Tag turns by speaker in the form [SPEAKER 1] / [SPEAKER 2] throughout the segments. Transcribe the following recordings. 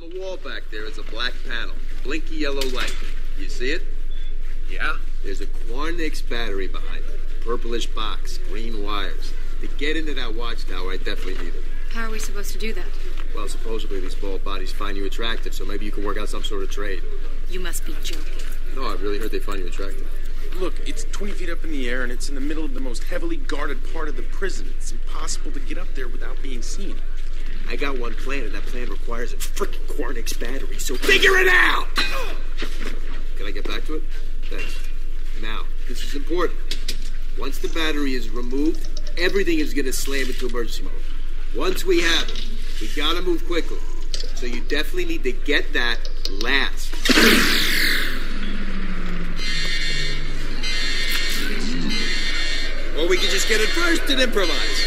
[SPEAKER 1] the wall back there is a black panel, blinky yellow light. You see it?
[SPEAKER 2] Yeah?
[SPEAKER 1] There's a Quarnix battery behind it. Purplish box, green wires. To get into that watchtower, I definitely need it.
[SPEAKER 3] How are we supposed to do that?
[SPEAKER 1] Well, supposedly these bald bodies find you attractive, so maybe you can work out some sort of trade.
[SPEAKER 3] You must be joking.
[SPEAKER 1] No, I've really heard they find you attractive.
[SPEAKER 2] Look, it's 20 feet up in the air and it's in the middle of the most heavily guarded part of the prison. It's impossible to get up there without being seen.
[SPEAKER 1] I got one plan, and that plan requires a frickin' Quarnix battery, so figure it out! Can I get back to it? Thanks. Now, this is important. Once the battery is removed, everything is gonna slam into emergency mode. Once we have it, we gotta move quickly. So you definitely need to get that last. or we could just get it first and improvise.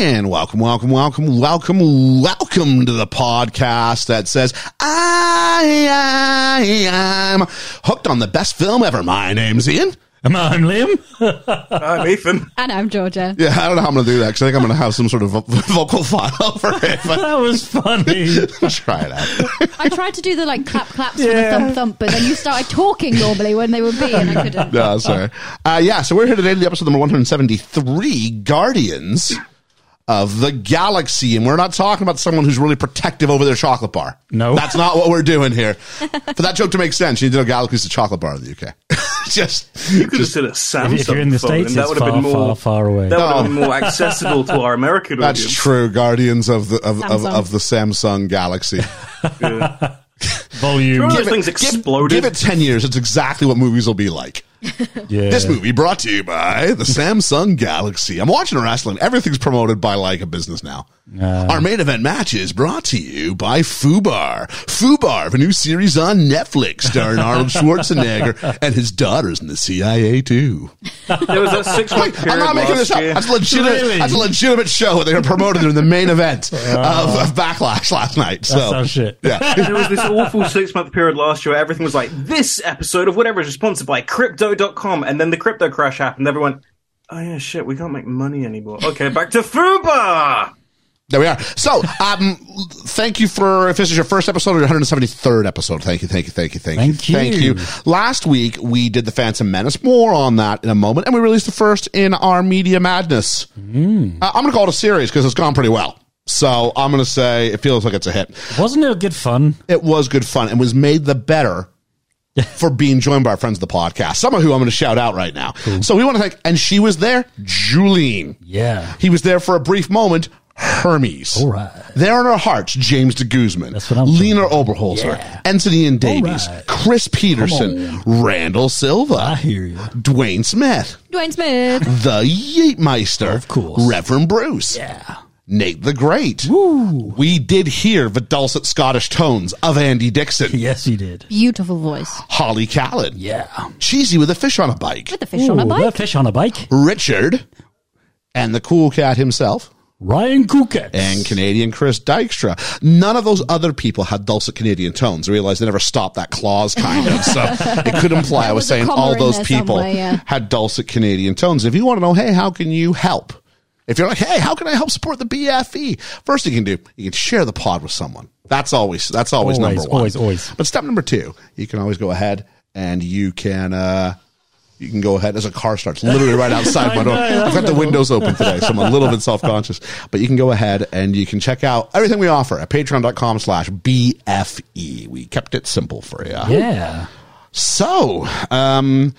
[SPEAKER 4] And welcome, welcome, welcome, welcome, welcome to the podcast that says, I, I am hooked on the best film ever. My name's Ian.
[SPEAKER 5] Am I on Liam?
[SPEAKER 6] I'm Ethan.
[SPEAKER 7] And I'm Georgia.
[SPEAKER 4] Yeah, I don't know how I'm going to do that because I think I'm going to have some sort of vo- vocal file for it, but
[SPEAKER 5] that was funny.
[SPEAKER 4] try it out.
[SPEAKER 7] I tried to do the like clap claps for the
[SPEAKER 5] Yeah.
[SPEAKER 7] thump thump, but then you started talking normally when they would be, and I couldn't.
[SPEAKER 4] No, sorry. Uh, yeah, so we're here today to the episode number 173 Guardians of the Galaxy. And we're not talking about someone who's really protective over their chocolate bar.
[SPEAKER 5] No.
[SPEAKER 4] That's not what we're doing here. For that joke to make sense, you need to know Galaxy's a chocolate bar in the UK. Just.
[SPEAKER 6] You could have said a Samsung
[SPEAKER 5] if you're in the
[SPEAKER 6] phone,
[SPEAKER 5] States,
[SPEAKER 6] and that
[SPEAKER 5] it's
[SPEAKER 6] would have
[SPEAKER 5] far,
[SPEAKER 6] been
[SPEAKER 5] far,
[SPEAKER 6] more
[SPEAKER 5] far away.
[SPEAKER 6] That would have been more accessible to our American
[SPEAKER 4] That's
[SPEAKER 6] audience.
[SPEAKER 4] true. Guardians of the of, of,
[SPEAKER 7] Samsung.
[SPEAKER 4] of the Samsung Galaxy.
[SPEAKER 6] Yeah.
[SPEAKER 5] Volume.
[SPEAKER 6] Sure, those things exploded.
[SPEAKER 4] Give it ten years. It's exactly what movies will be like.
[SPEAKER 5] Yeah.
[SPEAKER 4] This movie brought to you by the Samsung Galaxy. I'm watching wrestling. Everything's promoted by like a business now.
[SPEAKER 5] Uh.
[SPEAKER 4] Our main event match is brought to you by Fubar. Fubar, a new series on Netflix starring Arnold Schwarzenegger and his daughters in the CIA too.
[SPEAKER 6] there was that six
[SPEAKER 4] Wait,
[SPEAKER 6] month period
[SPEAKER 4] I'm not making
[SPEAKER 6] last
[SPEAKER 4] this up.
[SPEAKER 6] year.
[SPEAKER 4] That's a legitimate.
[SPEAKER 5] Really?
[SPEAKER 4] That's a legitimate show. They were promoted in the main event of, of Backlash last night. So
[SPEAKER 5] That's our shit.
[SPEAKER 4] Yeah.
[SPEAKER 6] there was this awful six month period last year where everything was like, this episode of whatever is sponsored by crypto.com. And then the crypto crash happened. Everyone, oh yeah, shit, we can't make money anymore. Okay, back to Fuba!
[SPEAKER 4] There we are. So, um, thank you for if this is your first episode or your 173rd episode. Thank you, thank you, thank you, thank,
[SPEAKER 5] Thank
[SPEAKER 4] you,
[SPEAKER 5] you.
[SPEAKER 4] thank you. Last week we did the Phantom Menace. More on that in a moment, and we released the first in our media madness. Uh, I'm going to call it a series because it's gone pretty well. So I'm going to say it feels like it's a hit.
[SPEAKER 5] Wasn't it good fun?
[SPEAKER 4] It was good fun and was made the better for being joined by our friends of the podcast, some of who I'm going to shout out right now. So we want to thank, and she was there, Julene.
[SPEAKER 5] Yeah.
[SPEAKER 4] He was there for a brief moment. Hermes.
[SPEAKER 5] All right.
[SPEAKER 4] There in our hearts, James de Guzman,
[SPEAKER 5] That's what I'm
[SPEAKER 4] Lena
[SPEAKER 5] thinking.
[SPEAKER 4] Oberholzer,
[SPEAKER 5] Yeah.
[SPEAKER 4] Anthony and Davies,
[SPEAKER 5] right.
[SPEAKER 4] Chris Peterson, Randall Silva,
[SPEAKER 5] I hear you.
[SPEAKER 4] Dwayne Smith,
[SPEAKER 7] Dwayne Smith.
[SPEAKER 4] the Yeatmeister,
[SPEAKER 5] Of course.
[SPEAKER 4] Reverend Bruce,
[SPEAKER 5] Yeah.
[SPEAKER 4] Nate the Great.
[SPEAKER 5] Woo.
[SPEAKER 4] We did hear the dulcet Scottish tones of Andy Dixon,
[SPEAKER 5] Yes, he did.
[SPEAKER 7] Beautiful voice
[SPEAKER 4] Holly Callan,
[SPEAKER 5] Yeah.
[SPEAKER 4] Cheesy with a fish on a bike,
[SPEAKER 7] with the fish on a
[SPEAKER 5] Ooh,
[SPEAKER 7] bike.
[SPEAKER 5] that fish on a bike.
[SPEAKER 4] Richard, and the cool cat himself.
[SPEAKER 5] Ryan Kukat.
[SPEAKER 4] and Canadian Chris Dykstra. None of those other people had dulcet Canadian tones. I realized they never stopped that clause, kind of. So it could imply I was,
[SPEAKER 7] was a
[SPEAKER 4] saying
[SPEAKER 7] comma
[SPEAKER 4] all
[SPEAKER 7] in
[SPEAKER 4] those
[SPEAKER 7] there
[SPEAKER 4] people
[SPEAKER 7] somewhere, yeah.
[SPEAKER 4] had dulcet Canadian tones. If you want to know, hey, how can you help? If you're like, hey, how can I help support the BFE? First thing you can do, you can share the pod with someone. That's always that's always,
[SPEAKER 5] Always,
[SPEAKER 4] number one.
[SPEAKER 5] always, always.
[SPEAKER 4] But step number two, you can always go ahead and you can uh you can go ahead as a car starts literally right outside my door. I've got the windows open today, so I'm a little bit self-conscious. But you can go ahead and you can check out everything we offer at patreon.com slash BFE. We kept it simple for you.
[SPEAKER 5] Yeah.
[SPEAKER 4] So, um,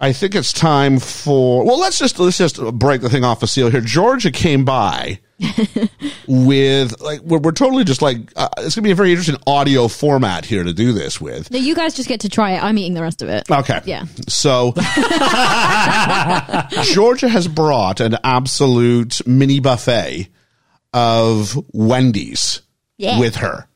[SPEAKER 4] I think it's time for, well, let's just, let's just break the thing off a seal here. Georgia came by with like, we're, we're totally just like, uh, it's gonna be a very interesting audio format here to do this with.
[SPEAKER 7] No, you guys just get to try it. I'm eating the rest of it.
[SPEAKER 4] Okay.
[SPEAKER 7] Yeah.
[SPEAKER 4] So Georgia has brought an absolute mini buffet of Wendy's
[SPEAKER 7] Yeah.
[SPEAKER 4] with her.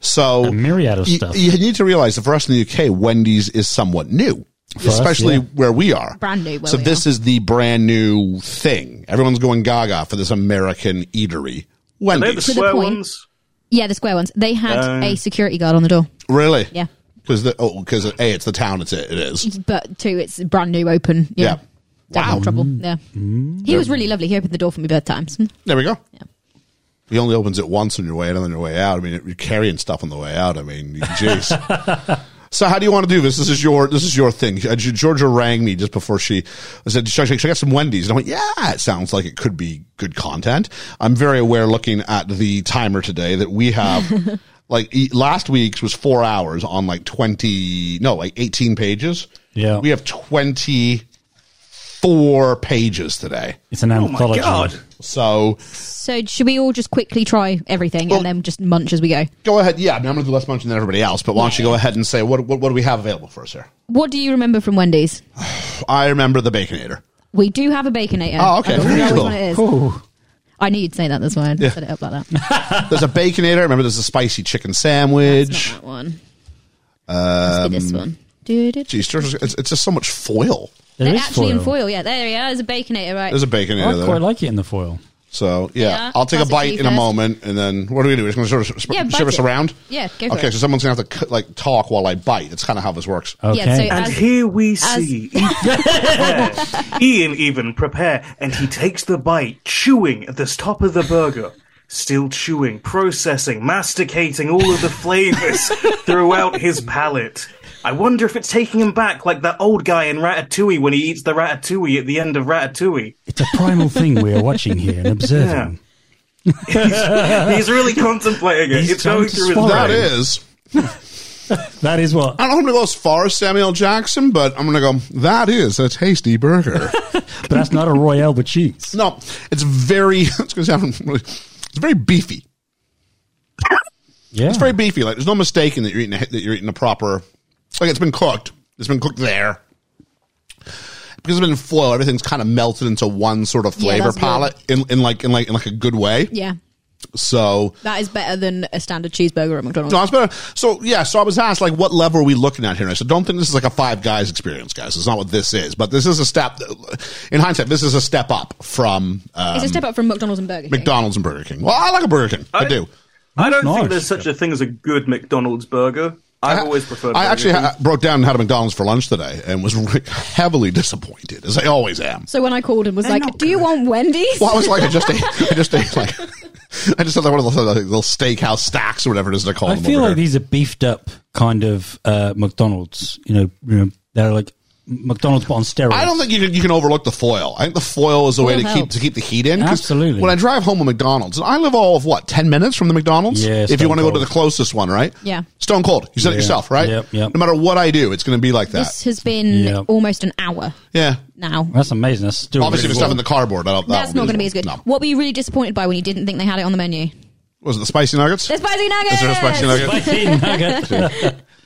[SPEAKER 4] So
[SPEAKER 5] A myriad of
[SPEAKER 4] y-
[SPEAKER 5] stuff.
[SPEAKER 4] You, need to realize that for us in the UK, Wendy's is somewhat new.
[SPEAKER 5] us,
[SPEAKER 4] especially
[SPEAKER 5] yeah.
[SPEAKER 4] where we are.
[SPEAKER 7] Brand new where
[SPEAKER 4] so
[SPEAKER 7] we
[SPEAKER 4] this is the brand new thing. Everyone's going gaga for this American eatery.
[SPEAKER 6] They're the
[SPEAKER 4] Wendy's.
[SPEAKER 6] square
[SPEAKER 7] point.
[SPEAKER 6] ones.
[SPEAKER 7] Yeah, the square ones. They had
[SPEAKER 6] Um,
[SPEAKER 7] a security guard on the door.
[SPEAKER 4] Really?
[SPEAKER 7] Yeah.
[SPEAKER 4] Because the oh, because a it's the town. It's it, it is.
[SPEAKER 7] But two, it's brand new, open. Yeah.
[SPEAKER 4] Yeah.
[SPEAKER 7] Don't
[SPEAKER 4] Wow. Mm.
[SPEAKER 7] have trouble. Yeah. He was really lovely. He opened the door for me both times.
[SPEAKER 4] There we go. He only opens it once on your way in and on your way out. I mean, you're carrying stuff on the way out. I mean, jeez. so how do you want to do this? This is your this is your thing. Uh, Georgia rang me just before she I said, should I, should I get some Wendy's? And I went, yeah, it sounds like it could be good content. I'm very aware looking at the timer today that we have. Like e- last week's was four hours on like 20, no, like 18 pages.
[SPEAKER 5] Yeah.
[SPEAKER 4] We have 24 pages today.
[SPEAKER 5] It's an
[SPEAKER 6] Oh my
[SPEAKER 5] anthology.
[SPEAKER 6] god!
[SPEAKER 4] So
[SPEAKER 8] So should we all just quickly try everything
[SPEAKER 4] Well-
[SPEAKER 8] and then just munch as we go?
[SPEAKER 4] go ahead. Yeah, I mean, I'm going to do less munching than everybody else, but why don't you go ahead and say what what, what do we have available for us here?
[SPEAKER 8] What do you remember from Wendy's?
[SPEAKER 4] I remember the Baconator.
[SPEAKER 8] We do have a baconator.
[SPEAKER 4] Oh, okay.
[SPEAKER 8] I don't know
[SPEAKER 4] Cool.
[SPEAKER 8] which one it is.
[SPEAKER 5] Ooh.
[SPEAKER 8] I knew you'd say that. That's why I
[SPEAKER 4] Yeah.
[SPEAKER 8] set it up like that. That's
[SPEAKER 4] There's a Baconator. Remember, there's a spicy chicken
[SPEAKER 8] not
[SPEAKER 4] sandwich.
[SPEAKER 8] that one. Must be this
[SPEAKER 4] Um,
[SPEAKER 8] one. Doo-doo.
[SPEAKER 4] Geez, there's- it's, it's just so much foil.
[SPEAKER 5] There
[SPEAKER 8] They're
[SPEAKER 5] is
[SPEAKER 8] actually
[SPEAKER 5] foil.
[SPEAKER 8] in foil. Yeah, there you are. There's a baconator, right?
[SPEAKER 4] There's a Baconator
[SPEAKER 5] I
[SPEAKER 4] there.
[SPEAKER 5] quite like it in the foil.
[SPEAKER 4] so yeah,
[SPEAKER 8] Yeah,
[SPEAKER 4] I'll take a
[SPEAKER 8] pass it to
[SPEAKER 4] bite
[SPEAKER 8] you
[SPEAKER 4] in a
[SPEAKER 8] first.
[SPEAKER 4] moment, and then what do we do? We're just going to sort of sp-
[SPEAKER 8] Yeah, bite
[SPEAKER 4] service
[SPEAKER 8] it.
[SPEAKER 4] around.
[SPEAKER 8] Yeah, go for
[SPEAKER 4] Okay,
[SPEAKER 8] it. Oh,
[SPEAKER 4] so someone's going to have to cut, like talk while I bite. That's kind of how this works.
[SPEAKER 5] Okay.
[SPEAKER 8] Yeah, so
[SPEAKER 6] And
[SPEAKER 8] As-
[SPEAKER 6] here we
[SPEAKER 8] as-
[SPEAKER 6] see Ethan, prepare. Ian even prepare, and he takes the bite, chewing at the top of the burger. Still chewing, processing, masticating all of the flavors throughout his palate. I wonder if it's taking him back like that old guy in Ratatouille when he eats the Ratatouille at the end of Ratatouille.
[SPEAKER 5] it's a primal thing we are watching here and observing.
[SPEAKER 6] He's really contemplating it.
[SPEAKER 5] He's
[SPEAKER 6] it's
[SPEAKER 5] trying
[SPEAKER 6] going
[SPEAKER 5] to
[SPEAKER 6] through his
[SPEAKER 5] swallow
[SPEAKER 6] brain.
[SPEAKER 4] Uh-huh. That is.
[SPEAKER 5] That is what.
[SPEAKER 4] I don't know if I'm going to go as far as Samuel Jackson, but I'm going to go. That is a tasty burger.
[SPEAKER 5] But that's not a Royale with cheese.
[SPEAKER 4] No, it's very. It's going to sound really. It's very beefy.
[SPEAKER 5] Yeah.
[SPEAKER 4] It's very beefy. Like there's no mistaking that you're eating a, that you're eating a proper. Like it's been cooked. It's been cooked there. Because it's been in foil, everything's kind of melted into one sort of
[SPEAKER 8] Yeah,
[SPEAKER 4] flavor
[SPEAKER 8] that's
[SPEAKER 4] palette in, in like in like in like a good way.
[SPEAKER 8] yeah,
[SPEAKER 4] So
[SPEAKER 8] that is better than a standard cheeseburger at McDonald's.
[SPEAKER 4] no, it's better. So yeah, so I was asked like, what level are we looking at here? And I said, don't think this is like a Five Guys experience, guys. It's not what this is. But this is a step. In hindsight, this is a step up from uh,
[SPEAKER 8] it's a step up from McDonald's and Burger King.
[SPEAKER 4] McDonald's and Burger King. Well, I like a Burger King. I do.
[SPEAKER 6] I don't
[SPEAKER 5] Nice.
[SPEAKER 6] think there's such a thing as a good McDonald's burger. I've always preferred.
[SPEAKER 4] I
[SPEAKER 6] Burger
[SPEAKER 4] actually
[SPEAKER 6] King.
[SPEAKER 4] ha- broke down and had a McDonald's for lunch today and was re- heavily disappointed, as I always am.
[SPEAKER 8] So when I called and was like, "Do you want Wendy's?"
[SPEAKER 4] Well, I was like, I just ate, I just ate like, I just had like one of those uh, like, little steakhouse stacks or whatever it is they're
[SPEAKER 5] I
[SPEAKER 4] calling them.
[SPEAKER 5] feel
[SPEAKER 4] over
[SPEAKER 5] like
[SPEAKER 4] here.
[SPEAKER 5] these are beefed up kind of uh, McDonald's. You know, you know, they're like McDonald's but on steroids.
[SPEAKER 4] I don't think you can, you can overlook the foil. I think the foil is a way
[SPEAKER 8] Foil
[SPEAKER 4] to keep
[SPEAKER 8] helps.
[SPEAKER 4] to keep the heat in. 'cause
[SPEAKER 5] Absolutely.
[SPEAKER 4] When I drive home with McDonald's, and I live all of what ten minutes from the McDonald's.
[SPEAKER 5] Yeah,
[SPEAKER 4] if you
[SPEAKER 5] stone
[SPEAKER 4] want to go to
[SPEAKER 5] cold.
[SPEAKER 4] the closest one, right?
[SPEAKER 8] Yeah.
[SPEAKER 4] Stone cold. You said it
[SPEAKER 5] Yeah.
[SPEAKER 4] yourself, right?
[SPEAKER 5] Yep, yep.
[SPEAKER 4] No matter what I do, it's going to be like that.
[SPEAKER 8] this has been
[SPEAKER 5] Yeah.
[SPEAKER 8] almost an hour
[SPEAKER 4] yeah.
[SPEAKER 8] now.
[SPEAKER 5] That's amazing. That's still
[SPEAKER 4] Obviously, if
[SPEAKER 5] really
[SPEAKER 4] it's stuff in
[SPEAKER 5] well.
[SPEAKER 4] the cardboard, I don't, that
[SPEAKER 8] That's not
[SPEAKER 4] won't
[SPEAKER 8] going to
[SPEAKER 4] be
[SPEAKER 8] be as good.
[SPEAKER 4] No.
[SPEAKER 8] What were you really disappointed by when you didn't think they had it on the menu?
[SPEAKER 4] Was it the spicy nuggets?
[SPEAKER 8] The spicy nuggets.
[SPEAKER 4] Is there a spicy nugget?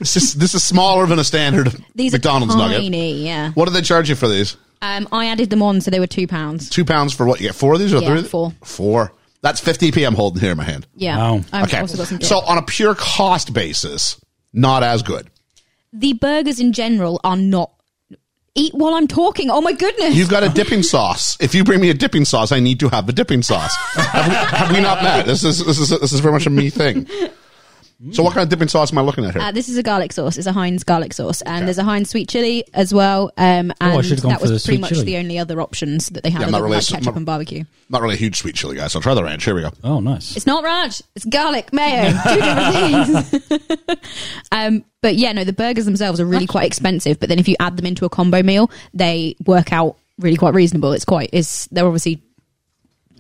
[SPEAKER 4] This is this is smaller than a standard
[SPEAKER 8] These
[SPEAKER 4] McDonald's
[SPEAKER 8] are
[SPEAKER 4] nugget.
[SPEAKER 8] tiny, yeah.
[SPEAKER 4] What do they charge you for these?
[SPEAKER 8] Um, I added them on, so they were two pounds.
[SPEAKER 4] Two pounds for what? You get four of these or
[SPEAKER 8] Yeah,
[SPEAKER 4] three? of the-
[SPEAKER 8] four.
[SPEAKER 4] Four. That's 50p I'm holding here in my hand.
[SPEAKER 8] Yeah.
[SPEAKER 5] Wow.
[SPEAKER 8] I've
[SPEAKER 4] okay.
[SPEAKER 8] also got some dip.
[SPEAKER 4] So on a pure cost basis, not as good.
[SPEAKER 8] the burgers in general are not. Eat while I'm talking. Oh my goodness.
[SPEAKER 4] You've got a dipping sauce. If you bring me a dipping sauce, I need to have the dipping sauce. have, we, have we not met? This is this is this is very much a me thing. So what kind of dipping sauce am I looking at here?
[SPEAKER 8] Uh, this is a garlic sauce. It's a Heinz garlic sauce, and there's a Heinz sweet chili as well. Um, and
[SPEAKER 5] Oh, should've gone
[SPEAKER 8] that
[SPEAKER 5] for the
[SPEAKER 8] was pretty
[SPEAKER 5] sweet
[SPEAKER 8] much
[SPEAKER 5] chili.
[SPEAKER 8] the only other options that they had
[SPEAKER 4] Yeah, I'm not
[SPEAKER 8] other than
[SPEAKER 4] really
[SPEAKER 8] like
[SPEAKER 4] s-
[SPEAKER 8] ketchup
[SPEAKER 4] not-
[SPEAKER 8] and barbecue.
[SPEAKER 4] not really a huge sweet chili guy, so I'll try the ranch. Here we go.
[SPEAKER 5] Oh, nice.
[SPEAKER 8] It's not ranch. It's garlic mayo. Two different things. um, but yeah, no, the burgers themselves are really quite expensive. But then if you add them into a combo meal, they work out really quite reasonable. It's quite. It's they're obviously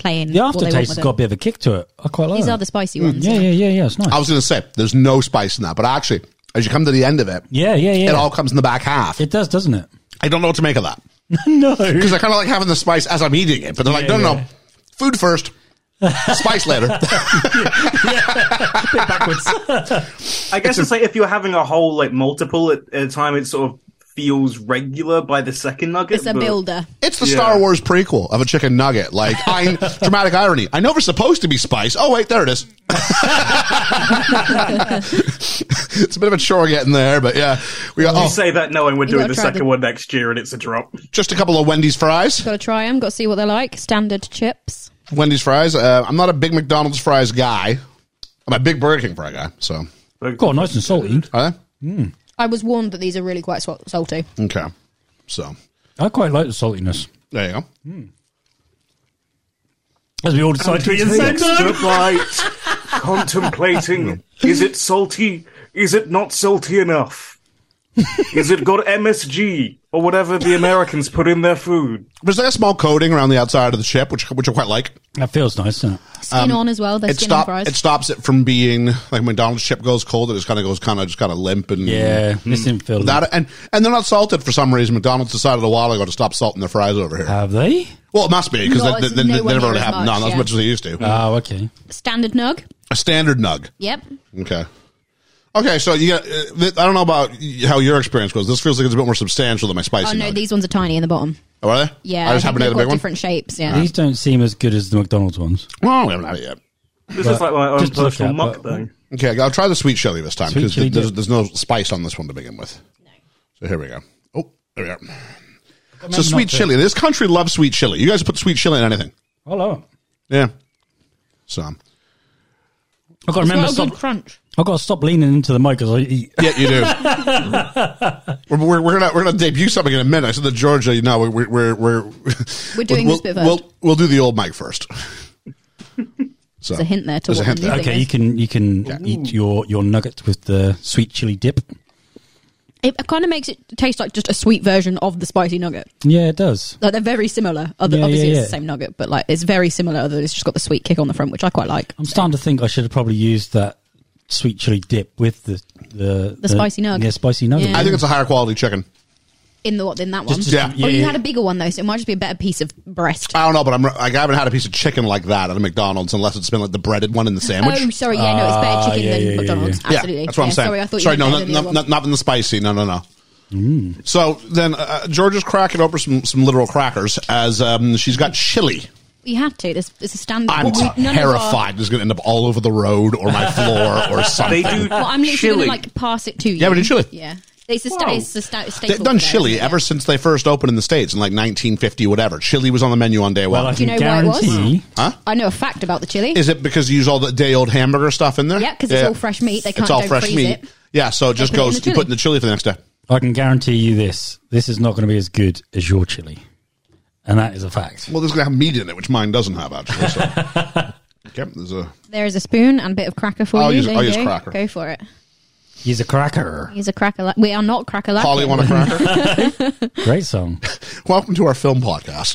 [SPEAKER 8] playing.
[SPEAKER 5] The
[SPEAKER 8] what they want
[SPEAKER 5] aftertaste
[SPEAKER 8] with
[SPEAKER 5] has
[SPEAKER 8] it.
[SPEAKER 5] got a bit of a kick to it. I quite like
[SPEAKER 8] These
[SPEAKER 5] it.
[SPEAKER 8] are the spicy ones.
[SPEAKER 5] Yeah, yeah, yeah, yeah. It's nice.
[SPEAKER 4] I was going to say there's no spice in that, but actually, as you come to the end of it,
[SPEAKER 5] yeah, yeah, yeah.
[SPEAKER 4] it all comes in the back half.
[SPEAKER 5] it does, doesn't it?
[SPEAKER 4] I don't know what to make of that.
[SPEAKER 5] no.
[SPEAKER 4] because I kind of like having the spice as I'm eating it. But they're like,
[SPEAKER 5] Yeah,
[SPEAKER 4] no, no,
[SPEAKER 5] yeah.
[SPEAKER 4] no, food first, spice later.
[SPEAKER 5] Backwards.
[SPEAKER 6] I guess it's, like if you're having a whole like multiple at, at a time, it sort of feels regular by the second nugget.
[SPEAKER 8] It's a
[SPEAKER 6] but-
[SPEAKER 8] builder.
[SPEAKER 4] it's the
[SPEAKER 6] Yeah.
[SPEAKER 4] Star Wars prequel of a chicken nugget. Like, I dramatic irony. I know there's supposed to be spice. Oh wait, there it is. it's a bit of a chore getting there, but yeah, we got
[SPEAKER 6] You
[SPEAKER 4] oh,
[SPEAKER 6] say that knowing we're
[SPEAKER 8] You
[SPEAKER 6] doing
[SPEAKER 8] gotta
[SPEAKER 6] the
[SPEAKER 8] try
[SPEAKER 6] second
[SPEAKER 8] the-
[SPEAKER 6] one next year, and it's a drop.
[SPEAKER 4] just a couple of Wendy's fries.
[SPEAKER 8] Got to try them. Got to see what they're like. Standard chips.
[SPEAKER 4] Wendy's fries. Uh, I'm not a big McDonald's fries guy. I'm a big Burger King fry guy. So,
[SPEAKER 5] Got nice and salty.
[SPEAKER 4] are they?
[SPEAKER 8] I was warned that these are really quite sal- salty.
[SPEAKER 4] okay. So
[SPEAKER 5] I quite like the saltiness.
[SPEAKER 4] there you go.
[SPEAKER 5] As we all decide to eat at the same
[SPEAKER 6] Extra
[SPEAKER 5] time.
[SPEAKER 6] bite. Contemplating. Is it salty? Is it not salty enough? Is it got MSG or whatever the Americans put in their food?
[SPEAKER 4] There's like a small coating around the outside of the ship, which which I quite like.
[SPEAKER 5] That feels nice, doesn't it?
[SPEAKER 8] Skin on as well. They
[SPEAKER 4] It
[SPEAKER 8] skin
[SPEAKER 4] stop
[SPEAKER 8] on fries.
[SPEAKER 4] it stops it from being like McDonald's ship goes cold. It just kind of goes kind of just kind of limp and
[SPEAKER 5] Yeah, this didn't feel
[SPEAKER 4] That and and they're not salted for some reason. McDonald's decided a while ago to stop salting their fries over here.
[SPEAKER 5] Have they?
[SPEAKER 4] well, it must be because
[SPEAKER 8] No,
[SPEAKER 4] they,
[SPEAKER 8] it's
[SPEAKER 4] they, they,
[SPEAKER 8] nowhere
[SPEAKER 4] never
[SPEAKER 8] near
[SPEAKER 4] really
[SPEAKER 8] as
[SPEAKER 4] have
[SPEAKER 8] much,
[SPEAKER 4] none as
[SPEAKER 8] yeah.
[SPEAKER 4] much as they used to.
[SPEAKER 5] Oh, okay.
[SPEAKER 8] Standard nug.
[SPEAKER 4] a standard nug.
[SPEAKER 8] Yep.
[SPEAKER 4] Okay. Okay, so you got, uh, th- I don't know about y- how your experience goes. This feels like it's a bit more substantial than my
[SPEAKER 8] Oh
[SPEAKER 4] spicy.
[SPEAKER 8] no,
[SPEAKER 4] nug.
[SPEAKER 8] these ones are tiny in the bottom.
[SPEAKER 4] Oh, are they?
[SPEAKER 8] Yeah,
[SPEAKER 4] I just happen to
[SPEAKER 8] think they've
[SPEAKER 4] have the
[SPEAKER 8] got
[SPEAKER 4] big one.
[SPEAKER 8] different shapes. Yeah.
[SPEAKER 5] These don't seem as good as the McDonald's ones.
[SPEAKER 4] Oh, we haven't had it yet.
[SPEAKER 6] This is like my own
[SPEAKER 5] just look
[SPEAKER 6] personal
[SPEAKER 5] at, but-
[SPEAKER 6] mukbang.
[SPEAKER 4] Okay, I'll try the sweet chili this time
[SPEAKER 5] Sweet
[SPEAKER 4] because
[SPEAKER 5] chili
[SPEAKER 4] there's,
[SPEAKER 5] dip.
[SPEAKER 4] there's no spice on this one to begin with. So here we go. Oh, there we are. So
[SPEAKER 5] not
[SPEAKER 4] sweet
[SPEAKER 5] to-
[SPEAKER 4] chili. This country loves sweet chili. You guys put sweet chili in anything.
[SPEAKER 5] I love it.
[SPEAKER 4] Yeah. So
[SPEAKER 5] I've got to remember to stop.
[SPEAKER 8] crunch.
[SPEAKER 5] I've got to stop leaning into the mic as I eat.
[SPEAKER 4] yeah, you do. we're, we're, we're gonna we're gonna debut something in a minute. I said to Georgia, you know, we're we're we're
[SPEAKER 8] We're doing
[SPEAKER 4] we'll,
[SPEAKER 8] this bit
[SPEAKER 4] We'll,
[SPEAKER 8] first.
[SPEAKER 4] we'll do the old mic first. So
[SPEAKER 8] There's a hint there to
[SPEAKER 4] There's a
[SPEAKER 8] what
[SPEAKER 4] hint
[SPEAKER 8] the new
[SPEAKER 4] there.
[SPEAKER 8] thing
[SPEAKER 5] Okay,
[SPEAKER 8] is.
[SPEAKER 5] you can you can eat your your nugget with the sweet chili dip.
[SPEAKER 8] It kind of makes it taste like just a sweet version of the spicy nugget.
[SPEAKER 5] Yeah, it does.
[SPEAKER 8] Like they're very similar. Other,
[SPEAKER 5] Yeah,
[SPEAKER 8] obviously,
[SPEAKER 5] yeah,
[SPEAKER 8] it's
[SPEAKER 5] yeah.
[SPEAKER 8] the same nugget, but like it's very similar. Other than it's just got the sweet kick on the front, which I quite like.
[SPEAKER 5] I'm starting to think I should have probably used that sweet chili dip with the the,
[SPEAKER 8] The spicy nug.
[SPEAKER 5] Yeah, spicy nug.
[SPEAKER 8] Yeah.
[SPEAKER 4] I think it's a higher quality chicken.
[SPEAKER 8] In the in that one,
[SPEAKER 5] Just-
[SPEAKER 4] Yeah.
[SPEAKER 8] oh, you
[SPEAKER 5] yeah.
[SPEAKER 8] had a bigger one though, so it might just be a better piece of breast.
[SPEAKER 4] I don't know, but I'm like, I haven't had a piece of chicken like that at a McDonald's unless it's been like the breaded one in the sandwich.
[SPEAKER 8] oh, sorry, yeah, no, it's better chicken
[SPEAKER 5] yeah,
[SPEAKER 8] than
[SPEAKER 5] yeah, yeah,
[SPEAKER 8] McDonald's.
[SPEAKER 4] Ah, Yeah,
[SPEAKER 8] Absolutely,
[SPEAKER 4] that's what I'm
[SPEAKER 8] Yeah,
[SPEAKER 4] saying.
[SPEAKER 8] Sorry, I thought
[SPEAKER 4] Sorry,
[SPEAKER 8] you
[SPEAKER 4] no,
[SPEAKER 8] meant
[SPEAKER 4] no,
[SPEAKER 8] better than the
[SPEAKER 4] no,
[SPEAKER 8] other one.
[SPEAKER 4] not, not in the spicy. No, no, no.
[SPEAKER 5] Mm.
[SPEAKER 4] So then, uh, Georgia's cracking open some, some literal crackers as um, she's got chili.
[SPEAKER 8] We had to. This it's a standard.
[SPEAKER 4] I'm
[SPEAKER 8] What we- none of our-
[SPEAKER 4] terrified this is going to end up all over the road or my floor or
[SPEAKER 6] They
[SPEAKER 4] something.
[SPEAKER 6] do
[SPEAKER 8] Well, I'm literally
[SPEAKER 6] chili.
[SPEAKER 8] gonna like pass it to you.
[SPEAKER 4] Yeah, we do chili.
[SPEAKER 8] Yeah, it's a, sta-
[SPEAKER 6] Wow.
[SPEAKER 8] it's a sta- staple.
[SPEAKER 4] They've done
[SPEAKER 8] there.
[SPEAKER 4] chili ever since they first opened in the states in like 1950, whatever. Chili was on the menu on day one.
[SPEAKER 5] well, I
[SPEAKER 8] Do
[SPEAKER 5] can
[SPEAKER 8] you know why it was? Hmm.
[SPEAKER 5] guarantee.
[SPEAKER 8] I know a fact about the chili.
[SPEAKER 4] Is it because you use all the day old hamburger stuff in there?
[SPEAKER 8] Yeah, 'cause it's all fresh meat. They can't-
[SPEAKER 4] It's all
[SPEAKER 8] don't
[SPEAKER 4] fresh
[SPEAKER 8] freeze
[SPEAKER 4] meat.
[SPEAKER 8] it.
[SPEAKER 4] Yeah, so it just
[SPEAKER 8] put it in
[SPEAKER 4] goes.
[SPEAKER 8] the
[SPEAKER 4] you put
[SPEAKER 8] chili.
[SPEAKER 4] it in the chili for the next day.
[SPEAKER 5] I can guarantee you this: this is not going to be as good as your chili, and that is a fact.
[SPEAKER 4] Well, there's going to have meat in it, which mine doesn't have actually. So. okay, there's a
[SPEAKER 8] there is a spoon and a bit of cracker for
[SPEAKER 4] I'll
[SPEAKER 8] you.
[SPEAKER 4] use-
[SPEAKER 8] there
[SPEAKER 4] I'll
[SPEAKER 8] you
[SPEAKER 4] use
[SPEAKER 8] go.
[SPEAKER 4] cracker.
[SPEAKER 8] Go for it.
[SPEAKER 5] He's a cracker.
[SPEAKER 8] Use a cracker. La- we are not cracker. lacking.
[SPEAKER 4] Polly want a cracker.
[SPEAKER 5] Great song.
[SPEAKER 4] Welcome to our film podcast.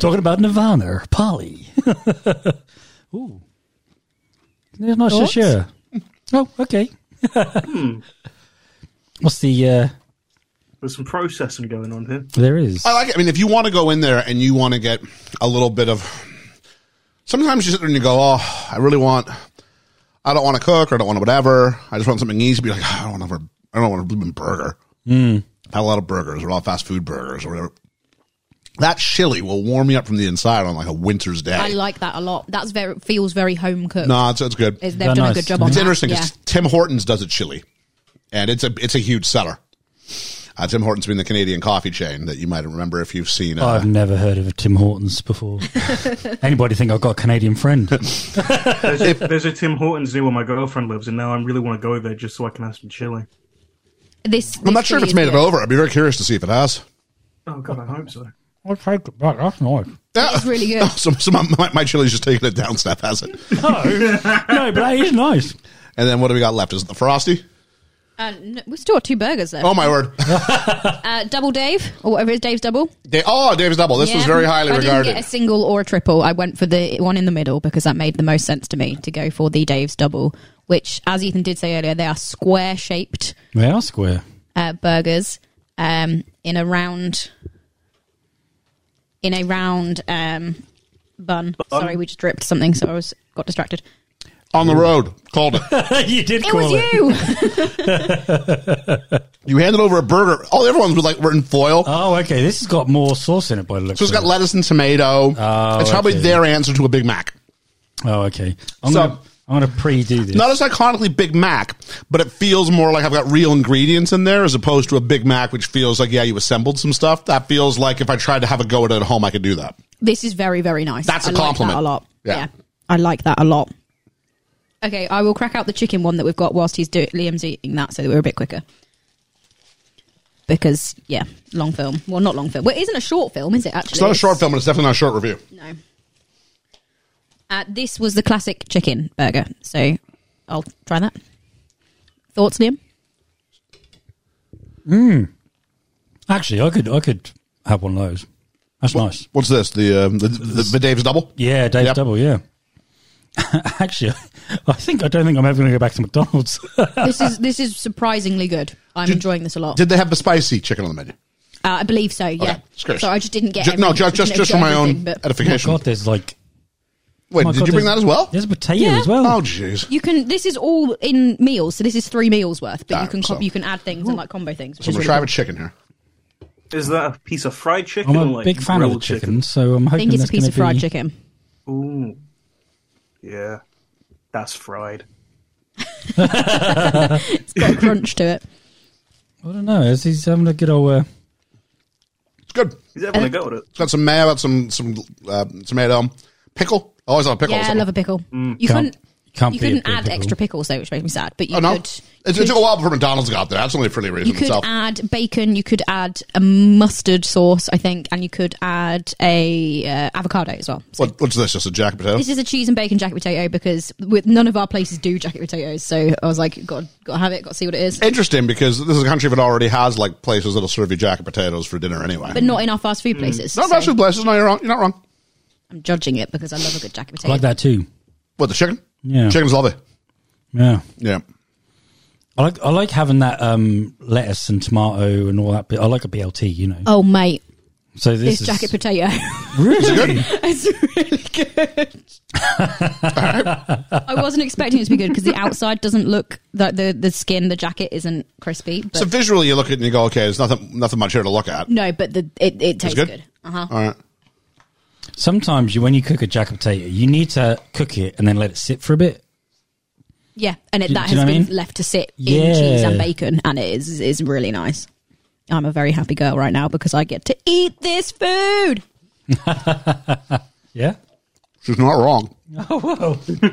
[SPEAKER 5] Talking about Nirvana, or Polly. Ooh, they're not so
[SPEAKER 8] Thoughts? Hmm.
[SPEAKER 5] sure. Oh, okay. What's the? uh
[SPEAKER 6] There's some processing going on here.
[SPEAKER 5] There is.
[SPEAKER 4] I like it. I mean, if you want to go in there and you want to get a little bit of, sometimes you sit there and you go, "Oh, I really want, I don't want to cook or I don't want whatever. I just want something easy." Be like, "I don't want to, I don't want a blooming burger." Mm. Had a lot of burgers or all fast food burgers or whatever. That chili will warm you up from the inside on like a winter's day.
[SPEAKER 8] I like that a lot. That's very feels very home cooked.
[SPEAKER 4] no, it's, it's good.
[SPEAKER 8] Is-
[SPEAKER 4] It's,
[SPEAKER 8] They've
[SPEAKER 5] They're
[SPEAKER 8] done
[SPEAKER 5] nice.
[SPEAKER 8] a good job on that.
[SPEAKER 4] interesting
[SPEAKER 8] Yeah.
[SPEAKER 4] 'cause Tim Hortons does a chili, and it's a it's a huge seller. Uh, Tim Hortons being the Canadian coffee chain that you might remember if you've seen. Uh,
[SPEAKER 5] Oh, I've never heard of a Tim Hortons before. Anybody think I've got a Canadian friend?
[SPEAKER 6] There's a, there's a Tim Hortons near where my girlfriend lives, and now I really want to go there just so I can have some chili.
[SPEAKER 8] This,
[SPEAKER 4] I'm
[SPEAKER 8] this
[SPEAKER 4] not sure if
[SPEAKER 8] chili
[SPEAKER 4] it's
[SPEAKER 8] is
[SPEAKER 4] made it
[SPEAKER 8] good.
[SPEAKER 4] over. I'd be very curious to see if it has.
[SPEAKER 6] Oh god, I hope so.
[SPEAKER 5] I'll take it back. That's nice.
[SPEAKER 4] Yeah.
[SPEAKER 8] It's really good.
[SPEAKER 4] Oh, so, so my, my, my chili's just taking it down step, has it?
[SPEAKER 5] No, but that is nice.
[SPEAKER 4] And then what do we got left? Is it the Frosty?
[SPEAKER 8] Uh, no, we still have two burgers left.
[SPEAKER 4] Oh, my word.
[SPEAKER 8] Uh, double Dave or whatever is Dave's double.
[SPEAKER 4] Da- oh, Dave's Double. This was
[SPEAKER 8] Yeah.
[SPEAKER 4] very highly
[SPEAKER 8] I
[SPEAKER 4] regarded.
[SPEAKER 8] Didn't get a single or a triple. I went for the one in the middle because that made the most sense to me to go for the Dave's double, which, as Ethan did say earlier, they are square shaped
[SPEAKER 5] They are square.
[SPEAKER 8] uh, burgers um, in a round in a round um, bun. Sorry, we just dripped something, so I was got distracted.
[SPEAKER 4] On the road. Called it.
[SPEAKER 5] you did
[SPEAKER 8] It was
[SPEAKER 5] call it.
[SPEAKER 8] you.
[SPEAKER 4] you handed over a burger. All everyone's was like, we're in foil.
[SPEAKER 5] Oh, okay. This has got more sauce in it by the looks.
[SPEAKER 4] so it's
[SPEAKER 5] of
[SPEAKER 4] got lettuce and tomato.
[SPEAKER 5] Oh,
[SPEAKER 4] it's probably
[SPEAKER 5] okay.
[SPEAKER 4] their answer to a Big Mac.
[SPEAKER 5] Oh, okay. I'm
[SPEAKER 4] So-
[SPEAKER 5] gonna I'm gonna pre-do this.
[SPEAKER 4] Not as iconically Big Mac, but it feels more like I've got real ingredients in there as opposed to a Big Mac, which feels like, yeah, you assembled some stuff. That feels like if I tried to have a go at it at home, I could do that.
[SPEAKER 8] This is very, very nice.
[SPEAKER 4] That's
[SPEAKER 8] a
[SPEAKER 4] a compliment.
[SPEAKER 8] Like that a lot.
[SPEAKER 4] Yeah.
[SPEAKER 8] Yeah. I like that a lot. Okay, I will crack out the chicken one that we've got whilst he's do- Liam's eating that, so that we're a bit quicker. Because yeah, long film. Well, not long film. Well, it isn't a short film, is it? Actually,
[SPEAKER 4] It's not a short film, and it's definitely not a short review.
[SPEAKER 8] No. Uh, this was the classic chicken burger, so I'll try that. Thoughts, Liam?
[SPEAKER 5] Actually, I could I could have one of those. That's nice.
[SPEAKER 4] What's this? The um, the, the, the Dave's double?
[SPEAKER 5] Yeah, Dave's
[SPEAKER 4] Yep.
[SPEAKER 5] double. Yeah. Actually, I think I don't think I'm ever going to go back to McDonald's. Oh
[SPEAKER 8] this is this is surprisingly good. I'm enjoying this a lot.
[SPEAKER 4] Did they have the spicy chicken on the menu?
[SPEAKER 8] uh, I believe so. Yeah.
[SPEAKER 4] Okay, scratch.
[SPEAKER 8] So I just didn't get.
[SPEAKER 4] Ju- no,
[SPEAKER 8] everything-
[SPEAKER 4] just just,
[SPEAKER 8] didn't
[SPEAKER 4] just
[SPEAKER 8] get
[SPEAKER 4] for my own
[SPEAKER 8] everything, but-
[SPEAKER 4] edification.
[SPEAKER 5] God, there's like.
[SPEAKER 4] Wait,
[SPEAKER 5] my
[SPEAKER 4] did
[SPEAKER 5] God,
[SPEAKER 4] you bring
[SPEAKER 5] there's-
[SPEAKER 4] that as well?
[SPEAKER 5] There's a potato
[SPEAKER 8] Yeah.
[SPEAKER 5] as well.
[SPEAKER 4] Oh, jeez.
[SPEAKER 8] You can. This is all in meals, so this is three meals worth. But
[SPEAKER 4] Ah,
[SPEAKER 8] you can com-
[SPEAKER 4] so-
[SPEAKER 8] you can add things and like combo things. Which
[SPEAKER 4] So
[SPEAKER 8] is
[SPEAKER 4] we're
[SPEAKER 8] really
[SPEAKER 4] trying
[SPEAKER 8] cool.
[SPEAKER 4] with chicken here.
[SPEAKER 6] Is that a piece of fried
[SPEAKER 4] Oh,
[SPEAKER 6] chicken?
[SPEAKER 5] I'm a
[SPEAKER 6] or like
[SPEAKER 5] big fan of the
[SPEAKER 6] grilled
[SPEAKER 5] chicken, so I'm
[SPEAKER 8] I
[SPEAKER 5] hoping
[SPEAKER 8] think it's a
[SPEAKER 5] that's
[SPEAKER 8] piece
[SPEAKER 5] gonna
[SPEAKER 8] of fried
[SPEAKER 5] be-
[SPEAKER 8] chicken.
[SPEAKER 6] Ooh. Yeah. That's fried.
[SPEAKER 8] It's got a crunch to it.
[SPEAKER 5] I don't know. Is he's having a good old. Uh,
[SPEAKER 4] It's good. It's
[SPEAKER 6] He's having a go at it.
[SPEAKER 4] got some mayo, got some some uh, tomato, um, pickle. I always love a pickle.
[SPEAKER 8] Yeah, I
[SPEAKER 4] something.
[SPEAKER 8] love a pickle. You
[SPEAKER 5] Can't-
[SPEAKER 8] couldn't.
[SPEAKER 5] can't
[SPEAKER 8] you
[SPEAKER 5] beat a
[SPEAKER 8] couldn't
[SPEAKER 5] good
[SPEAKER 8] add
[SPEAKER 5] pickle.
[SPEAKER 8] extra pickles though, which makes me sad. But you
[SPEAKER 4] Mm. Oh no!
[SPEAKER 8] could.
[SPEAKER 4] It, it took a while before McDonald's got there. That's only for the reason
[SPEAKER 8] You could
[SPEAKER 4] itself.
[SPEAKER 8] add bacon. You could add a mustard sauce, I think, and you could add a uh, avocado as well. So
[SPEAKER 4] What, what's this? Just a jacket potato?
[SPEAKER 8] this is a cheese and bacon jacket potato because with none of our places do jacket potatoes. So I was like, God, got to have it. Got to see what it is.
[SPEAKER 4] Interesting because this is a country that already has like places that'll serve you jacket potatoes for dinner anyway.
[SPEAKER 8] but not in our fast food places.
[SPEAKER 4] Mm. not
[SPEAKER 8] so
[SPEAKER 4] fast food places. No, you're wrong. You're not wrong.
[SPEAKER 8] I'm judging it because I love a good jacket
[SPEAKER 5] I
[SPEAKER 8] potato.
[SPEAKER 5] like that too.
[SPEAKER 4] What the chicken?
[SPEAKER 5] Yeah.
[SPEAKER 4] chicken's lovely.
[SPEAKER 5] Yeah.
[SPEAKER 4] Yeah,
[SPEAKER 5] I like I like having that um, lettuce and tomato and all that. But I like a BLT, you know.
[SPEAKER 8] Oh mate,
[SPEAKER 5] so this,
[SPEAKER 8] this
[SPEAKER 5] is
[SPEAKER 8] jacket potato.
[SPEAKER 5] really
[SPEAKER 8] it's really good. I wasn't expecting it to be good because the outside doesn't look that the the skin, the jacket isn't crispy. But
[SPEAKER 4] so visually you look at it and you go, okay, there's nothing nothing much here to look at.
[SPEAKER 8] no, but the it, it tastes
[SPEAKER 4] good? Oh.
[SPEAKER 8] good. Uh-huh.
[SPEAKER 4] All right.
[SPEAKER 5] Sometimes you, when you cook a jacket potato, you need to cook it and then let it sit for a bit.
[SPEAKER 8] Yeah, and it,
[SPEAKER 5] Do-
[SPEAKER 8] that
[SPEAKER 5] do you
[SPEAKER 8] has
[SPEAKER 5] know what I
[SPEAKER 8] been
[SPEAKER 5] mean?
[SPEAKER 8] left to sit
[SPEAKER 5] Yeah.
[SPEAKER 8] in cheese and bacon, and it is is really nice. I'm a very happy girl right now because I get to eat this food.
[SPEAKER 5] Yeah.
[SPEAKER 4] She's not wrong.
[SPEAKER 5] Oh whoa.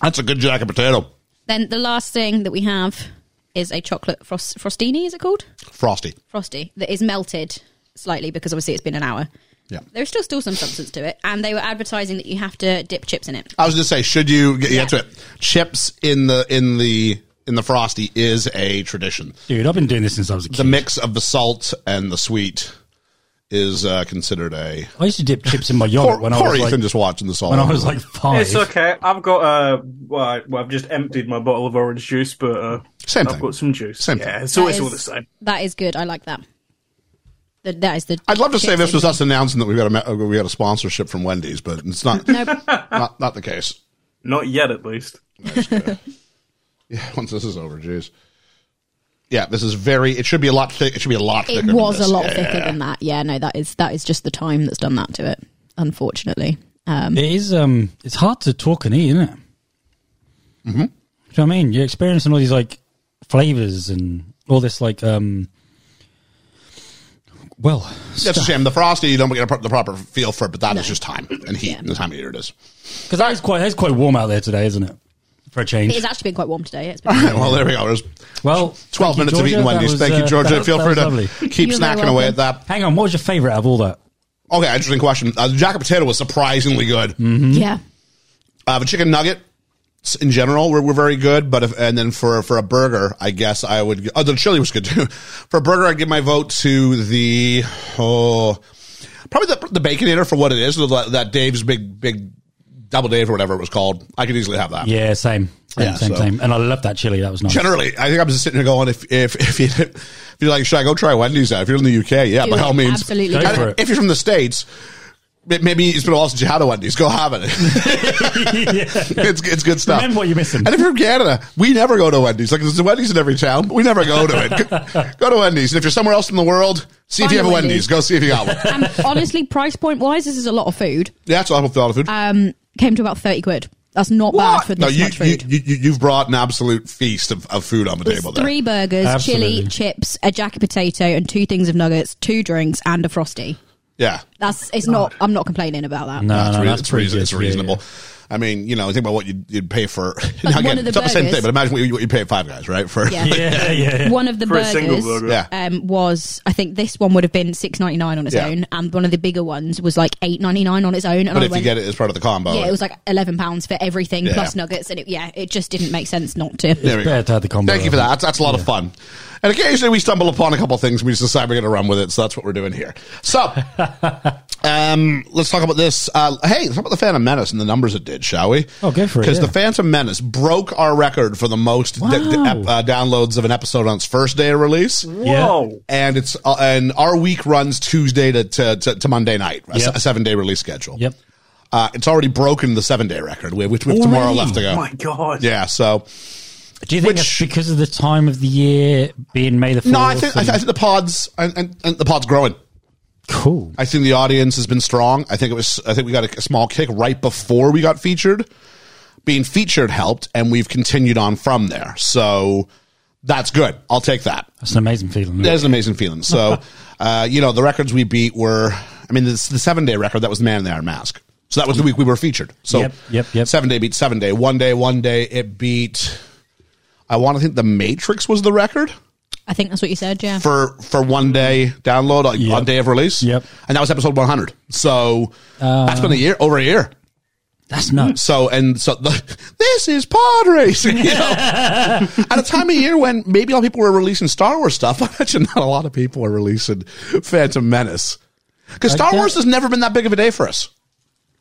[SPEAKER 4] That's a good jacket potato.
[SPEAKER 8] Then the last thing that we have is a chocolate frost, frostini. Is it called
[SPEAKER 4] Frosty.
[SPEAKER 8] frosty? That is melted slightly because obviously it's been an hour.
[SPEAKER 4] Yeah.
[SPEAKER 8] There's still still some substance to it, and they were advertising that you have to dip chips in it.
[SPEAKER 4] I was going to say, should you get, get to it? Chips in the in the in the frosty is a tradition.
[SPEAKER 5] Dude, I've been doing this since I was a kid.
[SPEAKER 4] The mix of the salt and the sweet is uh, considered a.
[SPEAKER 5] I used to dip chips in my yogurt
[SPEAKER 4] Poor,
[SPEAKER 5] when I
[SPEAKER 4] poor
[SPEAKER 5] was
[SPEAKER 4] Ethan
[SPEAKER 5] like
[SPEAKER 4] just watching this all.
[SPEAKER 5] when I was like five.
[SPEAKER 6] It's okay. I've got uh, well, I- well, I've just emptied my bottle of orange juice, but uh,
[SPEAKER 4] Same
[SPEAKER 6] I've
[SPEAKER 4] thing.
[SPEAKER 6] got some juice.
[SPEAKER 4] Same
[SPEAKER 6] yeah,
[SPEAKER 4] thing.
[SPEAKER 6] so it's
[SPEAKER 8] That
[SPEAKER 6] all
[SPEAKER 8] is-
[SPEAKER 6] the same.
[SPEAKER 8] That is good. I like that. The, that is the.
[SPEAKER 4] I'd love to say
[SPEAKER 8] chips
[SPEAKER 4] this
[SPEAKER 8] in
[SPEAKER 4] was us announcing that we got a we got a sponsorship from Wendy's, but it's not not, not the case.
[SPEAKER 6] Not yet, at least.
[SPEAKER 4] Yeah, once this is over, jeez. Yeah, this is very. It should be a lot. Thick, it should be a lot. Thicker
[SPEAKER 8] it
[SPEAKER 4] than
[SPEAKER 8] was
[SPEAKER 4] this.
[SPEAKER 8] a lot
[SPEAKER 4] Yeah.
[SPEAKER 8] thicker than that. Yeah, no, that is that is just the time that's done that to it. Unfortunately, um,
[SPEAKER 5] It is um it's hard to talk and eat, isn't it? Mm-hmm.
[SPEAKER 4] Mm-hmm.
[SPEAKER 5] Do you know what I mean? You're experiencing all these like flavors and all this like um well
[SPEAKER 4] That's a
[SPEAKER 5] stuff.
[SPEAKER 4] shame. The frosty, you don't get a pro- the proper feel for it, but that is just time and heat
[SPEAKER 8] Yeah.
[SPEAKER 4] and the time of year it is.
[SPEAKER 5] Because that is quite that's quite warm out there today, isn't it? For a change.
[SPEAKER 8] it has actually been quite warm today. It's
[SPEAKER 4] All
[SPEAKER 8] been
[SPEAKER 4] right, well, there we go. There's
[SPEAKER 5] well,
[SPEAKER 4] twelve
[SPEAKER 5] thank
[SPEAKER 4] minutes
[SPEAKER 5] you,
[SPEAKER 4] of
[SPEAKER 5] Georgia.
[SPEAKER 4] eating
[SPEAKER 5] That
[SPEAKER 4] Wendy's.
[SPEAKER 5] was,
[SPEAKER 4] Thank you,
[SPEAKER 5] uh,
[SPEAKER 4] Georgia.
[SPEAKER 5] that-
[SPEAKER 4] Feel
[SPEAKER 5] that
[SPEAKER 4] free
[SPEAKER 5] was
[SPEAKER 4] to
[SPEAKER 5] lovely.
[SPEAKER 4] keep
[SPEAKER 8] You're very
[SPEAKER 4] snacking away at
[SPEAKER 8] welcome.
[SPEAKER 4] that.
[SPEAKER 5] Hang on, what was your favorite out of all that?
[SPEAKER 4] Okay, interesting question. Uh, the jacket potato was surprisingly good.
[SPEAKER 8] yeah.
[SPEAKER 4] Uh, the chicken nugget s- in general were, were very good, but if, and then for for a burger, I guess I would. g- Oh, the chili was good too. For a burger, I'd give my vote to the oh, probably the the baconator for what it is. That, that Dave's big big double Dave or whatever it was called. I could easily have that.
[SPEAKER 5] Yeah, same. Same,
[SPEAKER 4] Yeah,
[SPEAKER 5] same,
[SPEAKER 4] so-
[SPEAKER 5] same. And I love that chili. That was nice.
[SPEAKER 4] Generally, I think I'm just sitting here going, if if if you if you're like, should I go try Wendy's out? If you're in the UK, yeah,
[SPEAKER 8] Do
[SPEAKER 4] by
[SPEAKER 8] it.
[SPEAKER 4] all means,
[SPEAKER 8] Absolutely.
[SPEAKER 5] Go
[SPEAKER 4] And
[SPEAKER 5] for it.
[SPEAKER 4] If you're from the states. may- Maybe it's been a while since you had a Wendy's. Go have it. it's it's good stuff.
[SPEAKER 5] Remember what you're missing.
[SPEAKER 4] And if you're from Canada, we never go to Wendy's. Like there's a Wendy's in every town, but we never go to it. go to Wendy's, and if you're somewhere else in the world, see if
[SPEAKER 8] Find
[SPEAKER 4] you
[SPEAKER 8] a
[SPEAKER 4] have a Wendy's.
[SPEAKER 8] Wendy's.
[SPEAKER 4] Go see if you got one.
[SPEAKER 8] And honestly, price point wise, this is a lot of food.
[SPEAKER 4] yeah, that's all I've thought of
[SPEAKER 7] Uh,
[SPEAKER 4] food.
[SPEAKER 8] Um, came to about thirty quid. That's not bad for this
[SPEAKER 4] no, you,
[SPEAKER 8] much
[SPEAKER 4] you,
[SPEAKER 8] food.
[SPEAKER 4] you you- you've brought an absolute feast of, of food on the
[SPEAKER 8] It's
[SPEAKER 4] table.
[SPEAKER 8] three burgers,
[SPEAKER 5] Absolutely.
[SPEAKER 8] chili, chips, a jacket potato, and two things of nuggets, two drinks, and a frosty.
[SPEAKER 4] there. Yeah,
[SPEAKER 8] That's it's not. I'm not complaining about that.
[SPEAKER 5] No, no,
[SPEAKER 4] It's rea-
[SPEAKER 5] that's
[SPEAKER 4] it's,
[SPEAKER 5] pretty
[SPEAKER 4] reason-
[SPEAKER 5] good.
[SPEAKER 4] it's
[SPEAKER 5] Yeah,
[SPEAKER 4] reasonable. I mean, you know, think about what you'd, you'd pay for. now,
[SPEAKER 7] one
[SPEAKER 4] again,
[SPEAKER 7] of the
[SPEAKER 4] it's not the same
[SPEAKER 7] burgers.
[SPEAKER 4] thing, but imagine what you, what you pay at Five Guys, right? For
[SPEAKER 7] Yeah.
[SPEAKER 5] yeah, yeah.
[SPEAKER 7] One of the
[SPEAKER 6] For a
[SPEAKER 7] burgers
[SPEAKER 6] single burger.
[SPEAKER 4] Yeah.
[SPEAKER 7] Um, was I think this one would have been six ninety nine on its
[SPEAKER 4] Yeah.
[SPEAKER 7] own, and one of the bigger ones was like eight ninety nine on its own. And
[SPEAKER 4] but
[SPEAKER 7] I
[SPEAKER 4] if
[SPEAKER 7] went,
[SPEAKER 4] you get it as part of the combo,
[SPEAKER 7] Oh, yeah, it was like eleven pounds for everything
[SPEAKER 4] Yeah.
[SPEAKER 7] plus nuggets, and it, yeah, it just didn't make sense not to.
[SPEAKER 4] There we go.
[SPEAKER 5] Better to have the combo.
[SPEAKER 4] Thank you for that. That's, that's a lot of fun. And occasionally we stumble upon a couple of things and we just decide we're going to run with it. So that's what we're doing here. So um, let's talk about this. Uh, hey, let's talk about the Phantom Menace and the numbers it did, shall we?
[SPEAKER 5] Oh, go for it,
[SPEAKER 4] Because
[SPEAKER 5] yeah.
[SPEAKER 4] the Phantom Menace broke our record for the most d- d-
[SPEAKER 5] Wow.
[SPEAKER 4] ep- uh, downloads of an episode on its first day of release.
[SPEAKER 5] Yeah.
[SPEAKER 6] Whoa!
[SPEAKER 4] And it's uh, and our week runs Tuesday to, to, to, to Monday night, a,
[SPEAKER 5] Yep.
[SPEAKER 4] seven day release schedule.
[SPEAKER 5] Yep.
[SPEAKER 4] Uh, it's already broken the seven day record. We have, which we have tomorrow
[SPEAKER 5] Already?
[SPEAKER 4] left to go.
[SPEAKER 6] Oh my god!
[SPEAKER 4] Yeah, so
[SPEAKER 5] Do you think
[SPEAKER 4] Which-
[SPEAKER 5] it's because of the time of the year being May the 4th?
[SPEAKER 4] No, I think, I,
[SPEAKER 5] and-
[SPEAKER 4] th- I think the pods and, and, and the pods growing.
[SPEAKER 5] cool.
[SPEAKER 4] I think the audience has been strong. I think it was. I think we got a, small kick right before we got featured. Being featured helped, and we've continued on from there. So that's good. I'll take that.
[SPEAKER 5] That's an amazing feeling.
[SPEAKER 4] That is an amazing feeling. So, uh, you know, the records we beat were. I mean, this, the seven day record that was the Man in the Iron Mask. So that was the week we were featured. So
[SPEAKER 5] Yep, yep, yep.
[SPEAKER 4] Seven day beat seven day. One day, one day. It beat. I want to think the Matrix was the record
[SPEAKER 7] I think that's what you said, yeah.
[SPEAKER 4] for for one day download on,
[SPEAKER 5] Yep.
[SPEAKER 4] on day of release.
[SPEAKER 5] Yep. Uh,
[SPEAKER 4] and that was episode 100. So that's been a year, over a year.
[SPEAKER 5] That's nuts.
[SPEAKER 4] So and so, the, this is pod racing. You know? At a time of year when maybe all people were releasing Star Wars stuff, I imagine not a lot of people are releasing Phantom Menace because Star
[SPEAKER 5] don't-
[SPEAKER 4] Wars has never been that big of a day for us.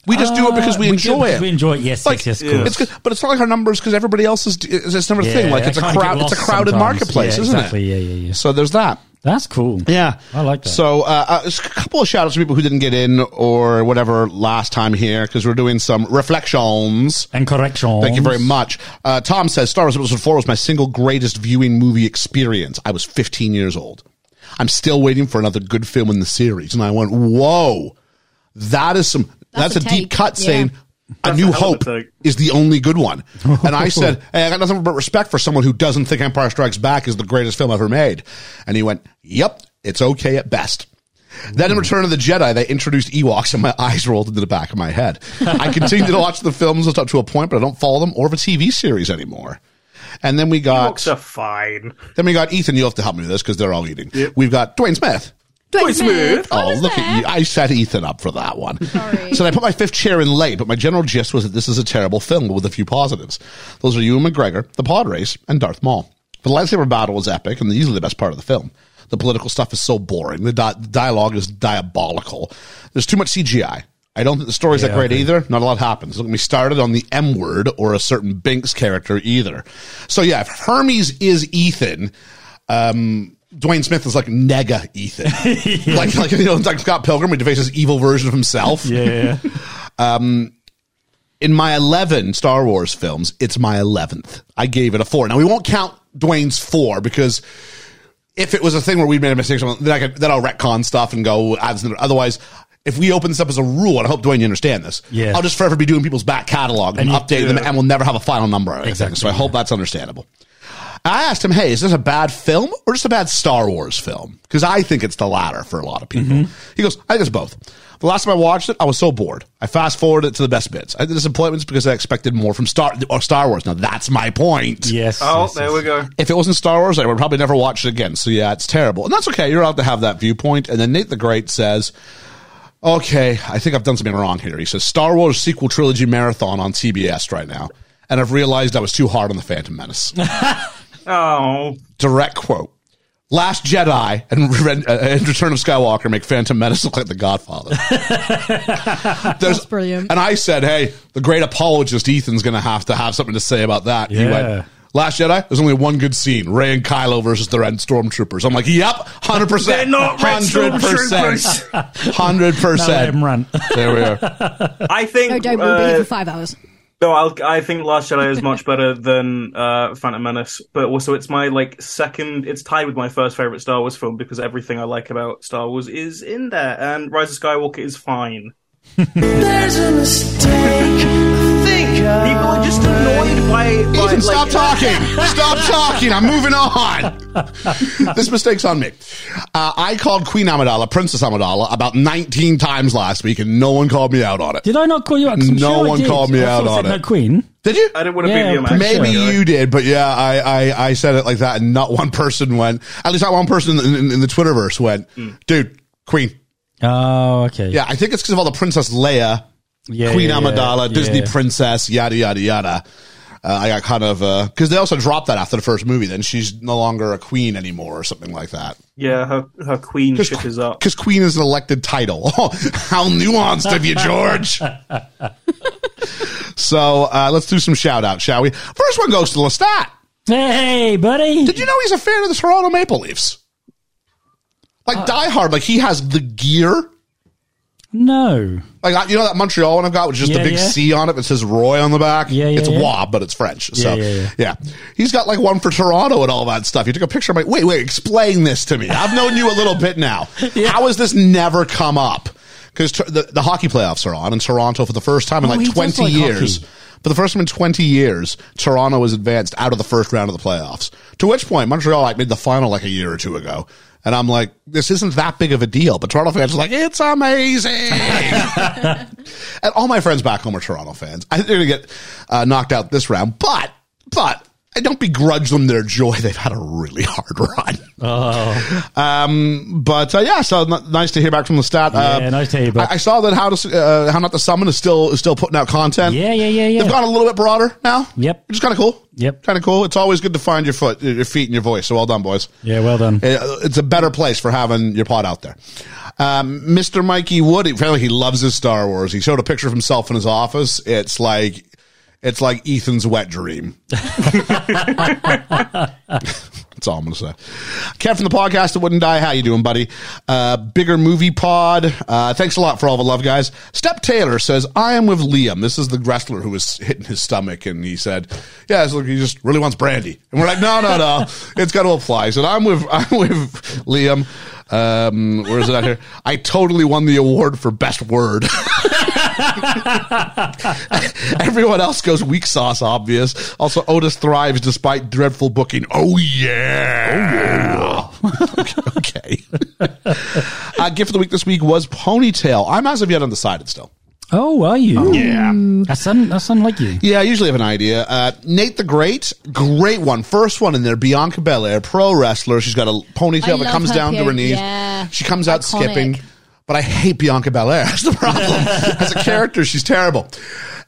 [SPEAKER 4] We just do it because we,
[SPEAKER 5] Uh,
[SPEAKER 4] enjoy
[SPEAKER 5] do
[SPEAKER 4] it.
[SPEAKER 5] because We enjoy it. Yes,
[SPEAKER 4] Like,
[SPEAKER 5] yes, yes, of
[SPEAKER 4] it's
[SPEAKER 5] course.
[SPEAKER 4] good, but it's not like our numbers because everybody else is. It's it's another
[SPEAKER 5] Yeah,
[SPEAKER 4] thing. Like
[SPEAKER 5] I
[SPEAKER 4] it's a
[SPEAKER 5] kinda get
[SPEAKER 4] crowd. It's a
[SPEAKER 5] lost
[SPEAKER 4] crowded
[SPEAKER 5] sometimes.
[SPEAKER 4] marketplace,
[SPEAKER 5] Yeah,
[SPEAKER 4] isn't
[SPEAKER 5] exactly.
[SPEAKER 4] it?
[SPEAKER 5] Yeah, yeah, yeah.
[SPEAKER 4] So there's that.
[SPEAKER 5] That's cool.
[SPEAKER 4] Yeah,
[SPEAKER 5] I like that.
[SPEAKER 4] So, uh, uh, just a couple of shout outs to people who didn't get in or whatever last time here because we're doing some reflections.
[SPEAKER 5] and correction.
[SPEAKER 4] Thank you very much. Uh, Tom says Star Wars Episode 4 was my single greatest viewing movie experience. I was 15 years old. I'm still waiting for another good film in the series. And I went, whoa, that is some, that's,
[SPEAKER 7] That's
[SPEAKER 4] a,
[SPEAKER 7] a
[SPEAKER 4] deep
[SPEAKER 7] take.
[SPEAKER 4] cut
[SPEAKER 7] Yeah.
[SPEAKER 4] saying A
[SPEAKER 6] That's
[SPEAKER 4] New
[SPEAKER 6] a hell
[SPEAKER 4] Hope
[SPEAKER 6] of a take.
[SPEAKER 4] is the only good one. And I said, hey, I got nothing but respect for someone who doesn't think Empire Strikes Back is the greatest film ever made. And he went, yep, it's okay at best. Then in Return of the Jedi, they introduced Ewoks and my eyes rolled into the back of my head. I continue to watch the films up to a point, but I don't follow them or the TV series anymore. And then we got,
[SPEAKER 6] Books are fine.
[SPEAKER 4] then we got Ethan, you'll have to help me with this because they're all eating. We've got Dwayne Smith.
[SPEAKER 7] Dwayne
[SPEAKER 6] smooth.
[SPEAKER 7] I
[SPEAKER 4] Oh,
[SPEAKER 7] was
[SPEAKER 4] look
[SPEAKER 7] there.
[SPEAKER 4] at you. I set Ethan up for that one.
[SPEAKER 7] Sorry.
[SPEAKER 4] So I put my fifth chair in late, but my general gist was that this is a terrible film with a few positives. Those are Ewan McGregor, the pod race, and Darth Maul. The lightsaber battle is epic and easily the best part of the film. The political stuff is so boring. The, di- the dialogue is diabolical. There's too much CGI. I don't think the story's that
[SPEAKER 5] Yeah,
[SPEAKER 4] great
[SPEAKER 5] okay.
[SPEAKER 4] either. Not a lot happens. Don't get me started on the M word or a certain Binks character either. So yeah, if Hermes is Ethan, Dwayne Smith is like nega Ethan, like like you know, it's like Scott Pilgrim, he defaces his evil version of himself.
[SPEAKER 5] Yeah. yeah.
[SPEAKER 4] In my eleven Star Wars films, it's my eleventh. I gave it a four. Now we won't count Dwayne's four because if it was a thing where we made a mistake, or something, then I could, then I'll retcon stuff and go. "Ah, it's not-" Otherwise, if we open this up as a rule, and I hope Dwayne you understand this,
[SPEAKER 5] Yeah.
[SPEAKER 4] I'll just forever be doing people's back catalog and,
[SPEAKER 5] And you-
[SPEAKER 4] updating them, and we'll never have a final number. on Exactly.
[SPEAKER 5] Exactly,
[SPEAKER 4] So I hope
[SPEAKER 5] yeah.
[SPEAKER 4] that's understandable. I asked him, "Hey, is this a bad film or just a bad Star Wars film?" Because I think it's the latter for a lot of people. He goes, "I think it's both." The last time I watched it, I was so bored. I fast forwarded it to the best bits. I had disappointments because I expected more from Star or Star Wars. Now that's my point.
[SPEAKER 5] Yes.
[SPEAKER 6] Oh,
[SPEAKER 5] yes,
[SPEAKER 6] there
[SPEAKER 5] yes.
[SPEAKER 6] we go.
[SPEAKER 4] If it wasn't Star Wars, I would probably never watch it again. So yeah, it's terrible, and that's okay. You're allowed to have that viewpoint. And then Nate the Great says, "Okay, I think I've done something wrong here." He says, "Star Wars sequel trilogy marathon on CBS right now." And I've realized I was too hard on the Phantom Menace.
[SPEAKER 6] Oh,
[SPEAKER 4] direct quote. Last Jedi and, Re- uh, and Return of Skywalker make Phantom Menace look like The Godfather. There's,
[SPEAKER 7] That's brilliant.
[SPEAKER 4] And I said, hey, the great apologist Ethan's going to have to have something to say about that. He
[SPEAKER 5] Yeah.
[SPEAKER 4] went, Last Jedi, there's only one good scene Ray and Kylo versus the Red Stormtroopers. I'm like, yep, 100%.
[SPEAKER 6] They're not Red Stormtroopers.
[SPEAKER 4] 100%.
[SPEAKER 5] Now let him run.
[SPEAKER 4] There we are.
[SPEAKER 6] I think.
[SPEAKER 7] No, don't we'll be
[SPEAKER 6] uh,
[SPEAKER 7] here for five hours.
[SPEAKER 6] No, I'll, I think Last Jedi is much better than uh, Phantom Menace, but also it's my like second. It's tied with my first favorite Star Wars film because everything I like about Star Wars is in there, and Rise of Skywalker is fine.
[SPEAKER 9] There's a mistake. I think I
[SPEAKER 6] People are just annoyed by, by
[SPEAKER 4] Nathan,
[SPEAKER 9] like-
[SPEAKER 4] stop talking. stop talking. I'm moving on. this mistake's on me. Uh, I called Queen Amidala, Princess Amidala, about 19 times last week, and no one called me out on it.
[SPEAKER 5] Did I not call you out? 'Cause I'm
[SPEAKER 4] No
[SPEAKER 5] sure I
[SPEAKER 4] one
[SPEAKER 5] did.
[SPEAKER 4] called me
[SPEAKER 5] I thought
[SPEAKER 4] out
[SPEAKER 5] I said
[SPEAKER 4] on
[SPEAKER 5] no
[SPEAKER 4] it.
[SPEAKER 5] Queen.
[SPEAKER 4] Did you?
[SPEAKER 6] I don't want to
[SPEAKER 5] Yeah,
[SPEAKER 6] be your man.
[SPEAKER 5] I'm pretty
[SPEAKER 4] Maybe
[SPEAKER 5] sure.
[SPEAKER 4] you did, but yeah, I, I, I said it like that, and not one person went. At least not one person in, in, in the Twitterverse went,
[SPEAKER 5] Mm.
[SPEAKER 4] "Dude, Queen."
[SPEAKER 5] Oh, okay.
[SPEAKER 4] Yeah, I think it's because of all the Princess Leia,
[SPEAKER 5] Yeah,
[SPEAKER 4] Queen
[SPEAKER 5] yeah,
[SPEAKER 4] Amidala,
[SPEAKER 5] yeah.
[SPEAKER 4] Disney princess, yada yada yada. Uh, I got kind of because they also dropped that after the first movie. Then she's no longer a queen anymore, or something like that.
[SPEAKER 6] Yeah, her, her queenship is up.
[SPEAKER 4] Because queen is an elected title. Oh, how nuanced of you, George. so uh, let's do some shout out, shall we? First one goes to Lestat.
[SPEAKER 5] Hey, buddy.
[SPEAKER 4] Did you know he's a fan of the Toronto Maple Leafs? Like
[SPEAKER 6] Uh,
[SPEAKER 4] Die Hard, like he has the gear.
[SPEAKER 5] No.
[SPEAKER 4] Like I- you know that Montreal one I've got, which is just
[SPEAKER 5] Yeah,
[SPEAKER 4] the big
[SPEAKER 5] yeah.
[SPEAKER 4] C on it that says Roy on the back.
[SPEAKER 5] Yeah, yeah,
[SPEAKER 4] It's
[SPEAKER 5] yeah.
[SPEAKER 4] Wa, but it's French. so
[SPEAKER 5] yeah,
[SPEAKER 4] yeah,
[SPEAKER 5] yeah.
[SPEAKER 4] he's got like one for Toronto and all that stuff. You took a picture. I'm like, wait, wait, explain this to me. I've known you a little bit now. How has this never come up? Because the, the hockey playoffs are on in Toronto for the first time in
[SPEAKER 5] Oh,
[SPEAKER 4] like
[SPEAKER 5] he does
[SPEAKER 4] 20
[SPEAKER 5] like
[SPEAKER 4] years.
[SPEAKER 5] hockey.
[SPEAKER 4] For the first time in 20 years, Toronto has advanced out of the first round of the playoffs. To which point, Montreal like made the final like a year or two ago. And I'm like, this isn't that big of a deal. But Toronto fans are like, it's amazing. and all my friends back home are Toronto fans. I think they're going to get uh, knocked out this round, but but I don't begrudge them their joy. They've had a really hard run.
[SPEAKER 5] Oh.
[SPEAKER 4] Um, but uh, yeah, so n- nice to hear back from the stat. Uh,
[SPEAKER 5] Yeah, nice to hear back.
[SPEAKER 4] I, I saw that how to S- uh, how not to summon is still is still putting out content.
[SPEAKER 5] Yeah, yeah, yeah, yeah.
[SPEAKER 4] They've gone a little bit broader now.
[SPEAKER 5] Yep.
[SPEAKER 4] which is kind of cool.
[SPEAKER 5] Yep.
[SPEAKER 4] kind of cool. It's always good to find your foot, your feet, and your voice. So well done, boys.
[SPEAKER 5] Yeah, well done.
[SPEAKER 4] Uh, it's a better place for having your pod out there. Um, Mr. Mikey Wood, apparently he loves his Star Wars. He showed a picture of himself in his office. It's like it's like Ethan's wet dream. That's all I'm gonna say. Kev from the podcast that wouldn't die. How you doing, buddy? Uh, bigger movie pod. Uh, thanks a lot for all the love, guys. Step Taylor says I am with Liam. This is the wrestler who was hitting his stomach, and he said, "Yeah, it's like he just really wants brandy." And we're like, "No, no, no, it's got to apply." So I'm with I'm with Liam. Um, where is it out here? I totally won the award for best word. Everyone else goes weak sauce, obvious. Also, Otis thrives despite dreadful booking. Oh, yeah. okay. uh, gift of the week this week was Ponytail. I'm as of yet undecided still.
[SPEAKER 5] Oh, are you?
[SPEAKER 4] Yeah.
[SPEAKER 5] That's, un- that's unlike you.
[SPEAKER 4] Yeah, I usually have an idea. Uh, Nate the Great, great one. First one in there, Bianca Belair, pro wrestler. She's got a
[SPEAKER 7] I
[SPEAKER 4] ponytail that
[SPEAKER 7] love
[SPEAKER 4] comes
[SPEAKER 7] her
[SPEAKER 4] down to her
[SPEAKER 7] period.
[SPEAKER 4] knees.
[SPEAKER 7] Yeah.
[SPEAKER 4] She comes out
[SPEAKER 7] Iconic.
[SPEAKER 4] skipping. But I hate Bianca Belair. That's the problem. As a character, she's terrible.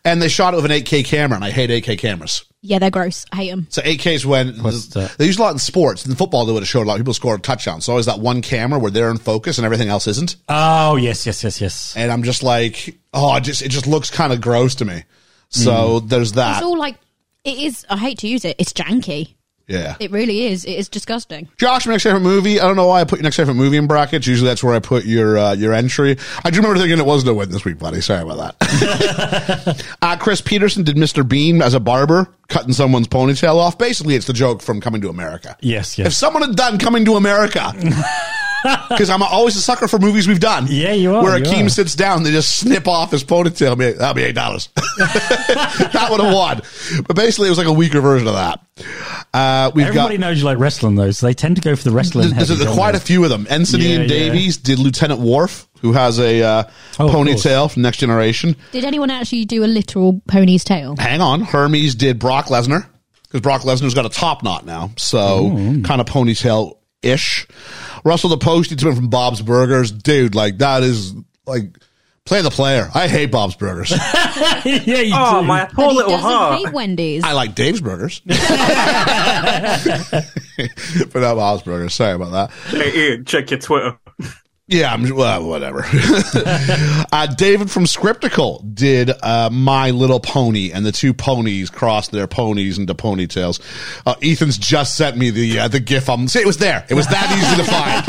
[SPEAKER 4] And they shot it with an 8K camera, and I hate 8K cameras.
[SPEAKER 7] Yeah, they're gross. I hate them.
[SPEAKER 4] So 8Ks when
[SPEAKER 5] What's that?
[SPEAKER 4] they use a lot in sports. In football, they would have showed a lot. People scored touchdowns. So always that one camera where they're in focus and everything else isn't.
[SPEAKER 5] Oh, yes, yes, yes, yes.
[SPEAKER 4] And I'm just like, oh, it just it just looks kind of gross to me. So
[SPEAKER 5] Hmm.
[SPEAKER 4] there's that.
[SPEAKER 7] It's all like it is. I hate to use it. It's janky.
[SPEAKER 4] yeah.
[SPEAKER 7] It really is. It is disgusting.
[SPEAKER 4] Josh, my next favorite movie. I don't know why I put your next favorite movie in brackets. Usually that's where I put your uh, your entry. I do remember thinking it was no win this week, buddy. Sorry about that. uh, Chris Peterson did Mr. Bean as a barber cutting someone's ponytail off. Basically, it's the joke from Coming to America.
[SPEAKER 5] Yes, yes.
[SPEAKER 4] If someone had done Coming to America, because I'm always a sucker for movies we've done.
[SPEAKER 5] Yeah, you are,
[SPEAKER 4] Where
[SPEAKER 5] you
[SPEAKER 4] Akeem
[SPEAKER 5] are.
[SPEAKER 4] sits down, they just snip off his ponytail. Be like, That'll be eight dollars. that would have won. But basically, it was like a weaker version of that. Uh, we've
[SPEAKER 5] Everybody
[SPEAKER 4] got.
[SPEAKER 5] knows you like wrestling, though, so they tend to go for the wrestling.
[SPEAKER 4] There's,
[SPEAKER 5] heavy
[SPEAKER 4] there's quite a
[SPEAKER 5] genres.
[SPEAKER 4] few of them. Ensignian
[SPEAKER 5] Yeah, yeah.
[SPEAKER 4] Davies did Lieutenant Worf, who has a uh,
[SPEAKER 5] Oh, of
[SPEAKER 4] ponytail from Next Generation.
[SPEAKER 7] Did anyone actually do a literal pony's tail?
[SPEAKER 4] Hang on, Hermes did Brock Lesnar because Brock Lesnar's got a top knot now, so kind of ponytail ish. Russell the Post did something from Bob's Burgers, dude. Like that is like play the player. I hate Bob's Burgers.
[SPEAKER 5] yeah, you
[SPEAKER 6] Oh,
[SPEAKER 5] do.
[SPEAKER 6] my
[SPEAKER 7] But
[SPEAKER 6] poor
[SPEAKER 7] he
[SPEAKER 6] little
[SPEAKER 7] doesn't
[SPEAKER 6] heart.
[SPEAKER 7] hate Wendy's.
[SPEAKER 4] I like Dave's Burgers, but not Bob's Burgers. Sorry about that.
[SPEAKER 6] Hey, Ian, check your Twitter.
[SPEAKER 4] Yeah, I'm, well, whatever. uh, David from Scriptical did uh, My Little Pony, and the two ponies crossed their ponies into ponytails. Uh, Ethan's just sent me the uh, the GIF. I'm see, it was there. It was that easy to find.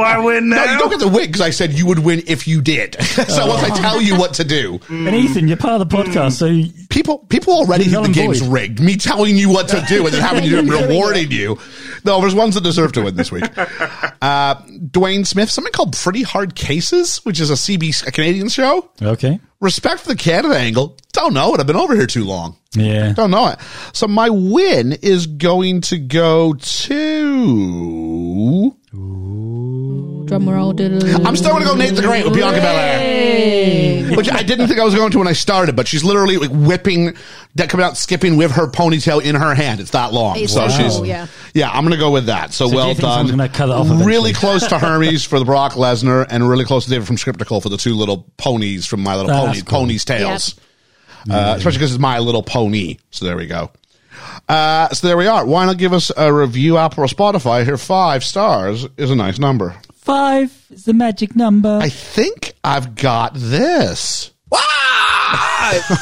[SPEAKER 6] I win
[SPEAKER 4] No, you
[SPEAKER 6] now?
[SPEAKER 4] don't get the wig because I said you would win if you did. so once I tell you what to do,
[SPEAKER 5] And Ethan, you're part of
[SPEAKER 4] Mm.
[SPEAKER 5] the podcast, so you-
[SPEAKER 4] people people already
[SPEAKER 5] Null
[SPEAKER 4] think the
[SPEAKER 5] and
[SPEAKER 4] game's
[SPEAKER 5] void.
[SPEAKER 4] rigged. Me telling you what to do and then having you do it, rewarding you. No, there's ones that deserve to win this week. Uh, Dwayne Smith, something called Pretty Hard Cases, which is a CBC, a Canadian show.
[SPEAKER 5] Okay.
[SPEAKER 4] Respect for the Canada angle. Don't know it. I've been over here too long.
[SPEAKER 5] Yeah.
[SPEAKER 4] Don't know it. So my win is going to go to.
[SPEAKER 7] Drum roll.
[SPEAKER 4] I'm still going to go Nate the Great with Bianca Belair, which I didn't think I was going to when I started, but she's literally like whipping that coming out skipping with her ponytail in her hand. It's that long,
[SPEAKER 7] It's
[SPEAKER 4] so
[SPEAKER 7] that
[SPEAKER 4] she's
[SPEAKER 7] long, yeah.
[SPEAKER 4] yeah. I'm going to go with that. So,
[SPEAKER 5] do you
[SPEAKER 4] well
[SPEAKER 5] think
[SPEAKER 4] done.
[SPEAKER 5] someone's gonna cut it off eventually?
[SPEAKER 4] really close to Hermes for the Brock Lesnar, and really close to David from Scriptical for the two little ponies from My Little
[SPEAKER 5] Oh,
[SPEAKER 4] Pony,
[SPEAKER 5] that's cool.
[SPEAKER 4] ponies tails. Uh, especially because it's My Little Pony. So there we go. Uh, so there we are. Why not give us a review, Apple or Spotify? Here, five stars is a nice number.
[SPEAKER 5] Five is the magic number.
[SPEAKER 4] I think I've got this.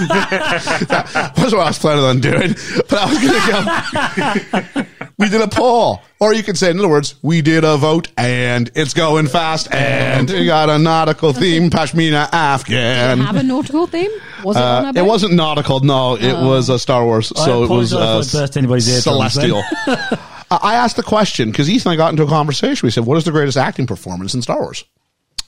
[SPEAKER 4] that was what I was planning on doing, but I was going to go. we did a poll, or you could say, in other words, we did a vote, and it's going fast, and we got a nautical theme, Pashmina
[SPEAKER 7] Have
[SPEAKER 4] Afghan.
[SPEAKER 7] a nautical theme? Was it on our
[SPEAKER 4] Uh,
[SPEAKER 7] Oh.
[SPEAKER 4] It
[SPEAKER 7] boat?
[SPEAKER 4] wasn't nautical, no, it was a Star Wars,
[SPEAKER 5] I
[SPEAKER 4] so it was uh,
[SPEAKER 5] apologize if I burst anybody's eardrums
[SPEAKER 4] celestial. I I asked the question because Ethan and I got into a conversation. We said, "What is the greatest acting performance in Star Wars?"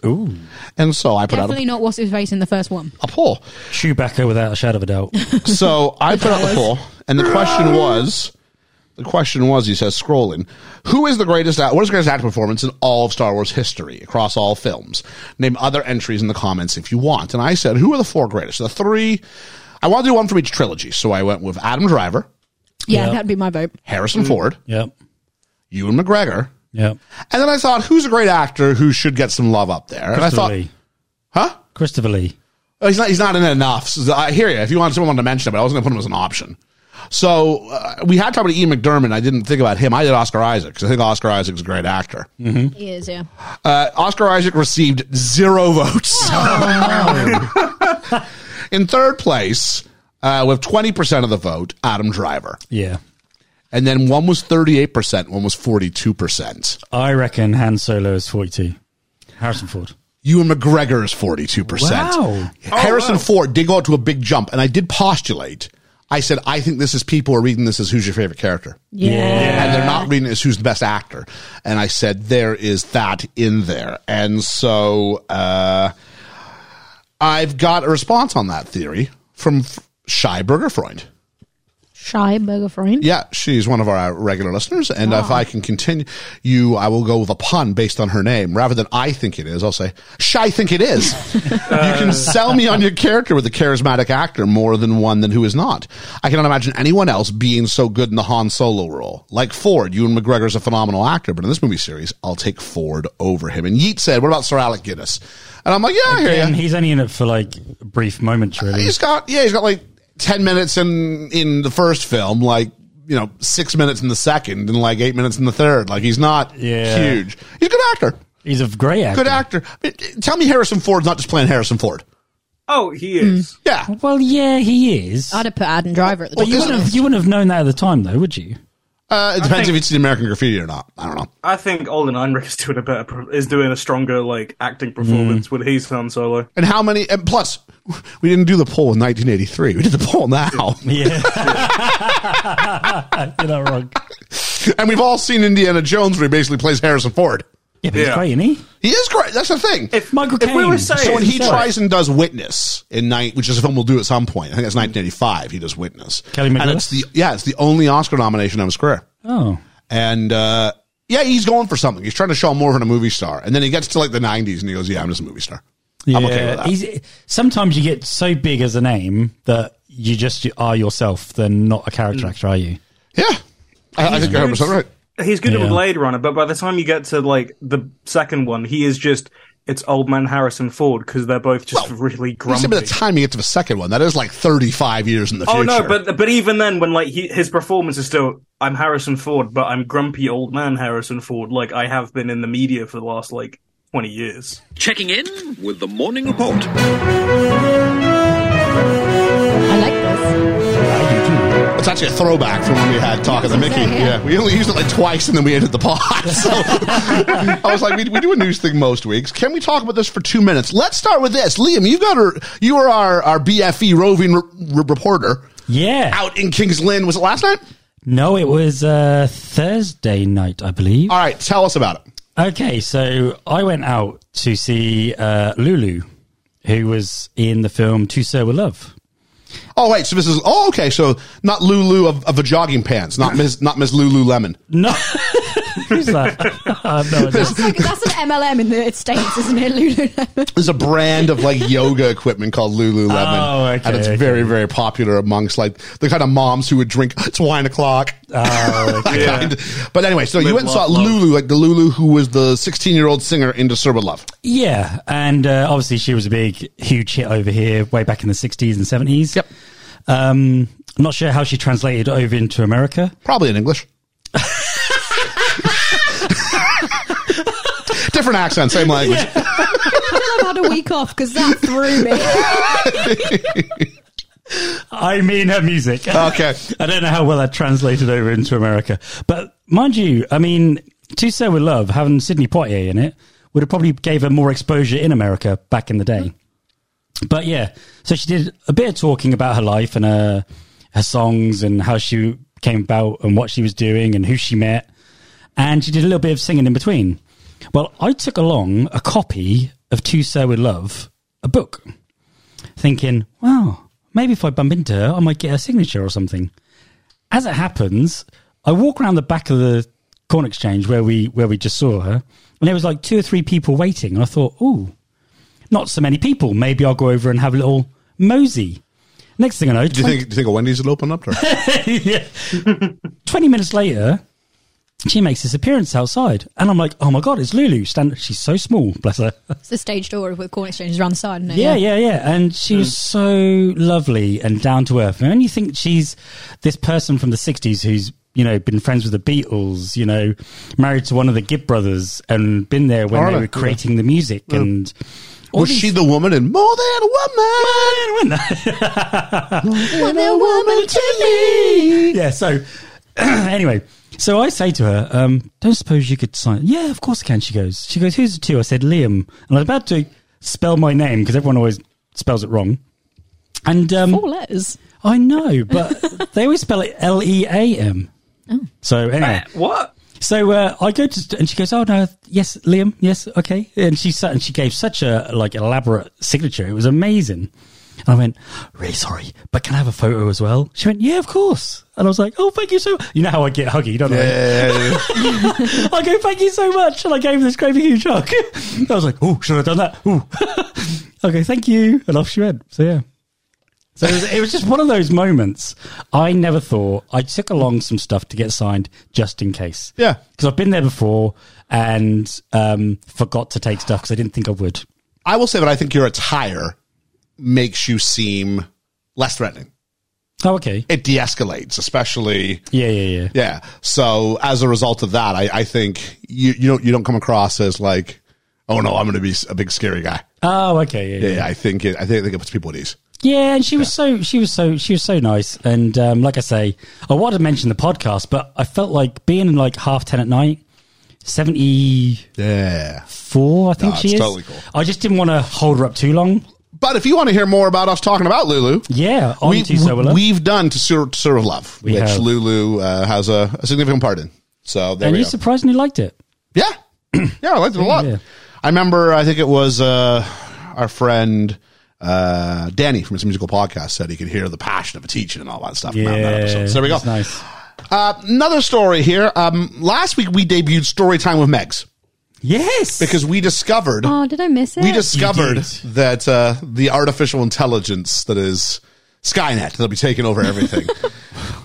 [SPEAKER 5] Ooh.
[SPEAKER 4] And so I put out a
[SPEAKER 7] Definitely not what's his face in the first one.
[SPEAKER 4] a poll.
[SPEAKER 5] Chewbacca without a shadow of a doubt.
[SPEAKER 4] So I put out the poll, and the question was, the question was, he says, scrolling, who is the greatest? What is the greatest acting performance in all of Star Wars history across all films? Name other entries in the comments if you want. And I said, who are the four greatest? The three. I want to do one from each trilogy, so I went with Adam Driver,
[SPEAKER 7] Yeah,
[SPEAKER 5] Yeah.
[SPEAKER 7] that'd be my vote.
[SPEAKER 4] Harrison
[SPEAKER 5] Mm.
[SPEAKER 4] Ford,
[SPEAKER 5] yep.
[SPEAKER 4] Ewan McGregor,
[SPEAKER 5] Yep.
[SPEAKER 4] and then I thought, who's a great actor who should get some love up there? And I
[SPEAKER 5] Christopher
[SPEAKER 4] thought,
[SPEAKER 5] Lee.
[SPEAKER 4] huh?
[SPEAKER 5] Christopher Lee.
[SPEAKER 4] Oh, He's not. He's not in it enough. So I hear you. If you want someone to mention it, but I wasn't going to put him as an option. So uh, we had talked about Ian McDermott. I didn't think about him. I did Oscar Isaac because I think Oscar Isaac's a great actor.
[SPEAKER 7] He is, yeah.
[SPEAKER 4] Uh, Oscar Isaac received zero votes. in third place, uh, with twenty percent of the vote, Adam Driver,
[SPEAKER 5] Yeah.
[SPEAKER 4] and then one was thirty-eight percent, one was forty-two percent.
[SPEAKER 5] I reckon Han Solo is 42. Harrison Ford.
[SPEAKER 4] Ewan McGregor is 42%.
[SPEAKER 5] Wow.
[SPEAKER 4] Harrison
[SPEAKER 2] wow.
[SPEAKER 4] Ford did go out to a big jump, and I did postulate. I said, I think this is people are reading this as who's your favorite character.
[SPEAKER 7] Yeah.
[SPEAKER 4] And they're not reading it as who's the best actor. And I said, there is that in there. And so uh, I've got a response on that theory from F- Shy Burger Freund.
[SPEAKER 7] Shy burger friend.
[SPEAKER 4] Yeah, she's one of our regular listeners, and if I can continue, you, I will go with a pun based on her name rather than I think it is. I'll say, "Shy think it is." you can sell me on your character with a charismatic actor more than one than who is not. I cannot imagine anyone else being so good in the Han Solo role. Like Ford, you and McGregor's a phenomenal actor, but in this movie series, I'll take Ford over him. And Yeat said, "What about Sir Alec Guinness?" And I'm like, "Yeah, I hear ya."
[SPEAKER 5] And he's only in it for like a brief moments, really.
[SPEAKER 4] He's got yeah, he's got like ten minutes in in the first film, like you know six minutes in the second, and like eight minutes in the third. Like he's not
[SPEAKER 5] Yeah.
[SPEAKER 4] huge. He's a good actor,
[SPEAKER 5] He's a great actor.
[SPEAKER 4] good actor. But tell me, Harrison Ford's not just playing Harrison Ford.
[SPEAKER 6] Oh, he
[SPEAKER 4] Mm.
[SPEAKER 6] is.
[SPEAKER 4] Yeah, uh,
[SPEAKER 5] Well, yeah, he is.
[SPEAKER 7] I'd have put Adam Driver at the
[SPEAKER 5] But
[SPEAKER 7] top.
[SPEAKER 5] you
[SPEAKER 7] of
[SPEAKER 5] wouldn't,
[SPEAKER 7] that
[SPEAKER 5] have,
[SPEAKER 7] list.
[SPEAKER 5] you wouldn't have known that at the time, though, would you?
[SPEAKER 4] uh, it depends
[SPEAKER 6] think-
[SPEAKER 4] if it's the American Graffiti or not. I don't know.
[SPEAKER 6] I think Olin Heinrich is doing a better, per- is doing a stronger like acting
[SPEAKER 4] Mm.
[SPEAKER 6] performance with his Han Solo.
[SPEAKER 4] And how many? And plus, we didn't do the poll in 1983. We did the poll now,
[SPEAKER 5] Yeah. You're not wrong.
[SPEAKER 4] and we've all seen Indiana Jones, where he basically plays Harrison Ford.
[SPEAKER 5] Yeah, but he's
[SPEAKER 6] Yeah.
[SPEAKER 5] great, isn't he?
[SPEAKER 4] He is great. That's the thing.
[SPEAKER 6] If
[SPEAKER 5] Michael
[SPEAKER 6] if we
[SPEAKER 5] Caine.
[SPEAKER 6] were saying,
[SPEAKER 4] So when he
[SPEAKER 5] Sorry.
[SPEAKER 4] tries and does Witness in night, which is a film we'll do at some point. I think that's 1985. He does Witness.
[SPEAKER 5] Kelly
[SPEAKER 4] and
[SPEAKER 5] McGillis?
[SPEAKER 4] it's the yeah, it's the only Oscar nomination of his career.
[SPEAKER 5] Oh.
[SPEAKER 4] And uh, yeah, he's going for something. He's trying to show more than a movie star. And then he gets to like the 90s and he goes, "Yeah, I'm just a movie star."
[SPEAKER 5] Yeah.
[SPEAKER 4] I'm okay with that.
[SPEAKER 5] He's, sometimes you get so big as a name that you just are yourself. Then not a character actor, are you?
[SPEAKER 4] Yeah, I, I think you're 100 percent right.
[SPEAKER 6] he's good
[SPEAKER 5] Yeah.
[SPEAKER 6] at Blade Runner, but by the time you get to like the second one, he is just it's old man Harrison Ford because they're both just
[SPEAKER 4] Well,
[SPEAKER 6] really
[SPEAKER 4] You see,
[SPEAKER 6] grumpy.
[SPEAKER 4] by the time you get to the second one, that is like 35 years in the future.
[SPEAKER 6] Oh no, but but even then, when like he, his performance is still, I'm Harrison Ford, but I'm grumpy old man Harrison Ford. Like I have been in the media for the last like twenty years.
[SPEAKER 9] Checking in with the morning report.
[SPEAKER 7] I like this.
[SPEAKER 4] it's actually a throwback from when we had Talk of the Mickey.
[SPEAKER 7] Yeah,
[SPEAKER 4] Yeah.
[SPEAKER 7] yeah.
[SPEAKER 4] we only used it like twice, and then we ended the pod. So I was like, we, we do a news thing most weeks. Can we talk about this for two minutes? Let's start with this, Liam. You got our, you are our our BFE roving r- r- reporter
[SPEAKER 5] Yeah.
[SPEAKER 4] out in Kings Lynn. Was it last night?
[SPEAKER 5] No, it was uh, Thursday night, I believe.
[SPEAKER 4] All right, tell us about it.
[SPEAKER 5] Okay, so I went out to see uh, Lulu, who was in the film To Sir With Love.
[SPEAKER 4] Oh wait, so this is oh okay. So not Lulu of, of the jogging pants, not Miss not Miss Lulu Lemon.
[SPEAKER 5] No. Who's that? I have no idea.
[SPEAKER 7] That's, like, that's an MLM in the States, isn't it, Lululemon?
[SPEAKER 4] There's a brand of like yoga equipment called Lululemon,
[SPEAKER 5] Oh, okay,
[SPEAKER 4] and it's
[SPEAKER 5] okay.
[SPEAKER 4] very very popular amongst like the kind of moms who would drink it's wine o'clock.
[SPEAKER 5] Oh, okay.
[SPEAKER 4] kind. But anyway, so you
[SPEAKER 6] Live,
[SPEAKER 4] went and saw
[SPEAKER 6] laugh, love.
[SPEAKER 4] Lulu, like the Lulu who was the 16 year old singer in Disturbed with Love.
[SPEAKER 5] Yeah, and uh, obviously she was a big, huge hit over here way back in the 60s and 70s.
[SPEAKER 4] Yep.
[SPEAKER 5] Um, I'm not sure how she translated over into America.
[SPEAKER 4] Probably in English. Different accent, same language.
[SPEAKER 7] I've had a week off because that threw me.
[SPEAKER 5] I mean her music.
[SPEAKER 4] Okay.
[SPEAKER 5] I don't know how well that translated over into America. But mind you, I mean, To Say With Love, having Sydney Poitier in it, would have probably gave her more exposure in America back in the day. But yeah, so she did a bit of talking about her life and her, her songs and how she came about and what she was doing and who she met. And she did a little bit of singing in between. Well, I took along a copy of To Say With Love, a book thinking, wow, maybe if I bump into her, I might get her signature or something. As it happens, I walk around the back of the corn exchange where we where we just saw her, and there was like two or three people waiting. And I thought, ooh, not so many people. Maybe I'll go over and have a little mosey. Next thing I know,
[SPEAKER 4] Do you
[SPEAKER 5] 20
[SPEAKER 4] think do you think a Wendy's will open up to her?
[SPEAKER 5] yeah. 20 minutes later, she makes this appearance outside. And I'm like, oh my God, it's Lulu. Stand- She's so small, bless her.
[SPEAKER 7] it's a stage door with corn exchanges around the side, isn't it?
[SPEAKER 5] Yeah, yeah, yeah. And she was so lovely and down to earth. And when you think she's this person from the 60s who's, you know, been friends with the Beatles, you know, married to one of the Gibb brothers and been there when they
[SPEAKER 4] Alright.
[SPEAKER 5] were creating the music and. all
[SPEAKER 4] Was
[SPEAKER 5] these-
[SPEAKER 4] she the woman in More Than a Woman?
[SPEAKER 7] Well, woman to me.
[SPEAKER 5] yeah, so anyway, so I say to her, um, don't suppose you could sign. Yeah, of course I can. She goes, she goes, who's the two? I said, Liam. And I was about to spell my name because everyone always spells it wrong. And um,
[SPEAKER 7] Four letters.
[SPEAKER 5] I know, but they always spell it L E A M. So anyway,
[SPEAKER 6] What?
[SPEAKER 5] so uh, I go to and she goes, "Oh no, yes, Liam, yes, okay." And she sat and she gave such a like elaborate signature; it was amazing. And I went, "Really sorry, but can I have a photo as well?" She went, "Yeah, of course." And I was like, "Oh, thank you so." You know how I get huggy, don't I?
[SPEAKER 4] Yeah.
[SPEAKER 5] I go, thank you so much. And I gave her this great big huge hug. I was like, oh, should I have done that? Ooh. I go, thank you. And off she went. So, yeah. So it was, it was just one of those moments I never thought. I took along some stuff to get signed just in case.
[SPEAKER 4] Yeah.
[SPEAKER 5] Because I've been there before and um, forgot to take stuff because I didn't think I would.
[SPEAKER 4] I will say that I think your attire makes you seem less threatening.
[SPEAKER 5] Oh, okay.
[SPEAKER 4] It de escalates, especially
[SPEAKER 5] Yeah, yeah, yeah.
[SPEAKER 4] Yeah. So as a result of that, I, I think you, you don't you don't come across as like, oh no, I'm going to be a big scary guy.
[SPEAKER 5] Oh, okay. Yeah, yeah.
[SPEAKER 4] Yeah, I think it. I think, I think it puts people at ease.
[SPEAKER 5] Yeah, and she was so she was so she was so nice. And um, like I say, I wanted to mention the podcast, but I felt like being in like half ten at night, seventy
[SPEAKER 4] Yeah.
[SPEAKER 5] four, I think
[SPEAKER 4] Nah,
[SPEAKER 5] she
[SPEAKER 4] it's
[SPEAKER 5] is.
[SPEAKER 4] totally cool.
[SPEAKER 5] I just didn't want to hold her up too long.
[SPEAKER 4] But if you want to hear more about us talking about Lulu,
[SPEAKER 5] Yeah, on
[SPEAKER 4] we,
[SPEAKER 5] to so Willow.
[SPEAKER 4] we've done to serve, to serve love,
[SPEAKER 5] We
[SPEAKER 4] which
[SPEAKER 5] have.
[SPEAKER 4] Lulu uh, has a, a significant part in. So there
[SPEAKER 5] and
[SPEAKER 4] we
[SPEAKER 5] you
[SPEAKER 4] go.
[SPEAKER 5] surprisingly liked it.
[SPEAKER 4] Yeah. yeah, I liked it a lot.
[SPEAKER 5] yeah.
[SPEAKER 4] I remember, I think it was uh, our friend uh, Danny from his musical podcast said he could hear the passion of a teaching and all that stuff. in that- that episode. So there we go.
[SPEAKER 5] that's Nice.
[SPEAKER 4] Uh, another story here. Um, last week we debuted Story Time with Megs
[SPEAKER 5] Yes,
[SPEAKER 4] because we discovered
[SPEAKER 7] Oh, did I miss it?
[SPEAKER 4] we discovered
[SPEAKER 5] You
[SPEAKER 4] that uh, the artificial intelligence that is Skynet that'll be taking over everything.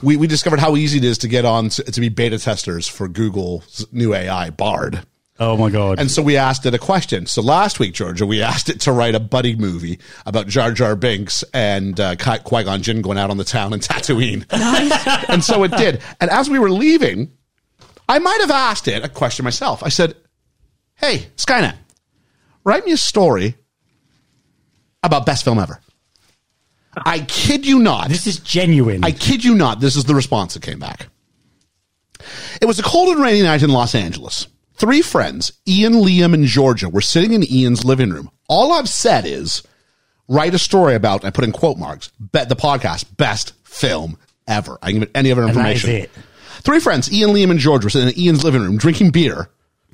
[SPEAKER 4] we we discovered how easy it is to get on to, to be beta testers for Google's new AI Bard.
[SPEAKER 5] oh my god.
[SPEAKER 4] And so we asked it a question. So last week, Georgia, we asked it to write a buddy movie about Jar Jar Binks and uh, Qui- Qui-Gon Jinn going out on the town in Tatooine. and so it did. And as we were leaving, I might have asked it a question myself. I said, hey, Skynet, write me a story about best film ever. I kid you not.
[SPEAKER 5] this is genuine.
[SPEAKER 4] I kid you not, this is the response that came back. It was a cold and rainy night in Los Angeles. Three friends, Ian, Liam, and Georgia, were sitting in Ian's living room. All I've said is write a story about, I put in quote marks, bet the podcast, best film ever. I can give it any other
[SPEAKER 5] and that is
[SPEAKER 4] information.
[SPEAKER 5] it.
[SPEAKER 4] Three friends, Ian, Liam, and George, were sitting in Ian's living room drinking beer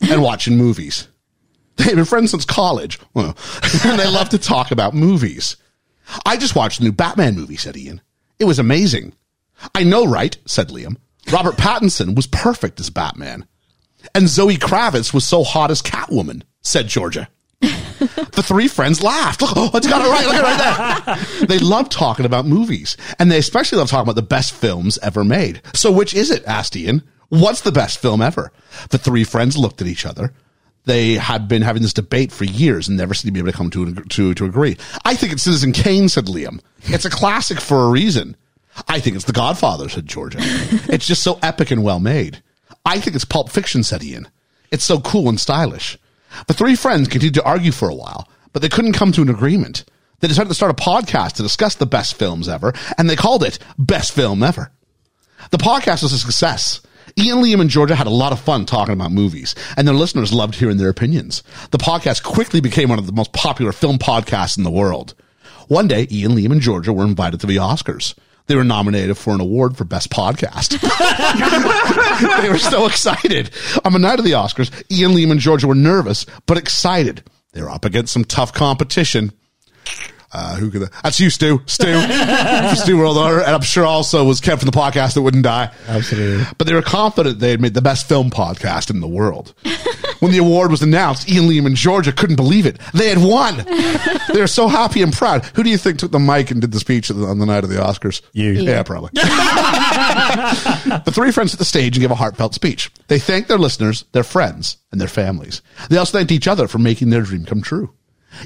[SPEAKER 4] and watching movies. They've been friends since college. Well, and they love to talk about movies. I just watched the new Batman movie, said Ian. It was amazing. I know, right? said Liam. Robert Pattinson was perfect as Batman. And Zoe Kravitz was so hot as Catwoman, said Georgia. the three friends laughed. Look, oh, it's got it right. Look at it right there. They love talking about movies, and they especially love talking about the best films ever made. So, which is it? asked Ian. What's the best film ever? The three friends looked at each other. They had been having this debate for years and never seemed to be able to come to, an- to, to agree. I think it's Citizen Kane, said Liam. It's a classic for a reason. I think it's The Godfather, said Georgia. It's just so epic and well made. I think it's Pulp Fiction, said Ian. It's so cool and stylish. The three friends continued to argue for a while, but they couldn't come to an agreement. They decided to start a podcast to discuss the best films ever, and they called it Best Film Ever. The podcast was a success. Ian, Liam, and Georgia had a lot of fun talking about movies, and their listeners loved hearing their opinions. The podcast quickly became one of the most popular film podcasts in the world. One day, Ian, Liam, and Georgia were invited to the Oscars. They were nominated for an award for Best Podcast. they were so excited. On the night of the Oscars, Ian, Liam, and Georgia were nervous, but excited. They were up against some tough competition. Uh, who could that? That's you, Stu. Stu. Stu World Order. And I'm sure also was kept from the podcast that wouldn't die.
[SPEAKER 5] Absolutely.
[SPEAKER 4] But they were confident they had made the best film podcast in the world. when the award was announced, Ian Liam and Georgia couldn't believe it. They had won. they were so happy and proud. Who do you think took the mic and did the speech on the night of the Oscars?
[SPEAKER 5] You.
[SPEAKER 4] Yeah, probably. The three friends at the stage and give a heartfelt speech. They thank their listeners, their friends, and their families. They also thanked each other for making their dream come true.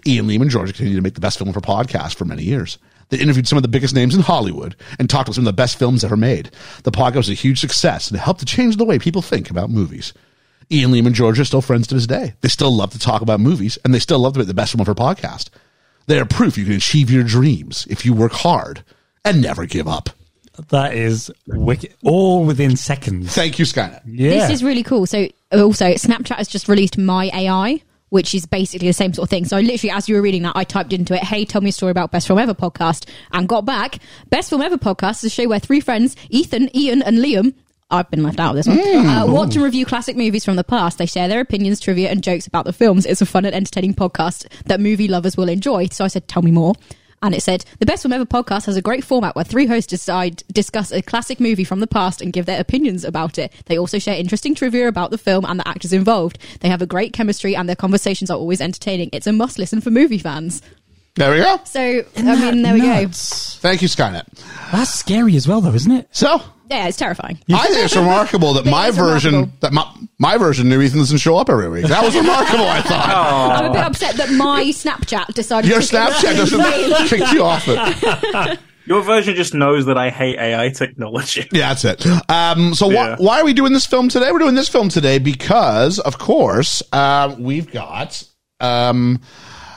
[SPEAKER 4] Ian Lehman and Georgia continued to make the best film for podcast for many years. They interviewed some of the biggest names in Hollywood and talked about some of the best films ever made. The podcast was a huge success and helped to change the way people think about movies. Ian Lehman and Georgia are still friends to this day. They still love to talk about movies and they still love to make the best film for podcast. They are proof you can achieve your dreams if you work hard and never give up.
[SPEAKER 5] That is wicked. All within seconds.
[SPEAKER 4] Thank you, Skynet.
[SPEAKER 5] Yeah.
[SPEAKER 8] This is really cool. So uh, also Snapchat has just released My AI, which is basically the same sort of thing. So I literally, as you were reading that, I typed into it, "Hey, tell me a story about Best Film Ever podcast," and got back Best Film Ever podcast is a show where three friends, Ethan, Ian, and Liam. I've been left out of this one. uh, watch and review classic movies from the past. They share their opinions, trivia, and jokes about the films. It's a fun and entertaining podcast that movie lovers will enjoy. So I said, "Tell me more." And it said, the Best Film Ever podcast has a great format where three hosts decide, discuss a classic movie from the past and give their opinions about it. They also share interesting trivia about the film and the actors involved. They have a great chemistry and their conversations are always entertaining. It's a must listen for movie fans.
[SPEAKER 4] There we go.
[SPEAKER 8] So, I mean, there we go.
[SPEAKER 5] Nuts.
[SPEAKER 4] Thank you, Skynet.
[SPEAKER 5] That's scary as well, though, isn't it?
[SPEAKER 4] So
[SPEAKER 8] Yeah, it's terrifying.
[SPEAKER 4] I think it's remarkable that
[SPEAKER 8] It
[SPEAKER 4] my
[SPEAKER 8] is
[SPEAKER 4] version
[SPEAKER 8] remarkable.
[SPEAKER 4] that my, my version knew Ethan doesn't show up every week. That was remarkable. I thought
[SPEAKER 8] I'm a bit upset that my Snapchat decided
[SPEAKER 4] your
[SPEAKER 8] to kick
[SPEAKER 4] Snapchat
[SPEAKER 8] it.
[SPEAKER 4] doesn't kick you off it.
[SPEAKER 6] Your version just knows that I hate AI technology.
[SPEAKER 4] Yeah, that's it. Um, so why,
[SPEAKER 6] Yeah.
[SPEAKER 4] why are we doing this film today? We're doing this film today because, of course, uh, we've got. Um,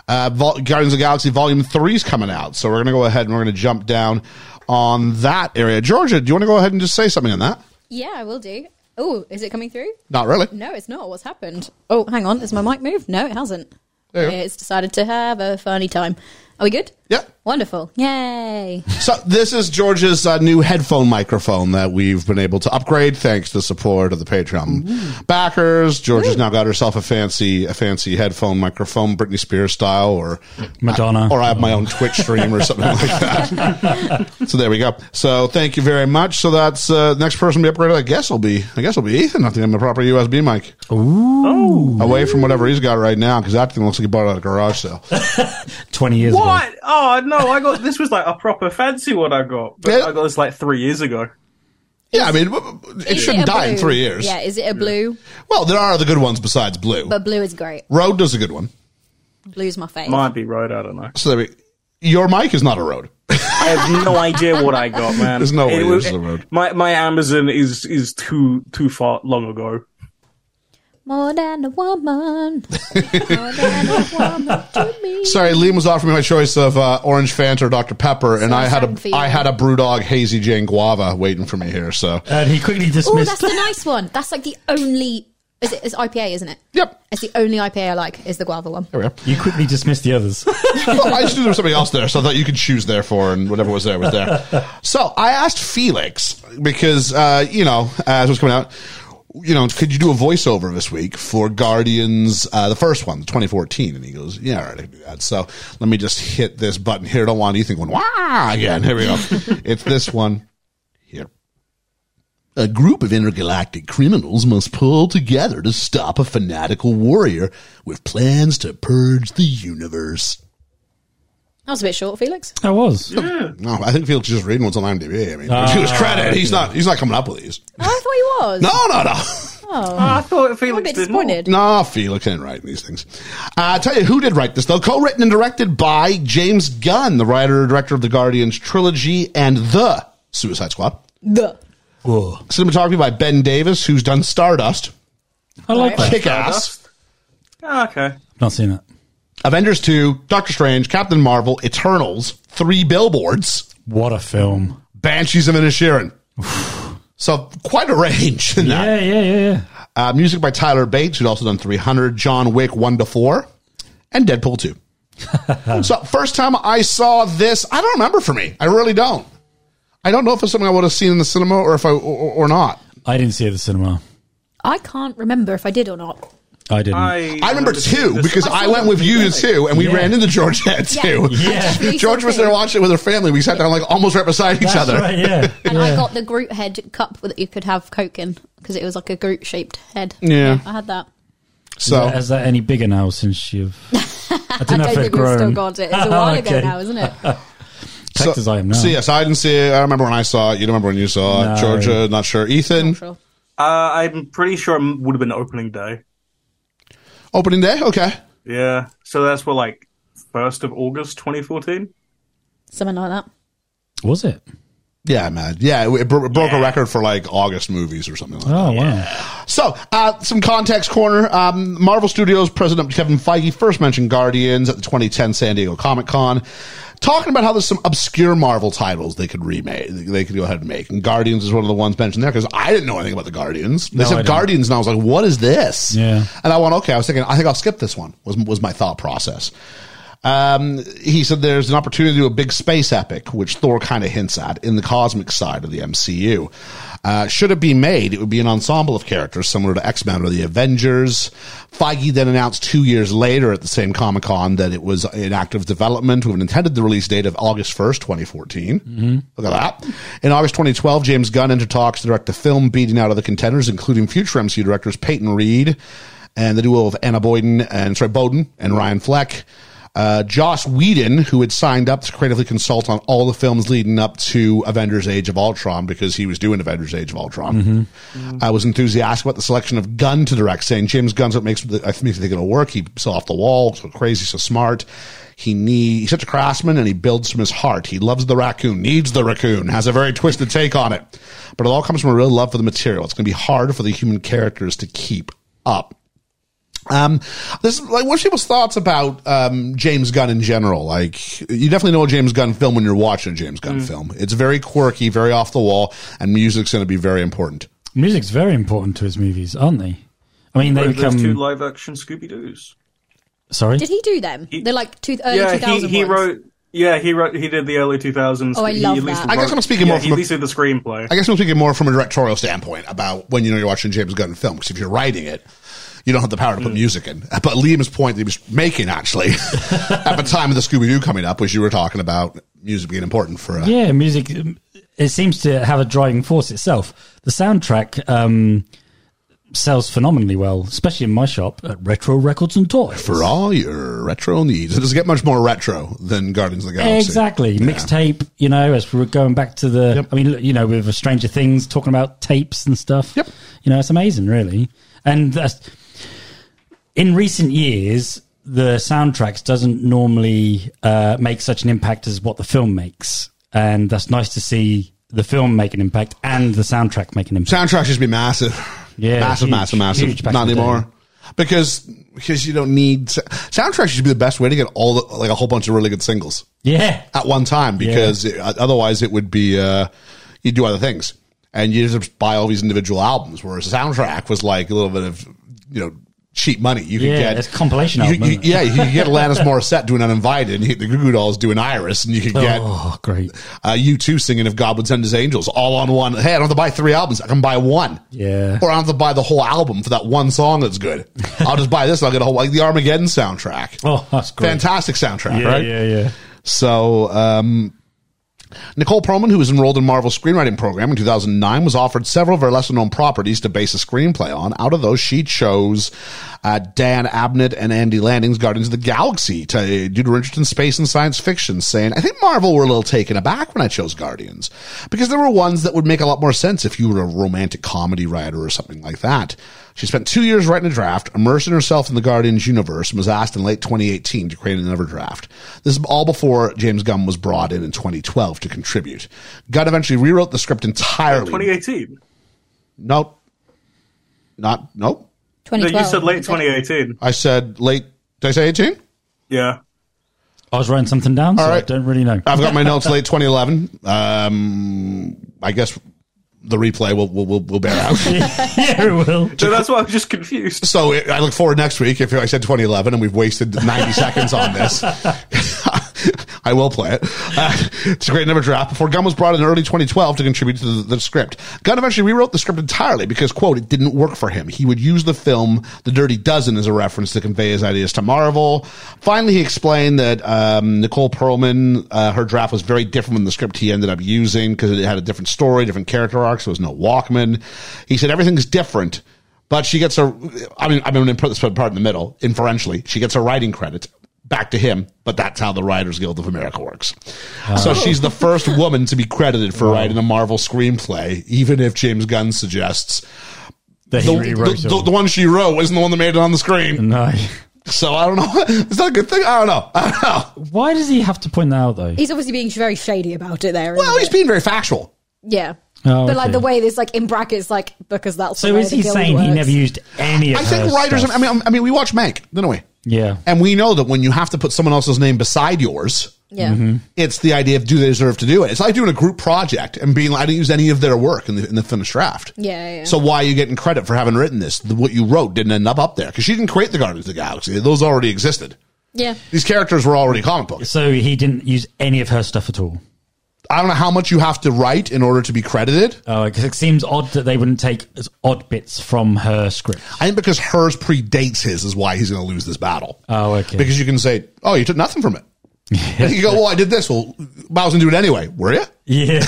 [SPEAKER 4] uh, Vol- Guardians of the Galaxy Volume 3 is coming out. So we're going to go ahead and we're going to jump down on that area. Georgia, do you want to go ahead and just say something on that?
[SPEAKER 8] Yeah, I will do. Oh, is it coming through?
[SPEAKER 4] Not really.
[SPEAKER 8] No, it's not. What's happened? Oh, hang on. Has my mic moved? No, it hasn't.
[SPEAKER 4] There you go.
[SPEAKER 8] It's decided to have a funny time. Are we good?
[SPEAKER 4] Yeah.
[SPEAKER 8] Wonderful. Yay.
[SPEAKER 4] So this is George's uh, new headphone microphone that we've been able to upgrade thanks to the support of the Patreon backers. George has now got herself a fancy a fancy headphone microphone, Britney Spears style, or
[SPEAKER 5] Madonna.
[SPEAKER 4] or I have my own Twitch stream or something like that. so there we go. So thank you very much. So that's uh, the next person to be upgraded. I guess will be I guess will be Ethan. I think I'm a proper USB mic
[SPEAKER 6] Oh,
[SPEAKER 4] away from whatever he's got right now because that thing looks like he bought it at a garage sale.
[SPEAKER 5] 20 years ago.
[SPEAKER 6] what? Oh no, I got this was like a proper fancy one I got. But
[SPEAKER 4] Yeah.
[SPEAKER 6] I got this like three years ago.
[SPEAKER 4] yeah, I mean w- w- it
[SPEAKER 8] Is
[SPEAKER 4] shouldn't
[SPEAKER 8] a
[SPEAKER 4] die in
[SPEAKER 8] blue?
[SPEAKER 4] three years.
[SPEAKER 8] Yeah, is it a blue?
[SPEAKER 4] Well, there are other good ones besides blue.
[SPEAKER 8] But blue is great.
[SPEAKER 4] Road does a good one.
[SPEAKER 8] Blue's my fave.
[SPEAKER 6] Might be right, I don't know.
[SPEAKER 4] So there we, your mic is not a road.
[SPEAKER 6] I have no idea what I got, man.
[SPEAKER 4] There's no way
[SPEAKER 6] It
[SPEAKER 4] this
[SPEAKER 6] was-
[SPEAKER 4] is the road.
[SPEAKER 6] My my Amazon is is too too far long ago.
[SPEAKER 8] More than a woman. More than a woman to me.
[SPEAKER 4] Sorry, Liam was offering me my choice of uh, Orange Fanta or Dr Pepper, and I had
[SPEAKER 8] sorry for
[SPEAKER 4] a
[SPEAKER 8] you.
[SPEAKER 4] I had a BrewDog Hazy Jane Guava waiting for me here. So
[SPEAKER 5] And he quickly
[SPEAKER 8] Oh, that's
[SPEAKER 5] dismissed.
[SPEAKER 8] the nice one. That's like the only. Is it, it's IPA, isn't it?
[SPEAKER 4] yep,
[SPEAKER 8] It's the only IPA I like, is the guava one.
[SPEAKER 4] there we go.
[SPEAKER 5] you quickly dismissed the others.
[SPEAKER 4] Well, I just knew there was somebody else there, so I thought you could choose there for, and whatever was there was there. So I asked Felix because uh, you know as it was coming out. you know, could you do a voiceover this week for Guardians, uh, the first one, 2014? And he goes, yeah, all right, I can do that. So let me just hit this button here. I don't want anything going, wah, again. Here we go. it's this one here. A group of intergalactic criminals must pull together to stop a fanatical warrior with plans to purge the universe.
[SPEAKER 10] That was a bit short, Felix.
[SPEAKER 5] I was.
[SPEAKER 4] No, I think Felix is just reading what's on IMDb. I mean, to his credit, he's not he's not coming up with these.
[SPEAKER 10] Oh, I thought he was.
[SPEAKER 4] No, no, no.
[SPEAKER 6] I thought
[SPEAKER 10] I'm a
[SPEAKER 6] Felix
[SPEAKER 10] bit
[SPEAKER 6] did more.
[SPEAKER 10] disappointed.
[SPEAKER 4] No, Felix ain't writing these things. Uh, I tell you who did write this though. Co-written and directed by James Gunn, the writer and director of the Guardians trilogy and the Suicide Squad.
[SPEAKER 10] The.
[SPEAKER 4] Cinematography by Ben Davis, who's done Stardust,
[SPEAKER 5] I like that.
[SPEAKER 4] Kick Ass,
[SPEAKER 6] Ah, okay.
[SPEAKER 5] Not seen that.
[SPEAKER 4] Avengers Two, Doctor Strange, Captain Marvel, Eternals, Three Billboards,
[SPEAKER 5] What a film.
[SPEAKER 4] Banshees of Inisherin. So quite a range in that.
[SPEAKER 5] Yeah, yeah, yeah, yeah.
[SPEAKER 4] Uh, music by Tyler Bates, who'd also done 300, John Wick 1 to 4, and Deadpool 2. so, first time I saw this, I don't remember for me. I really don't. I don't know if it's something I would have seen in the cinema or if I or, or not.
[SPEAKER 5] I didn't see it at the cinema.
[SPEAKER 10] I can't remember if I did or not.
[SPEAKER 5] I didn't.
[SPEAKER 6] I,
[SPEAKER 4] I remember
[SPEAKER 6] this-
[SPEAKER 4] two
[SPEAKER 6] this- Uh,
[SPEAKER 4] because I went with you to two and we
[SPEAKER 5] Yeah.
[SPEAKER 4] ran into Georgette too.
[SPEAKER 5] Yeah.
[SPEAKER 10] Three
[SPEAKER 4] George was there
[SPEAKER 10] something.
[SPEAKER 4] watching it with her family. We sat down like almost right beside each
[SPEAKER 5] That's
[SPEAKER 4] other.
[SPEAKER 5] right, yeah.
[SPEAKER 10] And I got the Groot head cup that you could have Coke in because it was like a Groot shaped head.
[SPEAKER 4] Yeah.
[SPEAKER 10] I had that.
[SPEAKER 4] So,
[SPEAKER 5] Is that any bigger now since you've. I don't know
[SPEAKER 10] I
[SPEAKER 5] if
[SPEAKER 10] don't
[SPEAKER 5] it's
[SPEAKER 10] think we've
[SPEAKER 5] grown.
[SPEAKER 10] still got it. It's a while ago
[SPEAKER 5] Okay.
[SPEAKER 10] now, isn't it?
[SPEAKER 4] so,
[SPEAKER 5] Texas I am now.
[SPEAKER 4] so, yes, I didn't see it. I remember when I saw it. You don't remember when you saw it.
[SPEAKER 5] No.
[SPEAKER 4] Georgia, not sure. Ethan,
[SPEAKER 10] Sure.
[SPEAKER 6] Uh, I'm pretty sure it would have been opening day.
[SPEAKER 4] opening day? Okay.
[SPEAKER 6] Yeah. So that's what, like, 1st of August 2014?
[SPEAKER 10] Something like that.
[SPEAKER 5] Was it?
[SPEAKER 4] Yeah, man. Yeah, it, it bro- it broke a record for like August movies or something like that.
[SPEAKER 5] Oh, wow.
[SPEAKER 4] So, uh, some context corner. Um, Marvel Studios president Kevin Feige first mentioned Guardians at the 2010 San Diego Comic Con, talking about how there's some obscure Marvel titles they could remake, they could go ahead and make. And Guardians is one of the ones mentioned there because I didn't know anything about the Guardians. They
[SPEAKER 5] I
[SPEAKER 4] said
[SPEAKER 5] didn't.
[SPEAKER 4] Guardians, and I was like, what is this?
[SPEAKER 5] Yeah.
[SPEAKER 4] And I went, okay, I was thinking, I think I'll skip this one, was, was my thought process. Um, he said there's an opportunity to do a big space epic, which Thor kind of hints at in the cosmic side of the MCU. Uh, should it be made, it would be an ensemble of characters similar to X Men or the Avengers. Feige then announced two years later at the same Comic Con that it was in active development with an intended release date of August 1st, 2014. Look at that. In August 2012, James Gunn entered talks to direct the film beating out of the contenders, including future MCU directors Peyton Reed and the duo of Anna Boyden and sorry Bowden and Ryan Fleck. Uh, Joss Whedon, who had signed up to creatively consult on all the films leading up to Avengers Age of Ultron because he was doing Avengers Age of Ultron, I was enthusiastic about the selection of Gunn to direct, saying James Gunn's what makes, the, I think- makes me think it'll work. He's so off the wall, so crazy, so smart. He need, he's such a craftsman and he builds from his heart. He loves the raccoon, needs the raccoon, has a very twisted take on it. But it all comes from a real love for the material. It's going to be hard for the human characters to keep up. Um, this like what's people's thoughts about um, James Gunn in general? Like, you definitely know a James Gunn film when you're watching a James Gunn
[SPEAKER 5] Mm.
[SPEAKER 4] film. It's very quirky, very off the wall, and music's going to be very important.
[SPEAKER 5] Music's very important to his movies, aren't they? I mean, they
[SPEAKER 6] Those two
[SPEAKER 5] become.
[SPEAKER 6] live action Scooby Doo's.
[SPEAKER 5] Sorry?
[SPEAKER 10] Did he do them? They're like two, early
[SPEAKER 6] Yeah,
[SPEAKER 10] 2000
[SPEAKER 6] he, he
[SPEAKER 10] ones.
[SPEAKER 6] wrote. Yeah, he wrote. He did the early 2000s.
[SPEAKER 10] Oh, I
[SPEAKER 6] He
[SPEAKER 10] love
[SPEAKER 6] at least
[SPEAKER 10] that.
[SPEAKER 6] wrote-
[SPEAKER 4] I guess I'm speaking
[SPEAKER 6] yeah,
[SPEAKER 4] more
[SPEAKER 6] He
[SPEAKER 4] from
[SPEAKER 6] at
[SPEAKER 4] a-
[SPEAKER 6] least did the screenplay.
[SPEAKER 4] I guess I'm thinking more from a directorial standpoint about when you know you're watching James Gunn film because if you're writing it, you don't have the power to
[SPEAKER 5] Mm.
[SPEAKER 4] put music in. Uh, But Liam's point that he was making actually at the time of the Scooby Doo coming up was you were talking about music being important for uh, a,
[SPEAKER 5] Yeah, music. um, It seems to have a driving force itself. The soundtrack um, sells phenomenally well, especially in my shop at Retro Records and Toys.
[SPEAKER 4] for all your retro needs. It doesn't get much more retro than Guardians of the Galaxy.
[SPEAKER 5] Exactly, mixtape. You know, as we're going back to the, I mean, look, you know, with Stranger Things talking about tapes and stuff.
[SPEAKER 4] Yep.
[SPEAKER 5] You know, it's amazing, really. And that's, in recent years, the soundtracks doesn't normally uh, make such an impact as what the film makes, and that's nice to see the film make an impact and the soundtrack make an impact.
[SPEAKER 4] soundtracks used to be massive.
[SPEAKER 5] Yeah,
[SPEAKER 4] massive,
[SPEAKER 5] huge,
[SPEAKER 4] massive, massive.
[SPEAKER 5] huge back
[SPEAKER 4] Not
[SPEAKER 5] in the day.
[SPEAKER 4] anymore because because you don't need soundtracks. Should be the best way to get all the, like a whole bunch of really good singles
[SPEAKER 5] yeah,
[SPEAKER 4] at one time because it, otherwise it would be uh, you do other things and you just buy all these individual albums. Whereas a soundtrack was like a little bit of you know cheap money. You could
[SPEAKER 5] Yeah,
[SPEAKER 4] get
[SPEAKER 5] it's a compilation
[SPEAKER 4] You,
[SPEAKER 5] album,
[SPEAKER 4] you-
[SPEAKER 5] isn't it?
[SPEAKER 4] yeah, you could get Alanis Morissette doing Uninvited, and you, the Goo Goo Dolls doing Iris, and you could get
[SPEAKER 5] Oh, great.
[SPEAKER 4] uh, you two singing "If God Would Send His Angels" all on one. Hey, I don't have to buy three albums; I can buy one.
[SPEAKER 5] Yeah.
[SPEAKER 4] or I don't have to buy the whole album for that one song that's good. I'll just buy this, and I'll get a whole like the Armageddon soundtrack.
[SPEAKER 5] Oh, that's great.
[SPEAKER 4] fantastic soundtrack,
[SPEAKER 5] Yeah,
[SPEAKER 4] right?
[SPEAKER 5] yeah, yeah.
[SPEAKER 4] So, um, Nicole Perlman, who was enrolled in Marvel's screenwriting program in 2009, was offered several of her lesser known properties to base a screenplay on. Out of those, she chose uh, Dan Abnett and Andy Landing's Guardians of the Galaxy to, due to her interest in space and science fiction, saying, I think Marvel were a little taken aback when I chose Guardians because there were ones that would make a lot more sense if you were a romantic comedy writer or something like that. She spent two years writing a draft, immersing herself in the Guardians universe, and was asked in late 2018 to create another draft. This is all before James Gunn was brought in in 2012 to contribute. Gunn eventually rewrote the script entirely.
[SPEAKER 6] 2018.
[SPEAKER 4] Nope. Not, nope.
[SPEAKER 6] No,
[SPEAKER 10] 2012.
[SPEAKER 6] you said late 2018.
[SPEAKER 4] I said late, did I say 18?
[SPEAKER 6] Yeah.
[SPEAKER 5] I was writing something down, so I
[SPEAKER 4] right. Uh,
[SPEAKER 5] don't really know.
[SPEAKER 4] I've got my notes late 2011. Um, I guess the replay will, will, will, will bear out.
[SPEAKER 5] yeah, it will.
[SPEAKER 6] So that's why I'm just confused.
[SPEAKER 4] So I look forward next week. If I said 2011 and we've wasted 90 seconds on this, I will play it. Uh, it's a great number draft. Before Gunn was brought in early 2012 to contribute to the, the script, Gunn eventually rewrote the script entirely because, quote, it didn't work for him. He would use the film The Dirty Dozen as a reference to convey his ideas to Marvel. Finally, he explained that um, Nicole Perlman, uh, her draft was very different from the script he ended up using because it had a different story, different character arcs. There was no Walkman. He said everything's different. But she gets her. I mean, I'm going to put this part in the middle. Inferentially, she gets her writing credit back to him. But that's how the Writers Guild of America works.
[SPEAKER 5] Oh.
[SPEAKER 4] So she's the first woman to be credited for writing a Marvel screenplay, even if James Gunn suggests
[SPEAKER 5] That
[SPEAKER 4] the,
[SPEAKER 5] he rewrote
[SPEAKER 4] the,
[SPEAKER 5] it
[SPEAKER 4] the-
[SPEAKER 5] all.
[SPEAKER 4] the one she wrote isn't the one that made it on the screen.
[SPEAKER 5] No.
[SPEAKER 4] So I don't know. Is that a good thing? I don't know. I don't know.
[SPEAKER 5] Why does he have to point that out, though?
[SPEAKER 8] He's obviously being very shady about it there. isn't
[SPEAKER 4] Well, he's
[SPEAKER 8] it?
[SPEAKER 4] being very factual.
[SPEAKER 8] yeah.
[SPEAKER 5] Oh,
[SPEAKER 8] But like
[SPEAKER 5] okay.
[SPEAKER 8] the way there's like in brackets, like because that's the
[SPEAKER 5] so
[SPEAKER 8] way
[SPEAKER 5] is
[SPEAKER 8] the
[SPEAKER 5] he
[SPEAKER 8] guild
[SPEAKER 5] saying he
[SPEAKER 8] works.
[SPEAKER 5] never used any of
[SPEAKER 4] I think
[SPEAKER 5] her
[SPEAKER 4] writers.
[SPEAKER 5] stuff?
[SPEAKER 4] I mean, um, I mean, we watch Mank, don't we?
[SPEAKER 5] yeah.
[SPEAKER 4] And we know that when you have to put someone else's name beside yours,
[SPEAKER 8] Yeah.
[SPEAKER 4] it's the idea of do they deserve to do it? It's like doing a group project and being like, I didn't use any of their work in the, in the finished draft.
[SPEAKER 8] Yeah, yeah.
[SPEAKER 4] So why are you getting credit for having written this? The, what you wrote didn't end up up there because she didn't create the Guardians of the Galaxy. Those already existed.
[SPEAKER 8] Yeah.
[SPEAKER 4] These characters were already comic books.
[SPEAKER 5] So he didn't use any of her stuff at all.
[SPEAKER 4] I don't know how much you have to write in order to be credited.
[SPEAKER 5] Oh, because it seems odd that they wouldn't take as odd bits from her script.
[SPEAKER 4] I think because hers predates his is why he's going to lose this battle.
[SPEAKER 5] Oh, okay.
[SPEAKER 4] Because you can say, oh, you took nothing from it. and you go, well, I did this. Well, I was going to do it anyway. Were you?
[SPEAKER 5] Yeah,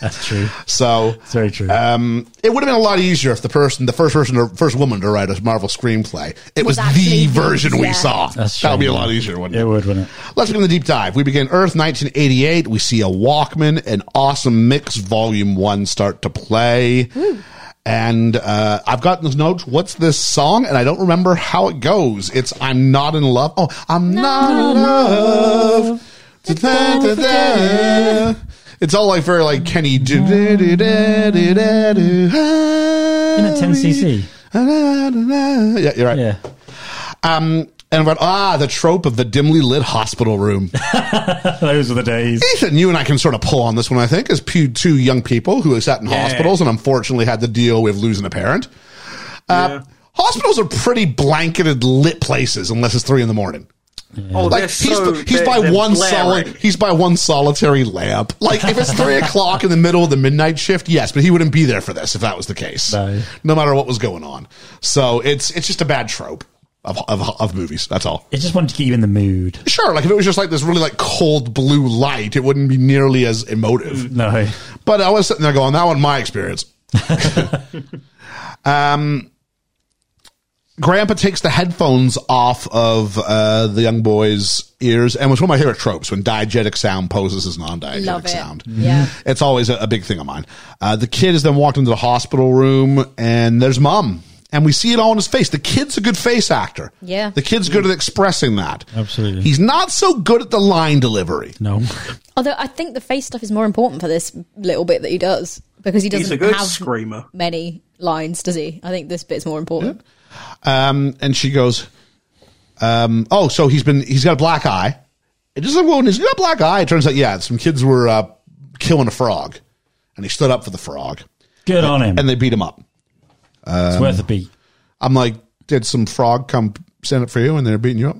[SPEAKER 5] that's true.
[SPEAKER 4] So
[SPEAKER 5] It's very true.
[SPEAKER 4] Um, it would have been a lot easier if the person, the first person, to, first woman to write a Marvel screenplay, it was, the
[SPEAKER 8] actually-
[SPEAKER 4] version we
[SPEAKER 8] yeah.
[SPEAKER 4] saw.
[SPEAKER 5] That's
[SPEAKER 4] that would be a
[SPEAKER 5] true.
[SPEAKER 4] lot easier, wouldn't
[SPEAKER 5] it
[SPEAKER 4] it?
[SPEAKER 5] would, wouldn't it?
[SPEAKER 4] Let's begin the deep dive. We begin Earth 1988. We see a Walkman, an awesome mix, Volume One start to play. And uh, I've gotten those notes. What's this song? And I don't remember how it goes. It's I'm not in love. Oh, I'm not in love. Da-da-da-da. It's all like very like Kenny. do- do- do- do- do- do- do.
[SPEAKER 5] In a 10cc.
[SPEAKER 4] Yeah, you're right.
[SPEAKER 5] Yeah.
[SPEAKER 4] Um, and I'm going, ah, the trope of the dimly lit hospital room.
[SPEAKER 5] Those were the days.
[SPEAKER 4] Ethan, you and I can sort of pull on this one, I think, as pu- two young people who have sat in hospitals and unfortunately had to deal with losing a parent. Uh, Hospitals are pretty blanketed lit places unless it's three in the morning.
[SPEAKER 6] Oh,
[SPEAKER 4] Like
[SPEAKER 6] they're
[SPEAKER 4] he's,
[SPEAKER 6] so
[SPEAKER 4] he's
[SPEAKER 6] big,
[SPEAKER 4] by
[SPEAKER 6] they're
[SPEAKER 4] one
[SPEAKER 6] blaring.
[SPEAKER 4] solid he's by one solitary lamp. Like if it's three o'clock in the middle of the midnight shift, yes, but he wouldn't be there for this if that was the case.
[SPEAKER 5] No.
[SPEAKER 4] matter what was going on. So it's it's just a bad trope of of, of movies. That's all.
[SPEAKER 5] It just wanted to get you in the mood.
[SPEAKER 4] Sure, like if it was just like this really like cold blue light, it wouldn't be nearly as emotive.
[SPEAKER 5] No.
[SPEAKER 4] But I was sitting there going, that one, my experience. um, Grandpa takes the headphones off of uh, the young boy's ears, and was one of my favorite tropes when diegetic sound poses as non-diegetic
[SPEAKER 8] Love it.
[SPEAKER 4] sound. Mm-hmm.
[SPEAKER 8] Yeah.
[SPEAKER 4] It's always a, a big thing of mine. Uh, the kid is then walked into the hospital room, and there's mom. And we see it all in his face. The kid's a good face actor.
[SPEAKER 8] Yeah.
[SPEAKER 4] The kid's good at expressing that.
[SPEAKER 5] Absolutely.
[SPEAKER 4] He's not so good at the line delivery.
[SPEAKER 5] No.
[SPEAKER 10] Although I think the face stuff is more important for this little bit that he does because he doesn't
[SPEAKER 6] He's a good
[SPEAKER 10] have
[SPEAKER 6] screamer.
[SPEAKER 10] many lines, does he? I think this bit's more important.
[SPEAKER 4] um, and she goes, um, "Oh, so he's been he's got a black eye." It just like, well, he's got a black eye. It turns out, yeah, some kids were uh, killing a frog, and he stood up for the frog,
[SPEAKER 5] Good on him.
[SPEAKER 4] and they beat him up.
[SPEAKER 5] it's worth a beat.
[SPEAKER 4] I'm like, did some frog come stand up for you and they're beating you up?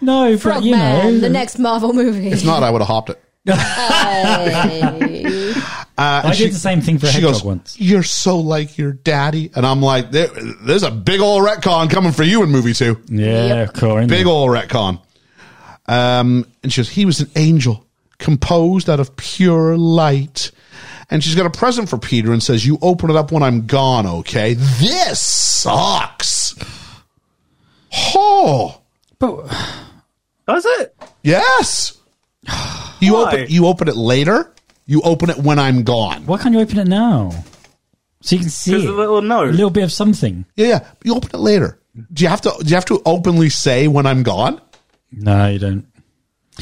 [SPEAKER 5] No, but you
[SPEAKER 8] Frogman,
[SPEAKER 5] know,
[SPEAKER 8] the next Marvel movie.
[SPEAKER 4] If not, I would have hopped it. uh, and
[SPEAKER 5] I did the same thing for a
[SPEAKER 4] she
[SPEAKER 5] hedgehog
[SPEAKER 4] goes,
[SPEAKER 5] once.
[SPEAKER 4] You're so like your daddy. And I'm like, there, there's a big old retcon coming for you in movie two.
[SPEAKER 5] Yeah, of course.
[SPEAKER 4] Big old retcon. Um, and she goes, he was an angel composed out of pure light. And she's got a present for Peter and says, you open it up when I'm gone, okay? This sucks. Oh,
[SPEAKER 5] But
[SPEAKER 6] Does it?
[SPEAKER 4] yes. You
[SPEAKER 6] Why?
[SPEAKER 4] open, you open it later. You open it when I'm gone.
[SPEAKER 5] why can't you open it now? So you can see
[SPEAKER 6] Because
[SPEAKER 5] it.
[SPEAKER 6] the little
[SPEAKER 5] a
[SPEAKER 6] nose.
[SPEAKER 5] little bit of something.
[SPEAKER 4] Yeah, yeah. You open it later. Do you have to? Do you have to openly say when I'm gone?
[SPEAKER 5] No, you don't.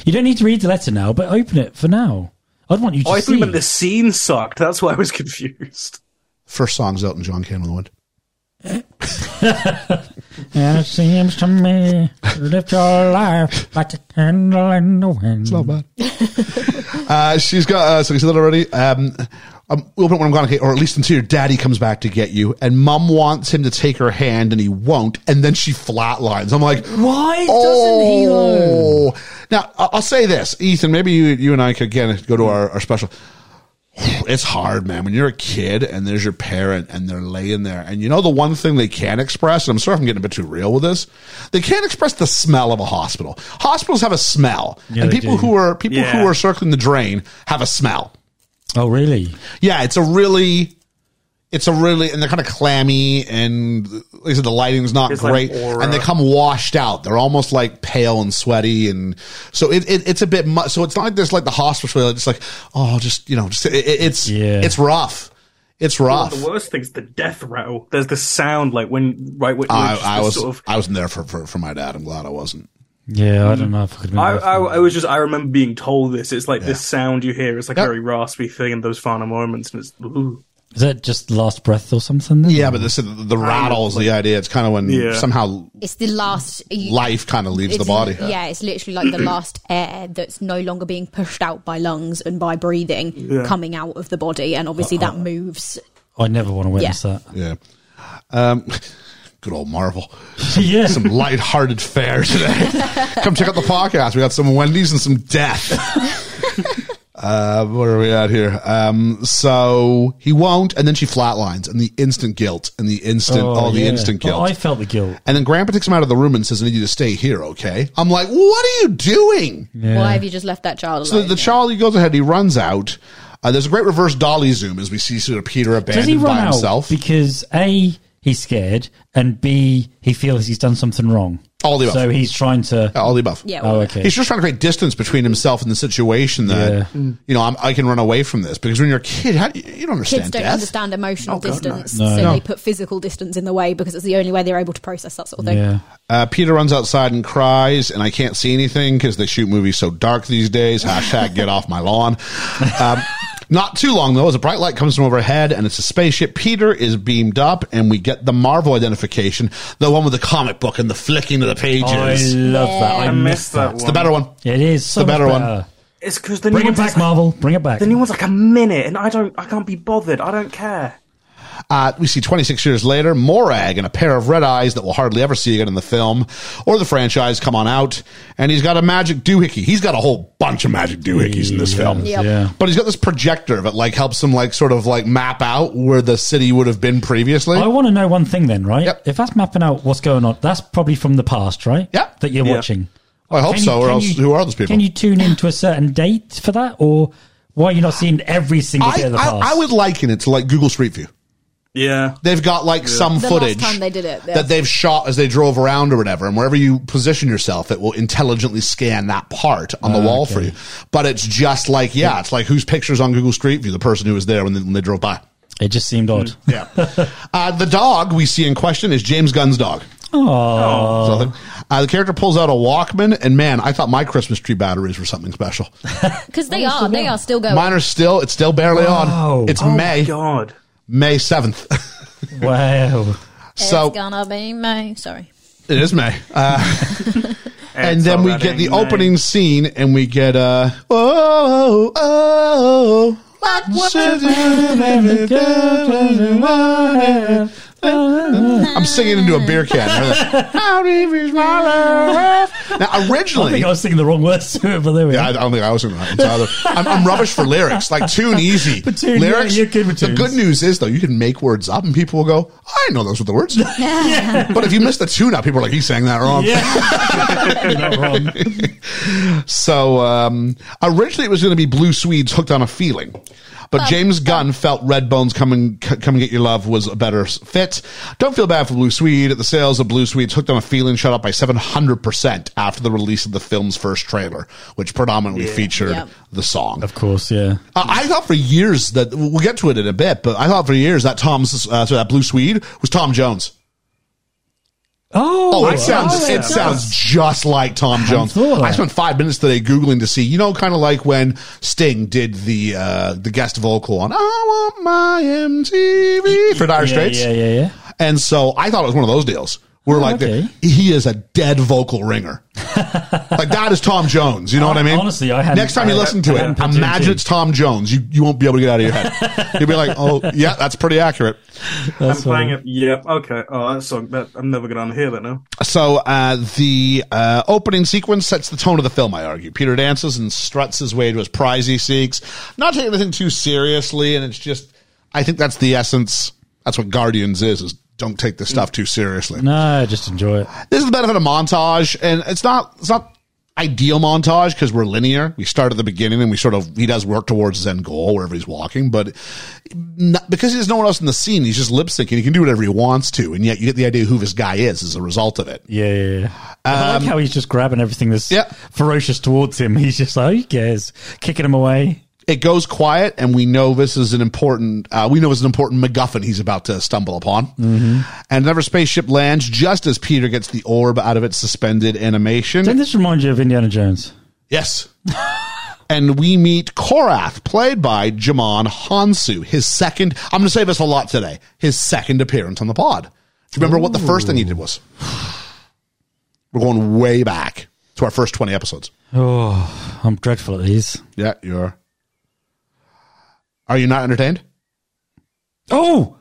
[SPEAKER 5] You don't need to read the letter now, but open it for now. I'd want you to
[SPEAKER 6] Oh, I thought
[SPEAKER 5] see.
[SPEAKER 6] you meant the scene sucked. That's why I was confused.
[SPEAKER 4] First song's Elton John, "Candle in the Wind."
[SPEAKER 5] And it seems to me you lived your life like a candle in the wind.
[SPEAKER 4] Not bad. uh, she's got. Uh, so we said that already. Um, um, we'll open it when I'm gone, okay, or at least until your daddy comes back to get you. And Mum wants him to take her hand, and he won't. And then she flatlines. I'm like,
[SPEAKER 5] Why doesn't he though?
[SPEAKER 4] Oh. Now I- I'll say this, Ethan. Maybe you, you and I could again go to our, our special. It's hard, man. When you're a kid and there's your parent and they're laying there, and you know the one thing they can't express. And I'm sorry if I'm getting a bit too real with this. They can't express the smell of a hospital. Hospitals have a smell,
[SPEAKER 5] Yeah,
[SPEAKER 4] and
[SPEAKER 5] they
[SPEAKER 4] people
[SPEAKER 5] do.
[SPEAKER 4] who are people
[SPEAKER 6] Yeah.
[SPEAKER 4] who are circling the drain have a smell.
[SPEAKER 5] Oh, really?
[SPEAKER 4] Yeah, it's a really, it's a really, and they're kind of clammy, and like I said, the lighting's not
[SPEAKER 6] It's like
[SPEAKER 4] great,
[SPEAKER 6] aura.
[SPEAKER 4] and they come washed out. They're almost like pale and sweaty, and so it, it it's a bit much. So it's not like there's like the hospital where it's like oh, just you know, just it, it- it's
[SPEAKER 5] Yeah.
[SPEAKER 4] it's rough, it's rough.
[SPEAKER 6] The worst thing's the death rattle. There's the sound like when right when
[SPEAKER 4] I,
[SPEAKER 6] it's
[SPEAKER 4] I
[SPEAKER 6] the
[SPEAKER 4] was
[SPEAKER 6] sort of-
[SPEAKER 4] I wasn't there for, for for my dad. I'm glad I wasn't.
[SPEAKER 5] Yeah, I don't know if I could. Have
[SPEAKER 6] I, I, I was just I remember being told this. It's like this sound you hear. It's like
[SPEAKER 4] Yeah.
[SPEAKER 6] a very raspy thing in those final moments, and it's ooh.
[SPEAKER 5] Is that just last breath or something? Then?
[SPEAKER 4] Yeah, but this the, the rattles the idea. It's kind of when
[SPEAKER 6] Yeah.
[SPEAKER 4] somehow
[SPEAKER 10] It's the last. You,
[SPEAKER 4] life kind of leaves the
[SPEAKER 10] it's-
[SPEAKER 4] body.
[SPEAKER 10] Yeah, it's literally like the last air that's no longer being pushed out by lungs and by breathing coming out of the body, and obviously that moves.
[SPEAKER 5] I never want to witness
[SPEAKER 10] Yeah.
[SPEAKER 4] Yeah. Um, good old Marvel.
[SPEAKER 5] that. yeah,
[SPEAKER 4] some light-hearted fare today. Come check out the podcast. We got some Wendy's and some death. uh, what are we at here? Um, so he won't, and then she flatlines, and the instant guilt, and the instant, oh, the
[SPEAKER 5] yeah.
[SPEAKER 4] instant
[SPEAKER 5] Well,
[SPEAKER 4] guilt.
[SPEAKER 5] I felt the guilt.
[SPEAKER 4] and then Grandpa takes him out of the room and says, "I need you to stay here, okay?" I'm like, "What are you doing?"
[SPEAKER 10] Why have you just left that child
[SPEAKER 4] So
[SPEAKER 10] alone?
[SPEAKER 4] the child he goes ahead, he runs out. Uh, there's a great reverse dolly zoom as we see sort of Peter
[SPEAKER 5] Does he
[SPEAKER 4] abandoned
[SPEAKER 5] run
[SPEAKER 4] by
[SPEAKER 5] out
[SPEAKER 4] himself.
[SPEAKER 5] because a he's scared and b he feels he's done something wrong.
[SPEAKER 4] All the above.
[SPEAKER 5] so he's trying to.
[SPEAKER 4] All the above.
[SPEAKER 10] yeah,
[SPEAKER 5] Oh,
[SPEAKER 10] well,
[SPEAKER 5] okay.
[SPEAKER 4] He's just trying to create distance between himself and the situation that you know I'm, I can run away from this because when you're a kid, how do you, you don't understand
[SPEAKER 10] Mm. Kids don't
[SPEAKER 4] death.
[SPEAKER 10] understand emotional
[SPEAKER 4] Oh, God, no.
[SPEAKER 10] distance,
[SPEAKER 5] No.
[SPEAKER 10] so
[SPEAKER 5] No.
[SPEAKER 10] they put physical distance in the way because it's the only way they're able to process that sort of thing.
[SPEAKER 5] yeah.
[SPEAKER 4] Uh, Peter runs outside and cries, and I can't see anything because they shoot movies so dark these days. Hashtag get off my lawn. Um, not too long though, as a bright light comes from overhead, and it's a spaceship. Peter is beamed up, and we get the Marvel identification, the one with the comic book and the flicking of the pages.
[SPEAKER 5] I
[SPEAKER 4] it's
[SPEAKER 5] love that. I,
[SPEAKER 6] I
[SPEAKER 5] miss
[SPEAKER 6] missed
[SPEAKER 5] that.
[SPEAKER 6] that one.
[SPEAKER 4] the better one.
[SPEAKER 5] It is so
[SPEAKER 4] the
[SPEAKER 5] much
[SPEAKER 4] better one.
[SPEAKER 6] It's because the
[SPEAKER 5] Bring
[SPEAKER 6] new
[SPEAKER 5] it back,
[SPEAKER 6] one's like,
[SPEAKER 5] Marvel. Bring it back.
[SPEAKER 6] the new one's like a minute, and I don't. I can't be bothered. I don't care.
[SPEAKER 4] Uh, we see 26 years later, Morag and a pair of red eyes that we'll hardly ever see again in the film or the franchise come on out. And he's got a magic doohickey. He's got a whole bunch of magic doohickeys in this film.
[SPEAKER 10] Yep.
[SPEAKER 5] Yeah.
[SPEAKER 4] But he's got this projector that like helps him like sort of like map out where the city would have been previously.
[SPEAKER 5] I want to know one thing then, right?
[SPEAKER 4] Yep.
[SPEAKER 5] If that's mapping out what's going on, that's probably from the past, right?
[SPEAKER 4] Yep.
[SPEAKER 5] That you're
[SPEAKER 6] Yeah.
[SPEAKER 5] watching.
[SPEAKER 4] I hope
[SPEAKER 5] Can
[SPEAKER 4] so.
[SPEAKER 5] you-
[SPEAKER 4] or
[SPEAKER 5] can
[SPEAKER 4] else,
[SPEAKER 5] you-
[SPEAKER 4] who are those people?
[SPEAKER 5] Can you tune into a certain date for that, or why are you not seeing every single
[SPEAKER 4] I,
[SPEAKER 5] bit of the past?
[SPEAKER 4] I, I would liken it to like Google Street View.
[SPEAKER 6] Yeah.
[SPEAKER 4] They've got like some
[SPEAKER 10] The
[SPEAKER 4] footage
[SPEAKER 10] last time they did it, yes.
[SPEAKER 4] that they've shot as they drove around or whatever, and wherever you position yourself, it will intelligently scan that part on the wall for you. But it's just like, yeah, it's like whose pictures on Google Street View, the person who was there when they, when they drove by.
[SPEAKER 5] It just seemed odd.
[SPEAKER 4] Yeah, uh, the dog we see in question is James Gunn's dog.
[SPEAKER 5] Oh,
[SPEAKER 4] So, uh, the character pulls out a Walkman, and man, I thought my Christmas tree batteries were something special.
[SPEAKER 10] Because they are, they are still going.
[SPEAKER 4] Mine are still, it's still barely
[SPEAKER 5] Wow.
[SPEAKER 4] on. It's
[SPEAKER 6] Oh
[SPEAKER 4] May,
[SPEAKER 6] my god.
[SPEAKER 4] May seventh.
[SPEAKER 5] wow.
[SPEAKER 4] so
[SPEAKER 10] it's gonna be me. Sorry.
[SPEAKER 4] it is May. and
[SPEAKER 6] It's
[SPEAKER 4] then we
[SPEAKER 6] already
[SPEAKER 4] get the
[SPEAKER 6] May.
[SPEAKER 4] opening scene and we get uh oh oh, oh, oh.
[SPEAKER 10] What?
[SPEAKER 4] Should you ever go to the water? I'm singing into a beer can. Howdy, Miss Marlowe. Now,
[SPEAKER 5] I
[SPEAKER 4] originally,
[SPEAKER 5] think I
[SPEAKER 4] I,
[SPEAKER 5] was singing the wrong words to it, but there we
[SPEAKER 4] I
[SPEAKER 5] are.
[SPEAKER 4] don't think I was in that either. I'm, I'm rubbish for lyrics, like tune easy.
[SPEAKER 5] But tune, yeah,
[SPEAKER 4] lyrics.
[SPEAKER 5] you're good with
[SPEAKER 4] the
[SPEAKER 5] tunes.
[SPEAKER 4] good news is though, you can make words up, and people will go, "I know those were the words." But if you miss the tune up, people are like, "He sang that wrong."
[SPEAKER 5] Yeah. You're not wrong.
[SPEAKER 4] So um, originally it was going to be Blue Swedes hooked on a feeling, but James Gunn felt Red Bones come and c- come and get your love was a better s- fit. Don't feel bad for Blue Swede. The sales of Blue Swedes hooked on a feeling shot up by seven hundred percent after the release of the film's first trailer, which predominantly featured
[SPEAKER 10] Yep.
[SPEAKER 4] the song.
[SPEAKER 5] Of course, yeah.
[SPEAKER 4] Uh, I thought for years that we'll get to it in a bit, but I thought for years that Tom's uh, so that Blue Swede was Tom Jones.
[SPEAKER 5] Oh,
[SPEAKER 4] Oh, it sounds
[SPEAKER 5] oh,
[SPEAKER 4] it sounds just like Tom Jones.
[SPEAKER 5] thought of
[SPEAKER 4] I
[SPEAKER 5] that.
[SPEAKER 4] spent five minutes today googling to see, you know, kind of like when Sting did the uh, the guest vocal on "I Want My MTV" for Dire
[SPEAKER 5] yeah,
[SPEAKER 4] Straits,
[SPEAKER 5] Yeah, yeah, yeah.
[SPEAKER 4] and so I thought it was one of those deals. We're like,
[SPEAKER 5] okay.
[SPEAKER 4] he is a dead vocal ringer. like that is Tom Jones. You know what I mean?
[SPEAKER 5] Honestly, I hadn't-
[SPEAKER 4] Next time you
[SPEAKER 5] I-
[SPEAKER 4] listen
[SPEAKER 5] I
[SPEAKER 4] to
[SPEAKER 5] hadn't
[SPEAKER 4] it,
[SPEAKER 5] put two and
[SPEAKER 4] imagine
[SPEAKER 5] two.
[SPEAKER 4] it's Tom Jones. You you won't be able to get out of your head. You'll be like, oh yeah, that's pretty accurate.
[SPEAKER 6] I'm playing it. Yep. Okay. Oh, that song. That, I'm never gonna unhear that now.
[SPEAKER 4] So uh, the uh, opening sequence sets the tone of the film. I argue. Peter dances and struts his way to his prize he seeks, not taking anything too seriously, and it's just. I think that's the essence. That's what Guardians is: is don't take this stuff too seriously.
[SPEAKER 5] No, just enjoy it.
[SPEAKER 4] This is the benefit of montage, and it's not it's not ideal montage because we're linear. We start at the beginning, and we sort of he does work towards his end goal wherever he's walking, but not, because there's no one else in the scene, he's just lip syncing. He can do whatever he wants to, and yet you get the idea of who this guy is as a result of it.
[SPEAKER 5] Yeah, yeah, yeah. I like how he's just grabbing everything that's
[SPEAKER 4] Um, Yeah.
[SPEAKER 5] ferocious towards him. He's just like, oh, he cares, kicking him away.
[SPEAKER 4] it goes quiet and we know this is an important uh, we know it's an important macguffin he's about to stumble upon and another spaceship lands just as peter gets the orb out of its suspended animation
[SPEAKER 5] Doesn't this remind you of Indiana Jones?
[SPEAKER 4] yes and we meet korath played by jamon hansu his second i'm going to say this a lot today his second appearance on the pod do you remember what the first thing he did was we're going way back to our first 20 episodes
[SPEAKER 5] Oh, I'm dreadful at these.
[SPEAKER 4] yeah you are are you not entertained
[SPEAKER 5] Oh,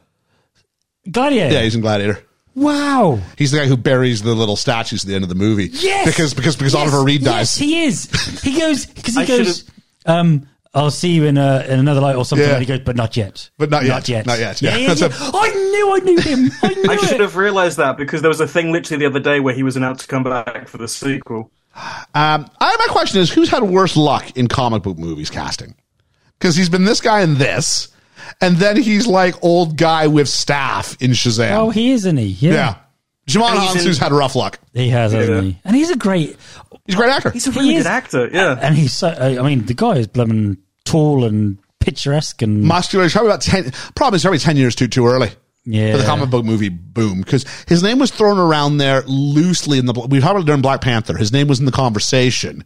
[SPEAKER 5] Gladiator.
[SPEAKER 4] yeah he's in gladiator
[SPEAKER 5] Wow.
[SPEAKER 4] He's the guy who buries the little statues at the end of the movie.
[SPEAKER 5] Yes.
[SPEAKER 4] Because because because
[SPEAKER 5] Yes.
[SPEAKER 4] Oliver Reed
[SPEAKER 5] Yes,
[SPEAKER 4] dies.
[SPEAKER 5] he is. He goes because he
[SPEAKER 6] I
[SPEAKER 5] goes. Um, I'll see you in uh, in another light or something.
[SPEAKER 4] Yeah.
[SPEAKER 5] And he goes, but not yet.
[SPEAKER 4] But not
[SPEAKER 5] Not
[SPEAKER 4] yet.
[SPEAKER 5] yet.
[SPEAKER 4] Not yet.
[SPEAKER 5] Yeah.
[SPEAKER 4] Yeah.
[SPEAKER 5] yeah, yeah,
[SPEAKER 4] That's a-
[SPEAKER 5] I knew. I knew him. I knew
[SPEAKER 6] I should
[SPEAKER 5] it.
[SPEAKER 6] have realised that because there was a thing literally the other day where he was announced to come back for the sequel.
[SPEAKER 4] um, I my question is who's had worse luck in comic book movies casting? Because he's been this guy in this, and then he's like old guy with staff in Shazam.
[SPEAKER 5] Oh, he is, isn't he? Yeah.
[SPEAKER 4] yeah. Jamon
[SPEAKER 6] And he's
[SPEAKER 4] Hansu's
[SPEAKER 6] in-
[SPEAKER 4] had rough luck.
[SPEAKER 5] He has, hasn't he? And he's a great.
[SPEAKER 4] He's a great actor.
[SPEAKER 6] He's a really
[SPEAKER 5] He is-
[SPEAKER 6] good actor. Yeah.
[SPEAKER 5] And he's so. I I mean, the guy is blooming tall and picturesque and.
[SPEAKER 4] Muscular. He's probably about ten. Probably he's probably ten years too too early.
[SPEAKER 5] yeah.
[SPEAKER 4] for the comic book movie boom because his name was thrown around there loosely in the we probably done Black Panther. His name was in the conversation,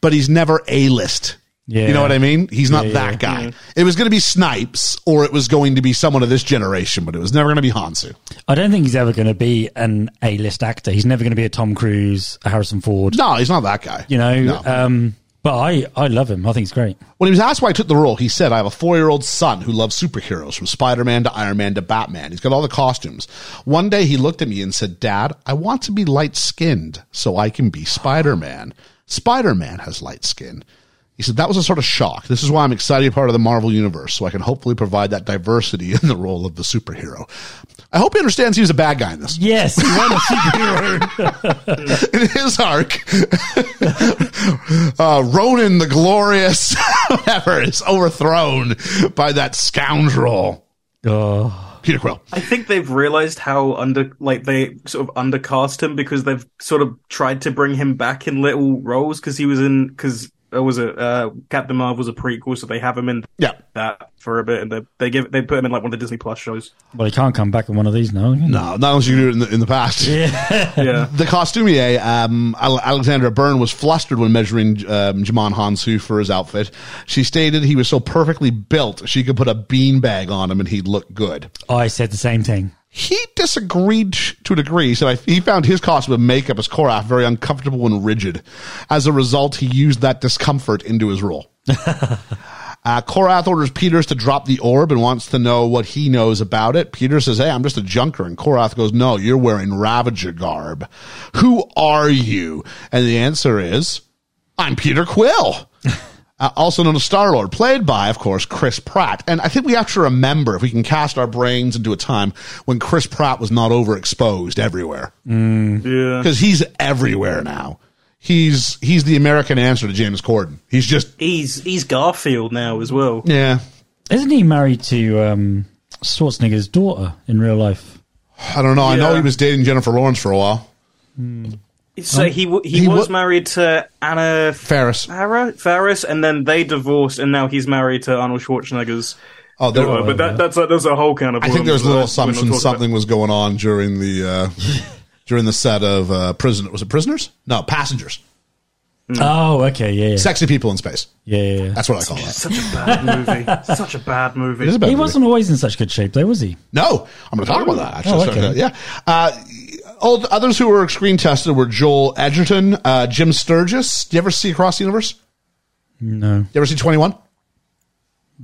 [SPEAKER 4] but he's never a list.
[SPEAKER 5] Yeah.
[SPEAKER 4] You know what I mean? He's not that
[SPEAKER 5] yeah.
[SPEAKER 4] guy. It was going to be Snipes, or it was going to be someone of this generation, but it was never going to be Hansu.
[SPEAKER 5] I don't think he's ever going to be an A-list actor. He's never going to be a Tom Cruise, a Harrison Ford.
[SPEAKER 4] No, he's not that guy.
[SPEAKER 5] You know,
[SPEAKER 4] No.
[SPEAKER 5] um, but I, I love him. I think he's great.
[SPEAKER 4] When he was asked why he took the role, he said, I have a four year old son who loves superheroes from Spider Man to Iron Man to Batman. He's got all the costumes. One day he looked at me and said, Dad, I want to be light skinned so I can be Spider Man. Spider Man has light skin. He said, That was a sort of shock. This is why I'm excited to be part of the Marvel Universe, so I can hopefully provide that diversity in the role of the superhero. I hope he understands he was a bad guy in this.
[SPEAKER 5] Yes, he won a superhero.
[SPEAKER 4] in his arc, uh, Ronan the Glorious, whatever, is overthrown by that scoundrel,
[SPEAKER 5] oh,
[SPEAKER 4] Peter Quill.
[SPEAKER 6] I think they've realised how under like they sort of undercast him because they've sort of tried to bring him back in little roles because he was in because. It was a uh, Captain Marvel's a prequel, so they have him in
[SPEAKER 4] Yeah.
[SPEAKER 6] that for a bit, and they, they give they put him in like one of the Disney Plus shows.
[SPEAKER 5] well, he can't come back in one of these now. can he?
[SPEAKER 4] No, not unless you do it in the, in the past.
[SPEAKER 6] Yeah,
[SPEAKER 4] The costumier, um, Al- Alexandra Byrne, was flustered when measuring um, Jamon Hansu for his outfit. She stated he was so perfectly built, she could put a beanbag on him and he'd look good.
[SPEAKER 5] I said the same thing.
[SPEAKER 4] He disagreed to a degree. He said I, he found his costume and makeup as Korath very uncomfortable and rigid. As a result, he used that discomfort into his role. Uh, Korath orders Peters to drop the orb and wants to know what he knows about it. Peter says, Hey, I'm just a junker. And Korath goes, No, you're wearing Ravager garb. Who are you? And the answer is, I'm Peter Quill. Uh, also known as Star Lord, played by, of course, Chris Pratt. And I think we have to remember, if we can cast our brains into a time when Chris Pratt was not overexposed everywhere,
[SPEAKER 6] Yeah.
[SPEAKER 4] because he's everywhere now. He's he's the American answer to James Corden. He's just
[SPEAKER 6] He's he's Garfield now as well.
[SPEAKER 4] yeah.
[SPEAKER 5] Isn't he married to um, Schwarzenegger's daughter in real life?
[SPEAKER 4] I don't know. I know
[SPEAKER 6] Yeah.
[SPEAKER 4] he was dating Jennifer Lawrence for a while.
[SPEAKER 6] So he w- he,
[SPEAKER 4] Um, He
[SPEAKER 6] was
[SPEAKER 4] wa-
[SPEAKER 6] married to Anna
[SPEAKER 4] Ferris.
[SPEAKER 6] Farah, Ferris, and then they divorced, and now he's married to Arnold Schwarzenegger's.
[SPEAKER 4] Oh, there,
[SPEAKER 6] daughter. but that, that's a, that's a whole kind of.
[SPEAKER 4] I think there was a little assumption something was going on during the uh, during the set of uh, prison. Was it prisoners? No, passengers.
[SPEAKER 5] Oh, okay, yeah, yeah,
[SPEAKER 4] Sexy people in space.
[SPEAKER 5] yeah. yeah, yeah.
[SPEAKER 4] That's what I call that.
[SPEAKER 6] Such a bad movie. Such a bad movie.
[SPEAKER 4] It is a bad
[SPEAKER 5] He
[SPEAKER 4] movie.
[SPEAKER 5] wasn't always in such good shape, though, was he?
[SPEAKER 4] No, I'm going to talk about that. Actually,
[SPEAKER 5] Oh,
[SPEAKER 4] Sorry,
[SPEAKER 5] okay.
[SPEAKER 4] yeah. Uh, all the others who were screen tested were Joel Edgerton, uh, Jim Sturgis. Do you ever see Across the Universe?
[SPEAKER 5] No,
[SPEAKER 4] You ever see 21?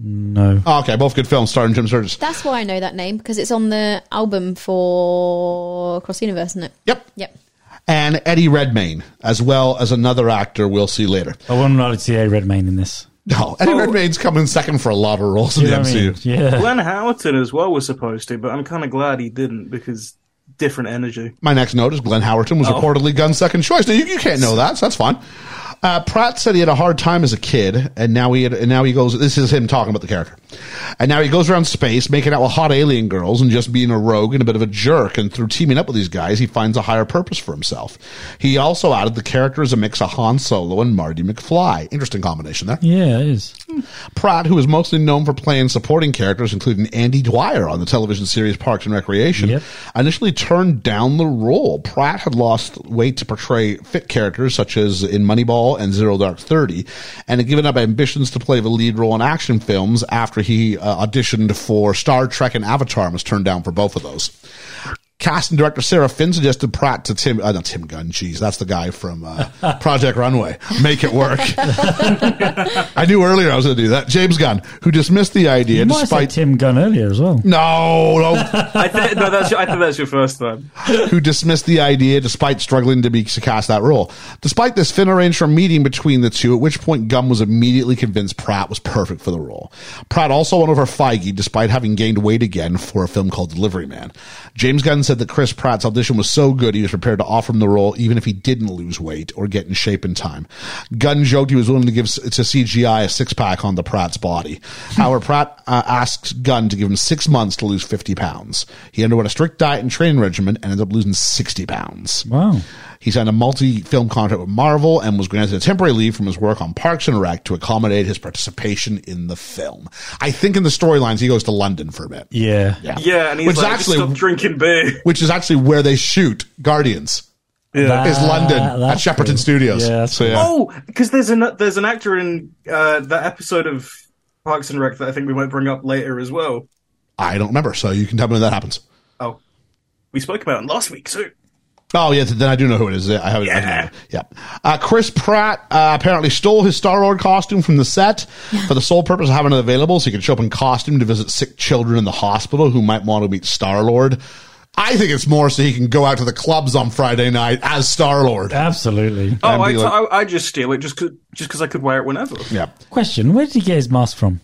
[SPEAKER 5] no.
[SPEAKER 4] Oh, okay, both good films starring Jim Sturgis.
[SPEAKER 10] That's why I know that name because it's on the album for Cross Universe, isn't it?
[SPEAKER 4] Yep.
[SPEAKER 10] Yep.
[SPEAKER 4] And Eddie Redmayne, as well as another actor we'll see later.
[SPEAKER 5] I want not to see a Redmayne in this.
[SPEAKER 4] No, Eddie Redmayne's coming second for a lot of roles in
[SPEAKER 5] Do you
[SPEAKER 4] the
[SPEAKER 5] know what I mean?
[SPEAKER 4] MCU.
[SPEAKER 5] Yeah.
[SPEAKER 6] Glenn Howerton as well was supposed to, but I'm kind of glad he didn't because different energy.
[SPEAKER 4] My next note is Glenn Howerton
[SPEAKER 5] Oh.
[SPEAKER 4] was reportedly Gunn's second choice. Now you, you can't know that, so that's fine. Uh, Pratt said he had a hard time as a kid, and now he had, and now he goes. This is him talking about the character, and now he goes around space making out with hot alien girls and just being a rogue and a bit of a jerk. And through teaming up with these guys, he finds a higher purpose for himself. He also added the character is a mix of Han Solo and Marty McFly. Interesting combination there.
[SPEAKER 5] Yeah, it is.
[SPEAKER 4] Pratt, who is mostly known for playing supporting characters, including Andy Dwyer on the television series Parks and Recreation,
[SPEAKER 5] Yep.
[SPEAKER 4] initially turned down the role. Pratt had lost weight to portray fit characters such as in Moneyball and Zero Dark Thirty, and had given up ambitions to play the lead role in action films after he uh, auditioned for Star Trek and Avatar and was turned down for both of those. Casting director Sarah Finn suggested Pratt to Tim, uh, not Tim Gunn, geez, that's the guy from uh, Project Runway. Make it work. I knew earlier I was going to do that. James Gunn, who dismissed the idea
[SPEAKER 5] You might have said
[SPEAKER 4] despite Mm.
[SPEAKER 5] Tim Gunn earlier as well.
[SPEAKER 4] no, no,
[SPEAKER 6] I think no, that's your, I think that's your first time.
[SPEAKER 4] who dismissed the idea despite struggling to be to cast that role. Despite this, Finn arranged for a meeting between the two, at which point Gunn was immediately convinced Pratt was perfect for the role. Pratt also went over Feige despite having gained weight again for a film called Delivery Man. James Gunn said that Chris Pratt's audition was so good he was prepared to offer him the role even if he didn't lose weight or get in shape in time. Gunn joked he was willing to give s- to CGI a six pack on the Pratt's body. Howard Pratt uh, asked Gunn to give him six months to lose 50 pounds. He underwent a strict diet and training regimen and ended up losing 60 pounds.
[SPEAKER 5] Wow.
[SPEAKER 4] He signed a multi film contract with Marvel and was granted a temporary leave from his work on Parks and Rec to accommodate his participation in the film. I think in the storylines, he goes to London for a bit.
[SPEAKER 5] Yeah.
[SPEAKER 6] Yeah, and he's
[SPEAKER 4] Which
[SPEAKER 6] like,
[SPEAKER 4] actually-
[SPEAKER 6] stop drinking beer.
[SPEAKER 4] Which is actually where they shoot Guardians.
[SPEAKER 5] That-
[SPEAKER 4] Is London at
[SPEAKER 5] that's
[SPEAKER 4] Shepperton
[SPEAKER 5] cool.
[SPEAKER 4] Studios.
[SPEAKER 5] Yeah, that's
[SPEAKER 4] so, yeah.
[SPEAKER 6] Oh, because there's an there's an actor in uh, that episode of Parks and Rec that I think we might bring up later as well.
[SPEAKER 4] I don't remember. So you can tell me when that happens.
[SPEAKER 6] Oh, we spoke about it last week too.
[SPEAKER 4] Oh yeah, then I do know who it is. I haven't.
[SPEAKER 6] Yeah.
[SPEAKER 4] Yeah. yeah. Uh, Chris Pratt uh, apparently stole his Star Lord costume from the set for the sole purpose of having it available, so he could show up in costume to visit sick children in the hospital who might want to meet Star Lord. I think it's more so he can go out to the clubs on Friday night as Star Lord.
[SPEAKER 5] Absolutely.
[SPEAKER 6] Oh,
[SPEAKER 4] And
[SPEAKER 6] I
[SPEAKER 4] be like-
[SPEAKER 6] I- I just steal it just cause, just because I could wear it whenever.
[SPEAKER 4] Yeah.
[SPEAKER 5] Question: Where did he get his mask from?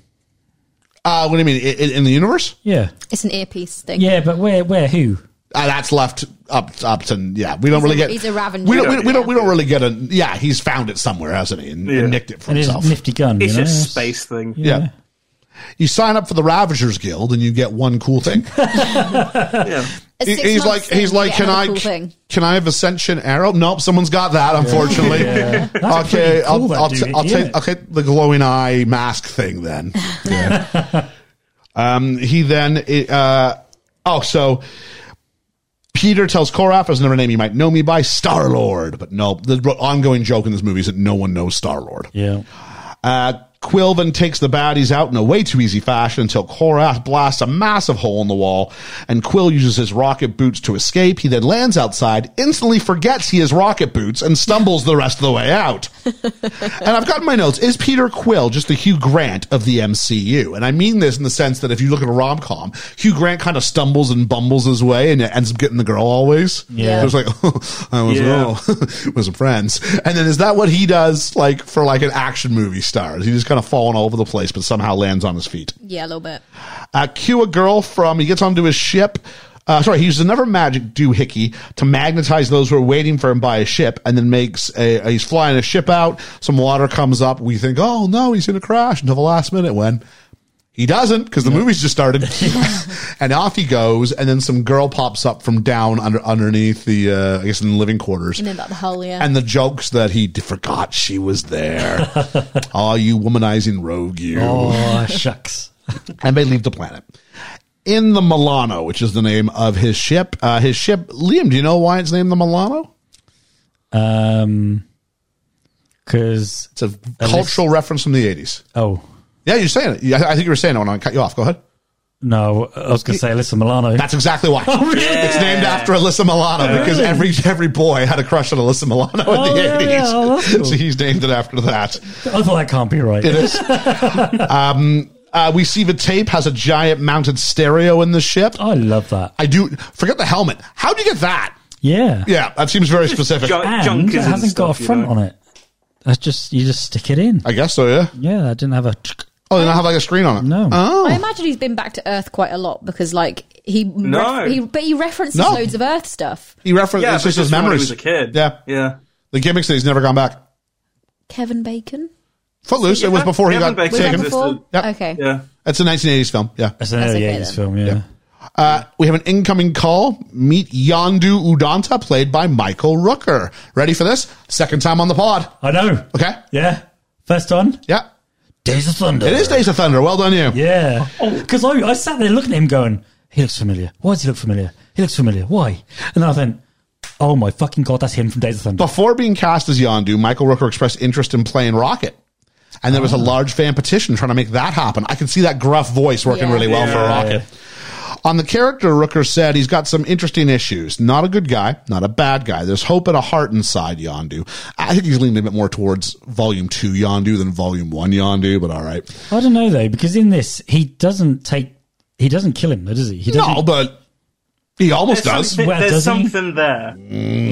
[SPEAKER 4] Uh, what do you mean i i- in the universe?
[SPEAKER 5] Yeah.
[SPEAKER 10] It's an earpiece thing.
[SPEAKER 5] Yeah, but where? Where? Who?
[SPEAKER 4] Uh, that's left up up to yeah. We don't
[SPEAKER 10] He's
[SPEAKER 4] really
[SPEAKER 10] a-
[SPEAKER 4] get.
[SPEAKER 10] he's a Ravenger.
[SPEAKER 4] We don't. We, we don't. We don't really get a. Yeah, he's found it somewhere, hasn't he? And, and
[SPEAKER 6] Yeah.
[SPEAKER 4] nicked it for
[SPEAKER 5] And his
[SPEAKER 4] himself.
[SPEAKER 5] nifty gun.
[SPEAKER 6] It's
[SPEAKER 5] you know?
[SPEAKER 6] a space thing.
[SPEAKER 4] Yeah. You sign up for the Ravagers Guild and you get one cool thing.
[SPEAKER 6] Yeah.
[SPEAKER 10] A
[SPEAKER 4] He-
[SPEAKER 10] six
[SPEAKER 4] he's like,
[SPEAKER 10] months
[SPEAKER 4] he's
[SPEAKER 10] thing,
[SPEAKER 4] like,
[SPEAKER 10] you
[SPEAKER 4] can
[SPEAKER 10] get
[SPEAKER 4] I,
[SPEAKER 10] another cool thing.
[SPEAKER 4] can I have Ascension Arrow? Nope, someone's got that, unfortunately. Okay,
[SPEAKER 5] pretty
[SPEAKER 4] I'll,
[SPEAKER 5] cool,
[SPEAKER 4] I'll,
[SPEAKER 5] that
[SPEAKER 4] t-
[SPEAKER 5] dude,
[SPEAKER 4] I'll
[SPEAKER 5] isn't
[SPEAKER 4] take,
[SPEAKER 5] it?
[SPEAKER 4] I'll take the glowing eye mask thing then. um, he then, uh, oh, so Peter tells Korath, "There's another name you might know me by, Star Lord." But no, the ongoing joke in this movie is that no one knows Star Lord.
[SPEAKER 5] Yeah.
[SPEAKER 4] Uh, Quill then takes the baddies out in a way too easy fashion until Korath blasts a massive hole in the wall, and Quill uses his rocket boots to escape. He then lands outside, instantly forgets he has rocket boots, and stumbles the rest of the way out. and I've got in my notes: Is Peter Quill just the Hugh Grant of the MCU? And I mean this in the sense that if you look at a rom com, Hugh Grant kind of stumbles and bumbles his way and ends up getting the girl always.
[SPEAKER 5] Yeah.
[SPEAKER 4] So it's like I was
[SPEAKER 6] Yeah.
[SPEAKER 4] wrong with some friends. And then is that what he does like for like an action movie star? Is he just kind of falling all over the place but somehow lands on his feet?
[SPEAKER 10] Yeah, a little bit.
[SPEAKER 4] Uh, cue a girl from he gets onto his ship. Uh, sorry, he uses another magic doohickey to magnetize those who are waiting for him by a ship, and then makes a, he's flying a ship out. Some water comes up. We think, oh no, he's going to crash until the last minute when he doesn't because the movie's just started. and off he goes, and then some girl pops up from down under underneath the uh, I guess in the living quarters.
[SPEAKER 10] And then that the whole yeah.
[SPEAKER 4] And the jokes that he d- forgot she was there. oh, you womanizing rogue, you.
[SPEAKER 5] Oh, shucks.
[SPEAKER 4] And they leave the planet. In the Milano, which is the name of his ship. Uh, his ship, Liam, do you know why it's named the Milano?
[SPEAKER 5] Um, because
[SPEAKER 4] It's a cultural reference from the 80s.
[SPEAKER 5] oh
[SPEAKER 4] Yeah, you're saying it. Yeah, I I think you were saying it when I cut you off. Go ahead.
[SPEAKER 5] no, I was gonna say Alyssa Milano.
[SPEAKER 4] That's exactly why.
[SPEAKER 5] Oh, really?
[SPEAKER 4] It's named after Alyssa Milano because every every boy had a crush on Alyssa Milano in
[SPEAKER 5] Oh,
[SPEAKER 4] the
[SPEAKER 5] yeah,
[SPEAKER 4] 80s.
[SPEAKER 5] yeah. Oh, that's cool.
[SPEAKER 4] So he's named it after that.
[SPEAKER 5] I thought that can't be right.
[SPEAKER 4] It is. um, uh, we see the tape has a giant mounted stereo in the ship.
[SPEAKER 5] I love that.
[SPEAKER 4] I do forget the helmet. How do you get that?
[SPEAKER 5] Yeah,
[SPEAKER 4] Yeah, that seems very specific.
[SPEAKER 6] Junk-
[SPEAKER 5] and
[SPEAKER 6] junkers
[SPEAKER 5] it
[SPEAKER 6] and
[SPEAKER 5] hasn't got
[SPEAKER 6] stuff,
[SPEAKER 5] a
[SPEAKER 6] you
[SPEAKER 5] front
[SPEAKER 6] know.
[SPEAKER 5] on it. That's just you just stick it in.
[SPEAKER 4] I guess so. Yeah.
[SPEAKER 5] Yeah, that didn't have a.
[SPEAKER 4] Oh, they don't have like a screen on it.
[SPEAKER 5] No.
[SPEAKER 4] Oh.
[SPEAKER 10] I imagine he's been back to Earth quite a lot because, like, he,
[SPEAKER 6] No.
[SPEAKER 10] he but he references
[SPEAKER 4] No.
[SPEAKER 10] loads of Earth stuff.
[SPEAKER 4] He referenced
[SPEAKER 6] Yeah,
[SPEAKER 4] it's
[SPEAKER 6] but
[SPEAKER 4] just his
[SPEAKER 6] from when he
[SPEAKER 4] memories.
[SPEAKER 6] was a kid.
[SPEAKER 4] Yeah.
[SPEAKER 6] yeah.
[SPEAKER 4] The gimmicks that he's never gone back.
[SPEAKER 10] Kevin Bacon.
[SPEAKER 4] Footloose. it was
[SPEAKER 6] Yeah,
[SPEAKER 4] before he
[SPEAKER 6] Kevin
[SPEAKER 4] got
[SPEAKER 6] Bacon
[SPEAKER 10] Was that
[SPEAKER 4] taken.
[SPEAKER 6] existed.
[SPEAKER 10] before?
[SPEAKER 4] Yep.
[SPEAKER 10] Okay.
[SPEAKER 6] Yeah.
[SPEAKER 4] That's a 1980s film. Yeah.
[SPEAKER 5] That's an
[SPEAKER 10] That's
[SPEAKER 5] early
[SPEAKER 10] okay
[SPEAKER 5] '80s
[SPEAKER 10] then.
[SPEAKER 5] film. Yeah.
[SPEAKER 4] Uh, we have an incoming call. Meet Yandu Udanta, played by Michael Rooker. Ready for this? Second time on the pod.
[SPEAKER 5] I know.
[SPEAKER 4] Okay.
[SPEAKER 5] Yeah, first on
[SPEAKER 4] Yeah.
[SPEAKER 5] Days of Thunder.
[SPEAKER 4] It is Days of Thunder. Well done, you.
[SPEAKER 5] Yeah, because Oh, I, I sat there looking at him, going, "He looks familiar. Why does he look familiar? He looks familiar. Why?" And I think, "Oh my fucking god, that's him from Days of Thunder."
[SPEAKER 4] Before being cast as Yondu, Michael Rooker expressed interest in playing Rocket. And there was a
[SPEAKER 5] Ah.
[SPEAKER 4] large fan petition trying to make that happen. I could see that gruff voice working
[SPEAKER 10] Yeah.
[SPEAKER 4] really well for
[SPEAKER 6] Yeah.
[SPEAKER 4] Rocket. On the character, Rooker said he's got some interesting issues. Not a good guy, not a bad guy. There's hope and a heart inside Yondu. I think he's leaning a bit more towards Volume 2 Yondu than Volume 1 Yondu, but all right.
[SPEAKER 5] I don't know though, because in this he doesn't take, he doesn't kill him, though, does he? He doesn't.
[SPEAKER 4] No, but he almost does.
[SPEAKER 6] something,
[SPEAKER 5] Well,
[SPEAKER 6] there's
[SPEAKER 5] does he?
[SPEAKER 6] something there.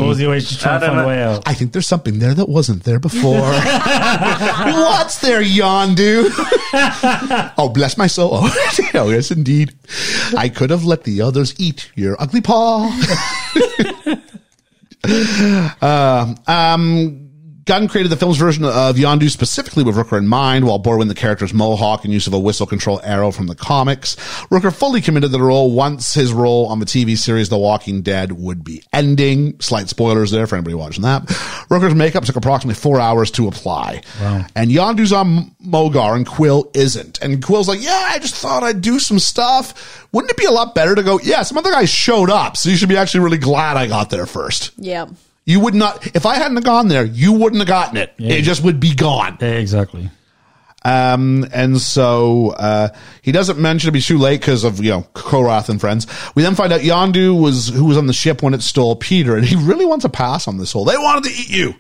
[SPEAKER 5] Or is he always just trying to
[SPEAKER 6] I
[SPEAKER 5] find
[SPEAKER 6] don't
[SPEAKER 5] a way out?
[SPEAKER 4] I think there's something there that wasn't there before. What's there, Yondu? oh, bless my soul. Oh, yes, indeed. I could have let the others eat your ugly paw. um, um, Gunn created the film's version of Yondu specifically with Rooker in mind, while borrowing the character's mohawk and use of a whistle control arrow from the comics. Rooker fully committed to the role once his role on the TV series The Walking Dead would be ending. Slight spoilers there for anybody watching that. Rooker's makeup took approximately four hours to apply. And Yondu's on Mogar and Quill isn't. And Quill's like, yeah, I just thought I'd do some stuff. Wouldn't it be a lot better to go, yeah, some other guy showed up, so you should be actually really glad I got there first.
[SPEAKER 10] Yeah.
[SPEAKER 4] You would not, if I hadn't have gone there, you wouldn't have gotten it. It just would be gone.
[SPEAKER 5] Yeah, exactly.
[SPEAKER 4] Um, and so, uh, he doesn't mention to be too late because of, you know, Korath and friends. We then find out Yondu was, who was on the ship when it stole Peter, and he really wants a pass on this whole, they wanted to eat you.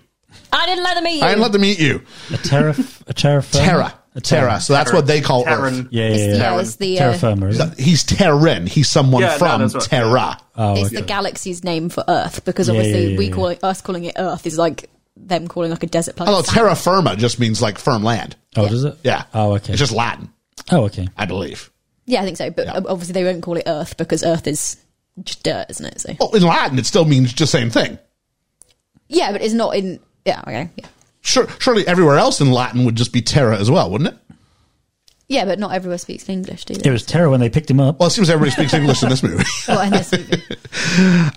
[SPEAKER 10] I didn't let them eat you.
[SPEAKER 4] I didn't let them eat you.
[SPEAKER 5] A terra, a terra,
[SPEAKER 4] Terra. Terra. So that's what they call Earth.
[SPEAKER 6] Terran.
[SPEAKER 5] Yeah, yeah,
[SPEAKER 10] It's the,
[SPEAKER 5] yeah.
[SPEAKER 10] yeah, it's the,
[SPEAKER 5] Terra
[SPEAKER 10] uh,
[SPEAKER 5] firma. Isn't it?
[SPEAKER 4] He's Terran. He's someone
[SPEAKER 6] Yeah, no,
[SPEAKER 4] from
[SPEAKER 6] that's what-
[SPEAKER 4] Terra.
[SPEAKER 5] Oh,
[SPEAKER 10] it's the
[SPEAKER 5] okay.
[SPEAKER 10] galaxy's name for Earth because
[SPEAKER 5] Yeah, yeah,
[SPEAKER 10] obviously
[SPEAKER 5] yeah,
[SPEAKER 10] we
[SPEAKER 5] yeah.
[SPEAKER 10] call it, us calling it Earth is like them calling like a desert planet.
[SPEAKER 4] Although terra firma just means like firm land.
[SPEAKER 5] oh, does it?
[SPEAKER 4] Yeah.
[SPEAKER 5] Oh, okay.
[SPEAKER 4] It's just Latin,
[SPEAKER 5] oh, okay.
[SPEAKER 4] I believe.
[SPEAKER 10] Yeah, I think so. But ob- obviously they won't call it Earth because Earth is just dirt, isn't it? So
[SPEAKER 4] Well, in Latin, it still means the same thing.
[SPEAKER 10] yeah, but it's not in. Yeah, okay. Yeah,
[SPEAKER 4] Sure, surely everywhere else in Latin would just be terra as well, wouldn't it?
[SPEAKER 10] yeah but not everywhere speaks English, do
[SPEAKER 5] It
[SPEAKER 10] they?
[SPEAKER 5] was terror when they picked him up.
[SPEAKER 4] Well, it seems everybody speaks English in this movie.
[SPEAKER 10] Well, in this movie.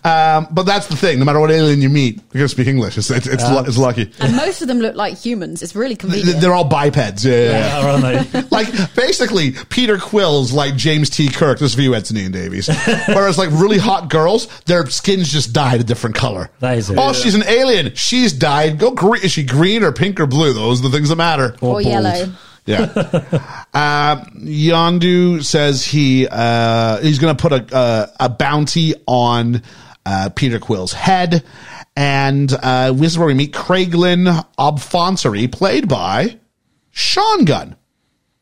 [SPEAKER 4] Um, but that's the thing. No matter what alien you meet, they're going to speak English. It's, it's, it's, lu- it's lucky.
[SPEAKER 10] and most of them look like humans. It's really
[SPEAKER 4] Th-
[SPEAKER 10] convenient.
[SPEAKER 4] They're all bipeds. Yeah, yeah, yeah.
[SPEAKER 5] Yeah, aren't they?
[SPEAKER 4] Like basically, Peter Quill's like James T. Kirk. This is for you, Anthony and Davies. Whereas like really hot girls, their skins just dyed a different color.
[SPEAKER 5] That is it.
[SPEAKER 4] Oh, she's an alien. She's dyed. Go green. Is she green or pink or blue? Those are the things that matter.
[SPEAKER 10] or
[SPEAKER 5] bald.
[SPEAKER 10] yellow.
[SPEAKER 4] Yeah. uh, Yondu says he uh, he's going to put a, a a bounty on uh, Peter Quill's head, and uh, this is where we meet Craiglin Obfonsery, played by Sean Gunn.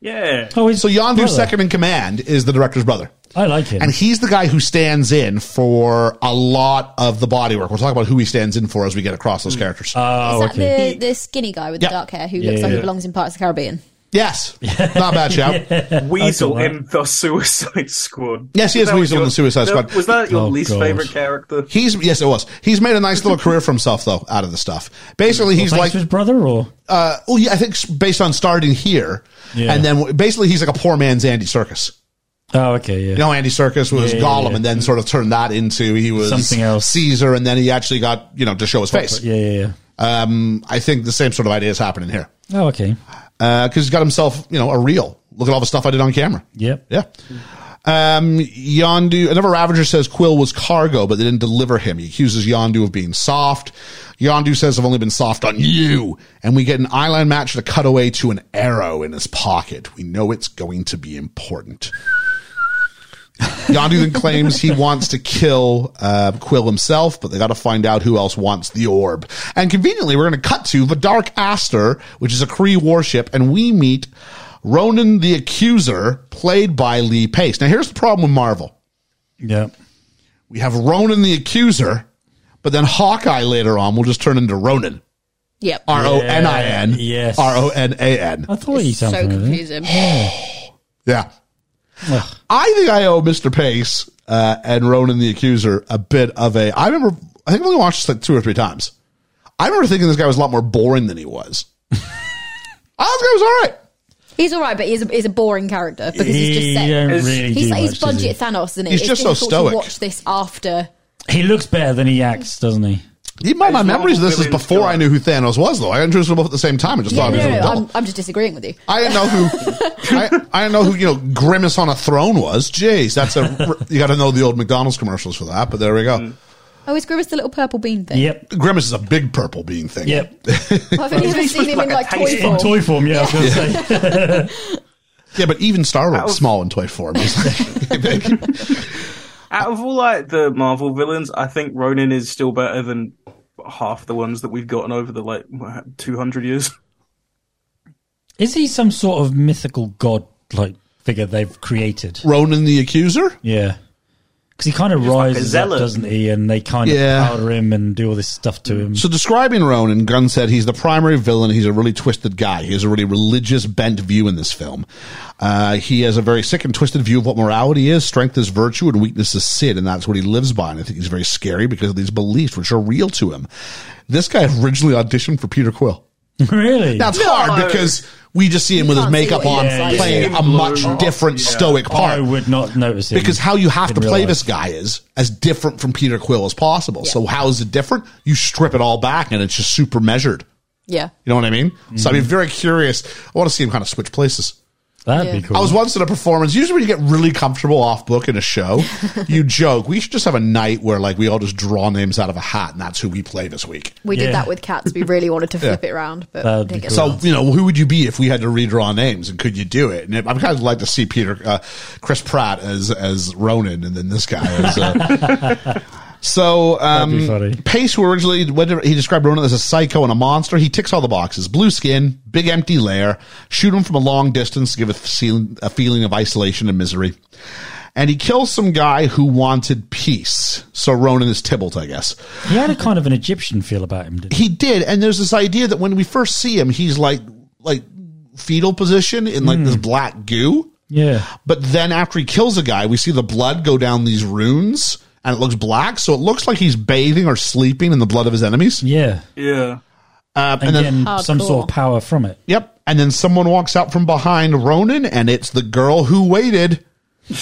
[SPEAKER 6] Yeah.
[SPEAKER 5] Oh, he's
[SPEAKER 4] So Yondu's
[SPEAKER 5] brother.
[SPEAKER 4] second in command is the director's brother.
[SPEAKER 5] I like him.
[SPEAKER 4] And he's the guy who stands in for a lot of the body work. We'll talk about who he stands in for as we get across those characters.
[SPEAKER 8] Uh,
[SPEAKER 5] oh,
[SPEAKER 10] Is that
[SPEAKER 5] okay.
[SPEAKER 10] the, the skinny guy with
[SPEAKER 4] Yeah.
[SPEAKER 10] the dark hair who
[SPEAKER 5] Yeah,
[SPEAKER 10] looks like
[SPEAKER 5] yeah.
[SPEAKER 10] he belongs in parts of the Caribbean?
[SPEAKER 4] yes. Not a bad shout.
[SPEAKER 6] Weasel
[SPEAKER 5] that.
[SPEAKER 6] in the Suicide Squad.
[SPEAKER 4] Yes, he is
[SPEAKER 6] That was
[SPEAKER 4] Weasel in
[SPEAKER 6] your-
[SPEAKER 4] the Suicide
[SPEAKER 6] that-
[SPEAKER 4] Squad.
[SPEAKER 6] Was that your
[SPEAKER 5] Oh,
[SPEAKER 6] least
[SPEAKER 5] God.
[SPEAKER 6] favorite character?
[SPEAKER 4] He's yes, it was. He's made a nice little career for himself though out of the stuff. Basically, he's
[SPEAKER 5] Thanks
[SPEAKER 4] like,
[SPEAKER 5] to his brother, or
[SPEAKER 4] uh, oh yeah, I think s- based on starting here,
[SPEAKER 5] Yeah.
[SPEAKER 4] and then basically he's like a poor man's Andy Circus.
[SPEAKER 5] oh, okay, yeah.
[SPEAKER 4] You know, Andy Circus was
[SPEAKER 5] Yeah, yeah,
[SPEAKER 4] Gollum,
[SPEAKER 5] yeah.
[SPEAKER 4] and then sort of turned that into he was
[SPEAKER 5] Something else.
[SPEAKER 4] Caesar, and then he actually got you know to show his face.
[SPEAKER 5] yeah, yeah, yeah.
[SPEAKER 4] Um, I think the same sort of idea is happening here
[SPEAKER 5] Oh, okay.
[SPEAKER 4] because he's got himself you know a reel. Look at all the stuff I did on camera.
[SPEAKER 5] Yep.
[SPEAKER 4] Yeah. Um, Yondu, another Ravager says Quill was cargo, but they didn't deliver him. He accuses Yondu of being soft. Yondu says, I've only been soft on you. And we get an island match with a cutaway to an arrow in his pocket. We know it's going to be important. Yondu then claims he wants to kill uh, Quill himself, but they got to find out who else wants the orb. And conveniently, we're going to cut to the Dark Aster, which is a Kree warship, and we meet Ronan the Accuser, played by Lee Pace. Now, here's the problem with Marvel
[SPEAKER 5] Yeah.
[SPEAKER 4] we have Ronan the Accuser, but then Hawkeye later on will just turn into Ronan.
[SPEAKER 10] Yep.
[SPEAKER 4] R O N I N.
[SPEAKER 5] yes.
[SPEAKER 4] R O N A N.
[SPEAKER 5] I thought he
[SPEAKER 10] so
[SPEAKER 5] sounded familiar.
[SPEAKER 10] confusing.
[SPEAKER 4] Yeah.
[SPEAKER 5] Ugh.
[SPEAKER 4] I think I owe Mr. Pace uh, and Ronan the Accuser a bit of a. I remember, I think I only watched this like two or three times. I remember thinking this guy was a lot more boring than he was. I thought this guy was all right.
[SPEAKER 10] He's all right, but he's a, he's a boring character because he's just
[SPEAKER 5] He
[SPEAKER 10] set.
[SPEAKER 5] don't
[SPEAKER 6] He's-
[SPEAKER 5] really
[SPEAKER 10] He's
[SPEAKER 5] do
[SPEAKER 10] like he's
[SPEAKER 5] much, does
[SPEAKER 10] budget Thanos, isn't he?
[SPEAKER 4] He's
[SPEAKER 10] It's
[SPEAKER 4] just so
[SPEAKER 10] difficult to
[SPEAKER 4] stoic.
[SPEAKER 10] Watch this after.
[SPEAKER 5] he? he looks better than he acts, doesn't he?
[SPEAKER 4] Even my, my
[SPEAKER 6] It's
[SPEAKER 4] memories of this is
[SPEAKER 6] Marvel
[SPEAKER 4] before I
[SPEAKER 6] villains,
[SPEAKER 4] knew who Thanos was, though. I introduced them both at the same time. I just
[SPEAKER 10] Yeah,
[SPEAKER 4] thought
[SPEAKER 10] no,
[SPEAKER 4] he was a
[SPEAKER 10] no,
[SPEAKER 4] villain.
[SPEAKER 10] I'm, I'm just disagreeing with you.
[SPEAKER 4] I didn't know who I, I didn't know who you know grimace on a throne was. Jeez, that's a you got to know the old McDonald's commercials for that. But there we go.
[SPEAKER 10] Oh, is Grimace the little purple bean thing?
[SPEAKER 5] Yep.
[SPEAKER 4] Grimace is a big purple being thing.
[SPEAKER 5] Yep.
[SPEAKER 10] Well, I've only ever seen him in like
[SPEAKER 6] like a
[SPEAKER 10] toy
[SPEAKER 5] In
[SPEAKER 6] taste
[SPEAKER 10] form.
[SPEAKER 5] toy form, yeah, I was going to say.
[SPEAKER 4] Yeah, but even Star Lord's small in toy form. He's like, big.
[SPEAKER 6] Out of all like the Marvel villains, I think Ronan is still better than half the ones that we've gotten over the like two hundred years.
[SPEAKER 5] Is he some sort of mythical god like figure they've created?
[SPEAKER 4] Ronan the Accuser.
[SPEAKER 5] Yeah. Because he kind of
[SPEAKER 6] like a
[SPEAKER 5] rises up,
[SPEAKER 6] zealot.
[SPEAKER 5] doesn't he? And they kind of
[SPEAKER 4] Yeah.
[SPEAKER 5] powder him and do all this stuff to him.
[SPEAKER 4] So describing Ronan, Gunn said he's the primary villain. He's a really twisted guy. He has a really religious bent view in this film. Uh, he has a very sick and twisted view of what morality is. Strength is virtue and weakness is sin. And that's what he lives by. And I think he's very scary because of these beliefs, which are real to him. This guy originally auditioned for Peter Quill.
[SPEAKER 5] really?
[SPEAKER 4] Now it's hard because we just see him with his
[SPEAKER 10] can't see
[SPEAKER 4] makeup
[SPEAKER 10] what
[SPEAKER 4] on
[SPEAKER 10] he looks like.
[SPEAKER 4] playing
[SPEAKER 6] Yeah.
[SPEAKER 4] a much
[SPEAKER 6] Blue.
[SPEAKER 4] different
[SPEAKER 6] Yeah.
[SPEAKER 4] stoic part
[SPEAKER 5] I would not notice him.
[SPEAKER 4] because how you have
[SPEAKER 5] in
[SPEAKER 4] to
[SPEAKER 5] real
[SPEAKER 4] play
[SPEAKER 5] life.
[SPEAKER 4] this guy is as different from Peter Quill as possible. So how is it different? You strip it all back and it's just super measured.
[SPEAKER 10] Yeah.
[SPEAKER 4] You know what I mean? So I'd be very curious. I want to see him kind of switch places.
[SPEAKER 5] That'd be
[SPEAKER 10] Yeah.
[SPEAKER 5] cool.
[SPEAKER 4] I was once in a performance. Usually, when you get really comfortable off book in a show, you joke we should just have a night where like we all just draw names out of a hat and that's who we play this week.
[SPEAKER 10] We
[SPEAKER 5] Yeah.
[SPEAKER 10] did that with cats. We really wanted to flip it around, but
[SPEAKER 5] That'd
[SPEAKER 10] didn't
[SPEAKER 5] be
[SPEAKER 10] get
[SPEAKER 5] cool.
[SPEAKER 4] So you know who would you be if we had to redraw names and could you do it? And if, I'm kind of like to see Peter, uh, Chris Pratt as as Ronan, and then this guy as. Uh, so
[SPEAKER 5] be
[SPEAKER 4] um,
[SPEAKER 5] funny.
[SPEAKER 4] Pace, who originally whatever, he described Ronan as a psycho and a monster, he ticks all the boxes: blue skin, big empty lair, shoot him from a long distance to give a feeling, a feeling of isolation and misery. And he kills some guy who wanted peace. So Ronan is Tybalt, I guess.
[SPEAKER 5] he had a kind of an Egyptian feel about him, didn't he?
[SPEAKER 4] He did, and there's this idea that when we first see him, he's like like fetal position in like this black goo.
[SPEAKER 5] Yeah.
[SPEAKER 4] But then after he kills a guy, we see the blood go down these runes and it looks black. So it looks like he's bathing or sleeping in the blood of his enemies.
[SPEAKER 5] Yeah.
[SPEAKER 6] Yeah.
[SPEAKER 4] Uh,
[SPEAKER 5] And,
[SPEAKER 4] and then
[SPEAKER 5] getting some sort
[SPEAKER 10] Oh, cool.
[SPEAKER 5] of power from it.
[SPEAKER 4] Yep. And then someone walks out from behind Ronan and it's the girl who waited.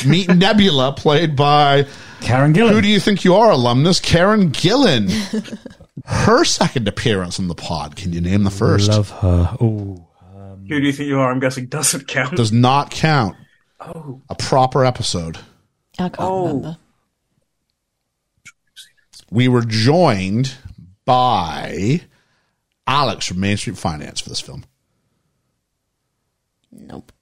[SPEAKER 4] Meet Nebula, played by
[SPEAKER 5] Karen Gillan.
[SPEAKER 4] Who do you think you are, alumnus? Karen Gillan. Her second appearance on the pod. Can you name the first?
[SPEAKER 5] Love her. Ooh.
[SPEAKER 6] Who do you think you are? I'm guessing doesn't count.
[SPEAKER 4] Mm. does not count.
[SPEAKER 10] Oh.
[SPEAKER 4] A proper episode.
[SPEAKER 10] I can't
[SPEAKER 4] Oh.
[SPEAKER 8] Oh,
[SPEAKER 10] remember.
[SPEAKER 4] We were joined by Alex from Main Street Finance for this film.
[SPEAKER 10] Nope.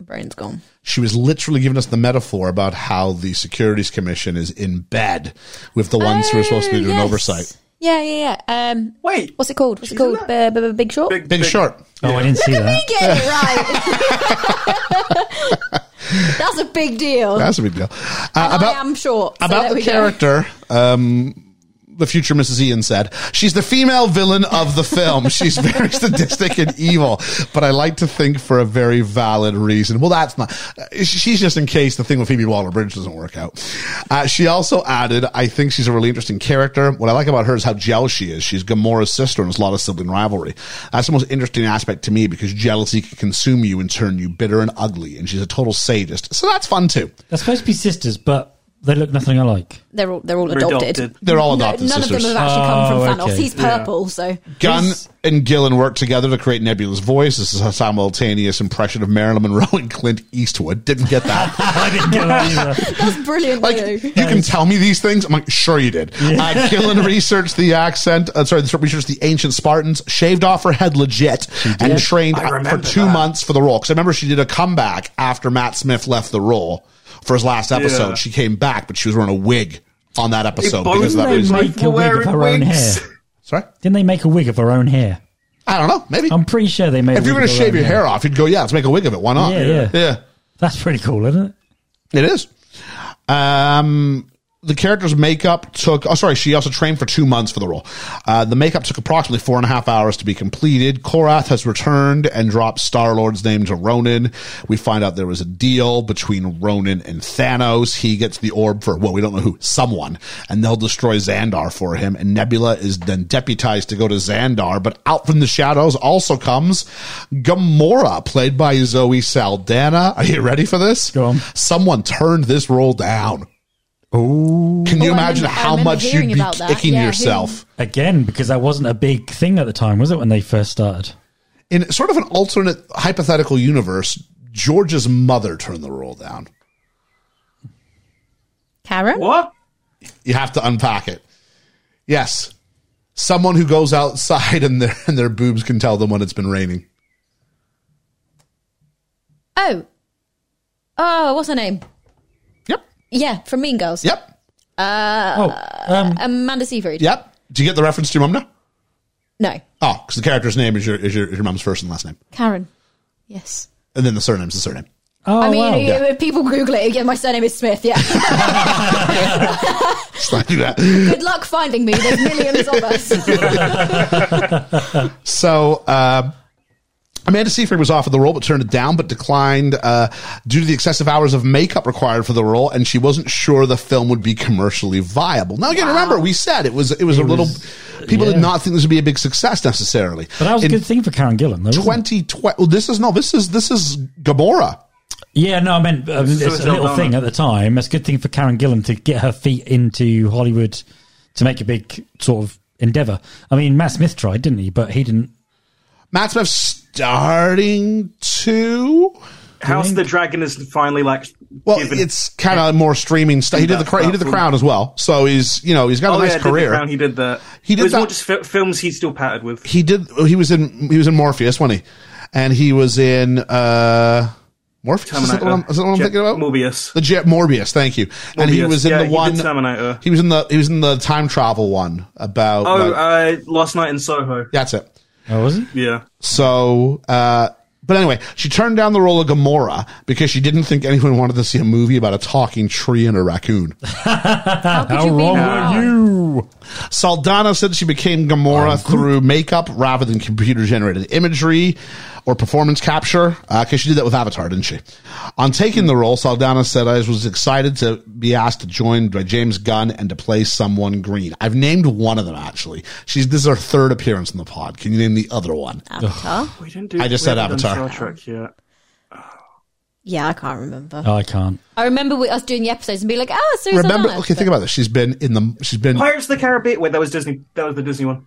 [SPEAKER 10] Brain's gone.
[SPEAKER 4] she was literally giving us the metaphor about how the Securities Commission is in bed with the ones who are supposed to be doing
[SPEAKER 10] Oh, yes.
[SPEAKER 4] oversight.
[SPEAKER 10] Yeah, yeah, yeah. Um,
[SPEAKER 6] Wait.
[SPEAKER 10] what's it called? What's it
[SPEAKER 6] She's
[SPEAKER 10] called?
[SPEAKER 6] in
[SPEAKER 10] B- b- big Short.
[SPEAKER 6] Big,
[SPEAKER 4] Big, Short.
[SPEAKER 5] Oh, I didn't see that.
[SPEAKER 10] Get it right. That's a big deal.
[SPEAKER 4] That's a big deal. Uh, about
[SPEAKER 10] Oh, I am short. so
[SPEAKER 4] about
[SPEAKER 10] there
[SPEAKER 4] the
[SPEAKER 10] we go.
[SPEAKER 4] character, um, the future Mrs. Ian said, she's the female villain of the film. she's very sadistic and evil, but I like to think for a very valid reason. Well, that's not. uh, She's just in case the thing with Phoebe Waller Bridge doesn't work out. Uh, she also added, I think she's a really interesting character. What I like about her is how jealous she is. She's Gamora's sister and there's a lot of sibling rivalry. That's the most interesting aspect to me because jealousy can consume you and turn you bitter and ugly, and she's a total sadist. So that's fun too.
[SPEAKER 5] They're supposed to be sisters, but they look nothing alike.
[SPEAKER 10] They're all they're all adopted.
[SPEAKER 6] Adopted.
[SPEAKER 4] They're all
[SPEAKER 10] No,
[SPEAKER 4] adopted
[SPEAKER 10] none
[SPEAKER 4] sisters.
[SPEAKER 10] of them have actually come
[SPEAKER 5] Oh,
[SPEAKER 10] from Thanos.
[SPEAKER 5] okay.
[SPEAKER 10] He's purple, so
[SPEAKER 4] Gunn
[SPEAKER 5] This-
[SPEAKER 4] and Gillen worked together to create Nebula's voice. This is a simultaneous impression of Marilyn Monroe and Clint Eastwood. Didn't get that.
[SPEAKER 5] I didn't get that either.
[SPEAKER 10] that's brilliant.
[SPEAKER 4] Like,
[SPEAKER 10] though.
[SPEAKER 4] you can tell me these things. I'm like, sure you did. Uh, Gillen researched the accent. Uh, sorry, researched the ancient Spartans, shaved off her head legit, and trained
[SPEAKER 6] I
[SPEAKER 4] for
[SPEAKER 6] remember
[SPEAKER 4] two
[SPEAKER 6] that.
[SPEAKER 4] months for the role. Because I remember she did a comeback after Matt Smith left the role for his last episode.
[SPEAKER 6] Yeah.
[SPEAKER 4] She came back, but she was wearing a wig on that episode
[SPEAKER 6] both
[SPEAKER 4] because of that
[SPEAKER 6] names
[SPEAKER 4] reason.
[SPEAKER 6] like-
[SPEAKER 5] Make a
[SPEAKER 6] We're
[SPEAKER 5] wig of her
[SPEAKER 6] wearing
[SPEAKER 5] own hair.
[SPEAKER 6] wigs.
[SPEAKER 4] Sorry,
[SPEAKER 5] Didn't they make a wig of her own hair?
[SPEAKER 4] I don't know. Maybe
[SPEAKER 5] I'm pretty sure they made.
[SPEAKER 4] if
[SPEAKER 5] a
[SPEAKER 4] you're
[SPEAKER 5] wig
[SPEAKER 4] going
[SPEAKER 5] of
[SPEAKER 4] to
[SPEAKER 5] her
[SPEAKER 4] shave
[SPEAKER 5] own
[SPEAKER 4] your hair
[SPEAKER 5] hair
[SPEAKER 4] off, you'd go, yeah, let's make a wig of it. Why not?
[SPEAKER 5] Yeah, yeah.
[SPEAKER 4] yeah.
[SPEAKER 5] That's pretty cool, isn't it?
[SPEAKER 4] It is. Um, the character's makeup took. Oh, sorry. She also trained for two months for the role. Uh, the makeup took approximately four and a half hours to be completed. Korath has returned and dropped Star Lord's name to Ronan. We find out there was a deal between Ronan and Thanos. He gets the orb for well, we don't know who, someone, and they'll destroy Xandar for him. And Nebula is then deputized to go to Xandar, but out from the shadows also comes Gamora, played by Zoe Saldana. Are you ready for this?
[SPEAKER 5] Go on.
[SPEAKER 4] someone turned this role down. Oh, can you imagine how
[SPEAKER 10] remember
[SPEAKER 4] much you'd
[SPEAKER 10] hearing
[SPEAKER 4] be
[SPEAKER 10] about that.
[SPEAKER 4] kicking
[SPEAKER 10] Yeah, who-
[SPEAKER 4] yourself
[SPEAKER 5] Again, because that wasn't a big thing at the time, was it? When they first started,
[SPEAKER 4] in sort of an alternate hypothetical universe? George's mother turned the role down.
[SPEAKER 10] Karen.
[SPEAKER 6] What?
[SPEAKER 4] You have to unpack it. Yes, someone who goes outside and their and their boobs can tell them when it's been raining.
[SPEAKER 10] Oh, oh, what's her name?
[SPEAKER 4] Yep.
[SPEAKER 10] Yeah, from Mean Girls.
[SPEAKER 4] Yep.
[SPEAKER 5] oh, um,
[SPEAKER 10] Amanda Seyfried.
[SPEAKER 4] Yep. Do you get the reference to your mum now?
[SPEAKER 10] No,
[SPEAKER 4] Oh, because the character's name is your is your, is your mum's first and last name,
[SPEAKER 10] Karen. Yes.
[SPEAKER 4] and then the surname's the surname.
[SPEAKER 5] oh
[SPEAKER 10] I mean,
[SPEAKER 5] wow.
[SPEAKER 10] you- if people Google it. Yeah, my surname is Smith. Yeah.
[SPEAKER 4] Just like that.
[SPEAKER 10] Good luck finding me. There's millions of us.
[SPEAKER 4] So uh, Amanda Seyfried was offered the role but turned it down, but declined uh, due to the excessive hours of makeup required for the role, and she wasn't sure the film would be commercially viable. Now again, remember we said it was it was a little. people
[SPEAKER 5] yeah.
[SPEAKER 4] did not think this would be a big success necessarily.
[SPEAKER 5] but that was a
[SPEAKER 4] In
[SPEAKER 5] good thing for Karen Gillan, though. wasn't it?
[SPEAKER 4] 2012. Well, this is no. This is this is Gamora.
[SPEAKER 5] Yeah, no, I meant um, it's
[SPEAKER 6] Suicide
[SPEAKER 5] a little
[SPEAKER 6] Bomber.
[SPEAKER 5] thing at the time. It's a good thing for Karen Gillan to get her feet into Hollywood to make a big sort of endeavor. I mean, Matt Smith tried, didn't he? But he didn't.
[SPEAKER 4] Matt Smith starting to.
[SPEAKER 6] House of the Dragon is finally like.
[SPEAKER 4] Well,
[SPEAKER 6] given-
[SPEAKER 4] it's kind of more streaming stuff. He did the cra- he did the crown as well, so he's you know he's got a
[SPEAKER 6] Oh,
[SPEAKER 4] nice
[SPEAKER 6] yeah,
[SPEAKER 4] career.
[SPEAKER 6] Did the Crown, he did that.
[SPEAKER 4] He
[SPEAKER 6] He
[SPEAKER 4] did
[SPEAKER 6] did it was
[SPEAKER 4] that-
[SPEAKER 6] More just fi- films he's still pattered with.
[SPEAKER 4] he did he was in he was in Morpheus wasn't he and he was in uh Morpheus is that the
[SPEAKER 6] Terminator.
[SPEAKER 4] one, is that the one I'm
[SPEAKER 6] Jet-
[SPEAKER 4] thinking about
[SPEAKER 6] Morbius.
[SPEAKER 4] the Jet Morbius thank you and he
[SPEAKER 6] Morbius.
[SPEAKER 4] was in
[SPEAKER 6] Yeah,
[SPEAKER 4] the
[SPEAKER 6] he did
[SPEAKER 4] one
[SPEAKER 6] Terminator.
[SPEAKER 4] he was in the he was in the time travel one about
[SPEAKER 6] Oh,
[SPEAKER 4] like-
[SPEAKER 6] uh, Last Night in Soho.
[SPEAKER 4] that's it
[SPEAKER 5] Oh, was he?
[SPEAKER 6] Yeah.
[SPEAKER 4] so uh but anyway, she turned down the role of Gamora because she didn't think anyone wanted to see a movie about a talking tree and a raccoon.
[SPEAKER 10] How could
[SPEAKER 5] How
[SPEAKER 10] you be
[SPEAKER 5] wrong
[SPEAKER 10] wrong?
[SPEAKER 5] were you?
[SPEAKER 4] Saldana said she became Gamora through makeup rather than computer generated imagery or performance capture, because she did that with Avatar, didn't she? On taking the role, Saldana said, I was excited to be asked to join by James Gunn and to play someone green. I've named one of them, actually. She's This is her third appearance in the pod. Can you name the other one?
[SPEAKER 10] Avatar.
[SPEAKER 6] We didn't do.
[SPEAKER 4] I just
[SPEAKER 6] we
[SPEAKER 4] said
[SPEAKER 6] haven't done
[SPEAKER 4] Avatar.
[SPEAKER 6] Star Trek yet.
[SPEAKER 10] Yeah, I can't remember.
[SPEAKER 5] Oh, I can't.
[SPEAKER 10] I remember we, us doing the episodes and being like, "Oh, Sue
[SPEAKER 4] Remember,
[SPEAKER 10] Saldana."
[SPEAKER 4] okay, think about this. She's been in the, she's been,
[SPEAKER 6] Pirates of the Caribbean. Wait, that was Disney. That was the Disney one.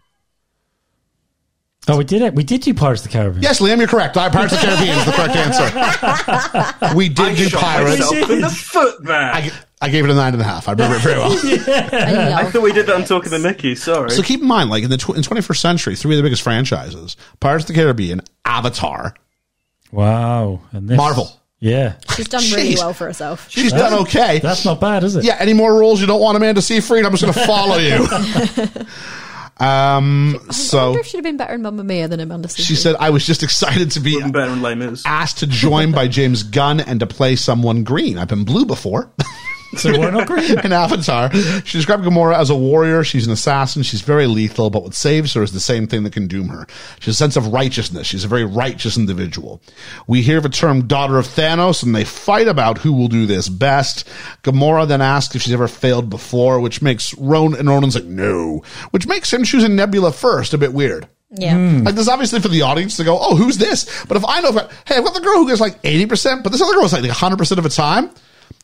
[SPEAKER 5] Oh, we did it. We did do Pirates of the Caribbean.
[SPEAKER 4] yes, Liam, you're correct. I, Pirates of the Caribbean is the correct answer. We did do
[SPEAKER 6] Shot
[SPEAKER 4] Pirates.
[SPEAKER 6] myself in the foot there. I,
[SPEAKER 4] I, I gave it a nine and a half. I remember it very well.
[SPEAKER 10] I, love
[SPEAKER 6] thought we did that on Talking to Mickey. Sorry.
[SPEAKER 4] So keep in mind, like in the tw- in 21st century, three of the biggest franchises: Pirates of the Caribbean, Avatar,
[SPEAKER 5] Wow. And this,
[SPEAKER 4] Marvel.
[SPEAKER 5] Yeah.
[SPEAKER 8] She's done really
[SPEAKER 4] Jeez.
[SPEAKER 8] well for herself.
[SPEAKER 4] She's done okay.
[SPEAKER 5] That's not bad, is it?
[SPEAKER 4] yeah, any more rules you don't want a man to see free, I'm just going to follow you. um,
[SPEAKER 10] I
[SPEAKER 4] so
[SPEAKER 10] wonder if she'd have been better in Mamma Mia than Amanda Seyfried.
[SPEAKER 4] she said, I was just excited to be
[SPEAKER 6] Even better than Les Mis.
[SPEAKER 4] asked to join by James Gunn and to play someone green. I've been blue before.
[SPEAKER 5] So why not green?
[SPEAKER 4] in Avatar. She described Gamora as a warrior. She's an assassin. She's very lethal, but what saves her is the same thing that can doom her. She has a sense of righteousness. She's a very righteous individual. We hear the term daughter of Thanos and they fight about who will do this best. Gamora then asks if she's ever failed before, which makes Ronan and Ronan's like, no, which makes him choose a Nebula first. A bit weird.
[SPEAKER 8] Yeah.
[SPEAKER 4] Like this is obviously for the audience to go, oh, who's this? But if I know, if I, hey, I've got the girl who gets like 80%, but this other girl is like 100% of the time.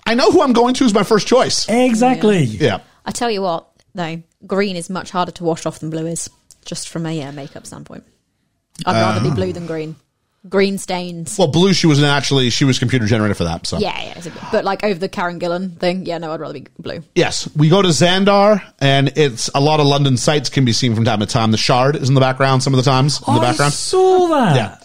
[SPEAKER 4] I know who I'm going to is my first choice.
[SPEAKER 5] Exactly.
[SPEAKER 4] Yeah.
[SPEAKER 10] I tell you what, though, green is much harder to wash off than blue is, just from a yeah, makeup standpoint. I'd rather be blue than green. Green stains.
[SPEAKER 4] Well, blue, she was naturally, she was computer generated for that. So,
[SPEAKER 10] Yeah, yeah. it's a bit- But like over the Karen Gillan thing, yeah, no, I'd rather be blue.
[SPEAKER 4] yes, we go to Xandar, and it's a lot of London sights can be seen from time to time. The Shard is in the background some of the times. In the
[SPEAKER 5] Oh, I
[SPEAKER 4] background,
[SPEAKER 5] saw that.
[SPEAKER 4] Yeah.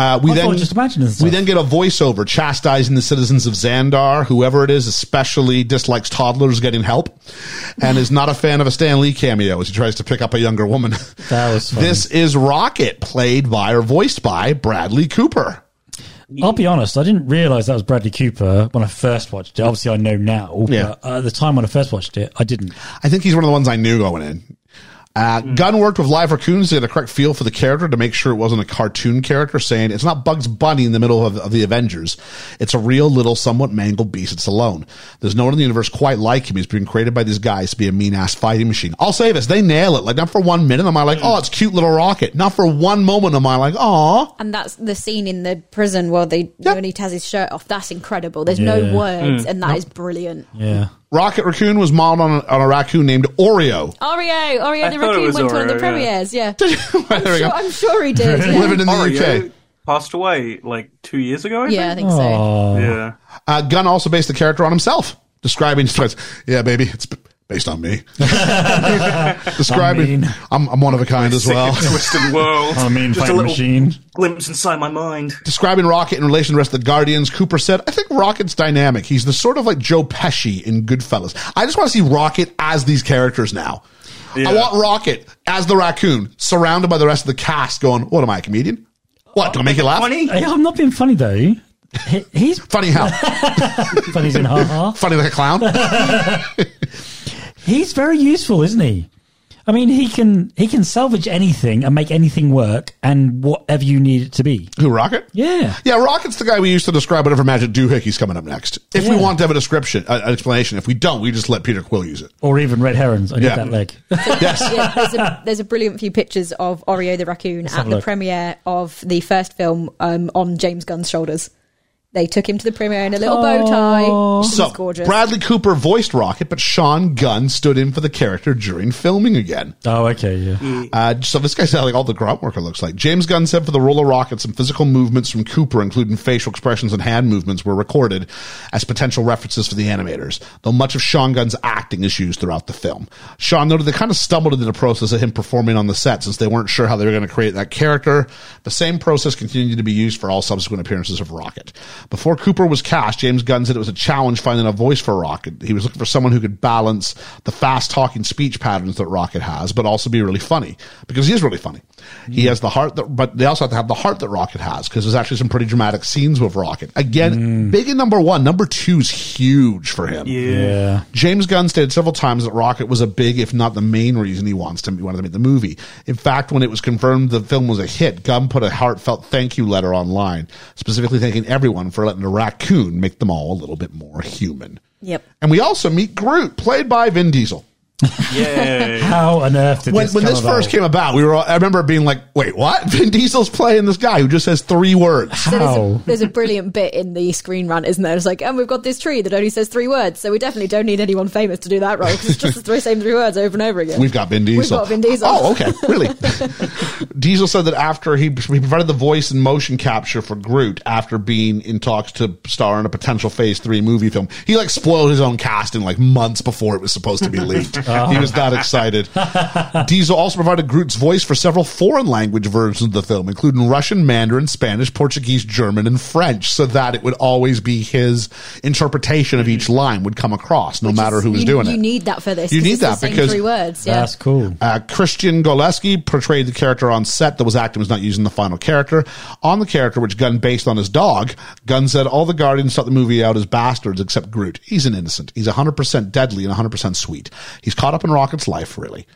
[SPEAKER 4] Uh, we
[SPEAKER 5] I
[SPEAKER 4] then
[SPEAKER 5] thought just imagining stuff.
[SPEAKER 4] we then get a voiceover chastising the citizens of Xandar, whoever it is, especially dislikes toddlers getting help, and is not a fan of a Stan Lee cameo as he tries to pick up a younger woman.
[SPEAKER 5] That was funny.
[SPEAKER 4] this is Rocket, played by or voiced by Bradley Cooper.
[SPEAKER 5] I'll be honest, I didn't realize that was Bradley Cooper when I first watched it. Obviously, I know now.
[SPEAKER 4] Yeah.
[SPEAKER 5] But at the time when I first watched it, I didn't.
[SPEAKER 4] I think he's one of the ones I knew going in. Uh, Gunn worked with live raccoons to get a correct feel for the character to make sure it wasn't a cartoon character, saying it's not Bugs Bunny in the middle of, of the Avengers. It's a real little, somewhat mangled beast. It's alone. There's no one in the universe quite like him. He's been created by these guys to be a mean ass fighting machine. I'll say this: they nail it. Like not for one minute am I like, oh, it's cute little rocket. Not for one moment am I like, oh,
[SPEAKER 8] And that's the scene in the prison where they when he has his shirt off.
[SPEAKER 10] That's incredible. There's
[SPEAKER 5] Yeah.
[SPEAKER 10] no words,
[SPEAKER 6] Mm.
[SPEAKER 10] and that is brilliant.
[SPEAKER 5] Yeah.
[SPEAKER 4] Rocket Raccoon was modeled on, on a raccoon named
[SPEAKER 10] Oreo,
[SPEAKER 4] Oreo.
[SPEAKER 10] Oreo
[SPEAKER 6] I
[SPEAKER 10] the
[SPEAKER 6] thought it
[SPEAKER 10] Raccoon
[SPEAKER 6] was
[SPEAKER 10] went to one of
[SPEAKER 6] Oreo,
[SPEAKER 10] the
[SPEAKER 6] yeah.
[SPEAKER 10] premieres, yeah.
[SPEAKER 4] there we
[SPEAKER 8] Sure,
[SPEAKER 4] go.
[SPEAKER 8] I'm sure he did. yeah.
[SPEAKER 4] Living in the UK.
[SPEAKER 6] Oreo Oh, passed away like two years ago. I
[SPEAKER 10] Yeah, I
[SPEAKER 6] think?
[SPEAKER 10] think so.
[SPEAKER 6] yeah.
[SPEAKER 4] Uh, Gunn also based the character on himself, describing, yeah, baby, it's b- based on me. describing,
[SPEAKER 5] I mean-
[SPEAKER 4] I'm, I'm one of a kind as well.
[SPEAKER 6] Twisted world.
[SPEAKER 5] I mean,
[SPEAKER 6] Just a
[SPEAKER 5] fighting
[SPEAKER 6] little
[SPEAKER 5] machine.
[SPEAKER 6] glimpse inside my mind.
[SPEAKER 4] describing Rocket in relation to the rest of the Guardians, Cooper said, I think Rocket's dynamic. He's the sort of like Joe Pesci in Goodfellas. I just want to see Rocket as these characters now. I want Rocket as the raccoon, surrounded by the rest of the cast, going, What am I, a comedian? What? Do I make you laugh?
[SPEAKER 6] Funny.
[SPEAKER 5] Hey, I'm not being funny, though. He, he's
[SPEAKER 4] Funny how?
[SPEAKER 5] funny as in ha ha.
[SPEAKER 4] Funny like a clown?
[SPEAKER 5] He's very useful, isn't he? I mean, he can he can salvage anything and make anything work and whatever you need it to be.
[SPEAKER 4] Who, Rocket?
[SPEAKER 5] Yeah.
[SPEAKER 4] Yeah, Rocket's the guy we used to describe whatever magic doohickey's coming up next. If we
[SPEAKER 5] Yeah.
[SPEAKER 4] want to have a description, uh, an explanation. If we don't, we just let Peter Quill use it.
[SPEAKER 5] Or even red herons. I need
[SPEAKER 4] Yeah.
[SPEAKER 5] that leg.
[SPEAKER 4] Yes.
[SPEAKER 8] Yeah, there's, a, there's a brilliant few pictures of Oreo the raccoon
[SPEAKER 5] have
[SPEAKER 8] at
[SPEAKER 5] a
[SPEAKER 8] the
[SPEAKER 5] look.
[SPEAKER 8] premiere of the first film um, on James Gunn's shoulders. They took him to the premiere in a little bow tie. Oh, He's
[SPEAKER 4] So
[SPEAKER 8] gorgeous.
[SPEAKER 4] Bradley Cooper voiced Rocket, but Sean Gunn stood in for the character during filming again.
[SPEAKER 5] Oh, okay. Yeah.
[SPEAKER 4] Uh, so this guy's like all the grunt work it looks like. James Gunn said for the role of Rocket, some physical movements from Cooper, including facial expressions and hand movements, were recorded as potential references for the animators, though much of Sean Gunn's acting is used throughout the film. Sean noted they kind of stumbled into the process of him performing on the set since they weren't sure how they were going to create that character. The same process continued to be used for all subsequent appearances of Rocket. Before Cooper was cast, James Gunn said it was a challenge finding a voice for Rocket. He was looking for someone who could balance the fast talking speech patterns that Rocket has, but also be really funny because he is really funny. He has the heart that, but they also have to have the heart that Rocket has because there's actually some pretty dramatic scenes with Rocket. Again, big in number one. Number two is huge for him.
[SPEAKER 5] Yeah.
[SPEAKER 4] James Gunn stated several times that Rocket was a big, if not the main reason he wants to he wanted to make the movie. In fact, when it was confirmed the film was a hit, Gunn put a heartfelt thank you letter online, specifically thanking everyone for letting a raccoon make them all a little bit more human.
[SPEAKER 8] Yep.
[SPEAKER 4] And we also meet Groot, played by Vin Diesel.
[SPEAKER 6] Yeah.
[SPEAKER 5] How on earth did
[SPEAKER 4] When,
[SPEAKER 5] this
[SPEAKER 4] when
[SPEAKER 5] come
[SPEAKER 4] this
[SPEAKER 5] about?
[SPEAKER 4] first came about, we were all, I remember being like, "Wait, what? Vin Diesel's playing this guy who just has three words."
[SPEAKER 10] So there's
[SPEAKER 5] How?
[SPEAKER 10] a, there's a brilliant bit in the screen rant, isn't there? It's like, and we've got this tree that only says three words, so we definitely don't need anyone famous to do that role 'cause it's just the three, same three words over and over again.
[SPEAKER 4] We've got Vin Diesel.
[SPEAKER 10] We've got Vin Diesel.
[SPEAKER 4] Oh, okay. Really? Diesel said that after he, he provided the voice and motion capture for Groot after being in talks to star in a potential Phase 3 movie film. He like spoiled his own casting like months before it was supposed to be leaked. he was was not excited. Diesel also provided Groot's voice for several foreign language versions of the film, including Russian, Mandarin, Spanish, Portuguese, German, and French, so that it would always be his interpretation of each line would come across, no matter who was
[SPEAKER 10] you,
[SPEAKER 4] doing
[SPEAKER 10] You
[SPEAKER 4] it.
[SPEAKER 10] need that for this.
[SPEAKER 4] You
[SPEAKER 10] 'cause
[SPEAKER 4] need
[SPEAKER 10] it's the
[SPEAKER 4] that
[SPEAKER 10] same
[SPEAKER 4] because-
[SPEAKER 10] three words. Yeah.
[SPEAKER 5] That's cool.
[SPEAKER 4] Uh, Christian Goleski portrayed the character on set that was acting was not using the final character. On the character, which Gunn based on his dog, Gunn said all the Guardians sought the movie out as bastards except Groot. He's an innocent. He's 100% deadly and 100% sweet. He's caught up in Rocket's life, really.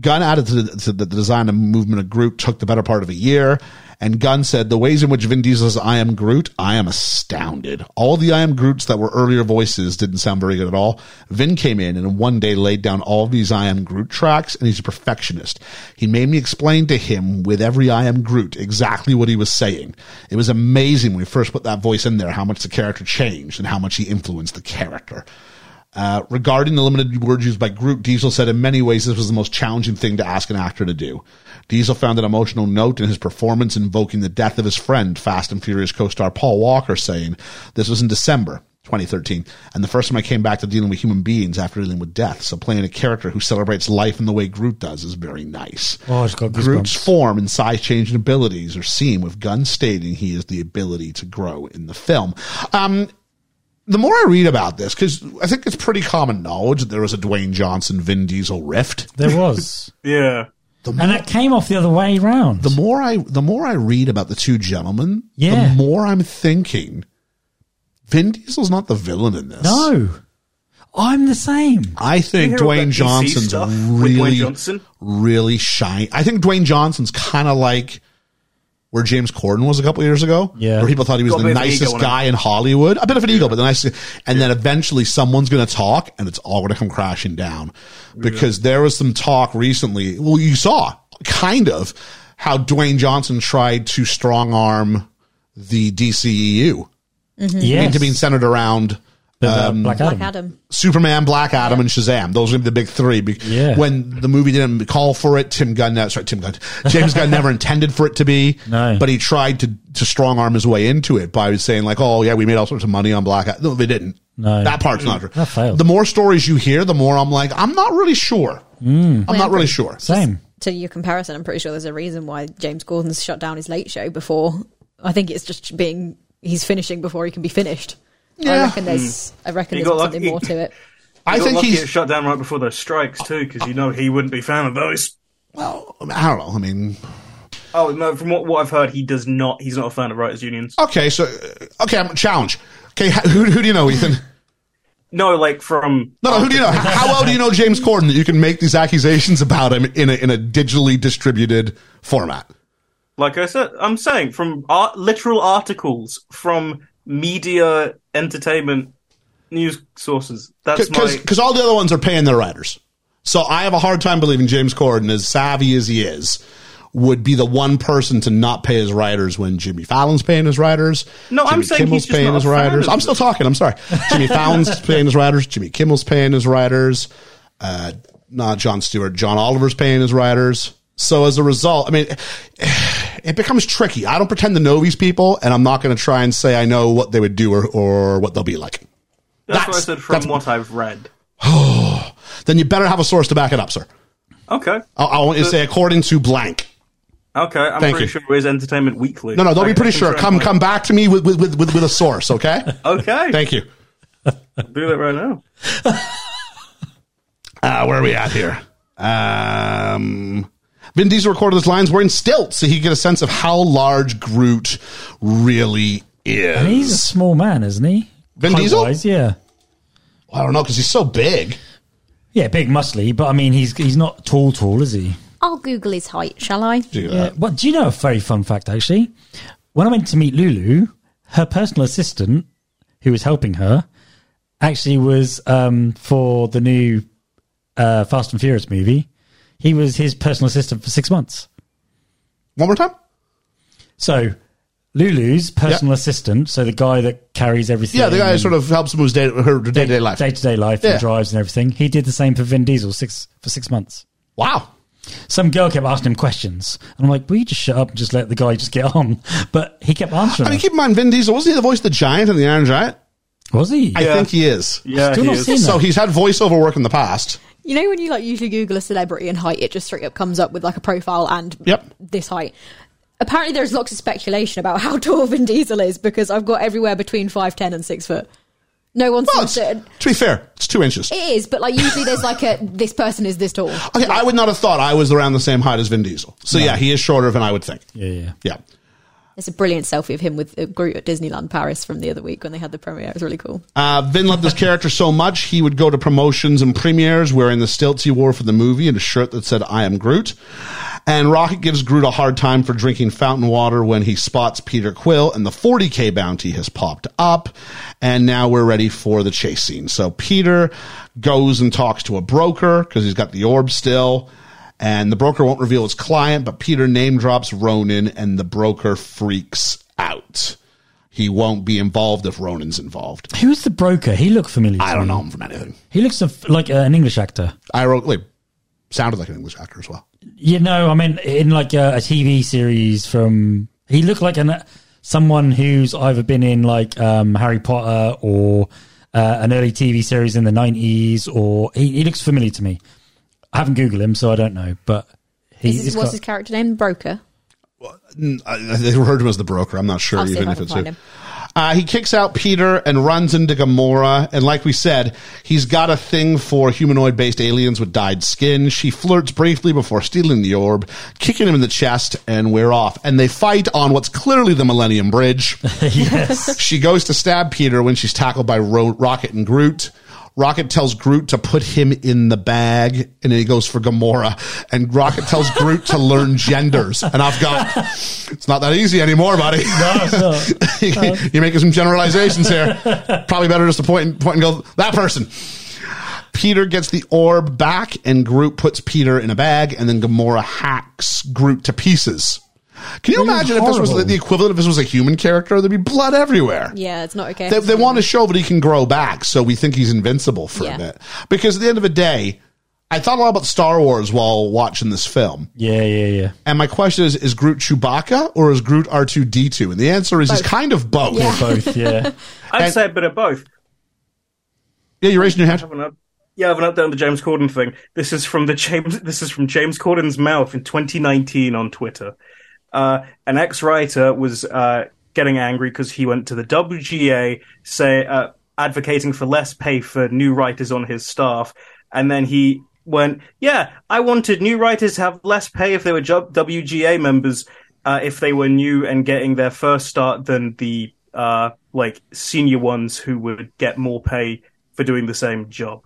[SPEAKER 4] Gunn added to the, to the design and movement of Groot took the better part of a year. And Gunn said the ways in which Vin Diesel's I am Groot, I am astounded. All the I am Groots that were earlier voices didn't sound very good at all. Vin came in and in one day laid down all of these I am Groot tracks and he's a perfectionist. He made me explain to him with every I am Groot exactly what he was saying. It was amazing when we first put that voice in there, how much the character changed and how much he influenced the character. Uh, regarding the limited words used by Groot, Diesel said in many ways this was the most challenging thing to ask an actor to do. Diesel found an emotional note in his performance invoking the death of his friend, Fast and Furious co star Paul Walker, saying, This was in December 2013, and the first time I came back to dealing with human beings after dealing with death, so playing a character who celebrates life in the way Groot does is very nice.
[SPEAKER 5] Oh, it's got goosebumps.
[SPEAKER 4] Groot's form and size changing abilities are seen, with Gunn stating he has the ability to grow in the film. Um, the more I read about this, because I think it's pretty common knowledge that there was a Dwayne Johnson Vin Diesel rift.
[SPEAKER 5] There was.
[SPEAKER 6] Yeah.
[SPEAKER 5] and that came off the other way round.
[SPEAKER 4] The more I the more I read about the two gentlemen,
[SPEAKER 5] Yeah.
[SPEAKER 4] the more I'm thinking Vin Diesel's not the villain in this.
[SPEAKER 5] no. I'm the same.
[SPEAKER 4] I think
[SPEAKER 6] You hear all that
[SPEAKER 4] Dwayne
[SPEAKER 6] DC
[SPEAKER 4] Johnson's
[SPEAKER 6] stuff with
[SPEAKER 4] really
[SPEAKER 6] Dwayne Johnson?
[SPEAKER 4] really shiny. I think Dwayne Johnson's kind of like where James Corden was a couple years ago,
[SPEAKER 5] Yeah.
[SPEAKER 4] where people thought he was
[SPEAKER 6] Got a
[SPEAKER 4] the
[SPEAKER 6] bit of an
[SPEAKER 4] nicest
[SPEAKER 6] ego on
[SPEAKER 4] guy in Hollywood, a bit of an ego, but the nicest. And then eventually, someone's going to talk, and it's all going to come crashing down because there was some talk recently. Well, you saw kind of how Dwayne Johnson tried to strong arm the DCEU Mm-hmm.
[SPEAKER 5] Yes.
[SPEAKER 4] into being centered around
[SPEAKER 5] The
[SPEAKER 4] um,
[SPEAKER 5] Black Adam.
[SPEAKER 10] Black Adam.
[SPEAKER 4] Superman, Black Adam, and Shazam. Those are gonna be the big three. Be-
[SPEAKER 5] Yeah.
[SPEAKER 4] When the movie didn't call for it, Tim Gunn, no, sorry, Tim Gunn, James Gunn never intended for it to be.
[SPEAKER 5] No.
[SPEAKER 4] But he tried to to strong arm his way into it by saying like, "Oh yeah, we made all sorts of money on Black." Adam. No, they didn't.
[SPEAKER 5] No.
[SPEAKER 4] That part's not true.
[SPEAKER 5] That failed.
[SPEAKER 4] The more stories you hear, the more I'm like, I'm not really sure. I'm not really sure.
[SPEAKER 5] Hmm. Same.
[SPEAKER 10] To your comparison, I'm pretty sure there's a reason why James Gordon's shut down his late show before. I think it's just being he's finishing before he can be finished. I
[SPEAKER 4] Yeah.
[SPEAKER 10] reckon there's. I reckon
[SPEAKER 6] You
[SPEAKER 10] there's
[SPEAKER 6] got lucky.
[SPEAKER 10] something more to it.
[SPEAKER 4] I
[SPEAKER 6] got
[SPEAKER 4] think
[SPEAKER 6] lucky
[SPEAKER 4] he's
[SPEAKER 6] it shut down right before those strikes too, because you know he wouldn't be a fan of those.
[SPEAKER 4] well. I don't know. I mean,
[SPEAKER 6] Oh no! From what, what I've heard, he does not. He's not a fan of writers' unions.
[SPEAKER 4] okay, so okay, I'm challenge. Okay, who, who do you know, Ethan?
[SPEAKER 6] No, like from
[SPEAKER 4] No, no, who do you know? How well do you know James Corden that you can make these accusations about him in a, in a digitally distributed format?
[SPEAKER 6] like I said, I'm saying from art, literal articles from media, entertainment, news sources. That's
[SPEAKER 4] Because
[SPEAKER 6] my.
[SPEAKER 4] all the other ones are paying their writers. So I have a hard time believing James Corden, as savvy as he is, would be the one person to not pay his writers when Jimmy Fallon's paying his writers.
[SPEAKER 6] No, I'm
[SPEAKER 4] Jimmy
[SPEAKER 6] saying he's just not a fan
[SPEAKER 4] writers.
[SPEAKER 6] of
[SPEAKER 4] I'm still talking. I'm sorry. Jimmy Fallon's paying his writers. Jimmy Kimmel's paying his writers. Uh, not John Stewart. John Oliver's paying his writers. So as a result, I mean, it becomes tricky. I don't pretend to know these people, and I'm not going to try and say I know what they would do or, or what they'll be like.
[SPEAKER 6] That's what I
[SPEAKER 4] that's-
[SPEAKER 6] said from
[SPEAKER 4] that's-
[SPEAKER 6] what I've read.
[SPEAKER 4] Then you better have a source to back it up, sir.
[SPEAKER 6] Okay.
[SPEAKER 4] I, I want you to say according to blank.
[SPEAKER 6] Okay. I'm
[SPEAKER 4] Thank
[SPEAKER 6] pretty
[SPEAKER 4] you.
[SPEAKER 6] sure it is Entertainment Weekly.
[SPEAKER 4] No, no, don't
[SPEAKER 6] Okay,
[SPEAKER 4] be pretty
[SPEAKER 6] that's
[SPEAKER 4] sure.
[SPEAKER 6] right.
[SPEAKER 4] Come, come back to me with with with, with, with a source, okay?
[SPEAKER 6] Okay.
[SPEAKER 4] Thank you.
[SPEAKER 6] Do that right now.
[SPEAKER 4] Uh, where are we at here? Um, Vin Diesel recorded his lines wearing stilts so he could get a sense of how large Groot really
[SPEAKER 5] And he's a
[SPEAKER 4] is.
[SPEAKER 5] small man, isn't he?
[SPEAKER 4] Vin Diesel?
[SPEAKER 5] Height-wise, yeah.
[SPEAKER 4] I don't know because he's so big.
[SPEAKER 5] Yeah, big, muscly, but I mean, he's he's not tall, tall, is he?
[SPEAKER 10] I'll Google his height, shall I?
[SPEAKER 4] Do that.
[SPEAKER 5] Yeah. Uh, Well, do you know a very fun fact, actually? When I went to meet Lulu, her personal assistant, who was helping her, actually was um, for the new uh, Fast and Furious movie. He was his personal assistant for six months.
[SPEAKER 4] One more time.
[SPEAKER 5] So Lulu's personal assistant, so the guy that carries everything.
[SPEAKER 4] Yeah, the guy
[SPEAKER 5] and
[SPEAKER 4] sort of helps him with his day, her day to day life.
[SPEAKER 5] Day to day life
[SPEAKER 4] Yeah.
[SPEAKER 5] and drives and everything. He did the same for Vin Diesel six for six months.
[SPEAKER 4] Wow.
[SPEAKER 5] Some girl kept asking him questions. And I'm like, will you just shut up and just let the guy just get on? But he kept answering.
[SPEAKER 4] I mean,
[SPEAKER 5] her.
[SPEAKER 4] keep in mind, Vin Diesel wasn't he the voice of the Giant in the Iron Giant?
[SPEAKER 5] Was he?
[SPEAKER 4] I think he is.
[SPEAKER 6] Yeah,
[SPEAKER 5] Still
[SPEAKER 6] he
[SPEAKER 5] not
[SPEAKER 6] is.
[SPEAKER 5] seen that.
[SPEAKER 4] So he's had voiceover work in the past.
[SPEAKER 10] You know when you like usually Google a celebrity and height, it just straight up comes up with like a profile and
[SPEAKER 4] Yep.
[SPEAKER 10] this height. Apparently, there's lots of speculation about how tall Vin Diesel is because I've got everywhere between five ten and six foot. No one's well,
[SPEAKER 4] Well, it's- to be fair, it's two inches.
[SPEAKER 10] It
[SPEAKER 8] Eh,
[SPEAKER 10] is, but like usually there's like a this person is this tall.
[SPEAKER 4] Okay, I would not have thought I was around the same height as Vin Diesel. So yeah, he is shorter than I would think.
[SPEAKER 5] Yeah, yeah.
[SPEAKER 4] Yeah.
[SPEAKER 10] There's a brilliant selfie of him with uh, Groot at Disneyland Paris from the other week when they had the premiere. It was really cool.
[SPEAKER 4] Uh, Vin loved this character so much, he would go to promotions and premieres wearing the stilts he wore for the movie and a shirt that said, I am Groot. And Rocket gives Groot a hard time for drinking fountain water when he spots Peter Quill, and the 40K bounty has popped up. And now we're ready for the chase scene. So Peter goes and talks to a broker because he's got the orb still. And the broker won't reveal his client, but Peter name drops Ronan, and the broker freaks out. He won't be involved if Ronan's involved.
[SPEAKER 5] Who's the broker? He looked familiar.
[SPEAKER 4] I
[SPEAKER 5] to
[SPEAKER 4] don't
[SPEAKER 5] me.
[SPEAKER 4] know him from anything.
[SPEAKER 5] He looks of- like uh, an English actor.
[SPEAKER 4] I wrote, like, sounded like an English actor as well.
[SPEAKER 5] You know, I mean, in like uh, a, a TV series from. He looked like an uh, someone who's either been in like um, Harry Potter or uh, an early TV series in the 90s, or. He, he looks familiar to me. I haven't Googled him, so I don't know, but. He,
[SPEAKER 10] Is this,
[SPEAKER 5] he's
[SPEAKER 10] what's
[SPEAKER 5] got-
[SPEAKER 10] his character name? Broker.
[SPEAKER 4] I, I- they referred to him as the broker. I'm not sure
[SPEAKER 10] I'll see if
[SPEAKER 4] even
[SPEAKER 10] I
[SPEAKER 4] if,
[SPEAKER 10] can
[SPEAKER 4] it's
[SPEAKER 10] find
[SPEAKER 4] who.
[SPEAKER 10] him.
[SPEAKER 4] Uh, he kicks out Peter and runs into Gamora. And like we said, he's got a thing for humanoid based aliens with dyed skin. She flirts briefly before stealing the orb, kicking him in the chest, and we're off. And they fight on what's clearly the Millennium Bridge. yes. She goes to stab Peter when she's tackled by Ro- Rocket and Groot. Rocket tells Groot to put him in the bag, and then he goes for Gamora. And Rocket tells Groot to learn genders. And I've got, it's not that easy anymore, buddy. You're making some generalizations here. Probably better just to point and, point and go, that person. Peter gets the orb back, and Groot puts Peter in a bag, and then Gamora hacks Groot to pieces. Can you
[SPEAKER 5] This is
[SPEAKER 4] imagine if this was
[SPEAKER 5] horrible.
[SPEAKER 4] the equivalent, if this was a human character? There'd be blood everywhere
[SPEAKER 10] Yeah, it's not okay.
[SPEAKER 4] they, they want to show that he can grow back, so we think he's invincible for
[SPEAKER 10] Yeah.
[SPEAKER 4] a bit. Because at the end of the day, I thought a lot about Star Wars while watching this film,
[SPEAKER 5] Yeah, yeah, yeah.
[SPEAKER 4] and my question is: Is Groot Chewbacca or is Groot R two D two? And the answer is he's kind of both. Yeah,
[SPEAKER 5] Both, yeah.
[SPEAKER 6] I'd
[SPEAKER 4] And-
[SPEAKER 6] say a bit of both.
[SPEAKER 4] you're raising your hand.
[SPEAKER 6] I've an up- yeah, I have an update on the James Corden thing. This is from the James. This is from James Corden's mouth in 2019 on Twitter. Uh, an ex-writer was uh, getting angry because he went to the WGA, say uh, advocating for less pay for new writers on his staff, and then he went, "Yeah, I wanted new writers to have less pay if they were job- WGA members, uh, if they were new and getting their first start than the uh, like senior ones who would get more pay." for doing the same job.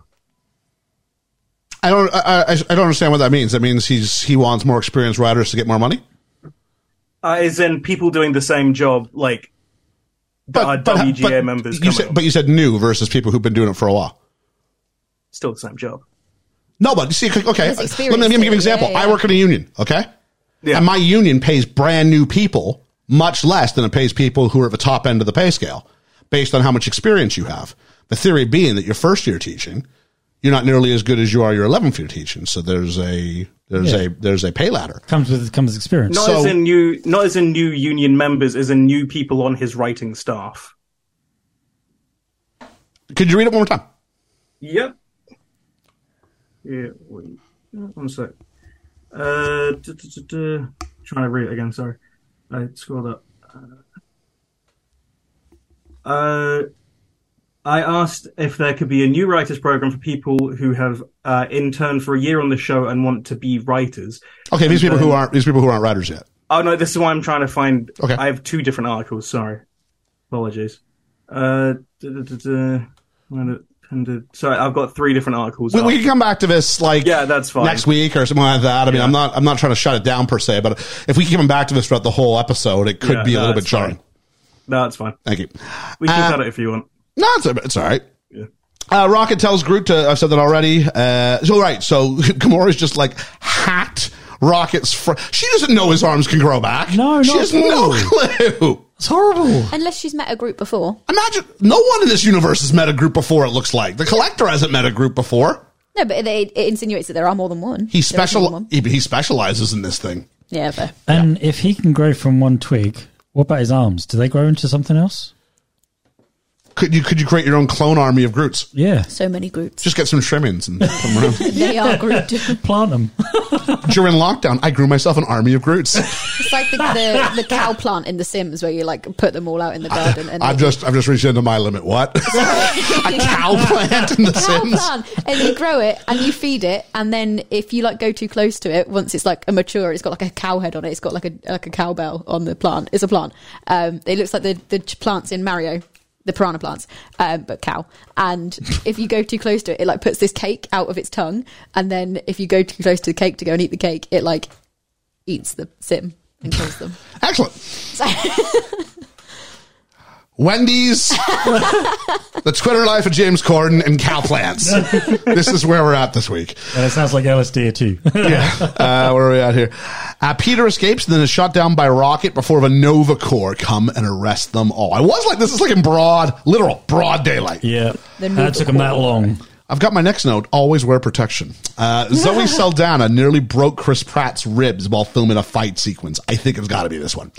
[SPEAKER 4] I don't. I, I, I don't understand what that means. That means he's he wants more experienced writers to get more money.
[SPEAKER 6] Uh, as in people doing the same job, like are WGA members
[SPEAKER 4] You
[SPEAKER 6] coming
[SPEAKER 4] said,
[SPEAKER 6] up?
[SPEAKER 4] but you said new versus people who've been doing it for a while.
[SPEAKER 6] still the same job.
[SPEAKER 4] No, but see, okay.
[SPEAKER 10] His
[SPEAKER 4] Let me,
[SPEAKER 10] experience
[SPEAKER 4] let me give you an
[SPEAKER 10] there,
[SPEAKER 4] example.
[SPEAKER 10] yeah,
[SPEAKER 4] I
[SPEAKER 10] yeah.
[SPEAKER 4] work in a union, okay?
[SPEAKER 6] Yeah.
[SPEAKER 4] And my union pays brand new people much less than it pays people who are at the top end of the pay scale based on how much experience you have. The theory being that your first year teaching, you're not nearly as good as you are your 11th year teaching. So there's a, there's
[SPEAKER 5] Yeah.
[SPEAKER 4] a, there's a pay ladder.
[SPEAKER 5] Comes with comes with experience.
[SPEAKER 6] Not
[SPEAKER 4] So-
[SPEAKER 6] as in new, not as in new union members, as in new people on his writing staff.
[SPEAKER 4] Could you read it one more time?
[SPEAKER 6] Yep. Yeah. Wait. no, One sec. Uh, duh, duh, duh, duh. trying to read it again. Sorry, I scrolled up. Uh, I asked if there could be a new writers program for people who have uh, interned for a year on the show and want to be writers.
[SPEAKER 4] Okay. These people who aren't, these people who aren't writers yet.
[SPEAKER 6] Oh no, this is why I'm trying to find.
[SPEAKER 4] Okay.
[SPEAKER 6] I have two different articles. Sorry, apologies. Uh, duh, duh, duh, duh. Where the- and, uh, Sorry, I've got three different articles.
[SPEAKER 4] We,
[SPEAKER 6] up.
[SPEAKER 4] we can come back to this like
[SPEAKER 6] Oh. Yeah, that's fine.
[SPEAKER 4] next week or something like that. I mean, I'm not I'm not trying to shut it down per se, but if we can come back to this throughout the whole episode, it could
[SPEAKER 6] Yeah,
[SPEAKER 4] be a
[SPEAKER 6] no,
[SPEAKER 4] little bit
[SPEAKER 6] it's fine.
[SPEAKER 4] jarring.
[SPEAKER 6] No, that's fine.
[SPEAKER 4] Thank you.
[SPEAKER 6] We can
[SPEAKER 4] Uh,
[SPEAKER 6] cut it if you want.
[SPEAKER 4] No, it's, it's all right. Uh, Rocket tells Groot to, I've said that already. Uh, so, right. So Gamora's just like hacked Rocket's. Fr- she doesn't know his arms can grow back.
[SPEAKER 5] No,
[SPEAKER 4] She
[SPEAKER 5] not
[SPEAKER 4] has
[SPEAKER 5] at all.
[SPEAKER 4] no clue.
[SPEAKER 5] It's horrible.
[SPEAKER 10] Unless she's met a group before.
[SPEAKER 4] Imagine no one in this universe has met a group before, it looks like. The Collector hasn't met a group before.
[SPEAKER 10] No, but it, it insinuates that there are more than one. There
[SPEAKER 4] He,
[SPEAKER 10] is more than
[SPEAKER 4] special-
[SPEAKER 10] one.
[SPEAKER 4] he, he specializes in this thing.
[SPEAKER 10] Yeah, fair.
[SPEAKER 5] And if he can grow from one twig, what about his arms? Do they grow into something else?
[SPEAKER 4] Could you could you create your own clone army of Groots?
[SPEAKER 5] Yeah.
[SPEAKER 8] So many groups.
[SPEAKER 4] Just get some trimmings and put them around.
[SPEAKER 8] they are grouped.
[SPEAKER 5] Plant them.
[SPEAKER 4] During lockdown, I grew myself an army of Groots.
[SPEAKER 8] It's like the, the, the cow plant in The Sims where you like put them all out in the garden and
[SPEAKER 4] I've
[SPEAKER 8] they-
[SPEAKER 4] just I've just reached into my limit. What? a cow plant in the
[SPEAKER 8] cow
[SPEAKER 4] Sims?
[SPEAKER 8] plant and you grow it and you feed it and then if you like go too close to it once it's like a mature it's got like a cow head on it it's got like a like a cowbell on the plant it's a plant um it looks like the the ch- plants in mario the piranha plants um but cow and if you go too close to it it like puts this cake out of its tongue and then if you go too close to the cake to go and eat the cake it like eats the sim and kills them
[SPEAKER 4] Excellent. Wendy's, the Twitter life of James Corden, and cow plants. this is where we're at this week.
[SPEAKER 5] And it sounds like LSD too.
[SPEAKER 4] Uh, where are we at here? Uh, Peter escapes and then is shot down by Rocket before the Nova Corps come and arrest them all. I was like, this is like in broad, literal, broad daylight.
[SPEAKER 5] yeah.
[SPEAKER 8] The
[SPEAKER 5] That took them that long.
[SPEAKER 4] I've got my next note. Always wear protection. Uh, Zoe Saldana nearly broke Chris Pratt's ribs while filming a fight sequence. I think it's got to be this one.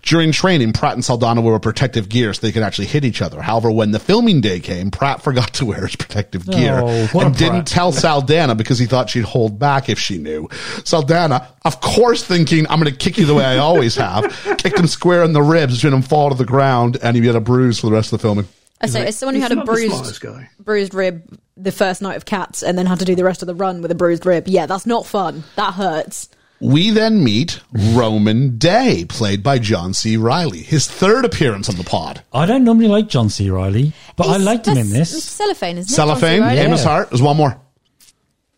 [SPEAKER 4] During training, Pratt and Saldana wore protective gear so they could actually hit each other. However, when the filming day came, Pratt forgot to wear his protective gear
[SPEAKER 5] Oh, what a
[SPEAKER 4] and didn't
[SPEAKER 5] brat.
[SPEAKER 4] tell Saldana because he thought she'd hold back if she knew. Saldana, of course, thinking, I'm going to kick you the way I always have, kicked him square in the ribs, made him fall to the ground, and he had a bruise for the rest of the filming.
[SPEAKER 11] I say, as someone who
[SPEAKER 6] He's
[SPEAKER 11] had a
[SPEAKER 6] not the
[SPEAKER 11] bruised
[SPEAKER 6] smartest guy.
[SPEAKER 11] bruised rib the first night of Cats, and then had to do the rest of the run with a bruised rib. Yeah, that's not fun. That hurts.
[SPEAKER 4] We then meet Roman Day, played by John C. Riley, his third appearance on the pod.
[SPEAKER 5] I don't normally like John C. Riley, but I
[SPEAKER 8] It's-
[SPEAKER 5] liked him in
[SPEAKER 8] that's- it's
[SPEAKER 5] this.
[SPEAKER 8] cellophane isn't it?
[SPEAKER 4] Cellophane,
[SPEAKER 8] John C. Reilly?
[SPEAKER 4] Amos Hart. There's one more.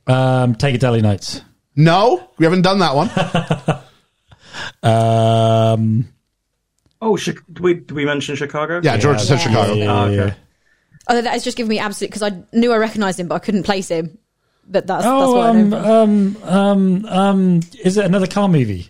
[SPEAKER 5] Um, Take a Deli Nights.
[SPEAKER 4] No, we haven't done that one.
[SPEAKER 5] Um,
[SPEAKER 6] Oh, Chi- did we, did we mention Chicago?
[SPEAKER 4] Yeah, Georgia said Chicago. Oh,
[SPEAKER 5] yeah,
[SPEAKER 6] Ah, okay.
[SPEAKER 5] yeah.
[SPEAKER 11] Although that has just given me absolute because I knew I recognised him, but I couldn't place him. But that's that's
[SPEAKER 5] Oh,
[SPEAKER 11] what I
[SPEAKER 5] um,
[SPEAKER 11] know.
[SPEAKER 5] um, um, um, is it another car movie?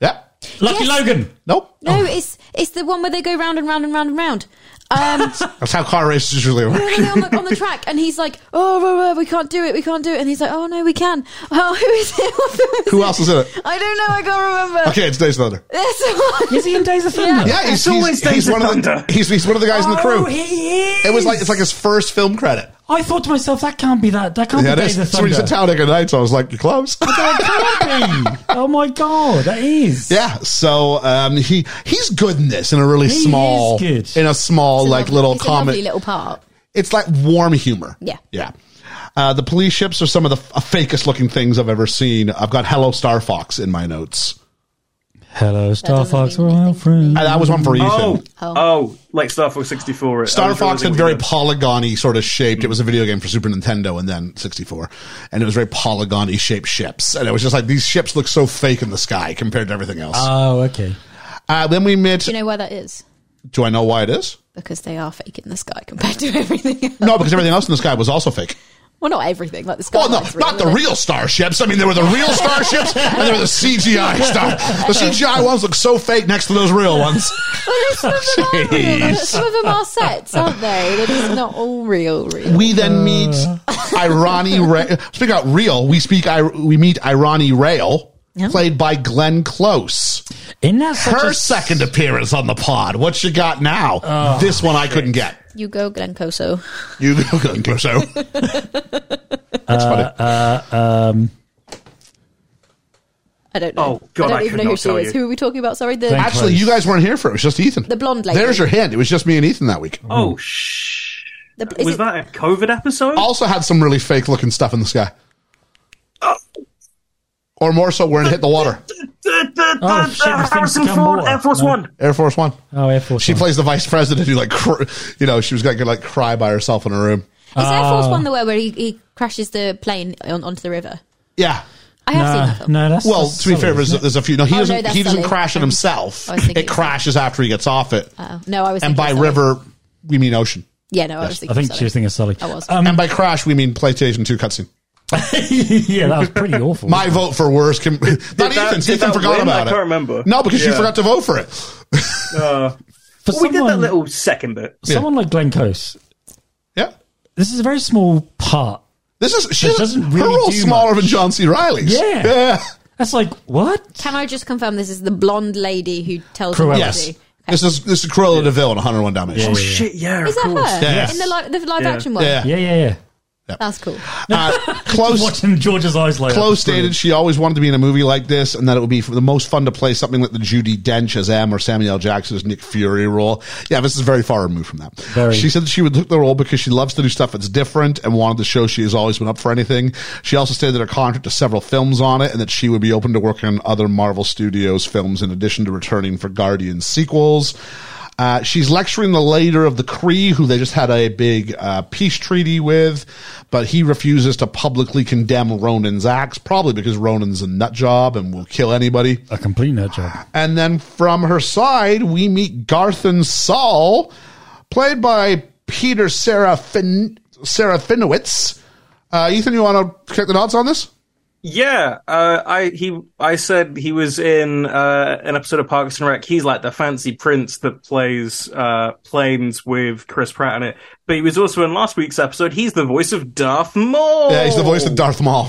[SPEAKER 4] Yep.
[SPEAKER 5] Lucky
[SPEAKER 11] Yes.
[SPEAKER 5] Logan.
[SPEAKER 4] Nope.
[SPEAKER 11] No,
[SPEAKER 5] oh.
[SPEAKER 11] it's it's the one where they go round and round and round and round. Um,
[SPEAKER 4] That's how car races usually work.
[SPEAKER 11] and they're on the, on the track, and he's like, "Oh, whoa, whoa, we can't do it, we can't do it," and he's like, "Oh no, we can." Oh, who is it? What film is
[SPEAKER 4] Who
[SPEAKER 11] it?
[SPEAKER 4] else is in it?
[SPEAKER 11] I don't know. I can't remember.
[SPEAKER 4] Okay, it's Days Thunder.
[SPEAKER 11] This one.
[SPEAKER 5] Is he in Days of Thunder?
[SPEAKER 4] Yeah, he's,
[SPEAKER 6] It's always
[SPEAKER 4] he's, he's
[SPEAKER 6] Days of
[SPEAKER 4] one of the
[SPEAKER 6] Thunder.
[SPEAKER 4] he's, he's one of the guys in the
[SPEAKER 5] Oh,
[SPEAKER 4] crew.
[SPEAKER 5] he is.
[SPEAKER 4] It was like it's like his first film credit.
[SPEAKER 5] I thought to myself, that can't be that. That can't
[SPEAKER 4] Yeah, it
[SPEAKER 5] be
[SPEAKER 4] is.
[SPEAKER 5] Days of
[SPEAKER 4] That's
[SPEAKER 5] Thunder.
[SPEAKER 4] when he said Town Egg Nights. I was like, you're close.
[SPEAKER 5] Can't be. Oh my god, that is.
[SPEAKER 4] Yeah, so um, he he's good in this in a really
[SPEAKER 5] He
[SPEAKER 4] small
[SPEAKER 5] is good.
[SPEAKER 4] in a small like little
[SPEAKER 8] it's a lovely
[SPEAKER 4] comic.
[SPEAKER 8] little part
[SPEAKER 4] it's like warm humor.
[SPEAKER 8] Yeah.
[SPEAKER 4] Yeah. Uh, the police ships are some of the f- uh, fakest looking things I've ever seen. I've got Hello Star Fox in my notes.
[SPEAKER 5] Hello, Star
[SPEAKER 8] doesn't
[SPEAKER 5] Fox.
[SPEAKER 8] mean
[SPEAKER 5] We're all
[SPEAKER 8] anything to
[SPEAKER 5] friends.
[SPEAKER 4] Uh, that was one for Ethan.
[SPEAKER 6] Oh, oh, like Star Fox 64. I
[SPEAKER 4] Star
[SPEAKER 6] was
[SPEAKER 4] Fox
[SPEAKER 6] realizing
[SPEAKER 4] had
[SPEAKER 6] we
[SPEAKER 4] very
[SPEAKER 6] did.
[SPEAKER 4] polygony sort of shaped. It was a video game for Super Nintendo and then 64. And it was very polygony shaped ships. And it was just like, these ships look so fake in the sky compared to everything else. Uh,
[SPEAKER 5] Oh, okay.
[SPEAKER 4] then we met.
[SPEAKER 8] do you know why that is
[SPEAKER 4] do I know why it is?
[SPEAKER 8] because they are fake in the sky compared to everything else.
[SPEAKER 4] No, because everything else in the sky was also fake.
[SPEAKER 8] Well, not everything. Like the sky.
[SPEAKER 4] Well, no, not the real starships. I mean, there were the real starships and there were the CGI star. The CGI ones look so fake next to those real ones.
[SPEAKER 8] Some of them are sets, aren't they? They're just not all real. Real.
[SPEAKER 4] We then meet Irani. Ra- speak out real. We speak. I- we meet Irani Rail, played by Glenn Close.
[SPEAKER 5] In that such
[SPEAKER 4] Her
[SPEAKER 5] a-
[SPEAKER 4] second appearance on the pod. What you got now? this one I couldn't get.
[SPEAKER 8] you go, Glencoso.
[SPEAKER 4] You go, Glenn Close. oh. That's funny.
[SPEAKER 8] I don't know.
[SPEAKER 6] Oh, God,
[SPEAKER 8] I
[SPEAKER 6] I
[SPEAKER 8] don't even
[SPEAKER 6] could
[SPEAKER 8] know who
[SPEAKER 6] not
[SPEAKER 8] she
[SPEAKER 6] tell
[SPEAKER 8] is.
[SPEAKER 6] you.
[SPEAKER 8] Who are we talking about? Sorry, the
[SPEAKER 5] Thank
[SPEAKER 4] Actually, you guys weren't here for it. It was just Ethan.
[SPEAKER 8] The blonde lady.
[SPEAKER 4] There's your hint. It was just me and Ethan that week.
[SPEAKER 6] Oh, shh.
[SPEAKER 8] The- is
[SPEAKER 6] Was
[SPEAKER 8] it-
[SPEAKER 6] that a COVID episode?
[SPEAKER 4] also had some really fake looking stuff in the sky. Or more so, we're in Hit the Water.
[SPEAKER 6] The, the,
[SPEAKER 5] Oh, shit,
[SPEAKER 6] the, the
[SPEAKER 5] this thing's
[SPEAKER 6] Harrison
[SPEAKER 5] become
[SPEAKER 6] Ford
[SPEAKER 5] more.
[SPEAKER 6] Air Force
[SPEAKER 5] No.
[SPEAKER 6] One.
[SPEAKER 4] Air Force One.
[SPEAKER 5] Oh, Air Force.
[SPEAKER 4] She
[SPEAKER 5] One.
[SPEAKER 4] plays the vice president who, like, cr- you know, she was going to like cry by herself in her room.
[SPEAKER 8] Is Air
[SPEAKER 4] Oh.
[SPEAKER 8] Force One the way where he, he crashes the plane on, onto the river?
[SPEAKER 4] Yeah.
[SPEAKER 8] I have seen that
[SPEAKER 5] No,
[SPEAKER 8] film.
[SPEAKER 5] Ah, no, that's
[SPEAKER 4] Well,
[SPEAKER 5] that's
[SPEAKER 4] to be fair,
[SPEAKER 5] solid,
[SPEAKER 4] there's,
[SPEAKER 5] isn't it?
[SPEAKER 4] there's a few. No, he
[SPEAKER 8] Oh, no,
[SPEAKER 4] doesn't.
[SPEAKER 8] that's
[SPEAKER 4] he doesn't
[SPEAKER 8] Sully. Oh,
[SPEAKER 4] crash it himself.
[SPEAKER 8] I was thinking
[SPEAKER 4] It
[SPEAKER 8] of
[SPEAKER 4] crashes after he gets off it.
[SPEAKER 8] Oh, no, I was.
[SPEAKER 4] and
[SPEAKER 8] thinking
[SPEAKER 4] by
[SPEAKER 8] of Sully.
[SPEAKER 4] river, we mean ocean.
[SPEAKER 8] Yeah, no, I was
[SPEAKER 5] I
[SPEAKER 8] thinking.
[SPEAKER 5] think
[SPEAKER 8] of
[SPEAKER 5] she was
[SPEAKER 8] Sully.
[SPEAKER 5] thinking of Um, Sully.
[SPEAKER 8] I was.
[SPEAKER 4] and by crash, we mean PlayStation Two cutscene.
[SPEAKER 5] yeah, that was pretty awful.
[SPEAKER 4] My vote for worst. Com- not
[SPEAKER 6] that-
[SPEAKER 4] Ethan's.
[SPEAKER 6] did
[SPEAKER 4] Ethan
[SPEAKER 6] that
[SPEAKER 4] forgot
[SPEAKER 6] win?
[SPEAKER 4] about
[SPEAKER 6] I
[SPEAKER 4] it.
[SPEAKER 6] can't remember.
[SPEAKER 4] No, because you
[SPEAKER 6] Yeah.
[SPEAKER 4] forgot to vote for it.
[SPEAKER 6] Uh,
[SPEAKER 5] For
[SPEAKER 6] we did that
[SPEAKER 5] someone-
[SPEAKER 6] little second bit.
[SPEAKER 5] someone like Glenn Close.
[SPEAKER 4] Yeah.
[SPEAKER 5] This is a very small part.
[SPEAKER 4] This is she
[SPEAKER 5] This doesn't
[SPEAKER 4] doesn't
[SPEAKER 5] really
[SPEAKER 4] her role's
[SPEAKER 5] do
[SPEAKER 4] smaller
[SPEAKER 5] much.
[SPEAKER 4] than John C. Riley's.
[SPEAKER 5] Yeah.
[SPEAKER 4] yeah.
[SPEAKER 5] That's like what?
[SPEAKER 8] Can I just confirm this is the blonde lady who tells
[SPEAKER 5] Cruella.
[SPEAKER 8] him what
[SPEAKER 4] Yes.
[SPEAKER 8] to do?
[SPEAKER 4] This is this is Cruella de Vil in 101 Dalmatians.
[SPEAKER 6] Oh shit! Yeah,
[SPEAKER 10] Is
[SPEAKER 6] of
[SPEAKER 10] that her?
[SPEAKER 6] course.
[SPEAKER 4] Yes.
[SPEAKER 10] In the, li- the live
[SPEAKER 4] Yeah.
[SPEAKER 10] action one?
[SPEAKER 4] Yeah.
[SPEAKER 5] Yeah, yeah, yeah.
[SPEAKER 10] That's cool.
[SPEAKER 4] Uh, close.
[SPEAKER 5] Watching George's eyes light
[SPEAKER 4] Close
[SPEAKER 5] up. Brilliant.
[SPEAKER 4] stated she always wanted to be in a movie like this and that it would be the most fun to play something like the Judy Dench as M or Samuel L. Jackson's Nick Fury role. Yeah, this is very far removed from that.
[SPEAKER 5] Very.
[SPEAKER 4] She said that she would took the role because she loves to do stuff that's different and wanted to show she has always been up for anything. She also stated that her contract to several films on it and that she would be open to working on other Marvel Studios films in addition to returning for Guardian sequels. Uh, she's lecturing the leader of the Kree, who they just had a big uh, peace treaty with, but he refuses to publicly condemn Ronan's acts, probably because Ronan's a nut job and will kill anybody.
[SPEAKER 5] A complete nut job.
[SPEAKER 4] And then from her side, we meet Garthan Saul, played by Peter Serafin- Serafinowicz. Uh, Ethan, you want to check the odds on this?
[SPEAKER 6] Yeah, uh, I he I said he was in uh, an episode of Parks and Rec. He's like the fancy prince that plays uh, planes with Chris Pratt in it. But he was also in last week's episode. He's the voice of Darth Maul.
[SPEAKER 4] Yeah, he's the voice of Darth Maul.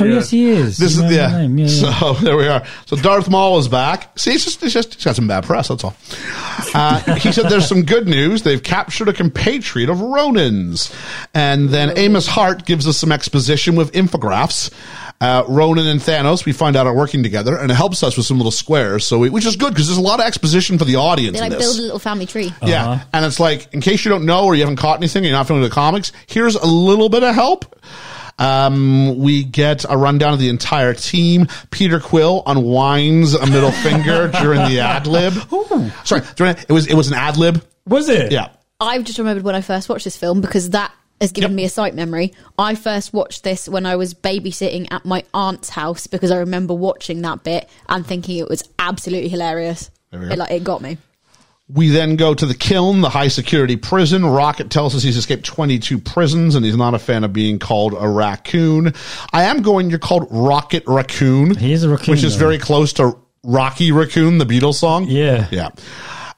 [SPEAKER 5] Oh, yes, he is.
[SPEAKER 4] This is
[SPEAKER 5] You know
[SPEAKER 4] yeah.
[SPEAKER 5] the name, yeah, yeah.
[SPEAKER 4] So there we are. So Darth Maul is back. See, it's just it's just it's got some bad press. That's all. Uh, he said there's some good news. They've captured a compatriot of Ronan's, and then Amos Hart gives us some exposition with infographs. Uh, Ronan and Thanos, we find out are working together, and it helps us with some little squares. So, we, which is good because there's a lot of exposition for the audience.
[SPEAKER 7] They
[SPEAKER 4] in
[SPEAKER 7] like
[SPEAKER 4] this.
[SPEAKER 7] build a little family tree.
[SPEAKER 4] Yeah. And it's like, in case you don't know or you haven't caught anything, or you're not familiar with the comics, here's a little bit of help. Um, we get a rundown of the entire team. Peter Quill unwinds a middle finger during the ad lib. Sorry, during- it was it was an ad lib.
[SPEAKER 5] Was it?
[SPEAKER 4] Yeah.
[SPEAKER 10] I've just remembered when I first watched this film because that has given me a sight memory. I first watched this when I was babysitting at my aunt's house because I remember watching that bit and thinking it was absolutely hilarious.
[SPEAKER 4] There we go.
[SPEAKER 10] It, like, it got me.
[SPEAKER 4] We then go to the kiln, the high security prison. Rocket tells us he's escaped 22 prisons and he's not a fan of being called a raccoon. I am going, you're called Rocket Raccoon.
[SPEAKER 5] He is a raccoon,
[SPEAKER 4] Which is
[SPEAKER 5] though.
[SPEAKER 4] very close to Rocky Raccoon, the Beatles song.
[SPEAKER 5] Yeah.
[SPEAKER 4] Yeah.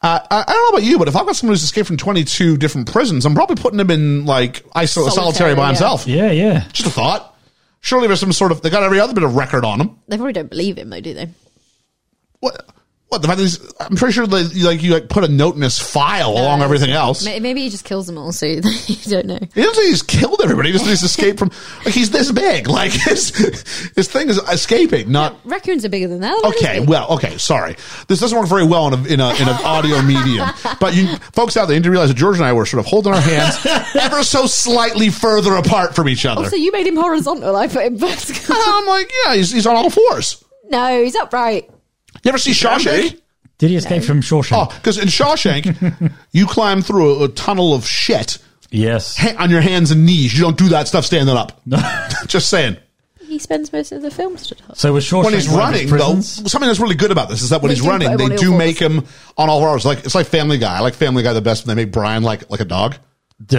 [SPEAKER 4] Uh, I, I don't know about you, but if I've got someone who's escaped from 22 different prisons, I'm probably putting him in like iso- solitary,
[SPEAKER 10] Solitary,
[SPEAKER 4] by
[SPEAKER 10] yeah.
[SPEAKER 4] himself.
[SPEAKER 5] Yeah, yeah.
[SPEAKER 4] Just a thought. Surely there's some sort of, they got every other bit of record on him.
[SPEAKER 10] They probably don't believe him though, do they?
[SPEAKER 4] What? What the fact is, I'm pretty sure they, like you like put a note in his file along everything else.
[SPEAKER 10] May- Maybe he just kills them all, so you don't know.
[SPEAKER 4] He doesn't say he's killed everybody. He just needs to escape from. Like he's this big. Like his his thing is escaping, not.
[SPEAKER 10] Raccoons are bigger than that. aren't
[SPEAKER 4] Okay,
[SPEAKER 10] they?
[SPEAKER 4] well, okay, sorry. This doesn't work very well in a in a in an audio medium. But you folks out there need to realize that George and I were sort of holding our hands ever so slightly further apart from each
[SPEAKER 8] Oh,
[SPEAKER 4] other.
[SPEAKER 10] Also, you made him horizontal. I put him vertical.
[SPEAKER 4] And I'm like, yeah, he's, he's on all fours.
[SPEAKER 10] no, he's upright.
[SPEAKER 4] You ever see Shawshank?
[SPEAKER 5] Did he escape from
[SPEAKER 4] Oh,
[SPEAKER 5] Shawshank?
[SPEAKER 4] because in Shawshank, you climb through a, a tunnel of shit
[SPEAKER 5] Yes.
[SPEAKER 4] ha- on your hands and knees. You don't do that stuff standing up. Just saying.
[SPEAKER 10] He spends most of the film stood up.
[SPEAKER 5] So was Shawshank
[SPEAKER 4] when he's
[SPEAKER 5] one of his
[SPEAKER 4] running, though,
[SPEAKER 5] prisons?
[SPEAKER 4] something that's really good about this is that when
[SPEAKER 10] They
[SPEAKER 4] he's
[SPEAKER 10] do put
[SPEAKER 4] running,
[SPEAKER 10] him
[SPEAKER 4] they
[SPEAKER 10] on all
[SPEAKER 4] do
[SPEAKER 10] fours.
[SPEAKER 4] make him on all fours. Like it's like Family Guy. I like Family Guy the best when they make Brian like like a dog.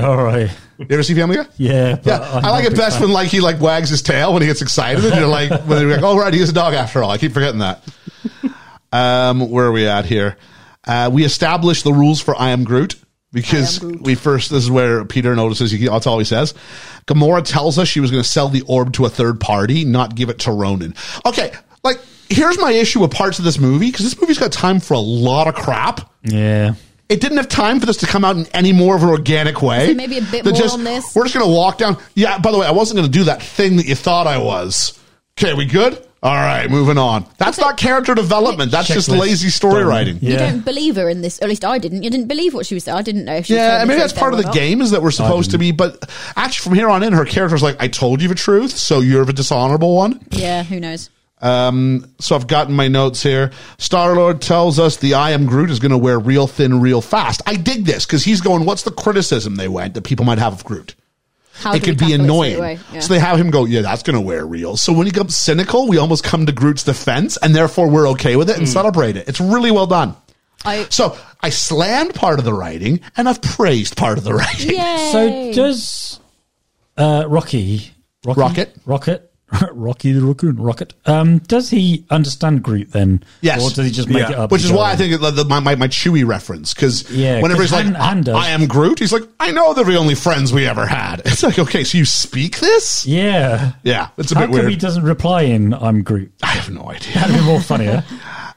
[SPEAKER 5] All right.
[SPEAKER 4] You ever see Family Guy?
[SPEAKER 5] Yeah, but
[SPEAKER 4] Yeah,
[SPEAKER 5] I'm
[SPEAKER 4] I like
[SPEAKER 5] not a
[SPEAKER 4] it
[SPEAKER 5] big
[SPEAKER 4] best
[SPEAKER 5] fan.
[SPEAKER 4] when like he like wags his tail when he gets excited, and you're like, when you're like, oh right, he is a dog after all. I keep forgetting that. Um, where are we at here? Uh, we established the rules for I am Groot because we first. This is where Peter notices. He, that's all he says. Gamora tells us she was going to sell the orb to a third party, not give it to Ronan. Okay, like here's my issue with parts of this movie because this movie's got time for a lot of crap.
[SPEAKER 5] Yeah.
[SPEAKER 4] It didn't have time for this to come out in any more of an organic way.
[SPEAKER 10] So maybe a bit more
[SPEAKER 4] They're just-
[SPEAKER 10] on this?
[SPEAKER 4] We're just going to walk down. Yeah, by the way, I wasn't going to do that thing that you thought I was. Okay, we good? All right, moving on. That's not character development. That's just
[SPEAKER 5] Checklist.
[SPEAKER 4] lazy story
[SPEAKER 5] Done.
[SPEAKER 4] writing.
[SPEAKER 5] Yeah.
[SPEAKER 10] You don't believe her in this, or at least I didn't. You didn't believe what she was. I didn't know if she. was
[SPEAKER 4] Yeah,
[SPEAKER 10] telling
[SPEAKER 4] I mean
[SPEAKER 10] the
[SPEAKER 4] that's
[SPEAKER 10] truth
[SPEAKER 4] part of
[SPEAKER 10] then
[SPEAKER 4] the
[SPEAKER 10] or not.
[SPEAKER 4] games that we're supposed to be, but actually from here on in, her character's like, "I told you the truth, so you're the dishonorable one."
[SPEAKER 10] Yeah, who knows?
[SPEAKER 4] Um, so I've gotten my notes here. Star Lord tells us the I am Groot is going to wear real thin, real fast. I dig this because he's going, "What's the criticism they went that people might have of Groot?"
[SPEAKER 10] How
[SPEAKER 4] it
[SPEAKER 10] do we
[SPEAKER 4] could be
[SPEAKER 10] tackle straight
[SPEAKER 4] annoying.
[SPEAKER 10] away? Yeah.
[SPEAKER 4] So they have him go, yeah, that's going to wear real. So when he becomes cynical, we almost come to Groot's defense, and therefore we're okay with it and celebrate it. It's really well done.
[SPEAKER 10] I,
[SPEAKER 4] So I slammed part of the writing, and I've praised part of the writing.
[SPEAKER 10] Yay.
[SPEAKER 5] So does uh, Rocky, Rocky
[SPEAKER 4] Rocket.
[SPEAKER 5] Rocket Rocky the Raccoon Rocket? Um, does he understand Groot then?
[SPEAKER 4] Yes.
[SPEAKER 5] or does he just make
[SPEAKER 6] Yeah.
[SPEAKER 5] it up?
[SPEAKER 4] Which
[SPEAKER 5] and
[SPEAKER 4] is
[SPEAKER 5] go
[SPEAKER 4] why I
[SPEAKER 5] on?
[SPEAKER 4] think it- the, my, my, my Chewy reference, because
[SPEAKER 5] Yeah,
[SPEAKER 4] whenever
[SPEAKER 5] 'cause
[SPEAKER 4] he's like,
[SPEAKER 5] Han- Han does.
[SPEAKER 4] I, I am Groot, he's like, I know they're the only friends we ever had. It's like, okay, so you speak this?
[SPEAKER 5] Yeah,
[SPEAKER 4] Yeah, it's a
[SPEAKER 5] how
[SPEAKER 4] bit
[SPEAKER 5] come he
[SPEAKER 4] weird.
[SPEAKER 5] doesn't reply in "I'm Groot"?
[SPEAKER 4] I have no idea.
[SPEAKER 5] That'd be more funnier.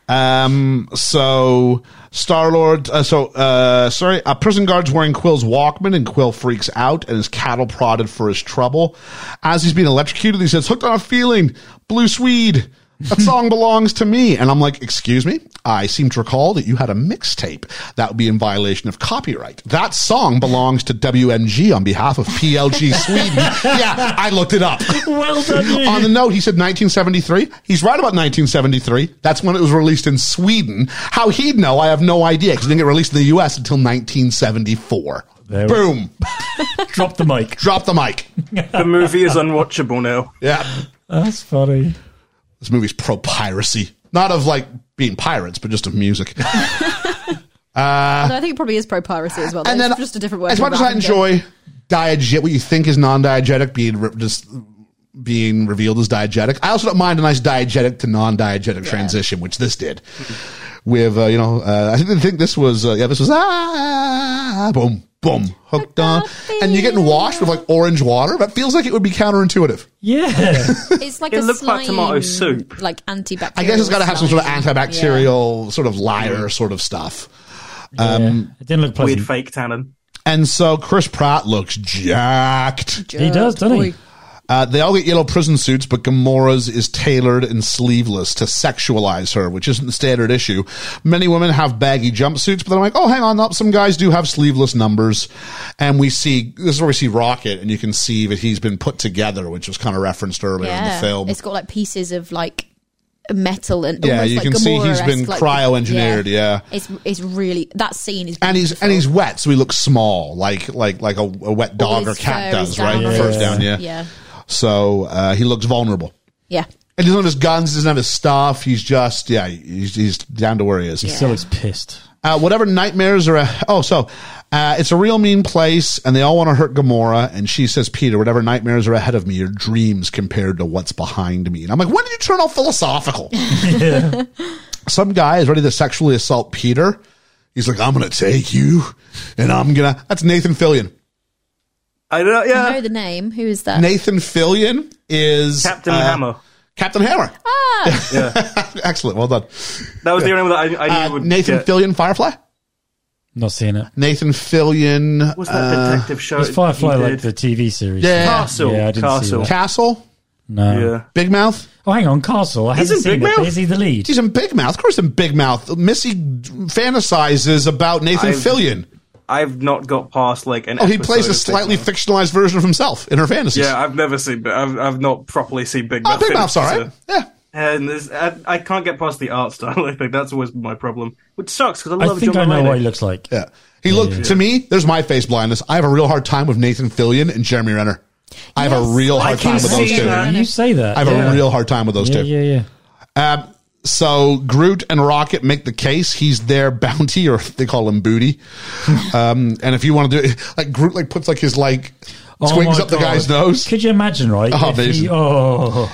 [SPEAKER 4] Um, so Star Lord, uh, so uh, sorry, a prison guard's wearing Quill's Walkman, and Quill freaks out and is cattle prodded for his trouble. As he's being electrocuted, he says, "Hooked on a feeling, Blue Swede." That song belongs to me. And I'm like, excuse me? I seem to recall that you had a mixtape. That would be in violation of copyright. That song belongs to WMG on behalf of PLG Sweden. yeah, I looked it up.
[SPEAKER 12] Well done, you.
[SPEAKER 4] On the note, he said 1973. He's right about 1973. That's when it was released in Sweden. How he'd know, I have no idea because it didn't get released in the US until 1974.
[SPEAKER 5] There we-
[SPEAKER 4] Boom.
[SPEAKER 5] Drop the mic.
[SPEAKER 4] Drop the mic.
[SPEAKER 6] The movie is unwatchable now.
[SPEAKER 4] Yeah.
[SPEAKER 5] That's funny.
[SPEAKER 4] this movie's pro piracy, not of like being pirates, but just of music.
[SPEAKER 10] Although I think it probably is pro piracy as well.
[SPEAKER 4] Uh, and
[SPEAKER 10] though.
[SPEAKER 4] then
[SPEAKER 10] it's just a different word.
[SPEAKER 4] As
[SPEAKER 10] for
[SPEAKER 4] much as I
[SPEAKER 10] random.
[SPEAKER 4] enjoy diegetic, what you think is non-diegetic being re- just being revealed as diegetic, I also don't mind a nice diegetic to non-diegetic transition, which this did. With uh, you know, uh, I think- I think this was uh, yeah, this was ah boom boom hooked on, and you're getting washed with like orange water. That feels like it would be counterintuitive.
[SPEAKER 5] Yeah.
[SPEAKER 8] It's like
[SPEAKER 6] It
[SPEAKER 8] a
[SPEAKER 6] looked
[SPEAKER 8] slime,
[SPEAKER 6] like tomato soup.
[SPEAKER 8] like antibacterial.
[SPEAKER 4] I guess it's got to have some sort of
[SPEAKER 8] slime.
[SPEAKER 4] antibacterial sort of liar sort of stuff. Um,
[SPEAKER 5] Yeah. It didn't look pleasant.
[SPEAKER 6] Weird fake tannin.
[SPEAKER 4] And so Chris Pratt looks jacked.
[SPEAKER 8] Yeah.
[SPEAKER 5] He does, doesn't he?
[SPEAKER 8] Boy.
[SPEAKER 4] Uh, they all get yellow prison suits, but Gamora's is tailored and sleeveless to sexualize her, which isn't the standard issue. Many women have baggy jumpsuits, but they're like, oh, hang on up. Some guys do have sleeveless numbers. And we see, this is where we see Rocket, and you can see that he's been put together, which was kind of referenced earlier in the film.
[SPEAKER 8] It's got like pieces of like metal and
[SPEAKER 4] Yeah,
[SPEAKER 8] almost
[SPEAKER 4] you
[SPEAKER 8] like
[SPEAKER 4] can see he's
[SPEAKER 8] Gamora-esque,
[SPEAKER 4] been
[SPEAKER 8] like-
[SPEAKER 4] cryo-engineered, yeah.
[SPEAKER 8] it's it's really that scene is
[SPEAKER 4] and he's and he's wet, so he looks small, like like like a, a wet dog or
[SPEAKER 8] his
[SPEAKER 4] cat
[SPEAKER 8] fur
[SPEAKER 4] does,
[SPEAKER 8] is down
[SPEAKER 4] right?
[SPEAKER 8] on
[SPEAKER 4] Fur's
[SPEAKER 8] his-
[SPEAKER 4] down, yeah.
[SPEAKER 8] yeah.
[SPEAKER 4] So uh, he looks vulnerable.
[SPEAKER 8] yeah
[SPEAKER 4] And he doesn't have his guns, he doesn't have his stuff. He's just, yeah, he's, he's down to where he is.
[SPEAKER 5] He still looks pissed.
[SPEAKER 4] Uh, whatever nightmares are, oh, so uh, it's a real mean place, and they all want to hurt Gamora. And she says, Peter, whatever nightmares are ahead of me are dreams compared to what's behind me. And I'm like, when did you turn all philosophical? Some guy is ready to sexually assault Peter. He's like, I'm going to take you, and I'm going to. That's Nathan Fillion.
[SPEAKER 6] I don't know,
[SPEAKER 8] I know
[SPEAKER 6] yeah.
[SPEAKER 8] the name who is that
[SPEAKER 4] Nathan Fillion is
[SPEAKER 6] Captain
[SPEAKER 4] uh,
[SPEAKER 6] Hammer.
[SPEAKER 4] Captain Hammer. Excellent. Well done.
[SPEAKER 6] That was the only one that I, I knew
[SPEAKER 4] Uh,
[SPEAKER 6] would
[SPEAKER 4] Nathan
[SPEAKER 6] get.
[SPEAKER 4] Fillion, Firefly.
[SPEAKER 5] Not seeing it.
[SPEAKER 4] Nathan Fillion, uh,
[SPEAKER 6] was that detective show?
[SPEAKER 5] It's Firefly,
[SPEAKER 6] he
[SPEAKER 5] like
[SPEAKER 6] did?
[SPEAKER 5] the TV series.
[SPEAKER 4] Oh, Yeah.
[SPEAKER 6] Castle.
[SPEAKER 5] Yeah, I didn't see
[SPEAKER 6] Castle.
[SPEAKER 5] that.
[SPEAKER 4] Castle,
[SPEAKER 5] No.
[SPEAKER 6] Yeah.
[SPEAKER 4] Big Mouth.
[SPEAKER 5] Oh, hang on, Castle. I haven't
[SPEAKER 6] Isn't
[SPEAKER 5] seen
[SPEAKER 6] Big
[SPEAKER 5] it. but
[SPEAKER 6] Mouth-
[SPEAKER 5] Is he the lead?
[SPEAKER 4] He's in Big Mouth. Of course, in Big Mouth. Missy fantasizes about Nathan
[SPEAKER 6] I've-
[SPEAKER 4] Fillion.
[SPEAKER 6] I've not got past like an.
[SPEAKER 4] Oh, he
[SPEAKER 6] episode
[SPEAKER 4] plays a
[SPEAKER 6] of Big
[SPEAKER 4] slightly
[SPEAKER 6] Mouth.
[SPEAKER 4] fictionalized version of himself in her fantasies.
[SPEAKER 6] Yeah, I've never seen. But I've I've not properly seen Big
[SPEAKER 4] oh,
[SPEAKER 6] Mouth.
[SPEAKER 4] Big
[SPEAKER 6] in it,
[SPEAKER 4] Mouth's all right.
[SPEAKER 6] so-
[SPEAKER 4] Yeah.
[SPEAKER 6] And there's- I, I can't get past the art style. I think that's always my problem, which sucks because I
[SPEAKER 5] I
[SPEAKER 6] love
[SPEAKER 5] think I
[SPEAKER 6] John
[SPEAKER 5] know
[SPEAKER 6] Mulaney.
[SPEAKER 5] what he looks like.
[SPEAKER 4] Yeah. He looked to me. There's my face blindness. I have a real hard time with Nathan Fillion and Jeremy Renner. I have a
[SPEAKER 8] Yes,
[SPEAKER 4] real
[SPEAKER 8] I
[SPEAKER 4] hard
[SPEAKER 6] can
[SPEAKER 4] time with those
[SPEAKER 6] see
[SPEAKER 4] two.
[SPEAKER 6] that.
[SPEAKER 5] You say that.
[SPEAKER 4] I have
[SPEAKER 5] yeah.
[SPEAKER 4] a real hard time with those
[SPEAKER 5] Yeah,
[SPEAKER 4] two.
[SPEAKER 5] yeah, yeah.
[SPEAKER 4] Um, so Groot and Rocket make the case. He's their bounty, or they call him booty. Um, and if you want to do it, like Groot, like puts like his like
[SPEAKER 5] Oh
[SPEAKER 4] swings
[SPEAKER 5] my
[SPEAKER 4] up the
[SPEAKER 5] God.
[SPEAKER 4] guy's nose.
[SPEAKER 5] Could you imagine, right?
[SPEAKER 4] Oh,
[SPEAKER 5] if he-
[SPEAKER 4] amazing.
[SPEAKER 5] oh.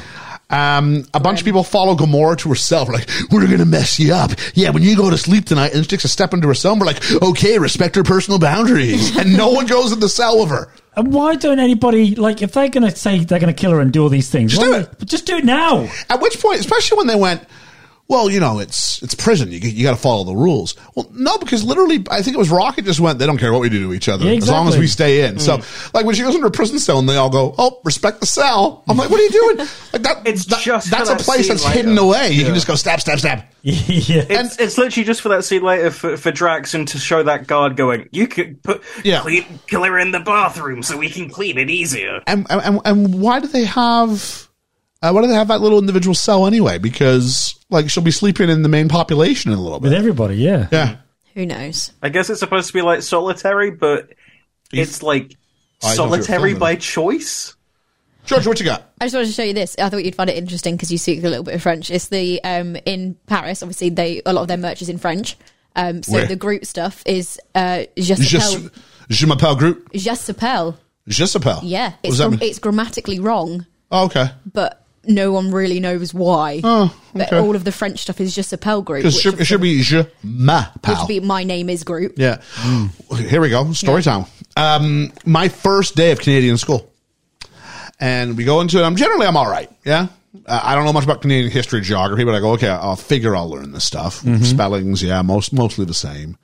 [SPEAKER 4] Um, a bunch of people follow Gamora to herself. Like we're gonna mess you up. Yeah, when you go to sleep tonight, and she takes a step into her cell. And we're like, okay, respect her personal boundaries, and no one goes in the cell with her.
[SPEAKER 5] And why don't anybody like if they're going to say they're going to kill her and do all these things?
[SPEAKER 4] Just
[SPEAKER 5] why
[SPEAKER 4] do
[SPEAKER 5] don't
[SPEAKER 4] it.
[SPEAKER 5] they- Just do it now.
[SPEAKER 4] At which point, especially when they went, well, you know, it's it's prison. You you got to follow the rules. Well, no, because literally, I think it was Rocket just went. They don't care what we do to each other
[SPEAKER 5] Yeah,
[SPEAKER 4] as long as
[SPEAKER 5] exactly. Mm.
[SPEAKER 4] we stay in. So, like when she goes into a prison cell and they all go, "Oh, respect the cell." I'm like, "What are you doing?" Like that.
[SPEAKER 6] It's
[SPEAKER 4] that-
[SPEAKER 6] just
[SPEAKER 4] that's
[SPEAKER 6] for
[SPEAKER 4] a
[SPEAKER 6] that
[SPEAKER 4] place
[SPEAKER 6] scene
[SPEAKER 4] that's
[SPEAKER 6] later.
[SPEAKER 4] hidden away. You can
[SPEAKER 6] Yeah.
[SPEAKER 4] just go stab, stab, stab.
[SPEAKER 5] yeah.
[SPEAKER 6] It's, it's literally just for that scene later for, for Drax and to show that guard going, you could put
[SPEAKER 4] Yeah.
[SPEAKER 6] clean, kill her in the bathroom so we can clean it easier.
[SPEAKER 4] And and and- and why do they have? Uh, why do they have that little individual cell anyway? Because like she'll be sleeping in the main population in a little
[SPEAKER 5] With
[SPEAKER 4] bit.
[SPEAKER 5] everybody, yeah.
[SPEAKER 4] Yeah.
[SPEAKER 8] who knows
[SPEAKER 6] I guess it's supposed to be like solitary, but it's like
[SPEAKER 4] I thought you were
[SPEAKER 6] solitary
[SPEAKER 4] filming.
[SPEAKER 6] by choice.
[SPEAKER 4] George, what you got?
[SPEAKER 8] I just wanted to show you this. I thought you'd find it interesting because you speak a little bit of French. It's the um, in Paris, obviously they a lot of their merch is in French. Um, so
[SPEAKER 4] Where?
[SPEAKER 8] the group stuff is uh, Je
[SPEAKER 4] Je,
[SPEAKER 8] s'appelle.
[SPEAKER 4] je m'appelle Groot.
[SPEAKER 8] Je s'appelle.
[SPEAKER 4] Je s'appelle.
[SPEAKER 8] Yeah,
[SPEAKER 4] What does
[SPEAKER 8] it's
[SPEAKER 4] that
[SPEAKER 8] gr-
[SPEAKER 4] mean?
[SPEAKER 8] it's grammatically wrong,
[SPEAKER 4] Oh, okay.
[SPEAKER 8] but no one really knows why.
[SPEAKER 4] Oh,
[SPEAKER 8] But
[SPEAKER 4] okay.
[SPEAKER 8] all of the French stuff is Je s'appelle group,
[SPEAKER 4] Because it
[SPEAKER 8] which,
[SPEAKER 4] should, it should be je
[SPEAKER 8] which
[SPEAKER 4] m'appelle.
[SPEAKER 8] would be my name is group.
[SPEAKER 4] yeah. Okay, Mm. Here we go. Story time. Um, my first day of Canadian school. And we go into it. I'm generally, I'm all right. Yeah. Uh, I don't know much about Canadian history, geography, but I go, okay, I'll figure I'll learn this stuff.
[SPEAKER 5] Mhm.
[SPEAKER 4] Spellings, yeah, most mostly the same.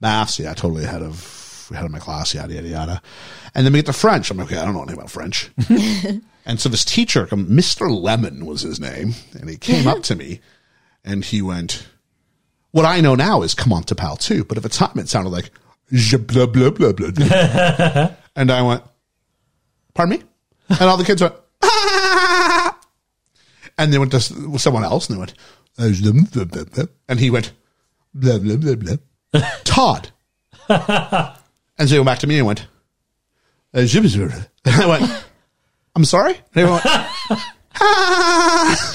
[SPEAKER 4] Maths, yeah, totally ahead of ahead of my class, yada yada yada. And then we get to French. I'm like, okay, I don't know anything about French. and so this teacher, Mr. Lemon was his name, and he came up to me and he went, What I know now is come on to pal too, but at the time it sounded like "Je blah blah blah blah. blah." and I went, Pardon me? And all the kids went, and they went to s- someone else and they went, "Oh, blah, blah, blah, blah." and he went, blah, blah, blah, blah. Todd. and so he went back to me and went, "Oh, zip, zip, zip." and I went, I'm sorry? And they went, "Ah."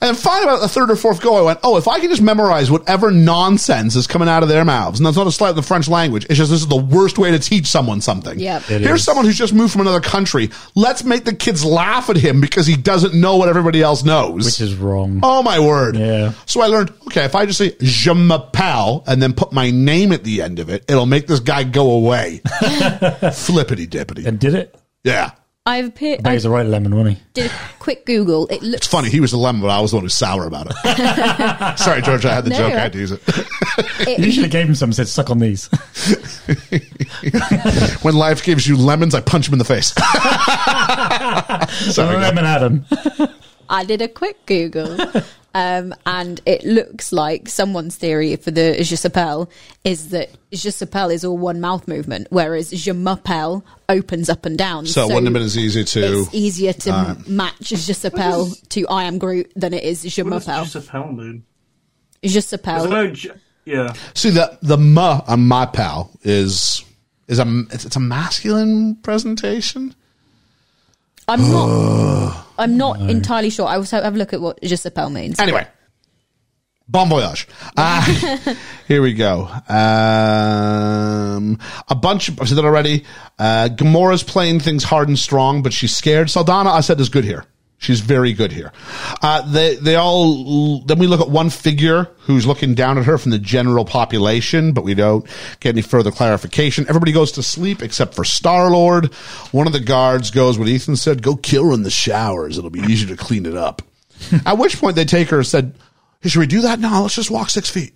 [SPEAKER 4] and finally, about the third or fourth go, I went, oh, if I can just memorize whatever nonsense is coming out of their mouths, and that's not a slight of the French language, it's just this is the worst way to teach someone something.
[SPEAKER 10] Yep. It
[SPEAKER 4] Here's
[SPEAKER 10] is.
[SPEAKER 4] someone who's just moved from another country. Let's make the kids laugh at him because he doesn't know what everybody else knows.
[SPEAKER 5] Which is wrong.
[SPEAKER 4] Oh my word.
[SPEAKER 5] Yeah.
[SPEAKER 4] So I learned, okay, if I just say je m'appelle and then put my name at the end of it, it'll make this guy go away. Flippity dippity.
[SPEAKER 5] And did it?
[SPEAKER 4] Yeah.
[SPEAKER 7] I've appeared.
[SPEAKER 5] That is the right lemon, wasn't he?
[SPEAKER 7] did a quick Google. It
[SPEAKER 4] It's
[SPEAKER 7] looks
[SPEAKER 4] funny. He was the lemon, but I was the one who's sour about it. Sorry, George. I had the
[SPEAKER 7] No,
[SPEAKER 4] joke.
[SPEAKER 7] you're
[SPEAKER 4] I had to use it.
[SPEAKER 7] it,
[SPEAKER 12] You should have gave him some. and Said, "Suck on these."
[SPEAKER 4] When life gives you lemons, I punch him in the face. Sorry,
[SPEAKER 5] lemon Adam.
[SPEAKER 10] I did a quick Google, um, and it looks like someone's theory for the je s'appelle is that je s'appelle is all one mouth movement, whereas je m'appelle opens up and down.
[SPEAKER 4] So it wouldn't have been as easy to.
[SPEAKER 10] It's easier to
[SPEAKER 4] All
[SPEAKER 10] m match je s'appelle to I am Groot than it is je
[SPEAKER 6] What does
[SPEAKER 10] m'appelle.
[SPEAKER 6] Giuseppe mean?
[SPEAKER 10] Je
[SPEAKER 6] There's
[SPEAKER 10] s'appelle.
[SPEAKER 6] no G- yeah.
[SPEAKER 4] See the the ma on my pal is is a it's, it's a masculine presentation.
[SPEAKER 10] I'm not. I'm not entirely sure. I will have a look at what je s'appelle means.
[SPEAKER 4] Anyway, bon voyage. Uh, here we go. Um, a bunch of, I said that already. Uh, Gamora's playing things hard and strong, but she's scared. Saldana, I said, is good here. She's very good here. Uh, they, they all, then we look at one figure who's looking down at her from the general population, but we don't get any further clarification. Everybody goes to sleep except for Star Lord. One of the guards goes, what Ethan said, go kill her in the showers. It'll be easier to clean it up. At which point they take her and said, Should we do that? No, let's just walk six feet.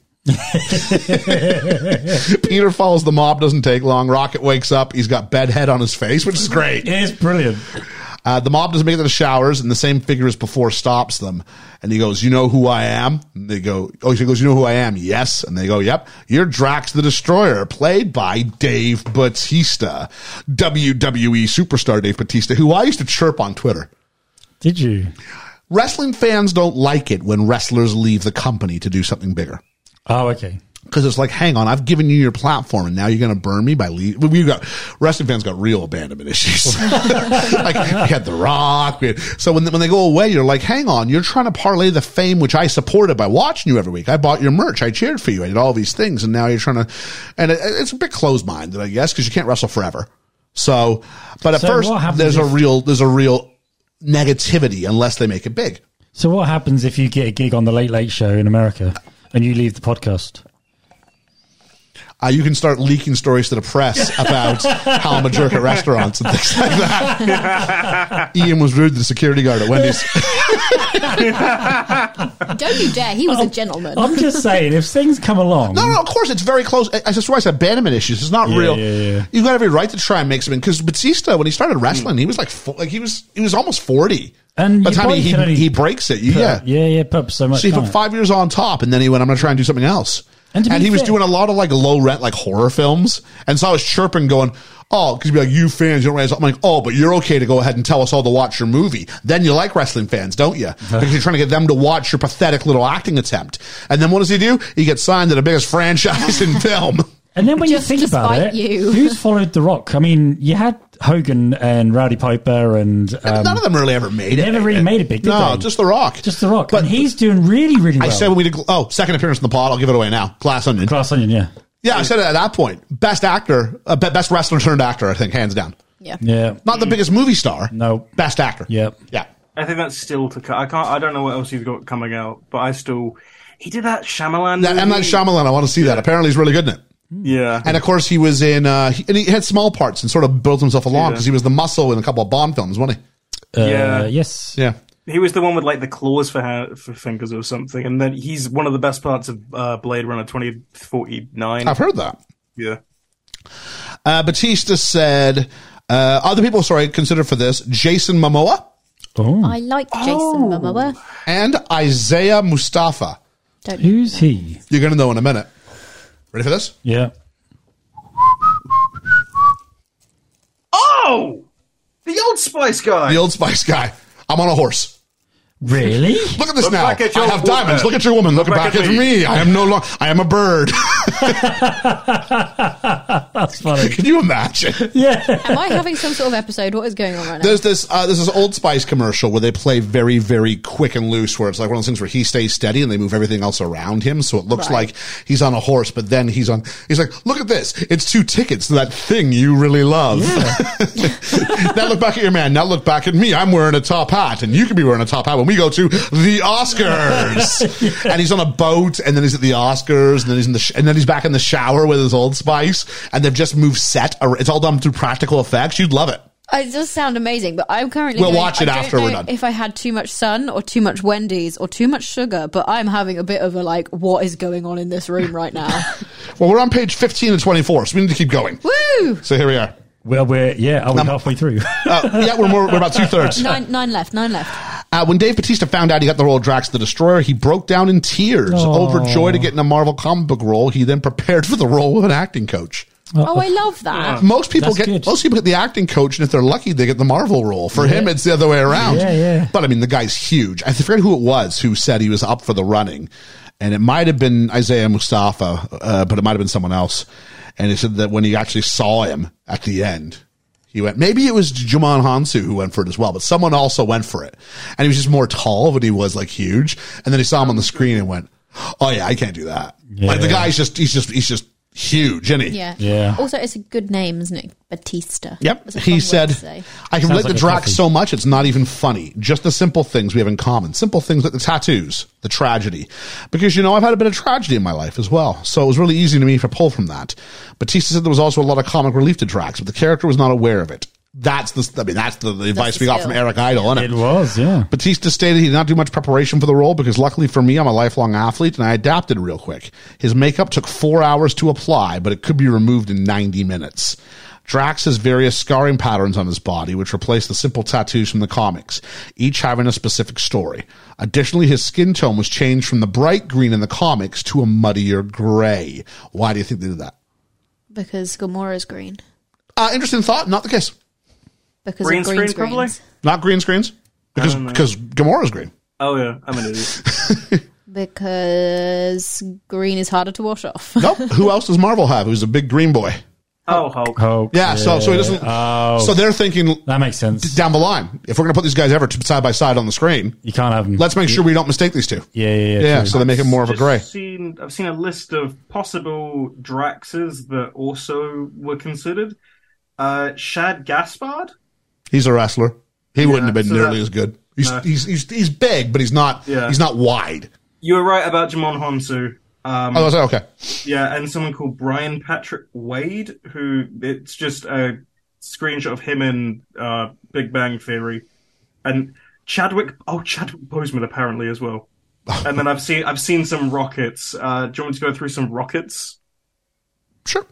[SPEAKER 4] Peter follows the mob, doesn't take long. Rocket wakes up. He's got bedhead on his face, which is great.
[SPEAKER 5] It is brilliant.
[SPEAKER 4] Uh, the mob doesn't make it to the showers, and the same figure as before stops them. And he goes, You know who I am? And they go, Oh, he goes, You know who I am? Yes. And they go, Yep. You're Drax the Destroyer, played by Dave Batista, WWE superstar Dave Batista, who I used to chirp on Twitter.
[SPEAKER 5] Did you?
[SPEAKER 4] Wrestling fans don't like it when wrestlers leave the company to do something bigger.
[SPEAKER 5] Oh, okay.
[SPEAKER 4] Because it's like, hang on, I've given you your platform, and now you're going to burn me by leaving. We got wrestling fans got real abandonment issues. like we had The Rock. We had, so when when they go away, you're like, hang on, you're trying to parlay the fame which I supported by watching you every week. I bought your merch, I cheered for you, I did all these things, and now you're trying to. And it, it's a bit closed minded, I guess, because you can't wrestle forever. So, but at
[SPEAKER 5] So
[SPEAKER 4] first,
[SPEAKER 5] what happens
[SPEAKER 4] there's a
[SPEAKER 5] if-
[SPEAKER 4] real there's a real negativity unless they make it big.
[SPEAKER 5] So what happens if you get a gig on the Late Late Show in America and you leave the podcast?
[SPEAKER 4] uh, you can start leaking stories to the press about how I'm a jerk at restaurants and things like that. Ian was rude to the security guard at Wendy's.
[SPEAKER 10] Don't you dare! He was a gentleman.
[SPEAKER 5] I'm just saying, if things come along,
[SPEAKER 4] No, no, of course it's very close. I- I just realized abandonment issues. It's not
[SPEAKER 5] Yeah,
[SPEAKER 4] real.
[SPEAKER 5] yeah, yeah.
[SPEAKER 4] You've got every right to try and make something because Batista, when he started wrestling, he was like, fo- like he was, he was almost forty.
[SPEAKER 5] And
[SPEAKER 4] by the
[SPEAKER 5] your
[SPEAKER 4] time he
[SPEAKER 5] body can
[SPEAKER 4] he,
[SPEAKER 5] only
[SPEAKER 4] he breaks it, you,
[SPEAKER 5] put-
[SPEAKER 4] yeah,
[SPEAKER 5] yeah, yeah, put up so much.
[SPEAKER 4] So he put
[SPEAKER 5] can't it?
[SPEAKER 4] five years on top, and then he went, "I'm going to try and do something else."
[SPEAKER 5] And
[SPEAKER 4] And,
[SPEAKER 5] to be
[SPEAKER 4] he was
[SPEAKER 5] fair-
[SPEAKER 4] doing a lot of like low rent, like horror films. And so I was chirping, going, "Oh," because he'd be like, "You fans, you don't realize." I'm like, "Oh, but you're okay to go ahead and tell us all to watch your movie. Then you like wrestling fans, don't you? Because you're trying to get them to watch your pathetic little acting attempt." And then what does he do? He gets signed to the biggest franchise in film.
[SPEAKER 5] And then when
[SPEAKER 10] Just
[SPEAKER 5] you think about
[SPEAKER 10] despite
[SPEAKER 5] it,
[SPEAKER 10] you.
[SPEAKER 5] who's followed The Rock? I mean, you had Hogan and Rowdy Piper, and um,
[SPEAKER 4] None of them really ever made it.
[SPEAKER 5] never really made it big, did
[SPEAKER 4] No,
[SPEAKER 5] they?
[SPEAKER 4] just The Rock.
[SPEAKER 5] just The Rock.
[SPEAKER 4] But
[SPEAKER 5] and he's doing really, really well.
[SPEAKER 4] I said when we did. Oh, second appearance in the pod. I'll give it away now. Glass onion.
[SPEAKER 5] Glass Onion, yeah,
[SPEAKER 4] Yeah, I said it at that point. Best actor, uh, be- best wrestler turned actor, I think, hands down.
[SPEAKER 10] yeah.
[SPEAKER 5] yeah,
[SPEAKER 4] Not the biggest movie star.
[SPEAKER 5] No.
[SPEAKER 4] Best actor.
[SPEAKER 5] Yep.
[SPEAKER 4] Yeah.
[SPEAKER 6] I think that's still to come. I can't. I don't know what else he's got coming out, but I still. He did that Shyamalan.
[SPEAKER 4] That, M. Night
[SPEAKER 6] movie.
[SPEAKER 4] Shyamalan, I want to see that. Apparently he's really good in it.
[SPEAKER 6] Yeah.
[SPEAKER 4] And of course he was in, uh, he, and he had small parts and sort of built himself along
[SPEAKER 6] Yeah.
[SPEAKER 4] because he was the muscle in a couple of Bond films, wasn't
[SPEAKER 5] Uh,
[SPEAKER 6] Yeah.
[SPEAKER 5] yes,
[SPEAKER 4] he? Yeah.
[SPEAKER 6] he was the one with like the claws for, ha- for fingers or something, and then he's one of the best parts of uh, Blade Runner twenty forty nine.
[SPEAKER 4] I've heard that.
[SPEAKER 6] Yeah.
[SPEAKER 4] Uh, Batista said, uh, other people, sorry, considered for this Jason Momoa
[SPEAKER 5] Oh,
[SPEAKER 8] I like Jason Momoa.
[SPEAKER 4] and Isaiah Mustafa.
[SPEAKER 5] who's he?
[SPEAKER 4] You're going to know in a minute. Ready for this?
[SPEAKER 5] Yeah.
[SPEAKER 6] Oh, the old Spice guy.
[SPEAKER 4] The Old Spice guy. I'm on a horse.
[SPEAKER 5] Really?
[SPEAKER 4] Look at this
[SPEAKER 6] Look
[SPEAKER 4] now. I
[SPEAKER 6] back at your
[SPEAKER 4] have
[SPEAKER 6] woman.
[SPEAKER 4] diamonds. Look at your woman. Look, back, at, me. I am no longer. I am a bird.
[SPEAKER 5] That's funny.
[SPEAKER 4] Can you imagine?
[SPEAKER 5] yeah.
[SPEAKER 8] Am I having some sort of episode? What is going on right now?
[SPEAKER 4] There's this. Uh, there's this Old Spice commercial where they play very, very quick and loose. Where it's like one of those things where he stays steady and they move everything else around him, so it looks like he's on a horse. But then he's on. He's like, look at this. It's two tickets to that thing you really love. now look back at your man. Now look back at me. I'm wearing a top hat, and you can be wearing a top hat when we go to the Oscars. And he's on a boat, and then he's at the Oscars, and then he's in the sh- and then he's back in the shower with his Old Spice, and they've just moved set. ar- It's all done through practical effects. You'd love it.
[SPEAKER 8] It does sound amazing, but I'm currently.
[SPEAKER 4] We'll
[SPEAKER 8] going-
[SPEAKER 4] watch it
[SPEAKER 8] I don't
[SPEAKER 4] after we're
[SPEAKER 8] know
[SPEAKER 4] done.
[SPEAKER 8] If I had too much sun or too much Wendy's or too much sugar, but I'm having a bit of a like, what is going on in this room right now?
[SPEAKER 4] Well, we're on page 15 and 24, so we need to keep going.
[SPEAKER 8] Woo!
[SPEAKER 4] So here we are.
[SPEAKER 5] Well, we're yeah. Are we halfway through?
[SPEAKER 4] Uh, yeah, we're, more, we're about two thirds.
[SPEAKER 8] Nine, nine left. Nine left.
[SPEAKER 4] Uh, when Dave Batista found out he got the role of Drax the Destroyer, he broke down in tears, overjoyed at getting a Marvel comic book role. He then prepared for the role of an acting coach.
[SPEAKER 8] Oh, I love that.
[SPEAKER 4] Most people get
[SPEAKER 5] That's good.
[SPEAKER 4] most people get the acting coach, and if they're lucky, they get the Marvel role. For him, it's the other way around.
[SPEAKER 5] Yeah, yeah.
[SPEAKER 4] But I mean, the guy's huge. I forget who it was who said he was up for the running, and it might have been Isaiah Mustafa, uh, but it might have been someone else. And he said that when he actually saw him at the end, he went. Maybe it was Juman Hansu who went for it as well, but someone also went for it, and he was just more tall than he was like huge. And then he saw him on the screen and went, "Oh yeah, I can't do that." Like the
[SPEAKER 5] Yeah.
[SPEAKER 4] guy's just he's just he's just huge, isn't he?
[SPEAKER 8] Yeah.
[SPEAKER 5] Yeah.
[SPEAKER 8] Also, it's a good name, isn't it? Batista.
[SPEAKER 4] Yep.
[SPEAKER 8] It's a fun
[SPEAKER 4] He
[SPEAKER 8] word
[SPEAKER 4] said,
[SPEAKER 8] to say.
[SPEAKER 4] I can
[SPEAKER 5] Sounds
[SPEAKER 4] relate
[SPEAKER 5] like
[SPEAKER 4] to
[SPEAKER 5] a
[SPEAKER 4] Drax
[SPEAKER 5] coffee.
[SPEAKER 4] so much, it's not even funny. Just the simple things we have in common. Simple things like the tattoos, the tragedy. Because, you know, I've had a bit of tragedy in my life as well. So it was really easy to me to pull from that. Batista said there was also a lot of comic relief to Drax, but the character was not aware of it. That's the, I mean, that's the, the advice we got
[SPEAKER 8] skill.
[SPEAKER 4] from Eric Idle, isn't
[SPEAKER 5] it was yeah.
[SPEAKER 4] Batista stated he did not do much preparation for the role because, luckily for me, I'm a lifelong athlete and I adapted real quick. His makeup took four hours to apply, but it could be removed in 90 minutes. Drax has various scarring patterns on his body, which replace the simple tattoos from the comics, each having a specific story. Additionally, his skin tone was changed from the bright green in the comics to a muddier gray. Why do you think they did that?
[SPEAKER 8] because Gamora's green.
[SPEAKER 4] Uh, interesting thought, not the case.
[SPEAKER 8] Because
[SPEAKER 6] Green
[SPEAKER 8] of green
[SPEAKER 6] screen, probably?
[SPEAKER 8] screens.
[SPEAKER 4] Not green screens? Because, because Gamora's green.
[SPEAKER 6] Oh yeah, I'm an idiot.
[SPEAKER 8] Because green is harder to wash off.
[SPEAKER 4] Nope. Who else does Marvel have who's a big green boy?
[SPEAKER 6] Oh Hulk.
[SPEAKER 5] Hulk.
[SPEAKER 4] Yeah, so so he doesn't.
[SPEAKER 5] Oh.
[SPEAKER 4] So they're thinking
[SPEAKER 5] That makes sense.
[SPEAKER 4] down the line. If we're going to put these guys ever t- side by side on the screen,
[SPEAKER 5] You can't have them.
[SPEAKER 4] let's make sure we don't mistake these two.
[SPEAKER 5] Yeah, yeah, yeah, true.
[SPEAKER 4] so they make it more of a
[SPEAKER 6] Just
[SPEAKER 4] gray.
[SPEAKER 6] Seen, I've seen a list of possible Draxes that also were considered. Uh, Shad Gaspard.
[SPEAKER 4] He's a wrestler. He wouldn't have been
[SPEAKER 6] so
[SPEAKER 4] nearly
[SPEAKER 6] that-
[SPEAKER 4] as good. He's,
[SPEAKER 6] No.
[SPEAKER 4] he's he's he's big, but he's not
[SPEAKER 6] Yeah.
[SPEAKER 4] he's not wide.
[SPEAKER 6] You were right about Jamon Honsu. Um,
[SPEAKER 4] I was like, okay,
[SPEAKER 6] Yeah, and someone called Brian Patrick Wade, who it's just a screenshot of him in uh, Big Bang Theory, and Chadwick. Oh, Chadwick Boseman apparently as well. And then I've seen I've seen some rockets. Uh, do you want me to go through some rockets?
[SPEAKER 4] sure.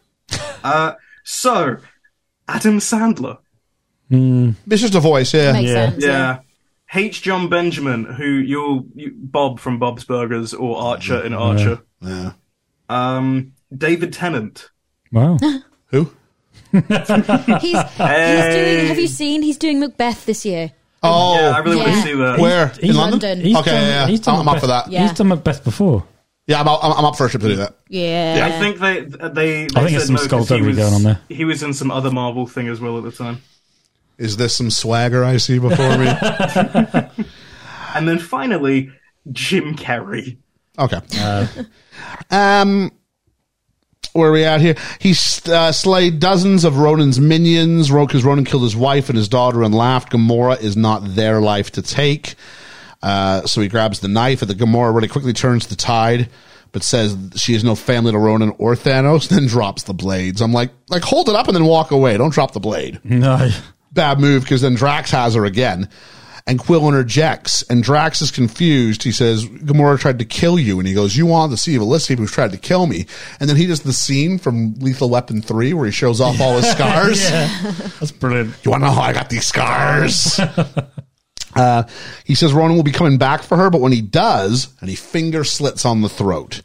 [SPEAKER 6] Uh, so Adam Sandler,
[SPEAKER 4] It's just a voice. Yeah,
[SPEAKER 8] Makes
[SPEAKER 5] Yeah.
[SPEAKER 8] sense.
[SPEAKER 6] yeah. H. John Benjamin, who you'll you, Bob from Bob's Burgers or Archer in Archer.
[SPEAKER 4] yeah.
[SPEAKER 6] Um, David Tennant.
[SPEAKER 5] Wow.
[SPEAKER 4] Who?
[SPEAKER 8] He's, he's doing. Have you seen? He's doing Macbeth this year.
[SPEAKER 4] Oh,
[SPEAKER 6] Yeah, I really want
[SPEAKER 8] Yeah.
[SPEAKER 6] to see that.
[SPEAKER 4] where
[SPEAKER 5] He's-
[SPEAKER 4] in London?
[SPEAKER 8] London.
[SPEAKER 5] He's
[SPEAKER 4] okay,
[SPEAKER 5] done-
[SPEAKER 4] yeah, yeah.
[SPEAKER 5] he's done
[SPEAKER 4] I'm, I'm up for
[SPEAKER 5] Macbeth-
[SPEAKER 4] that.
[SPEAKER 8] Yeah.
[SPEAKER 5] He's done Macbeth before.
[SPEAKER 4] Yeah, I'm, I'm, I'm up for a trip to do that.
[SPEAKER 8] Yeah.
[SPEAKER 6] I think they they. they
[SPEAKER 5] I think
[SPEAKER 6] said
[SPEAKER 5] there's some
[SPEAKER 6] no 'cause he
[SPEAKER 5] skullduggery
[SPEAKER 6] was-
[SPEAKER 5] going on there.
[SPEAKER 6] He was in some other Marvel thing as well at the time.
[SPEAKER 4] Is this some swagger I see before me?
[SPEAKER 6] And then finally, Jim Carrey.
[SPEAKER 4] Okay. um, where are we at here? He uh, slayed dozens of Ronan's minions. Roku's Ronan killed his wife and his daughter and laughed. Gamora is not their life to take. Uh, so he grabs the knife, and the Gamora really quickly turns the tide, but says she is no family to Ronan or Thanos. Then drops the blades. I'm like, like hold it up and then walk away. Don't drop the blade
[SPEAKER 5] No.
[SPEAKER 4] bad move because then Drax has her again. and Quill interjects, and Drax is confused. He says, Gamora tried to kill you. And he goes, You want to see if Alyssa who's tried to kill me. And then he does the scene from Lethal Weapon 3 where he shows off all his scars.
[SPEAKER 5] That's brilliant.
[SPEAKER 4] You want to know how I got these scars? Uh, he says Ronan will be coming back for her, but when he does, and he finger slits on the throat.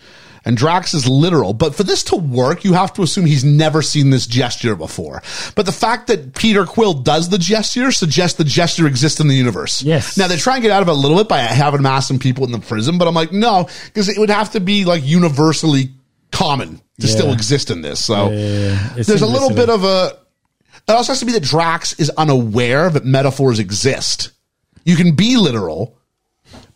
[SPEAKER 4] And Drax is literal, but for this to work, you have to assume he's never seen this gesture before. But the fact that Peter Quill does the gesture suggests the gesture exists in the universe.
[SPEAKER 5] Yes.
[SPEAKER 4] Now they try and get out of it a little bit by having him ask some people in the prison, but I'm like, no, because it would have to be like universally common to
[SPEAKER 5] Yeah.
[SPEAKER 4] still exist in this. So
[SPEAKER 5] Yeah, yeah, yeah. It's
[SPEAKER 4] there's a little bit
[SPEAKER 5] simplicity.
[SPEAKER 4] of a. It also has to be that Drax is unaware that metaphors exist. You can be literal,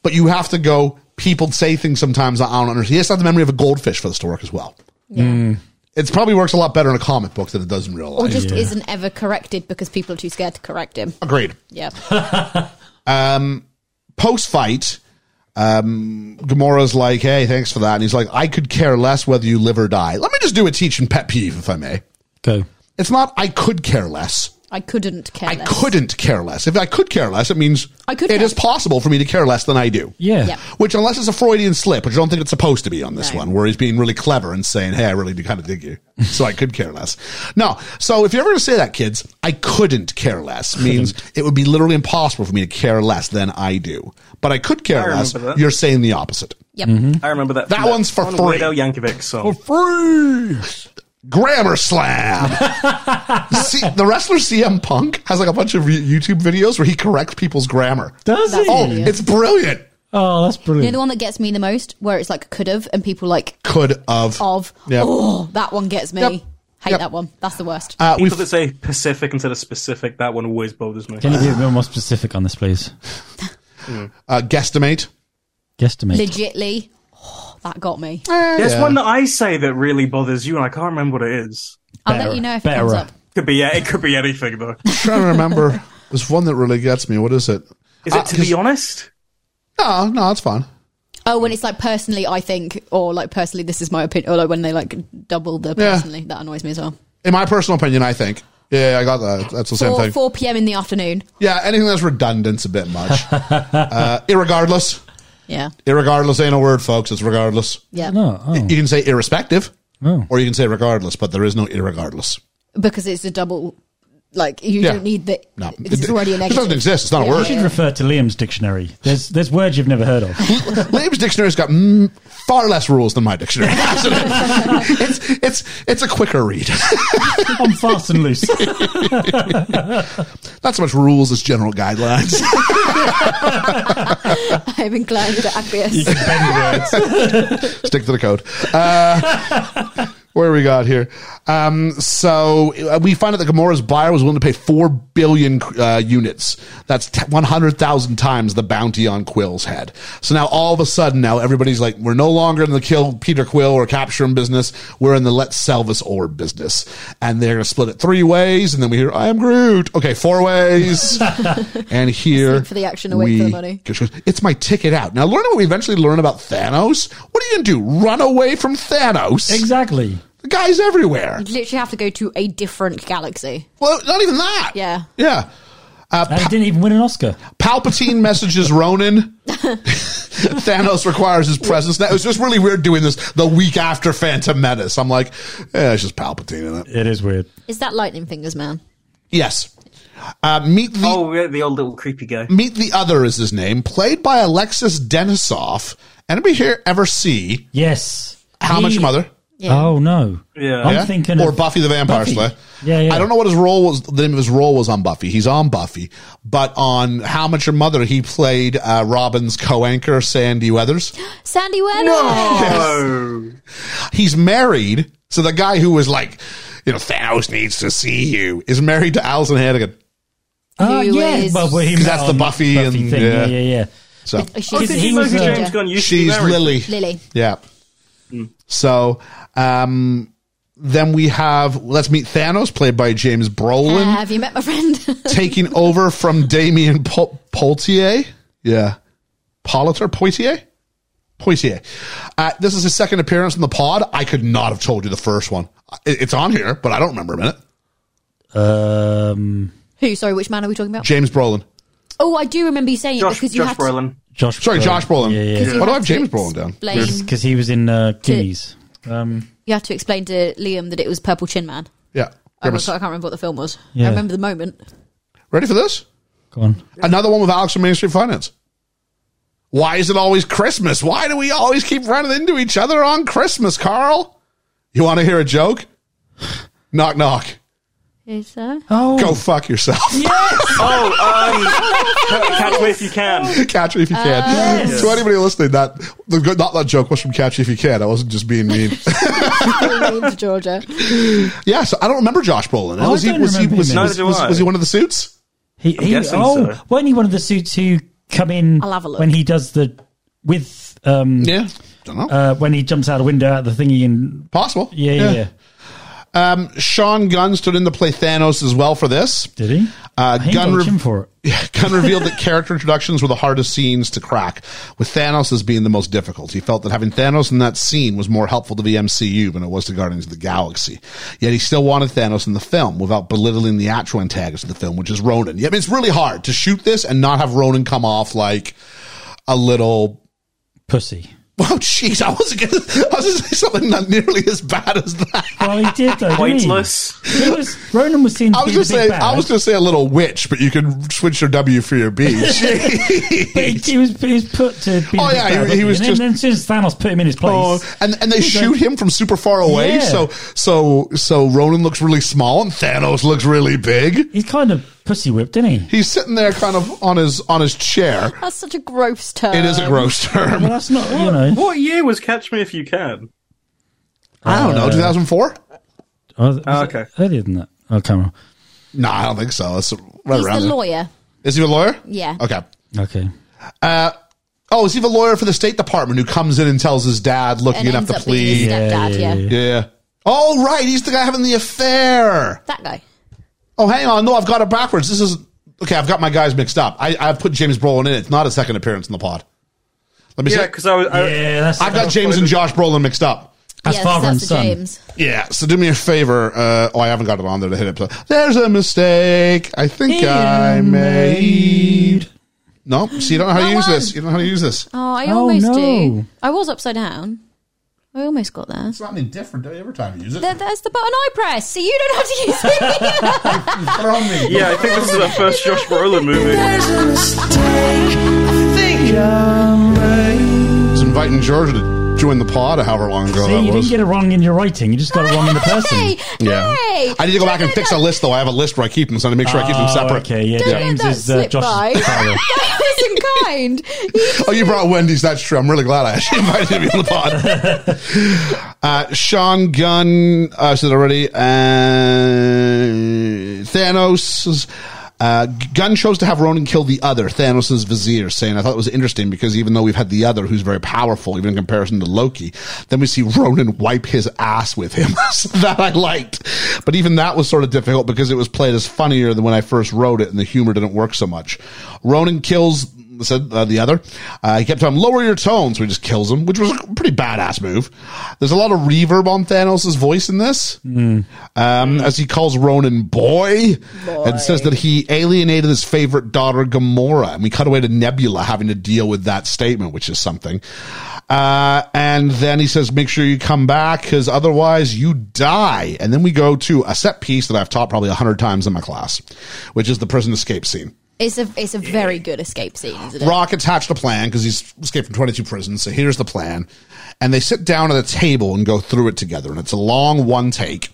[SPEAKER 4] but you have to go. People say things sometimes I don't understand. He has to have the memory of a goldfish for this to work as well. Hmm. It probably works a lot better in a comic book than it does in real
[SPEAKER 8] Or
[SPEAKER 4] life.
[SPEAKER 8] just isn't ever corrected because people are too scared to correct him.
[SPEAKER 4] Agreed.
[SPEAKER 8] Yeah.
[SPEAKER 4] Post fight, um, Gamora's like, "Hey, thanks for that," and he's like, "I could care less whether you live or die." Let me just do a teaching pet peeve, if I may.
[SPEAKER 5] Go.
[SPEAKER 4] It's not I could care less.
[SPEAKER 8] I couldn't care
[SPEAKER 4] I
[SPEAKER 8] less.
[SPEAKER 4] couldn't care less. If I could care less, it means
[SPEAKER 8] I could
[SPEAKER 4] it
[SPEAKER 8] care-
[SPEAKER 4] is possible for me to care less than I do.
[SPEAKER 5] Yeah.
[SPEAKER 8] Yeah.
[SPEAKER 4] Which, unless it's a Freudian slip, which I don't think it's supposed to be on this one, where he's being really clever and saying, hey, I really do kind of dig you. So I could care less. No. So if you're ever going to say that, kids, I couldn't care less means it would be literally impossible for me to care less than I do. But I could care
[SPEAKER 6] I
[SPEAKER 4] less.
[SPEAKER 6] remember that.
[SPEAKER 4] You're saying the opposite.
[SPEAKER 8] Yep.
[SPEAKER 4] Mm-hmm.
[SPEAKER 6] I remember that.
[SPEAKER 4] That
[SPEAKER 6] from
[SPEAKER 4] one's for
[SPEAKER 6] one
[SPEAKER 4] free.
[SPEAKER 6] Weirdo Yankovic song.
[SPEAKER 4] Free! Grammar slam. See, the wrestler CM Punk has like a bunch of YouTube videos where he corrects people's grammar.
[SPEAKER 5] Does he?
[SPEAKER 4] Oh, it's brilliant.
[SPEAKER 5] Oh, that's
[SPEAKER 8] You know the
[SPEAKER 5] brilliant.
[SPEAKER 8] one that gets me the most, where it's like could have, and people like
[SPEAKER 4] Could of.
[SPEAKER 8] of.
[SPEAKER 4] Yep.
[SPEAKER 8] Oh, that one gets me.
[SPEAKER 4] Yep.
[SPEAKER 8] Hate
[SPEAKER 4] Yep.
[SPEAKER 8] that one. That's the worst.
[SPEAKER 4] Uh, we've,
[SPEAKER 6] People that say Pacific instead of specific, that one always bothers me.
[SPEAKER 5] Can you be a bit more specific on this, please?
[SPEAKER 4] uh, guesstimate.
[SPEAKER 5] Guesstimate.
[SPEAKER 8] Legitly, oh, that got me.
[SPEAKER 6] There's one that I say that really bothers you, and I can't remember what it is.
[SPEAKER 8] I'll
[SPEAKER 5] Better.
[SPEAKER 8] let you know if
[SPEAKER 5] Better.
[SPEAKER 8] it comes up.
[SPEAKER 6] Could be yeah, it could be anything though.
[SPEAKER 4] trying to remember. There's one that really gets me. What is it?
[SPEAKER 6] Is it
[SPEAKER 4] Uh,
[SPEAKER 6] to
[SPEAKER 4] 'cause-
[SPEAKER 6] be honest?
[SPEAKER 4] No, no, it's fine.
[SPEAKER 8] Oh, when it's like personally, I think, or like personally, this is my opinion, or like when they like double the
[SPEAKER 4] Yeah.
[SPEAKER 8] personally, that annoys me as well.
[SPEAKER 4] In my personal opinion, I think. Yeah, I got that. That's the same
[SPEAKER 8] Four,
[SPEAKER 4] thing.
[SPEAKER 8] 4 p.m. in the afternoon.
[SPEAKER 4] Yeah, anything that's redundant's a bit much. uh, irregardless.
[SPEAKER 8] Yeah.
[SPEAKER 4] Irregardless ain't a word, folks. It's regardless.
[SPEAKER 8] Yeah.
[SPEAKER 5] No, oh.
[SPEAKER 4] You can say irrespective,
[SPEAKER 5] Oh.
[SPEAKER 4] or you can say regardless, but there is no irregardless.
[SPEAKER 8] Because it's a double, like, you
[SPEAKER 4] Yeah.
[SPEAKER 8] don't need the.
[SPEAKER 4] No,
[SPEAKER 8] It's already a
[SPEAKER 4] It doesn't
[SPEAKER 8] negative.
[SPEAKER 4] exist. It's not a
[SPEAKER 8] Yeah.
[SPEAKER 5] You
[SPEAKER 4] word.
[SPEAKER 5] should refer to Liam's dictionary. There's there's words you've never heard of.
[SPEAKER 4] Liam's dictionary's got mm, far less rules than my dictionary. it's it's it's a quicker read.
[SPEAKER 5] I'm fast and loose.
[SPEAKER 4] Not so much rules as general guidelines.
[SPEAKER 8] I'm inclined to acquiesce.
[SPEAKER 4] stick to the code. Uh, where we got here? Um, so uh, we find out that Gamora's buyer was willing to pay four billion uh, units. That's t- one hundred thousand times the bounty on Quill's head. So now all of a sudden, now everybody's like, we're no longer in the kill Peter Quill or capture him business. We're in the let's sell this orb business, and they're going to split it three ways. And then we hear, I am Groot. Okay, four ways. and here
[SPEAKER 8] Sleep for the action and wait for the
[SPEAKER 4] we
[SPEAKER 8] money.
[SPEAKER 4] she goes, it's my ticket out. Now, learning what we eventually learn about Thanos, what are you going to do? Run away from Thanos?
[SPEAKER 5] exactly.
[SPEAKER 4] The guy's everywhere.
[SPEAKER 8] You literally have to go to a different galaxy.
[SPEAKER 4] Well, not even that.
[SPEAKER 8] Yeah.
[SPEAKER 4] Yeah.
[SPEAKER 5] And he didn't even win an Oscar.
[SPEAKER 4] Palpatine messages Ronan. Thanos requires his presence. That was just really weird doing this the week after Phantom Menace. I'm like, eh, it's just Palpatine in it.
[SPEAKER 5] It is weird.
[SPEAKER 8] Is that Lightning Fingers, man?
[SPEAKER 4] Yes. Uh, meet the
[SPEAKER 6] Oh, yeah, the old little creepy guy.
[SPEAKER 4] meet the other is his name, played by Alexis Denisov. Anybody here ever see
[SPEAKER 5] Yes.
[SPEAKER 4] How
[SPEAKER 5] He-
[SPEAKER 4] Much Mother?
[SPEAKER 5] Oh no.
[SPEAKER 6] Yeah.
[SPEAKER 5] I'm
[SPEAKER 4] Yeah?
[SPEAKER 5] thinking
[SPEAKER 4] or
[SPEAKER 5] of
[SPEAKER 4] Buffy the Vampire
[SPEAKER 5] Buffy.
[SPEAKER 4] Slayer.
[SPEAKER 5] Yeah, yeah.
[SPEAKER 4] I don't know what his role was. The name of his role was on Buffy. He's on Buffy, but on How Much Your Mother, he played uh, Robin's co-anchor Sandy Weathers.
[SPEAKER 8] Sandy Weather!
[SPEAKER 6] Oh,
[SPEAKER 4] He's married, so the guy who was like, you know, Thanos needs to see you is married to Alison Hannigan.
[SPEAKER 5] Oh
[SPEAKER 8] Who
[SPEAKER 5] yeah,
[SPEAKER 8] is-
[SPEAKER 5] well, well, he
[SPEAKER 4] 'Cause
[SPEAKER 5] met
[SPEAKER 4] that's the
[SPEAKER 5] on
[SPEAKER 4] Buffy and-
[SPEAKER 5] thing.
[SPEAKER 4] yeah.
[SPEAKER 5] yeah, yeah, yeah.
[SPEAKER 4] So
[SPEAKER 6] oh
[SPEAKER 8] She's
[SPEAKER 6] did
[SPEAKER 5] he
[SPEAKER 6] you know
[SPEAKER 5] was,
[SPEAKER 6] who
[SPEAKER 5] uh,
[SPEAKER 6] James Gunn used
[SPEAKER 4] she's
[SPEAKER 6] to be married? Hmm.
[SPEAKER 4] Lily.
[SPEAKER 8] Lily.
[SPEAKER 4] Yeah. So, um, then we have let's meet Thanos, played by James
[SPEAKER 10] Uh,
[SPEAKER 4] Brolin.
[SPEAKER 8] Have you met my friend?
[SPEAKER 4] taking over from Damien Pol- Poltier. Yeah. Politer? Poitier? Poitier. Uh, this is his second appearance in the pod. I could not have told you the first one. It- It's on here, but I don't remember a minute.
[SPEAKER 5] Um,
[SPEAKER 8] Who? Sorry, which man are we talking about?
[SPEAKER 4] James Brolin.
[SPEAKER 10] Oh, I do remember you saying
[SPEAKER 6] Josh,
[SPEAKER 10] it because you
[SPEAKER 6] Josh
[SPEAKER 10] had
[SPEAKER 6] Brolin.
[SPEAKER 5] Josh.
[SPEAKER 4] Sorry, Josh Brolin.
[SPEAKER 5] Yeah, yeah.
[SPEAKER 10] Because
[SPEAKER 5] yeah.
[SPEAKER 10] you
[SPEAKER 4] Why do I
[SPEAKER 10] had
[SPEAKER 4] have
[SPEAKER 10] to
[SPEAKER 4] James Brolin down?
[SPEAKER 10] explain-
[SPEAKER 5] Because he was in uh, Goonies. Um,
[SPEAKER 10] you had to explain to Liam that it was Purple Chin Man.
[SPEAKER 4] Yeah.
[SPEAKER 10] Oh
[SPEAKER 4] Grab
[SPEAKER 10] my
[SPEAKER 4] us.
[SPEAKER 10] God, I can't remember what the film was.
[SPEAKER 5] Yeah.
[SPEAKER 10] I remember the moment.
[SPEAKER 4] Ready for this?
[SPEAKER 5] go on.
[SPEAKER 4] Another one with Alex from Main Street Finance. Why is it always Christmas? Why do we always keep running into each other on Christmas, Carl? You want to hear a joke? Knock, knock.
[SPEAKER 10] Is that?
[SPEAKER 5] Oh,
[SPEAKER 4] Go fuck yourself.
[SPEAKER 6] Oh, um, ca- catch me if you can.
[SPEAKER 4] Catch me if you
[SPEAKER 5] Oh,
[SPEAKER 4] can. To anybody listening, that the good, not that joke was from Catch me if you can. I wasn't just being mean.
[SPEAKER 10] Into Georgia.
[SPEAKER 4] yeah, so I don't remember Josh Brolin.
[SPEAKER 5] Oh,
[SPEAKER 4] was,
[SPEAKER 5] I
[SPEAKER 4] he,
[SPEAKER 5] don't
[SPEAKER 4] was, he,
[SPEAKER 5] remember
[SPEAKER 4] was,
[SPEAKER 5] him
[SPEAKER 4] he-
[SPEAKER 5] in
[SPEAKER 4] was,
[SPEAKER 6] it. Neither do
[SPEAKER 4] was he
[SPEAKER 6] I.
[SPEAKER 4] one of the suits?
[SPEAKER 5] he, he
[SPEAKER 6] guessing
[SPEAKER 5] oh,
[SPEAKER 6] so.
[SPEAKER 5] weren't he one of the suits who come in
[SPEAKER 10] I'll have a look.
[SPEAKER 5] when he does the with um
[SPEAKER 4] Yeah, don't know.
[SPEAKER 5] uh, when he jumps out a window out the thingy and
[SPEAKER 4] Possible.
[SPEAKER 5] yeah yeah, yeah.
[SPEAKER 4] Um, Sean Gunn stood in to play Thanos as well for this.
[SPEAKER 5] did he?
[SPEAKER 4] Uh,
[SPEAKER 5] I ain't
[SPEAKER 4] gun
[SPEAKER 5] got a
[SPEAKER 4] rev-
[SPEAKER 5] chin for it.
[SPEAKER 4] Gunn revealed that character introductions were the hardest scenes to crack, with Thanos as being the most difficult. He felt that having Thanos in that scene was more helpful to the MCU than it was to Guardians of the Galaxy. Yet he still wanted Thanos in the film without belittling the actual antagonist of the film, which is Ronan. Yeah, I mean, it's really hard to shoot this and not have Ronan come off like a little.
[SPEAKER 5] Pussy.
[SPEAKER 4] Oh, jeez, I wasn't going to. I was going to say something not nearly as bad as that.
[SPEAKER 5] Well, he did though. didn't he?
[SPEAKER 6] Pointless.
[SPEAKER 5] It was Ronan was seen. To
[SPEAKER 4] I was
[SPEAKER 5] be the
[SPEAKER 4] going to say.
[SPEAKER 5] big bad,
[SPEAKER 4] I was going to say a little witch, but you can switch your W for your B.
[SPEAKER 5] but he, he was he was put to. Be
[SPEAKER 4] Oh,
[SPEAKER 5] the big
[SPEAKER 4] yeah,
[SPEAKER 5] bad,
[SPEAKER 4] he-
[SPEAKER 5] wasn't
[SPEAKER 4] he was
[SPEAKER 5] and
[SPEAKER 4] just-
[SPEAKER 5] Then, then as soon as Thanos put him in his place,
[SPEAKER 4] Oh, and and they
[SPEAKER 5] He's
[SPEAKER 4] shoot
[SPEAKER 5] like-
[SPEAKER 4] him from super far away.
[SPEAKER 5] Yeah.
[SPEAKER 4] So so so Ronan looks really small and Thanos looks really big.
[SPEAKER 5] he's kind of pussy whipped, didn't he?
[SPEAKER 4] He's sitting there kind of on his on his chair.
[SPEAKER 10] That's such a gross term.
[SPEAKER 4] It
[SPEAKER 5] Um,
[SPEAKER 4] is a gross
[SPEAKER 5] Well,
[SPEAKER 4] term.
[SPEAKER 5] that's not you know.
[SPEAKER 6] What year was Catch Me If You Can?
[SPEAKER 4] I don't
[SPEAKER 5] uh,
[SPEAKER 4] know. Two thousand four?
[SPEAKER 5] Oh, was
[SPEAKER 6] Ah,
[SPEAKER 5] it
[SPEAKER 6] okay.
[SPEAKER 5] Earlier than that. Oh, camera.
[SPEAKER 4] No, I don't think so. It's right
[SPEAKER 10] He's the
[SPEAKER 4] around. there.
[SPEAKER 10] lawyer.
[SPEAKER 4] Is he a lawyer?
[SPEAKER 10] Yeah.
[SPEAKER 4] Okay.
[SPEAKER 5] Okay.
[SPEAKER 4] Oh, is he the lawyer for the State Department who comes in and tells his dad, "Look,
[SPEAKER 10] And
[SPEAKER 4] you have
[SPEAKER 10] ends
[SPEAKER 4] to
[SPEAKER 10] up being
[SPEAKER 4] plead."
[SPEAKER 10] his stepdad, yeah.
[SPEAKER 4] Yeah. Oh, right. He's the guy having the affair.
[SPEAKER 10] That guy.
[SPEAKER 4] Oh, hang on. No, I've got it backwards. This is okay. I've got my guys mixed up. I, I've put James Brolin in. It's not a second appearance in the pod. Let me
[SPEAKER 6] Yeah,
[SPEAKER 4] say.
[SPEAKER 6] because I was. I,
[SPEAKER 5] Yeah, that's
[SPEAKER 4] I've got James and Josh Brolin mixed up.
[SPEAKER 5] that's
[SPEAKER 10] Yes,
[SPEAKER 5] father and
[SPEAKER 10] that's the
[SPEAKER 5] son.
[SPEAKER 10] James.
[SPEAKER 4] Yeah. So do me a favor. Uh, oh, I haven't got it on there to hit it. but- There's a mistake. I think I made. No. So you don't know how to
[SPEAKER 10] That
[SPEAKER 4] use
[SPEAKER 10] one.
[SPEAKER 4] this. You don't know how to use this.
[SPEAKER 10] Oh, I
[SPEAKER 5] Oh,
[SPEAKER 10] almost
[SPEAKER 5] no.
[SPEAKER 10] do. I was upside down. I almost got there.
[SPEAKER 4] It's not any different every time you use it.
[SPEAKER 10] there. There's the button I press. See, you don't have to use it.
[SPEAKER 6] yeah, I think this is our first Josh Brolin movie.
[SPEAKER 4] I was inviting Georgia to join the pod, however long ago
[SPEAKER 5] See,
[SPEAKER 4] that
[SPEAKER 5] you
[SPEAKER 4] was.
[SPEAKER 5] didn't get it wrong in your writing. You just got it wrong in the person.
[SPEAKER 10] Oh, Hey,
[SPEAKER 4] yeah.
[SPEAKER 10] hey,
[SPEAKER 4] I need to go
[SPEAKER 10] don't
[SPEAKER 4] back and
[SPEAKER 10] let
[SPEAKER 4] fix a
[SPEAKER 10] that-
[SPEAKER 4] list, though. I have a list where I keep them, so I need to make sure I keep them
[SPEAKER 5] Oh,
[SPEAKER 4] separate.
[SPEAKER 5] Okay, yeah.
[SPEAKER 10] Don't let
[SPEAKER 5] James
[SPEAKER 10] that
[SPEAKER 5] is uh,
[SPEAKER 10] slip by.
[SPEAKER 5] Josh's father.
[SPEAKER 10] That wasn't kind.
[SPEAKER 4] Oh, you brought Wendy's. That's true. I'm really glad I actually invited you on the pod. Uh, Sean Gunn, I said already. Uh, Thanos. Uh, Gunn chose to have Ronan kill the other, Thanos' vizier, saying, I thought it was interesting because even though we've had the other who's very powerful, even in comparison to Loki, then we see Ronan wipe his ass with him. So that I liked. But even that was sort of difficult because it was played as funnier than when I first wrote it and the humor didn't work so much. Ronan kills said uh, the other. Uh, he kept telling him, lower your tone, so he just kills him, which was a pretty badass move. There's a lot of reverb on Thanos' voice in this, um, as he calls Ronan boy, and says that he alienated his favorite daughter, Gamora. And we cut away to Nebula having to deal with that statement, which is something. Uh, and then he says, make sure you come back, because otherwise you die. And then we go to a set piece that I've taught probably a hundred times in my class, which is the prison escape scene.
[SPEAKER 10] It's a it's a very good escape scene, isn't it?
[SPEAKER 4] Rocket's hatched a plan because he's escaped from 22 prisons. So here's the plan. And they sit down at a table and go through it together. And it's a long one take.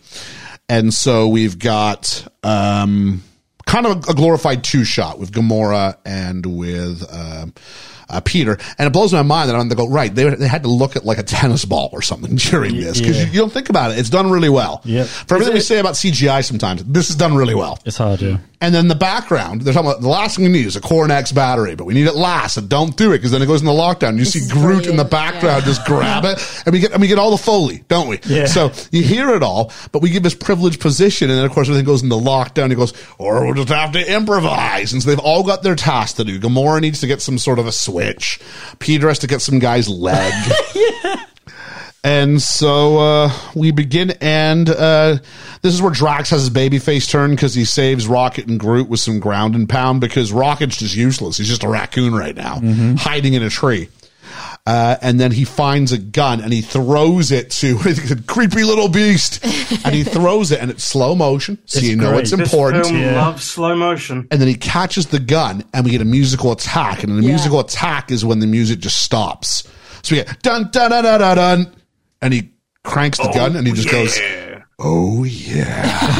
[SPEAKER 4] And so we've got um, kind of a glorified two shot with Gamora and with um, uh, Peter. And it blows my mind that I'm going to go, right, they, they had to look at like a tennis ball or something during this because
[SPEAKER 5] yeah.
[SPEAKER 4] you, you don't think about it. It's done really well.
[SPEAKER 5] Yep.
[SPEAKER 4] For everything we say about CGI sometimes, this is done really well.
[SPEAKER 5] It's hard, yeah.
[SPEAKER 4] And then the background, they're talking about the last thing we need is a Coronax battery, but we need it last, so don't do it because then it goes into lockdown. You see
[SPEAKER 10] is
[SPEAKER 4] Groot in
[SPEAKER 10] brilliant,
[SPEAKER 4] the background, just grab it, and we get and we get all the foley, don't we?
[SPEAKER 5] Yeah.
[SPEAKER 4] So you hear it all, but we give this privileged position, and then of course everything goes into lockdown. He goes, or we'll just have to improvise. And so they've all got their tasks to do. Gamora needs to get some sort of a switch. Peter has to get some guy's leg. And so uh, we begin, and uh, this is where Drax has his baby face turn because he saves Rocket and Groot with some ground and pound because Rocket's just useless. He's just a raccoon right now,
[SPEAKER 13] Mm-hmm.
[SPEAKER 4] hiding in a tree. Uh, and then he finds a gun and he throws it to a creepy little beast. And he throws it, and it's slow motion, so
[SPEAKER 13] It's
[SPEAKER 4] you know
[SPEAKER 13] great.
[SPEAKER 4] it's
[SPEAKER 13] This
[SPEAKER 4] important.
[SPEAKER 6] This film loves slow motion.
[SPEAKER 4] And then he catches the gun, and we get a musical attack. And the musical attack is when the music just stops. So we get dun dun dun dun dun, dun and he cranks the gun, and he just goes, "Oh yeah!"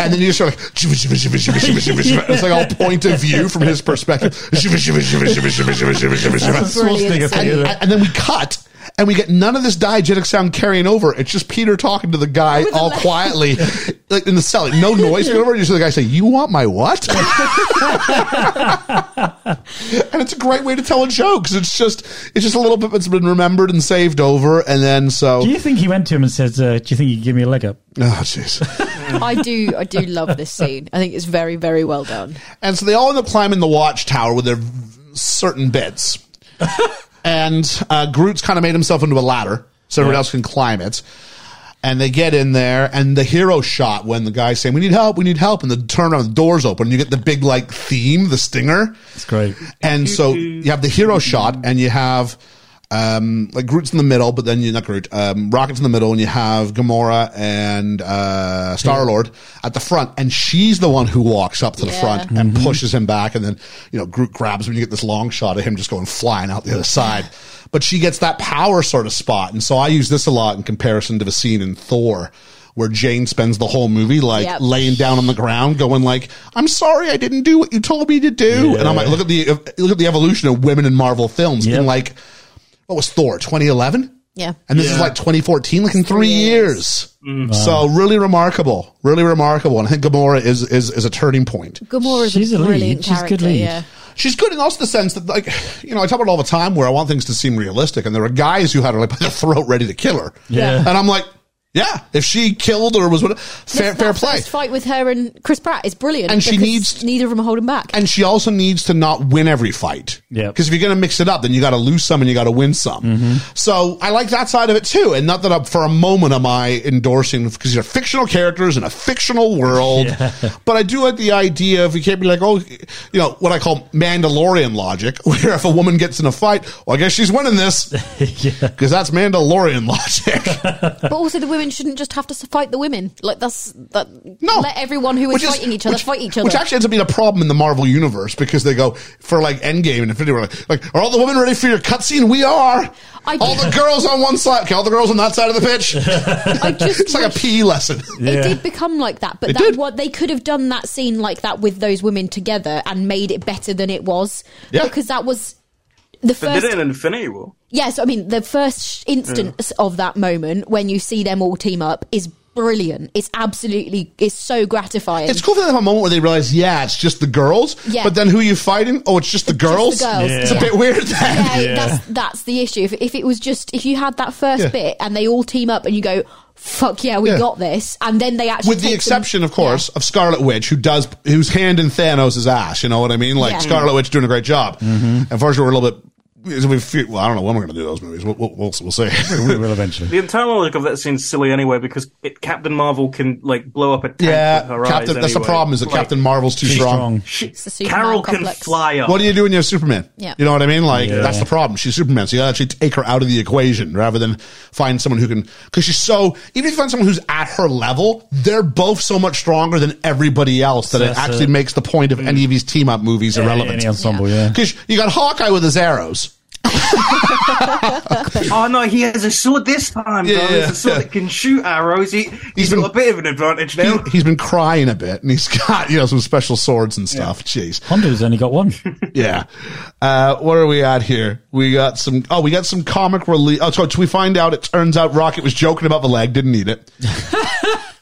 [SPEAKER 4] and then you just sort of like, "Shiva, shiva, shiva, shiva, shiva, shiva, shiva." it's like all point of view from his perspective. Shiva, shiva, shiva, shiva, shiva, shiva, shiva, shiva, shiva.
[SPEAKER 13] Schwarzenegger thing, isn't it?
[SPEAKER 4] And then we cut. And we get none of this diegetic sound carrying over. It's just Peter talking to the guy all quietly, like in the cell, like, no noise. Going over. You just hear the guy say, "You want my what?" and it's a great way to tell a joke 'cause it's just it's just a little bit that's been remembered and saved over, and then so
[SPEAKER 5] Do you think he went to him and said, uh, "Do you think you can give me a leg up?"
[SPEAKER 4] oh jeez.
[SPEAKER 8] I do, I do love this scene. I think it's very, very well done.
[SPEAKER 4] And so they all end up climbing the watchtower with their v- certain bits. and uh, Groot's kind of made himself into a ladder so everyone else can climb it. And they get in there, and the hero shot when the guy's saying, We need help, we need help. And the turn on the doors open, and you get the big, like, theme, the stinger.
[SPEAKER 5] It's great.
[SPEAKER 4] And so you have the hero shot, and you have um, like Groot's in the middle, but then you're not Groot. Um, Rocket's in the middle, and you have Gamora and uh, Star Lord at the front, and she's the one who walks up to the front and pushes him back, and then you know Groot grabs him. And you get this long shot of him just going flying out the other side. But she gets that power sort of spot, and so I use this a lot in comparison to the scene in Thor. Where Jane spends the whole movie like
[SPEAKER 8] Yep.
[SPEAKER 4] laying down on the ground, going like, "I'm sorry, I didn't do what you told me to do," and I'm like, "Look at the look at the evolution of women in Marvel films."
[SPEAKER 5] Yep.
[SPEAKER 4] And like, what was Thor 2011?
[SPEAKER 8] Yeah.
[SPEAKER 4] And this is
[SPEAKER 6] Yeah.
[SPEAKER 4] like 2014, like in three years. So really remarkable, really remarkable. And I think Gamora is, is, is a turning point.
[SPEAKER 8] Gamora is
[SPEAKER 5] She's
[SPEAKER 8] a
[SPEAKER 5] a lead.
[SPEAKER 8] brilliant
[SPEAKER 5] She's a
[SPEAKER 8] character.
[SPEAKER 5] good lead.
[SPEAKER 8] Yeah.
[SPEAKER 4] She's good in also the sense that like, you know, I talk about it all the time where I want things to seem realistic and there are guys who had her like by the throat ready to kill her.
[SPEAKER 5] Yeah.
[SPEAKER 4] And I'm like, yeah, if she killed or was what, fair,
[SPEAKER 8] That
[SPEAKER 4] fair play.
[SPEAKER 8] first fight with her and Chris Pratt is brilliant,
[SPEAKER 4] And she
[SPEAKER 8] because
[SPEAKER 4] needs-
[SPEAKER 8] neither of them are holding back.
[SPEAKER 4] And she also needs to not win every fight.
[SPEAKER 5] Yeah.
[SPEAKER 4] Because if you're going to mix it up, then you got to lose some and you got to win some. So I like that side of it too. And not that I'm, for a moment am I endorsing because these are fictional characters in a fictional world. But I do like the idea of you can't be like, oh, you know, what I call Mandalorian logic, where if a woman gets in a fight, well, I guess she's winning this because that's Mandalorian logic.
[SPEAKER 8] but also, the women shouldn't just have to fight the women. Like that's that.
[SPEAKER 4] No,
[SPEAKER 8] let everyone who is
[SPEAKER 4] Which
[SPEAKER 8] fighting each other
[SPEAKER 4] which-
[SPEAKER 8] fight each other.
[SPEAKER 4] Which actually ends up being a problem in the Marvel universe because they go for like Endgame and Infinity War, like, like are all the women ready for your cutscene? We are.
[SPEAKER 8] I
[SPEAKER 4] all
[SPEAKER 8] did-
[SPEAKER 4] the girls on one side, okay, all the girls on that side of the pitch.
[SPEAKER 8] I just
[SPEAKER 4] it's like a
[SPEAKER 8] wish-
[SPEAKER 4] PE lesson.
[SPEAKER 8] It did become like that, but
[SPEAKER 4] It
[SPEAKER 8] that
[SPEAKER 4] did.
[SPEAKER 8] what they could have done that scene like that with those women together and made it better than it was.
[SPEAKER 4] Yeah.
[SPEAKER 8] because that was the
[SPEAKER 6] They
[SPEAKER 8] first
[SPEAKER 6] did it in Infinity War.
[SPEAKER 8] Yes, I mean the first instance of that moment when you see them all team up is brilliant. It's absolutely it's so gratifying.
[SPEAKER 4] It's cool that they have a moment where they realize, yeah, it's just the girls.
[SPEAKER 8] Yeah.
[SPEAKER 4] But then who are you fighting? Oh, it's just the girls.
[SPEAKER 8] girls.
[SPEAKER 4] It's a
[SPEAKER 8] Yeah.
[SPEAKER 4] bit weird. Then.
[SPEAKER 8] Yeah, that's that's the issue. If, if it was just if you had that first
[SPEAKER 4] Yeah.
[SPEAKER 8] bit and they all team up and you go, "Fuck yeah, we
[SPEAKER 4] Yeah.
[SPEAKER 8] got this," and then they actually
[SPEAKER 4] with the
[SPEAKER 8] take some-
[SPEAKER 4] exception, of course, of Scarlet Witch, who does whose hand in Thanos' ass. You know what I mean? Like
[SPEAKER 8] Yeah.
[SPEAKER 4] Scarlet Witch doing a great job.
[SPEAKER 5] Mm-hmm.
[SPEAKER 4] Unfortunately, we're a little bit. We feel, well, I don't know when we're going to do those movies. We'll, we'll, we'll, we'll see.
[SPEAKER 5] We will eventually.
[SPEAKER 6] The entire logic of that scene's silly anyway because it, Captain Marvel can like blow up a tank
[SPEAKER 4] yeah,
[SPEAKER 6] with her eyes.
[SPEAKER 4] Captain. That's the
[SPEAKER 6] anyway.
[SPEAKER 4] problem is that
[SPEAKER 6] Like,
[SPEAKER 4] Captain Marvel's too
[SPEAKER 5] She's
[SPEAKER 4] strong.
[SPEAKER 5] strong.
[SPEAKER 6] She,
[SPEAKER 8] the Superman
[SPEAKER 6] Carol
[SPEAKER 8] complex.
[SPEAKER 6] can fly up.
[SPEAKER 4] What do you do when you have Superman?
[SPEAKER 8] Yeah.
[SPEAKER 4] You know what I mean? Like,
[SPEAKER 5] Yeah.
[SPEAKER 4] that's the problem. She's Superman. So you gotta actually take her out of the equation rather than find someone who can, cause she's so, even if you find someone who's at her level, they're both so much stronger than everybody else that it
[SPEAKER 5] That's
[SPEAKER 4] actually
[SPEAKER 5] it. Mm.
[SPEAKER 4] makes the point of any of these team up movies irrelevant.
[SPEAKER 5] Any ensemble, yeah.
[SPEAKER 4] Cause you got Hawkeye with his arrows.
[SPEAKER 6] oh no, he has a sword this time.
[SPEAKER 4] Yeah,
[SPEAKER 6] Yeah,
[SPEAKER 4] yeah,
[SPEAKER 6] There's a sword
[SPEAKER 4] yeah.
[SPEAKER 6] that can shoot arrows. He, he's
[SPEAKER 4] been-
[SPEAKER 6] got a bit of an advantage now.
[SPEAKER 4] He, has been crying a bit and he's got, you know, some special swords and stuff. Jeez.
[SPEAKER 5] Honda's only got one.
[SPEAKER 4] Yeah. Uh, what are we at here? We got some. Oh, we got some comic relief. Oh, so we find out. It turns out Rocket was joking about the leg. Didn't need it.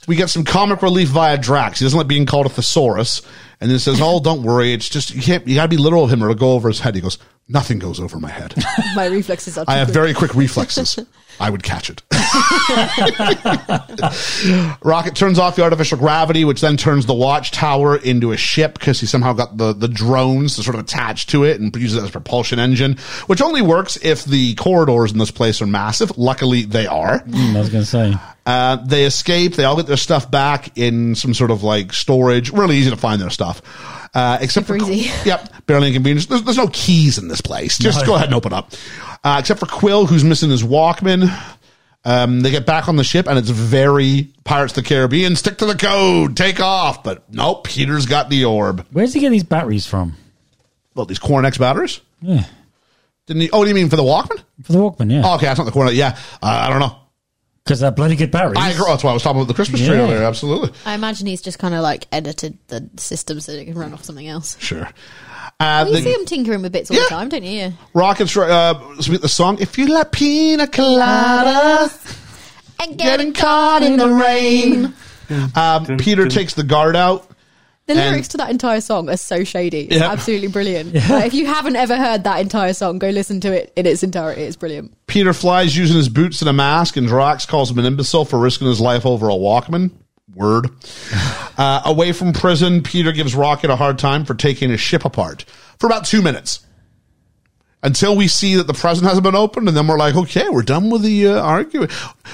[SPEAKER 4] we got some comic relief via Drax. He doesn't like being called a thesaurus, and then says, "Oh, don't worry. It's just you can't. You got to be literal of him, or it'll go over his head." He goes, "Nothing goes over my head.
[SPEAKER 8] my reflexes are.
[SPEAKER 4] I have
[SPEAKER 8] too
[SPEAKER 4] very quick reflexes. I would catch it." Rocket turns off the artificial gravity, which then turns the watchtower into a ship because he somehow got the, the drones to sort of attach to it and uses it as a propulsion engine, which only works if the corridors in this place are massive. Luckily, they are.
[SPEAKER 5] I was going to say.
[SPEAKER 4] Uh, they escape. They all get their stuff back in some sort of like storage. Really easy to find their stuff. Uh, except
[SPEAKER 8] Super
[SPEAKER 4] for
[SPEAKER 8] easy.
[SPEAKER 4] yep, barely inconvenience. There's, there's no keys in this place. Just
[SPEAKER 5] No.
[SPEAKER 4] go ahead and open up. Uh, except for Quill, who's missing his Walkman. Um, they get back on the ship, and it's very Pirates of the Caribbean. Stick to the code, take off. But nope, Peter's got the orb.
[SPEAKER 5] Where does he get these batteries from?
[SPEAKER 4] Well, these Cornex batteries.
[SPEAKER 5] Yeah.
[SPEAKER 4] Didn't he? Oh, what do you mean for the Walkman?
[SPEAKER 5] For the Walkman, yeah.
[SPEAKER 4] Oh, okay, that's not the Cornex. Yeah, uh, I don't know.
[SPEAKER 5] Because they're bloody good batteries.
[SPEAKER 4] I agree. Oh, That's why I was talking about the Christmas tree
[SPEAKER 5] Yeah.
[SPEAKER 4] earlier. Absolutely.
[SPEAKER 8] I imagine he's just kind of like edited the system so that it can run off something else.
[SPEAKER 4] Sure. Uh,
[SPEAKER 8] You
[SPEAKER 4] the-
[SPEAKER 8] see him tinkering with bits all
[SPEAKER 4] Yeah.
[SPEAKER 8] the time, don't you? Yeah.
[SPEAKER 4] Rockets uh, speak the song. If you like pina colada,
[SPEAKER 8] And
[SPEAKER 4] getting caught in the rain. Um, Peter takes the guard out.
[SPEAKER 10] The
[SPEAKER 4] And-
[SPEAKER 10] lyrics to that entire song are so shady. It's
[SPEAKER 4] Yeah.
[SPEAKER 10] absolutely brilliant. Like, if you haven't ever heard that entire song, go listen to it in its entirety. It's brilliant.
[SPEAKER 4] Peter flies using his boots and a mask, and Drox calls him an imbecile for risking his life over a Walkman. Word. Uh, away from prison, Peter gives Rocket a hard time for taking his ship apart for about two minutes. Until we see that the present hasn't been opened, and then we're like, okay, we're done with the uh, argument.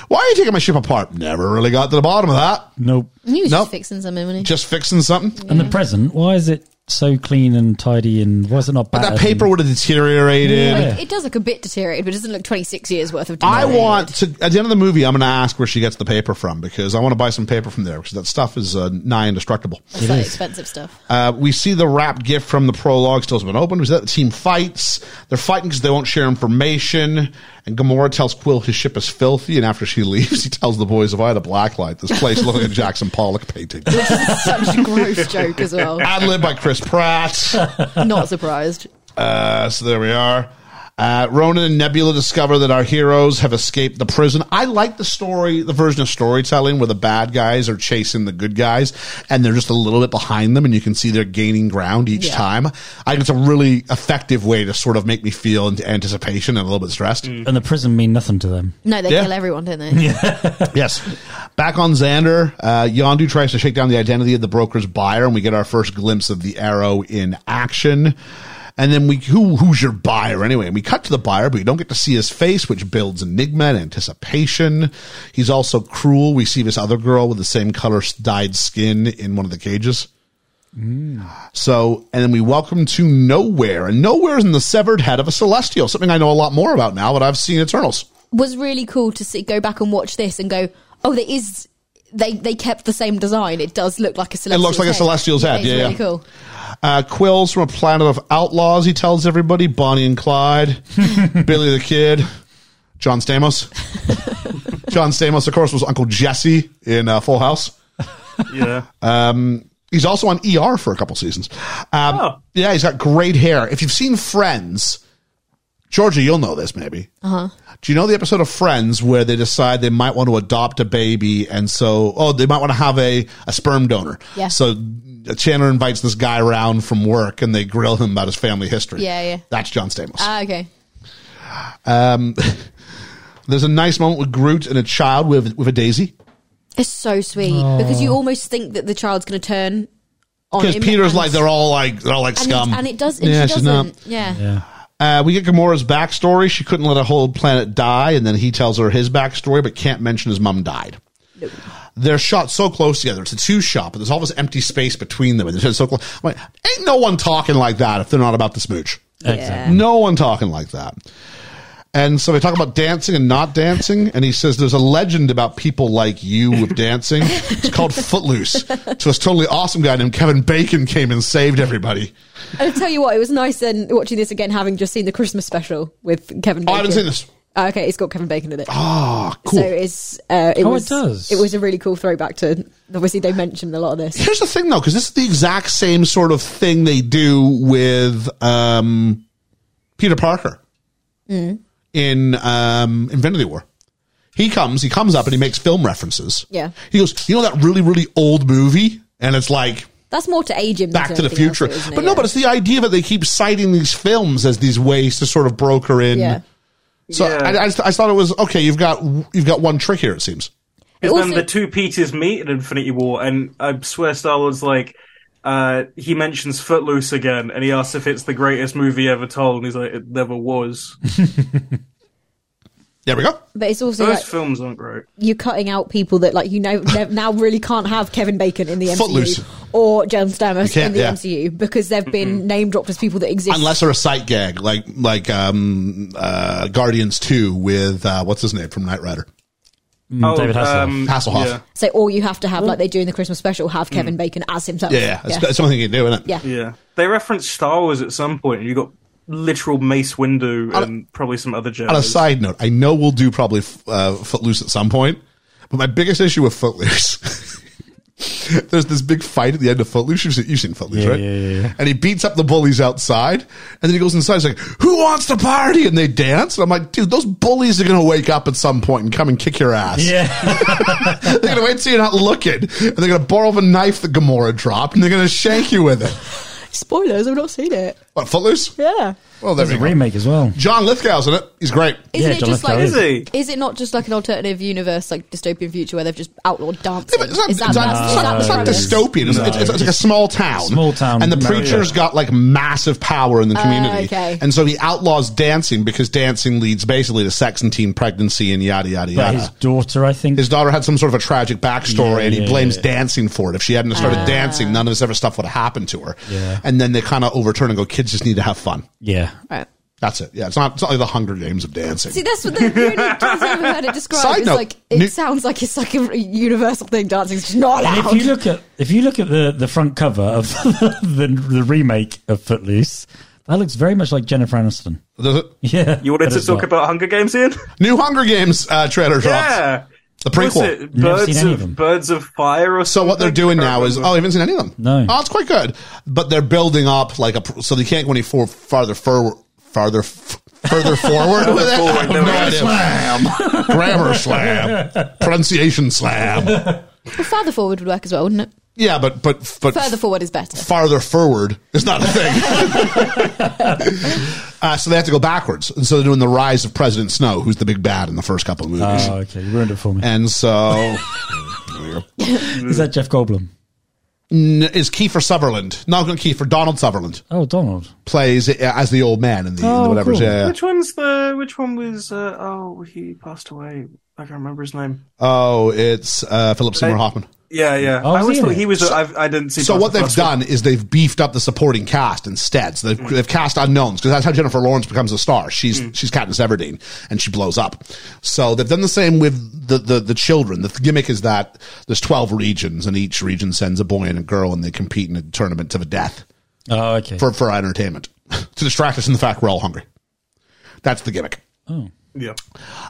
[SPEAKER 4] Why are you taking my ship apart? Never really got to the bottom of that.
[SPEAKER 5] Nope.
[SPEAKER 8] He was
[SPEAKER 4] Nope.
[SPEAKER 8] just fixing something, wasn't he?
[SPEAKER 4] Just fixing something.
[SPEAKER 5] And the present, why is it so clean and tidy and why is it not
[SPEAKER 4] But
[SPEAKER 5] battered?
[SPEAKER 4] that paper
[SPEAKER 5] and-
[SPEAKER 4] would have deteriorated.
[SPEAKER 5] Yeah.
[SPEAKER 8] It does look a bit deteriorated, but it doesn't look 26 years worth of
[SPEAKER 4] I
[SPEAKER 8] deteriorated.
[SPEAKER 4] want to, at the end of the movie, I'm going to ask where she gets the paper from because I want to buy some paper from there because that stuff is uh, nigh indestructible.
[SPEAKER 8] It's like expensive stuff.
[SPEAKER 4] Uh, we see the wrapped gift from the prologue still hasn't been opened. We see that the team fights. They're fighting because they won't share information. And Gamora tells Quill his ship is filthy. And after she leaves, he tells the boys, if I had a blacklight, this place looked like a Jackson Pollock painting.
[SPEAKER 10] Such a gross joke as well.
[SPEAKER 4] Ad lib by Chris Pratt.
[SPEAKER 10] Not surprised.
[SPEAKER 4] Uh, so there we are. Uh, Ronan and Nebula discover that our heroes have escaped the prison. I like the story, the version of storytelling where the bad guys are chasing the good guys and they're just a little bit behind them and you can see they're gaining ground each
[SPEAKER 10] Yeah.
[SPEAKER 4] time. I think it's a really effective way to sort of make me feel into anticipation and a little bit stressed.
[SPEAKER 5] And the prison mean nothing to them.
[SPEAKER 8] No, they
[SPEAKER 4] Yeah.
[SPEAKER 8] kill everyone, don't they?
[SPEAKER 4] Yes. Back on Xander, uh, Yondu tries to shake down the identity of the broker's buyer, and we get our first glimpse of the arrow in action. And then we, who, who's your buyer anyway? And we cut to the buyer, but we don't get to see his face, which builds enigma and anticipation. He's also cruel. We see this other girl with the same color dyed skin in one of the cages. So, and then we welcome to Nowhere. And Nowhere is in the severed head of a celestial, something I know a lot more about now that I've seen Eternals.
[SPEAKER 8] was really cool to see go back and watch this and go, oh, there is. They they kept the same design. It does look like a celestial.
[SPEAKER 4] looks like a celestial's head, yeah,
[SPEAKER 8] it's really
[SPEAKER 4] yeah.
[SPEAKER 8] cool.
[SPEAKER 4] Uh, Quills from a planet of outlaws, he tells everybody. Bonnie and Clyde, Billy the Kid, John Stamos. John Stamos, of course, was Uncle Jesse in uh, Full House.
[SPEAKER 6] Yeah.
[SPEAKER 4] Um, He's also on ER for a couple seasons. Um,
[SPEAKER 6] Oh.
[SPEAKER 4] Yeah, he's got great hair. If you've seen Friends, Georgia, you'll know this maybe. Uh-huh. Do you know the episode of Friends where they decide they might want to adopt a baby and so, oh, they might want to have a, a sperm donor?
[SPEAKER 8] Yeah.
[SPEAKER 4] So uh, Chandler invites this guy around from work and they grill him about his family history.
[SPEAKER 8] Yeah, yeah.
[SPEAKER 4] That's John Stamos.
[SPEAKER 8] Ah, okay.
[SPEAKER 4] um, there's a nice moment with Groot and a child with, with a daisy.
[SPEAKER 8] It's so sweet because you almost think that the child's going to turn
[SPEAKER 4] Oh.
[SPEAKER 8] on
[SPEAKER 4] Because
[SPEAKER 8] Oh, him
[SPEAKER 4] Peter's
[SPEAKER 8] and-
[SPEAKER 4] like, they're all like, they're all like
[SPEAKER 8] and,
[SPEAKER 4] scum.
[SPEAKER 8] and it does. And
[SPEAKER 4] Yeah,
[SPEAKER 8] she
[SPEAKER 4] she's
[SPEAKER 8] doesn't.
[SPEAKER 4] not.
[SPEAKER 8] Yeah.
[SPEAKER 5] Yeah.
[SPEAKER 4] Uh, we get Gamora's backstory. She couldn't let a whole planet die, and then he tells her his backstory, but can't mention his mom died. They're shot so close together. It's a two shot, but there's all this empty space between them. And they're so close. I'm like, ain't no one talking like that if they're not about to smooch.
[SPEAKER 5] Exactly.
[SPEAKER 4] No one talking like that. And so they talk about dancing and not dancing. And he says there's a legend about people like you with dancing. It's called Footloose. So this totally awesome guy named Kevin Bacon came and saved everybody.
[SPEAKER 10] And I tell you what, it was nice then watching this again, having just seen the Christmas special with Kevin. Bacon.
[SPEAKER 4] Oh, I haven't seen this.
[SPEAKER 10] Oh, okay, it's got Kevin Bacon in it.
[SPEAKER 4] Ah, cool.
[SPEAKER 10] So it's uh, it
[SPEAKER 5] Oh, it
[SPEAKER 10] was
[SPEAKER 5] does.
[SPEAKER 10] it was a really cool throwback to obviously they mentioned a lot of this.
[SPEAKER 4] Here's the thing, though, because this is the exact same sort of thing they do with um, Peter Parker
[SPEAKER 10] Mm.
[SPEAKER 4] in um, Infinity War. He comes, he comes up, and he makes film references.
[SPEAKER 10] Yeah.
[SPEAKER 4] he goes, you know that really, really old movie, and it's like
[SPEAKER 10] That's more to age him. than
[SPEAKER 4] Back to the
[SPEAKER 10] anything else,
[SPEAKER 4] Future.
[SPEAKER 10] though, isn't it?
[SPEAKER 4] but no,
[SPEAKER 10] Yeah.
[SPEAKER 4] but it's the idea that they keep citing these films as these ways to sort of broker in
[SPEAKER 10] Yeah.
[SPEAKER 4] So I, I, just, I thought it was okay. You've got you've got one trick here. It seems.
[SPEAKER 6] Because
[SPEAKER 7] Also-
[SPEAKER 6] then the two Peters meet in Infinity War, and I swear Star Lord's like, uh, he mentions Footloose again, and he asks if it's the greatest movie ever told, and he's like, it never was.
[SPEAKER 4] There we go.
[SPEAKER 10] But it's also
[SPEAKER 6] Those
[SPEAKER 10] like
[SPEAKER 6] films aren't great.
[SPEAKER 10] you're cutting out people that like you know ne- now really can't have Kevin Bacon in the MCU
[SPEAKER 4] Footloose.
[SPEAKER 10] or John Stamos
[SPEAKER 4] You can't,
[SPEAKER 10] in the
[SPEAKER 4] yeah.
[SPEAKER 10] MCU because they've been name dropped as people that exist.
[SPEAKER 4] Unless they're a sight gag, like like um, uh, Guardians Two with uh, what's his name from Knight Rider,
[SPEAKER 6] Oh,
[SPEAKER 5] David Hasselhoff.
[SPEAKER 4] Hasselhoff.
[SPEAKER 6] Yeah.
[SPEAKER 10] so, or you have to have like they do in the Christmas special have Kevin Bacon as himself.
[SPEAKER 4] mm. Yeah, yeah. It's, it's the only thing you can do, isn't it?
[SPEAKER 10] Yeah.
[SPEAKER 6] Yeah. They reference Star Wars at some point, and you got literal Mace Windu and probably some other
[SPEAKER 4] On a
[SPEAKER 6] jazz.
[SPEAKER 4] side note, I know we'll do probably uh, Footloose at some point, but my biggest issue with Footloose. There's this big fight at the end of Footloose. You've seen, you've seen Footloose,
[SPEAKER 5] Yeah,
[SPEAKER 4] right?
[SPEAKER 5] yeah, yeah, yeah.
[SPEAKER 4] And he beats up the bullies outside, and then he goes inside. He's like, "Who wants to party?" And they dance. And I'm like, "Dude, those bullies are gonna wake up at some point and come and kick your ass."
[SPEAKER 5] Yeah.
[SPEAKER 4] they're gonna wait till you're not looking, and they're gonna borrow the knife that Gamora dropped, and they're gonna shank you with it.
[SPEAKER 10] Spoilers, I've not seen it.
[SPEAKER 4] What Footloose?
[SPEAKER 10] Yeah.
[SPEAKER 4] Well, there we
[SPEAKER 5] There's a
[SPEAKER 4] go.
[SPEAKER 5] remake as well.
[SPEAKER 4] John Lithgow's in it. He's great.
[SPEAKER 8] Isn't
[SPEAKER 5] Yeah,
[SPEAKER 8] it
[SPEAKER 5] John
[SPEAKER 8] just
[SPEAKER 5] Lithgow
[SPEAKER 8] like
[SPEAKER 5] is.
[SPEAKER 6] Is he?
[SPEAKER 8] Is it not just like an alternative universe, like dystopian future where they've just outlawed dancing?
[SPEAKER 4] Yeah, but it's not,
[SPEAKER 8] is that
[SPEAKER 4] it's not-
[SPEAKER 8] that's-
[SPEAKER 4] it's
[SPEAKER 8] is
[SPEAKER 4] not-
[SPEAKER 8] that
[SPEAKER 4] it's
[SPEAKER 8] the
[SPEAKER 4] not
[SPEAKER 8] premise?
[SPEAKER 4] dystopian. It's,
[SPEAKER 5] No.
[SPEAKER 4] it's, it's, like a small town.
[SPEAKER 5] Small town
[SPEAKER 4] And the
[SPEAKER 5] America.
[SPEAKER 4] preacher's got like massive power in the community.
[SPEAKER 8] okay.
[SPEAKER 4] And so he outlaws dancing because dancing leads basically to sex and teen pregnancy and yada, yada,
[SPEAKER 5] But
[SPEAKER 4] yada.
[SPEAKER 5] his
[SPEAKER 4] His,
[SPEAKER 5] daughter, I think.
[SPEAKER 4] daughter had some sort of a tragic backstory
[SPEAKER 5] Yeah,
[SPEAKER 4] and he
[SPEAKER 5] yeah,
[SPEAKER 4] blames
[SPEAKER 5] yeah.
[SPEAKER 4] dancing for it. If she hadn't
[SPEAKER 8] Ah.
[SPEAKER 4] started dancing, none of this ever stuff would have happened to her.
[SPEAKER 5] Yeah.
[SPEAKER 4] And then they kind of overturn and go, kids just need to have fun.
[SPEAKER 5] yeah.
[SPEAKER 8] Right.
[SPEAKER 4] That's it. Yeah. It's not, it's not like the Hunger Games of dancing.
[SPEAKER 8] See, that's what the the only times I've ever heard it described.
[SPEAKER 4] Side
[SPEAKER 8] it's
[SPEAKER 4] note,
[SPEAKER 8] like it
[SPEAKER 4] New-
[SPEAKER 8] sounds like it's like a universal thing. Dancing's just not
[SPEAKER 5] And
[SPEAKER 8] allowed.
[SPEAKER 5] if you look at if you look at the, the front cover of the, the remake of Footloose, that looks very much like Jennifer Aniston.
[SPEAKER 4] Does it?
[SPEAKER 5] Yeah,
[SPEAKER 6] You wanted
[SPEAKER 5] but
[SPEAKER 6] to
[SPEAKER 5] it's
[SPEAKER 6] talk
[SPEAKER 5] not.
[SPEAKER 6] about Hunger Games, Ian?
[SPEAKER 4] New Hunger Games uh, trailer dropped.
[SPEAKER 6] yeah.
[SPEAKER 4] The
[SPEAKER 6] What was
[SPEAKER 4] prequel.
[SPEAKER 6] it?
[SPEAKER 5] Never seen
[SPEAKER 6] Birds
[SPEAKER 5] any of
[SPEAKER 6] of,
[SPEAKER 5] them.
[SPEAKER 6] Birds of Fire or
[SPEAKER 4] So what they're
[SPEAKER 6] something?
[SPEAKER 4] doing
[SPEAKER 6] I
[SPEAKER 4] now is oh,
[SPEAKER 6] remember.
[SPEAKER 4] I haven't seen any of them.
[SPEAKER 5] No.
[SPEAKER 4] oh, it's quite good, but they're building up like a pr- so they can't go any for, farther forward, farther f- further forward with it. I
[SPEAKER 6] forward,
[SPEAKER 4] have
[SPEAKER 6] there
[SPEAKER 4] no
[SPEAKER 6] we go.
[SPEAKER 4] idea. slam, grammar slam, pronunciation slam.
[SPEAKER 8] Well, farther forward would work as well, wouldn't it?
[SPEAKER 4] Yeah, but but but
[SPEAKER 8] Further forward is better.
[SPEAKER 4] farther forward is not a thing. uh, so they have to go backwards, and so they're doing the rise of President Snow, who's the big bad in the first couple of movies,
[SPEAKER 5] Oh, okay, you ruined it for me.
[SPEAKER 4] and so.
[SPEAKER 5] Is that Jeff Goldblum?
[SPEAKER 4] N- Is Kiefer Sutherland? Not Kiefer. Donald Sutherland
[SPEAKER 5] Oh, Donald.
[SPEAKER 4] plays it as the old man in the, in
[SPEAKER 5] Oh,
[SPEAKER 4] the whatever.
[SPEAKER 5] cool.
[SPEAKER 4] Yeah, yeah.
[SPEAKER 6] Which one's the? Which one was? Uh, oh, he passed away. I can't remember his name.
[SPEAKER 4] Oh, it's uh, Philip Seymour
[SPEAKER 6] Hey.
[SPEAKER 4] Hoffman.
[SPEAKER 6] Yeah, yeah.
[SPEAKER 5] Oh,
[SPEAKER 6] I
[SPEAKER 5] is
[SPEAKER 6] always
[SPEAKER 5] he in
[SPEAKER 6] thought
[SPEAKER 5] it?
[SPEAKER 6] he was. I've, I didn't see.
[SPEAKER 4] So
[SPEAKER 6] past
[SPEAKER 4] what
[SPEAKER 6] the
[SPEAKER 4] they've
[SPEAKER 6] first one.
[SPEAKER 4] done is they've beefed up the supporting cast instead. So they've, they've cast unknowns because that's how Jennifer Lawrence becomes a star. She's
[SPEAKER 6] Hmm.
[SPEAKER 4] she's Katniss Everdeen and she blows up. So they've done the same with the the, the children. The gimmick is that there's twelve regions and each region sends a boy and a girl and they compete in a tournament to the death
[SPEAKER 5] Oh, okay.
[SPEAKER 4] for for entertainment to distract us from the fact we're all hungry. That's the gimmick.
[SPEAKER 6] Yeah.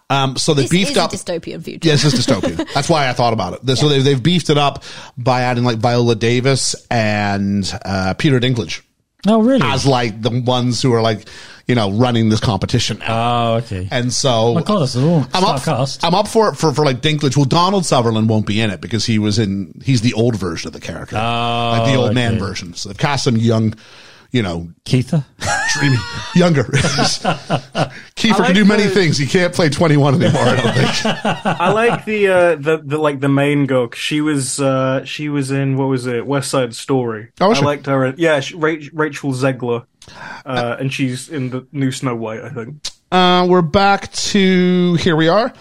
[SPEAKER 4] Um, so they
[SPEAKER 8] This
[SPEAKER 4] beefed
[SPEAKER 8] is
[SPEAKER 4] up
[SPEAKER 8] a dystopian future.
[SPEAKER 4] Yes, it's dystopian. That's why I thought about it. So they've, they've beefed it up by adding like Viola Davis and uh, Peter Dinklage
[SPEAKER 5] oh, really?
[SPEAKER 4] as like the ones who are like, you know, running this competition. now.
[SPEAKER 5] oh, okay.
[SPEAKER 4] and so
[SPEAKER 5] My God, that's an all
[SPEAKER 4] I'm
[SPEAKER 5] star
[SPEAKER 4] up,
[SPEAKER 5] cast.
[SPEAKER 4] I'm up for it for, for like Dinklage. Well, Donald Sutherland won't be in it because he was in, he's the old version of the character. like the old man
[SPEAKER 5] Oh, okay.
[SPEAKER 4] version. So they've cast some young, you know,
[SPEAKER 5] Keitha.
[SPEAKER 4] dreamy, younger. Kiefer
[SPEAKER 6] like
[SPEAKER 4] can do many
[SPEAKER 6] the-
[SPEAKER 4] things. He can't play 21 anymore, I don't think.
[SPEAKER 6] I like the uh, the the like the main girl. 'cause She was uh, she was in what was it West Side Story.
[SPEAKER 4] Oh, was
[SPEAKER 6] I
[SPEAKER 4] she?
[SPEAKER 6] liked her. in- Yeah, she, Ra- Rachel Zegler, uh, and she's in the new Snow White. I think.
[SPEAKER 4] Uh, we're back to here we are.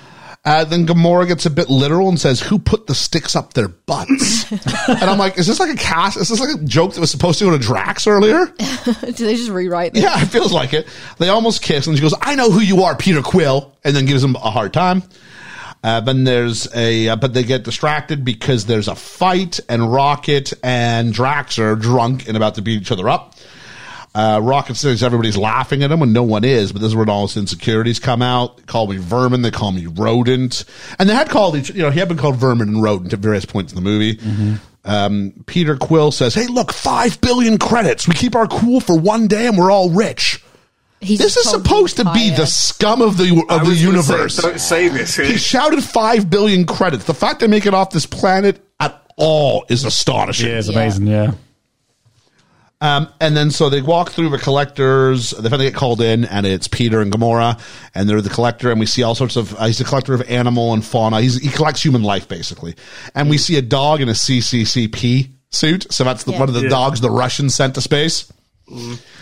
[SPEAKER 4] Uh, then Gamora gets a bit literal and says, "Who put the sticks up their butts?" and I'm like, "Is this like a cast? Is this like a joke that was supposed to go to Drax earlier?"
[SPEAKER 8] Do they just rewrite this?
[SPEAKER 4] yeah, it feels like it. They almost kiss, and she goes, "I know who you are, Peter Quill," and then gives him a hard time. Uh, then there's a, uh, but they get distracted because there's a fight, and Rocket and Drax are drunk and about to beat each other up. Uh, Rocket says everybody's laughing at him when no one is, but this is where all his insecurities come out. They call me vermin. They call me rodent. And they had called each, you know, he had been called vermin and rodent at various points in the movie.
[SPEAKER 6] Mm-hmm.
[SPEAKER 4] Um, Peter Quill says, Hey, look, five billion credits. We keep our cool for one day and we're all rich.
[SPEAKER 8] He's
[SPEAKER 4] this is
[SPEAKER 8] told the
[SPEAKER 4] supposed to be
[SPEAKER 8] entire-
[SPEAKER 4] the scum of the,
[SPEAKER 6] I
[SPEAKER 4] of the
[SPEAKER 6] was gonna say,
[SPEAKER 4] universe.
[SPEAKER 6] don't say this.
[SPEAKER 4] he shouted five billion credits. The fact they make it off this planet at all is astonishing.
[SPEAKER 5] Yeah, it's amazing. Yeah.
[SPEAKER 4] Um, and then so they walk through the collectors. They finally get called in, and it's Peter and Gamora, and they're the collector. And we see all sorts of. Uh, he's the collector of animal and fauna. He's, he collects human life basically, and we see a dog in a CCCP suit. So that's the,
[SPEAKER 10] Yeah.
[SPEAKER 4] one of the
[SPEAKER 6] Yeah.
[SPEAKER 4] dogs the Russians sent to space.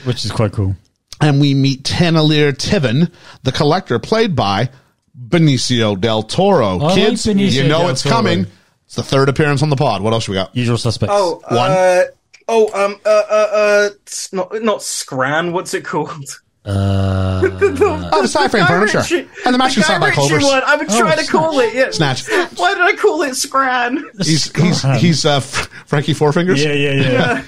[SPEAKER 5] which is quite cool.
[SPEAKER 4] And we meet Tanalir Tivin, the collector, played by Benicio del Toro.
[SPEAKER 5] I like
[SPEAKER 4] Kids,
[SPEAKER 5] Benicio
[SPEAKER 4] you know
[SPEAKER 5] del
[SPEAKER 4] it's
[SPEAKER 5] Toro.
[SPEAKER 4] coming. It's the third appearance on the pod. What else we got?
[SPEAKER 5] Usual suspects.
[SPEAKER 6] Oh,
[SPEAKER 4] One.
[SPEAKER 6] Uh, oh, um, uh, uh, uh, it's not not Scran. What's it called?
[SPEAKER 5] Uh,
[SPEAKER 4] Oh, the side frame
[SPEAKER 6] Guy
[SPEAKER 4] furniture.
[SPEAKER 6] Ritchie-
[SPEAKER 4] And the matching
[SPEAKER 6] Guy
[SPEAKER 4] side by
[SPEAKER 6] Ritchie
[SPEAKER 4] Culver's.
[SPEAKER 6] one. I've been
[SPEAKER 5] Oh,
[SPEAKER 6] trying to
[SPEAKER 5] Snatch.
[SPEAKER 6] call it. Yeah.
[SPEAKER 4] Snatch.
[SPEAKER 6] Why did I call it Scran?
[SPEAKER 4] He's he's
[SPEAKER 5] God.
[SPEAKER 4] he's uh, F- Frankie Four Fingers.
[SPEAKER 5] yeah, yeah,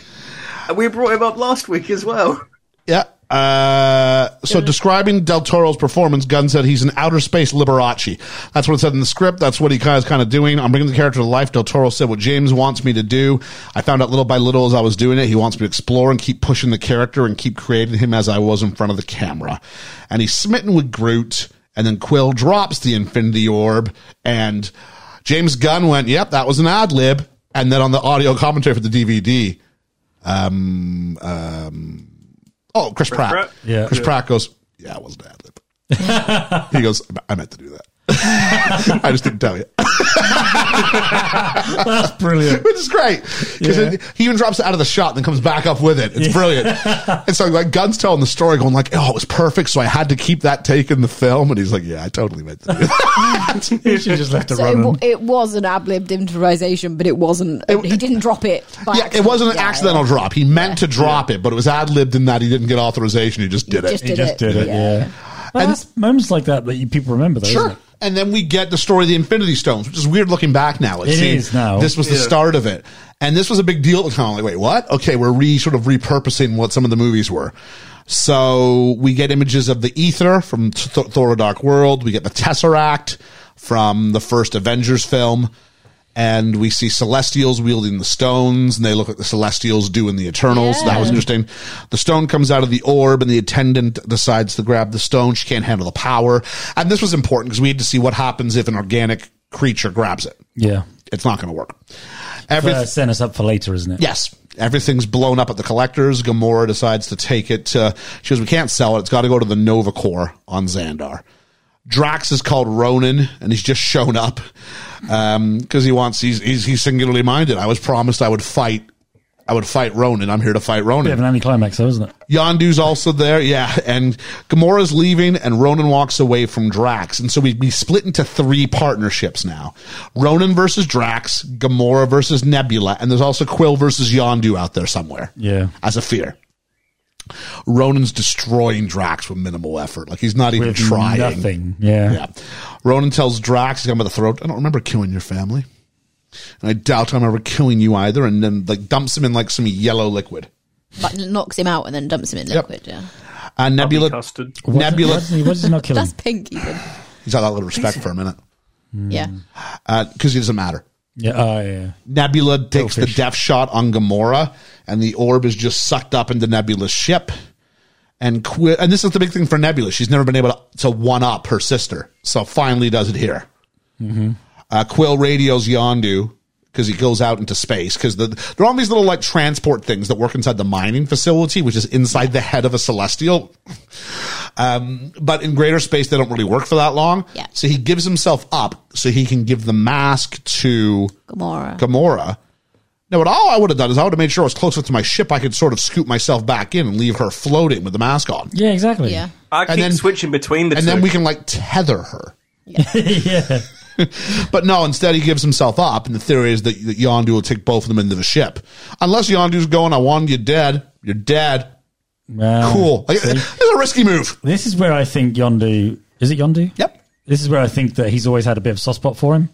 [SPEAKER 5] yeah.
[SPEAKER 6] We brought him up last week as well.
[SPEAKER 4] Yeah. Uh, so describing Del Toro's performance, Gunn said he's an outer space Liberace. That's what it said in the script. That's what he kind of is kind of doing. I'm bringing the character to life. Del Toro said what James wants me to do. I found out little by little as I was doing it. He wants me to explore and keep pushing the character and keep creating him as I was in front of the camera. And he's smitten with Groot. And then Quill drops the Infinity Orb. And James Gunn went, "Yep, that was an ad lib." And then on the audio commentary for the DVD, um, um, oh, Chris, Pratt.
[SPEAKER 6] Pratt?
[SPEAKER 5] Yeah.
[SPEAKER 4] Chris
[SPEAKER 5] Yeah.
[SPEAKER 4] Pratt goes, yeah, I wasn't ad lib. he goes, I meant to do that. I just didn't tell you,
[SPEAKER 5] That's brilliant.
[SPEAKER 4] which is great because
[SPEAKER 5] Yeah.
[SPEAKER 4] he even drops it out of the shot and then comes back up with it. It's brilliant. and so like Gunn's telling the story, going like, oh, it was perfect, so I had to keep that take in the film. And he's like, yeah, I totally meant to do that.
[SPEAKER 5] You should just left it
[SPEAKER 10] So it,
[SPEAKER 5] running.
[SPEAKER 10] w- it was an ad libbed improvisation, but it wasn't. he didn't drop it. By
[SPEAKER 4] Yeah, it
[SPEAKER 10] accident.
[SPEAKER 4] wasn't an
[SPEAKER 10] Yeah,
[SPEAKER 4] accidental drop. He meant to drop it, but it was ad libbed in that he didn't get authorization. He just did it.
[SPEAKER 10] just
[SPEAKER 5] He just did it. Yeah. Well,
[SPEAKER 4] And-
[SPEAKER 5] that's moments like that that you, people remember. Though,
[SPEAKER 4] Sure.
[SPEAKER 5] Isn't it?
[SPEAKER 4] And then we get the story of the Infinity Stones, which is weird looking back now. It,
[SPEAKER 5] It
[SPEAKER 4] seems
[SPEAKER 5] is now.
[SPEAKER 4] This was the
[SPEAKER 6] Yeah.
[SPEAKER 4] start of it. And this was a big deal at the time. Like, wait, what? Okay, we're re sort of repurposing what some of the movies were. So we get images of the Ether from Th- Thor: Dark World. We get the Tesseract from the first Avengers film. And we see Celestials wielding the stones, and they look like the Celestials do in the Eternals. That was interesting. The stone comes out of the orb, and the attendant decides to grab the stone. She can't handle the power. And this was important because we had to see what happens if an organic creature grabs it.
[SPEAKER 5] Yeah.
[SPEAKER 4] It's not going to work.
[SPEAKER 5] Uh,
[SPEAKER 4] Everything,
[SPEAKER 5] setting us up for later, isn't it?
[SPEAKER 4] yes, everything's blown up at the collectors. Gamora decides to take it. To, she goes, "We can't sell it. It's got to go to the Nova Corps on Xandar." Drax is called Ronan, and he's just shown up because he wants. He's, he's he's singularly minded. I was promised I would fight. I would fight Ronan. I'm here to fight Ronan.
[SPEAKER 5] Bit of an anticlimax, though, isn't it?
[SPEAKER 4] Yondu's also there, yeah. And Gamora's leaving, and Ronan walks away from Drax. And so we'd be split into three partnerships now Ronan versus Drax, Gamora versus Nebula, and there's also Quill versus Yondu out there somewhere.
[SPEAKER 5] Yeah.
[SPEAKER 4] As a fear. Ronan's destroying Drax with minimal effort. Like he's not even
[SPEAKER 5] With
[SPEAKER 4] trying.
[SPEAKER 5] nothing. Yeah.
[SPEAKER 4] Yeah. Ronan tells Drax, he's got him by the throat, I don't remember killing your family. And I doubt I'm ever killing you either. And then like dumps him in like some yellow liquid.
[SPEAKER 8] But knocks him out and then dumps him in liquid. Yeah,
[SPEAKER 4] And Nebula.
[SPEAKER 6] custard.
[SPEAKER 4] Nebula.
[SPEAKER 5] Why does he, why does he not kill him?
[SPEAKER 8] that's pink even.
[SPEAKER 4] He's got a little respect for a minute
[SPEAKER 5] Mm.
[SPEAKER 8] Yeah,
[SPEAKER 4] because Uh, he doesn't matter.
[SPEAKER 5] Yeah. Oh, yeah.
[SPEAKER 4] Nebula takes the
[SPEAKER 5] Goldfish.
[SPEAKER 4] death shot on Gamora, and the orb is just sucked up into Nebula's ship. And Quill, and this is the big thing for Nebula. She's never been able to, to one up her sister, so finally does it here. Uh, Quill radios Yondu because he goes out into space because the, there are all these little like transport things that work inside the mining facility, which is inside the head of a celestial. Um, but in greater space, they don't really work for that long.
[SPEAKER 8] Yeah.
[SPEAKER 4] So he gives himself up so he can give the mask to
[SPEAKER 8] Gamora.
[SPEAKER 4] Gamora. Now, what all I would have done is I would have made sure I was close enough to my ship I could sort of scoop myself back in and leave her floating with the mask on.
[SPEAKER 5] Yeah, exactly.
[SPEAKER 8] yeah,
[SPEAKER 6] I keep
[SPEAKER 4] then-
[SPEAKER 6] switching between the
[SPEAKER 4] And
[SPEAKER 6] two.
[SPEAKER 4] then we can like tether her.
[SPEAKER 5] yeah.
[SPEAKER 4] But no, instead he gives himself up, and the theory is that, that Yondu will take both of them into the ship. Unless Yondu's going, I want you dead. You're dead.
[SPEAKER 5] Wow.
[SPEAKER 4] Cool. Like,
[SPEAKER 5] Mm-hmm.
[SPEAKER 4] it's a risky move.
[SPEAKER 5] This is where I think Yondu. Is it Yondu?
[SPEAKER 4] Yep.
[SPEAKER 5] This is where I think that he's always had a bit of a soft spot for him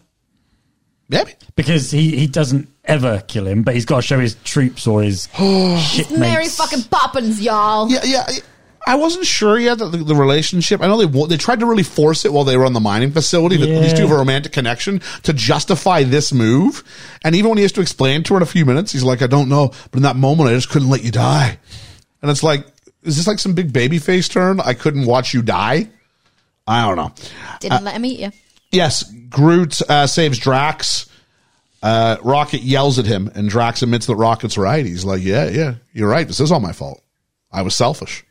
[SPEAKER 4] Maybe.
[SPEAKER 5] because he, he doesn't ever kill him, but he's got to show his troops or his shipmates.
[SPEAKER 8] Mary fucking Poppins, y'all.
[SPEAKER 4] Yeah, yeah. I- I wasn't sure yet that the, the relationship. I know they wa- they tried to really force it while they were on the mining facility. That these two have a
[SPEAKER 5] Yeah.
[SPEAKER 4] romantic connection to justify this move. And even when he has to explain to her in a few minutes, he's like, "I don't know," but in that moment, I just couldn't let you die. And it's like, is this like some big baby face turn? I couldn't watch you die. I don't know.
[SPEAKER 8] Didn't let him eat you.
[SPEAKER 4] Yes, Groot uh, saves Drax. Uh, Rocket yells at him, and Drax admits that Rocket's right. He's like, "Yeah, yeah, you're right. This is all my fault. I was selfish."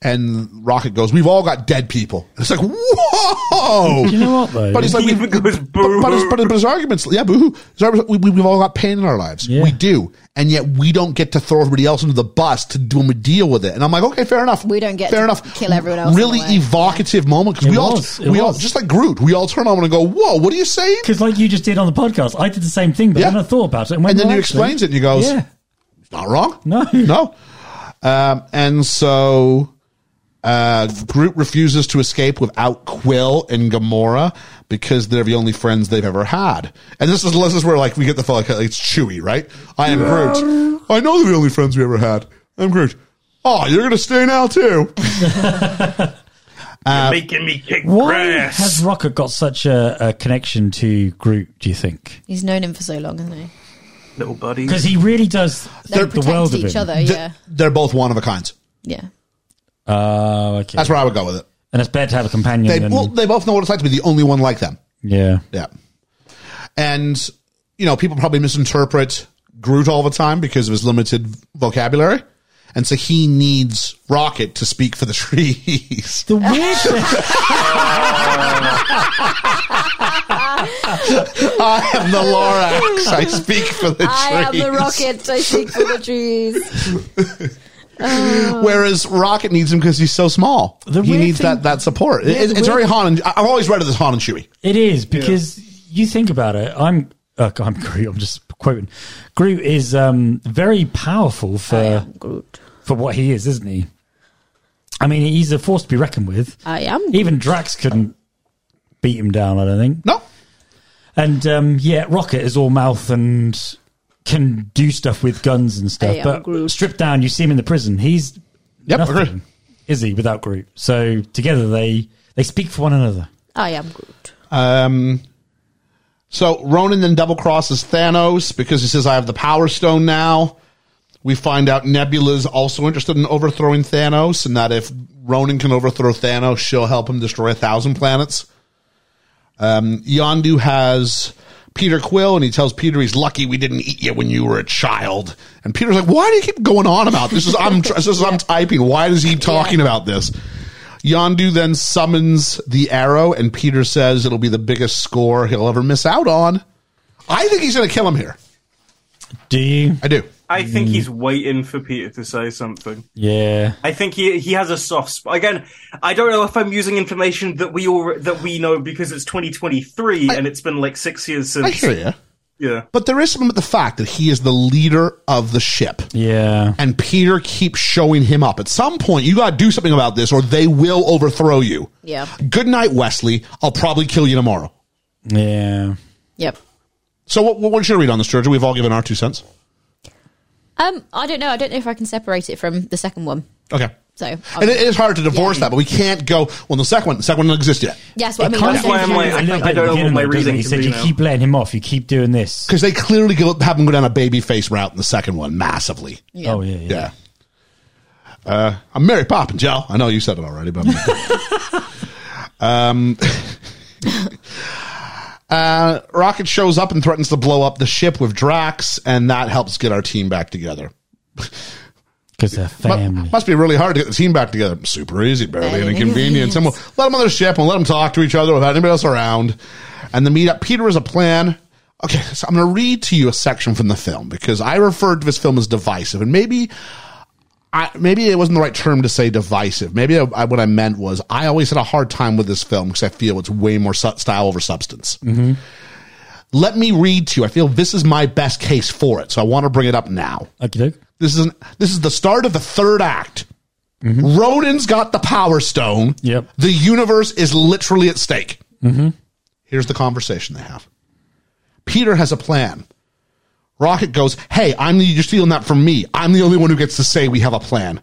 [SPEAKER 4] And Rocket goes, "We've all got dead people." And it's like, "Whoa!"
[SPEAKER 5] you know what, though?
[SPEAKER 4] But he's like,
[SPEAKER 6] He
[SPEAKER 4] we,
[SPEAKER 6] even goes,
[SPEAKER 4] but, but, his, but, his- but his arguments, yeah, boo-hoo. His arguments, we, we- we've all got pain in our lives.
[SPEAKER 5] Yeah.
[SPEAKER 4] We do. And yet we don't get to throw everybody else into the bus to do, when we deal with it. And I'm like, okay, fair enough.
[SPEAKER 8] We don't get
[SPEAKER 4] fair
[SPEAKER 8] to
[SPEAKER 4] enough.
[SPEAKER 8] kill everyone else in
[SPEAKER 4] Really
[SPEAKER 8] a way.
[SPEAKER 4] evocative moment because
[SPEAKER 5] It
[SPEAKER 4] we
[SPEAKER 5] was.
[SPEAKER 4] all,
[SPEAKER 5] It
[SPEAKER 4] we all,
[SPEAKER 5] was.
[SPEAKER 4] just like Groot, we all turn on and go, whoa, what are you saying?
[SPEAKER 5] Because like you just did on the podcast, I did the same thing, but
[SPEAKER 4] Yeah.
[SPEAKER 5] then I thought about it. And, went,
[SPEAKER 4] And then
[SPEAKER 5] "Well,
[SPEAKER 4] you
[SPEAKER 5] actually,
[SPEAKER 4] explains it and you goes,
[SPEAKER 5] yeah.
[SPEAKER 4] not wrong.
[SPEAKER 5] No.
[SPEAKER 4] No. Um, and so uh, Groot refuses to escape without Quill and Gamora because they're the only friends they've ever had. And this is this is where like we get the feel like it's Chewy, right? I am Groot. I know they're the only friends we ever had. I'm Groot. Oh, you're gonna stay now too.
[SPEAKER 6] making me kick
[SPEAKER 5] Why
[SPEAKER 6] grass.
[SPEAKER 5] has Rocket got such a, a connection to Groot? Do you think?
[SPEAKER 8] He's known him for so long, hasn't he?
[SPEAKER 6] Little buddy.
[SPEAKER 5] Because he really does
[SPEAKER 8] They
[SPEAKER 5] the world
[SPEAKER 8] protect
[SPEAKER 5] of
[SPEAKER 8] each
[SPEAKER 5] him.
[SPEAKER 8] other. Yeah,
[SPEAKER 4] They're both one of a kind.
[SPEAKER 8] yeah.
[SPEAKER 5] Oh, okay.
[SPEAKER 4] That's where I would go with it.
[SPEAKER 5] and it's better to have a companion.
[SPEAKER 4] They
[SPEAKER 5] than,
[SPEAKER 4] well, they both know what it's like to be the only one like them.
[SPEAKER 5] yeah.
[SPEAKER 4] Yeah. And, you know, people probably misinterpret Groot all the time because of his limited vocabulary. And so he needs Rocket to speak for the trees.
[SPEAKER 5] The weird thing,
[SPEAKER 4] I am the Lorax. I speak for the
[SPEAKER 10] I
[SPEAKER 4] trees.
[SPEAKER 10] am the rocket. I speak for the trees.
[SPEAKER 4] Whereas Rocket needs him because he's so small.
[SPEAKER 5] The
[SPEAKER 4] he
[SPEAKER 5] weird
[SPEAKER 4] needs
[SPEAKER 5] thing-
[SPEAKER 4] that, that support. It-
[SPEAKER 5] Yeah, the
[SPEAKER 4] it's
[SPEAKER 5] weird-
[SPEAKER 4] very Han and I- I've always read it as Han and Chewie.
[SPEAKER 5] it is because you think about it. I'm uh, I'm Groot. I'm just quoting. Groot is um, very powerful for for what he is, isn't he? I mean, he's a force to be reckoned with.
[SPEAKER 10] I am.
[SPEAKER 5] Even Drax couldn't beat him down. I don't think.
[SPEAKER 4] No.
[SPEAKER 5] And um, yeah, Rocket is all mouth and can do stuff with guns and stuff.
[SPEAKER 10] I am
[SPEAKER 5] But
[SPEAKER 10] Groot.
[SPEAKER 5] stripped down, you see him in the prison. He's
[SPEAKER 4] Yep,
[SPEAKER 5] nothing,
[SPEAKER 4] agreed.
[SPEAKER 5] is he without Groot? So together they they speak for one another.
[SPEAKER 10] I am Groot.
[SPEAKER 4] Um, so Ronan then double crosses Thanos because he says, I have the Power Stone now. We find out Nebula's also interested in overthrowing Thanos, and that if Ronan can overthrow Thanos, she'll help him destroy a thousand planets. Um, Yondu has Peter Quill, and he tells Peter he's lucky we didn't eat you when you were a child. And Peter's like, "Why do you keep going on about this? this is I'm this is I'm typing. Why does he keep talking about this?" Yondu then summons the arrow, and Peter says it'll be the biggest score he'll ever miss out on. I think he's going to kill him here.
[SPEAKER 5] Do you?
[SPEAKER 4] I do.
[SPEAKER 6] I think he's waiting for Peter to say something.
[SPEAKER 5] Yeah.
[SPEAKER 6] I think he he has a soft spot. Again, I don't know if I'm using information that we all that we know because it's 2023 and it's been like six years
[SPEAKER 4] I
[SPEAKER 6] since.
[SPEAKER 4] hear you.
[SPEAKER 6] Yeah,
[SPEAKER 4] But there is something with the fact that he is the leader of the ship.
[SPEAKER 5] Yeah.
[SPEAKER 4] and Peter keeps showing him up. At some point, you got to do something about this, or they will overthrow you.
[SPEAKER 10] Yeah.
[SPEAKER 4] Good night, Wesley. I'll probably kill you tomorrow.
[SPEAKER 5] Yeah.
[SPEAKER 10] Yep.
[SPEAKER 4] So, what, what- what's your read on this, Georgia? We've all given our two cents.
[SPEAKER 8] Um, I don't know. I don't know if I can separate it from the second one.
[SPEAKER 4] Okay.
[SPEAKER 8] So I'll-
[SPEAKER 4] And it is hard to divorce
[SPEAKER 8] Yeah.
[SPEAKER 4] that, but we can't go. Well, the second one, the second one doesn't exist yet
[SPEAKER 8] yes, what I
[SPEAKER 5] It
[SPEAKER 8] mean.
[SPEAKER 5] kind
[SPEAKER 8] I'm
[SPEAKER 5] of-
[SPEAKER 8] saying
[SPEAKER 6] That's why I'm
[SPEAKER 8] if
[SPEAKER 6] like,
[SPEAKER 8] you
[SPEAKER 6] I-
[SPEAKER 8] can
[SPEAKER 6] I
[SPEAKER 8] separate
[SPEAKER 6] don't know
[SPEAKER 5] Beginning
[SPEAKER 6] what
[SPEAKER 5] though,
[SPEAKER 6] my
[SPEAKER 5] doesn't
[SPEAKER 6] reasoning
[SPEAKER 5] He
[SPEAKER 6] can
[SPEAKER 5] said
[SPEAKER 6] be
[SPEAKER 5] you
[SPEAKER 6] now."
[SPEAKER 5] keep letting him off. You keep doing this.
[SPEAKER 4] because they clearly go, have him go down a baby face route in the second one massively.
[SPEAKER 5] Oh yeah. Yeah.
[SPEAKER 4] Yeah. Uh, I'm Mary Poppins, y'all. I know you said it already, but um, uh, Rocket shows up and threatens to blow up the ship with Drax, and that helps get our team back together.
[SPEAKER 5] Because they're
[SPEAKER 4] Mu-
[SPEAKER 5] family.
[SPEAKER 4] must be really hard to get the team back together. Super easy, barely an
[SPEAKER 8] Barely.
[SPEAKER 4] inconvenience. And we'll let them on their ship and let them talk to each other without anybody else around. And the meetup. Peter has a plan. Okay, so I'm going to read to you a section from the film because I referred to this film as divisive, and maybe. I, maybe it wasn't the right term to say divisive. Maybe I, I- what I meant was I always had a hard time with this film because I feel it's way more su- style over substance. Let me read to you. I feel this is my best case for it, so I want to bring it up now.
[SPEAKER 5] Okie doke.
[SPEAKER 4] This is an, this is the start of the third act. Ronan's got the power stone.
[SPEAKER 5] Yep.
[SPEAKER 4] The universe is literally at stake. Here's the conversation they have. Peter has a plan. Rocket goes, "Hey, I'm the, you're stealing that from me. I'm the only one who gets to say we have a plan.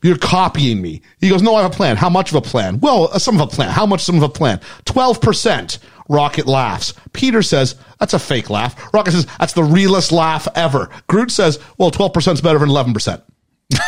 [SPEAKER 4] You're copying me." He goes, "No, I have a plan. How much of a plan? Well, uh, some of a plan. How much some of a plan? Twelve percent." Rocket laughs. Peter says, "That's a fake laugh." Rocket says, "That's the realest laugh ever." Groot says, "Well, twelve percent's better than eleven percent."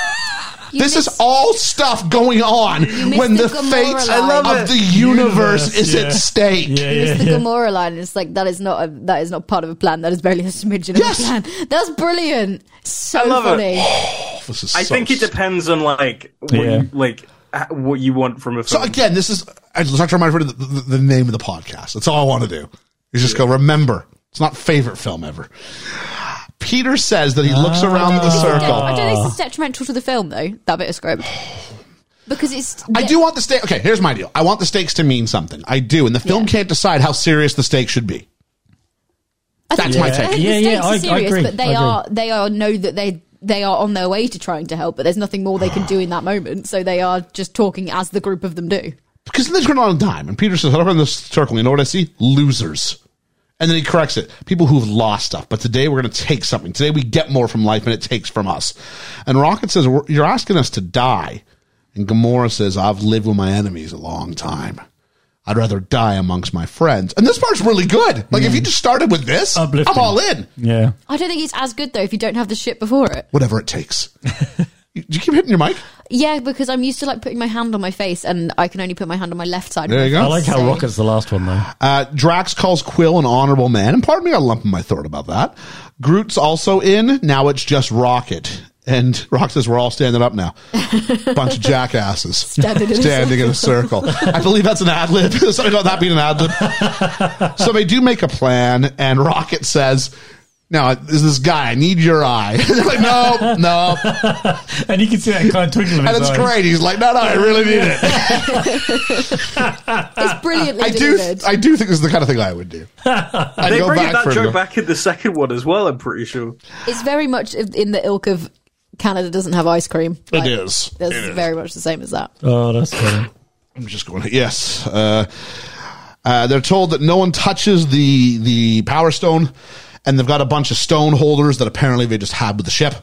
[SPEAKER 7] You
[SPEAKER 4] this
[SPEAKER 7] missed-
[SPEAKER 4] is all stuff going on
[SPEAKER 7] missed
[SPEAKER 4] when
[SPEAKER 7] the
[SPEAKER 4] the,
[SPEAKER 7] Gamora
[SPEAKER 4] fate
[SPEAKER 7] line. I love
[SPEAKER 4] of
[SPEAKER 7] it.
[SPEAKER 4] the universe, is
[SPEAKER 12] yeah.
[SPEAKER 4] at stake.
[SPEAKER 12] Yeah, yeah,
[SPEAKER 8] It's the
[SPEAKER 12] yeah.
[SPEAKER 8] Gamora line. It's like that is not a, that is not part of a plan. That is barely a smidgen of
[SPEAKER 4] Yes.
[SPEAKER 8] a plan. That's brilliant. So
[SPEAKER 6] I love it.
[SPEAKER 8] funny.
[SPEAKER 4] This is
[SPEAKER 6] I
[SPEAKER 4] so
[SPEAKER 6] think it depends on like what
[SPEAKER 12] Yeah.
[SPEAKER 6] you, like h- what you want from a
[SPEAKER 4] So
[SPEAKER 6] film.
[SPEAKER 4] again, this is I just have to remind everybody the, the, the name of the podcast. That's all I want to do. Is just go remember. It's not favorite film ever. Peter says that he looks around the circle.
[SPEAKER 8] Ah, I don't think it's detrimental to the film though. That bit of script because it's.
[SPEAKER 4] I do want the stake. Okay, here's my deal. I want the stakes to mean something. I do, and the film
[SPEAKER 8] Yeah.
[SPEAKER 4] can't decide how serious the stakes should be.
[SPEAKER 8] I think
[SPEAKER 4] That's
[SPEAKER 8] the-
[SPEAKER 4] my
[SPEAKER 8] I
[SPEAKER 4] take.
[SPEAKER 8] think
[SPEAKER 5] Yeah,
[SPEAKER 8] the
[SPEAKER 5] yeah,
[SPEAKER 8] stakes
[SPEAKER 5] I- I
[SPEAKER 8] are serious,
[SPEAKER 5] agree.
[SPEAKER 8] but
[SPEAKER 5] I
[SPEAKER 8] they
[SPEAKER 5] agree.
[SPEAKER 8] are they are know that they they are on their way to trying to help, but there's nothing more they can do in that moment. So they are just talking as the group of them do.
[SPEAKER 4] Because they're going on a dime. And Peter says, I look around the circle. You know what I see? Losers. And then he corrects it. People who've lost stuff. But today we're going to take something. Today we get more from life than it takes from us. And Rocket says, "We're- You're asking us to die. And Gamora says, I've lived with my enemies a long time. I'd rather die amongst my friends. And this part's really good. Like, if you just started with this,
[SPEAKER 5] Uplifting.
[SPEAKER 4] I'm all in.
[SPEAKER 5] Yeah.
[SPEAKER 8] I don't think it's as good though if you don't have the shit before it.
[SPEAKER 4] Whatever it takes. you, do you keep hitting your mic?
[SPEAKER 8] Yeah, because I'm used to like putting my hand on my face, and I can only put my hand on my left side.
[SPEAKER 4] There you go.
[SPEAKER 5] I like how
[SPEAKER 8] So-
[SPEAKER 5] Rocket's the last one, though.
[SPEAKER 4] Uh, Drax calls Quill an honorable man, and pardon me, I lump in my throat about that. Groot's also in. Now it's just Rocket. And Rock says, We're all standing up now. Bunch of jackasses
[SPEAKER 8] in a
[SPEAKER 4] standing in a circle. I believe that's an ad lib. There's something about that being an ad lib. so they do make a plan, and Rocket says, Now, there's this guy. I need your eye. They're like, No, no.
[SPEAKER 5] And you can see that kind of twinkle in
[SPEAKER 4] And
[SPEAKER 5] his
[SPEAKER 4] it's
[SPEAKER 5] eyes.
[SPEAKER 4] great. He's like, No, no, I really need it.
[SPEAKER 8] It's brilliantly
[SPEAKER 4] I do,
[SPEAKER 8] delivered.
[SPEAKER 4] I do think this is the kind of thing I would do. I'd
[SPEAKER 6] they
[SPEAKER 4] go
[SPEAKER 6] bring
[SPEAKER 4] back
[SPEAKER 6] that
[SPEAKER 4] for it and
[SPEAKER 6] joke
[SPEAKER 4] go-
[SPEAKER 6] back in the second one as well. I'm pretty sure.
[SPEAKER 8] it's very much in the ilk of Canada doesn't have ice cream. Like,
[SPEAKER 4] It is.
[SPEAKER 8] That's
[SPEAKER 4] It is.
[SPEAKER 8] very much the same as that.
[SPEAKER 5] Oh, that's funny.
[SPEAKER 4] I'm just going. Yes. Uh, uh, they're told that no one touches the the power stone, and they've got a bunch of stone holders that apparently they just had with the ship.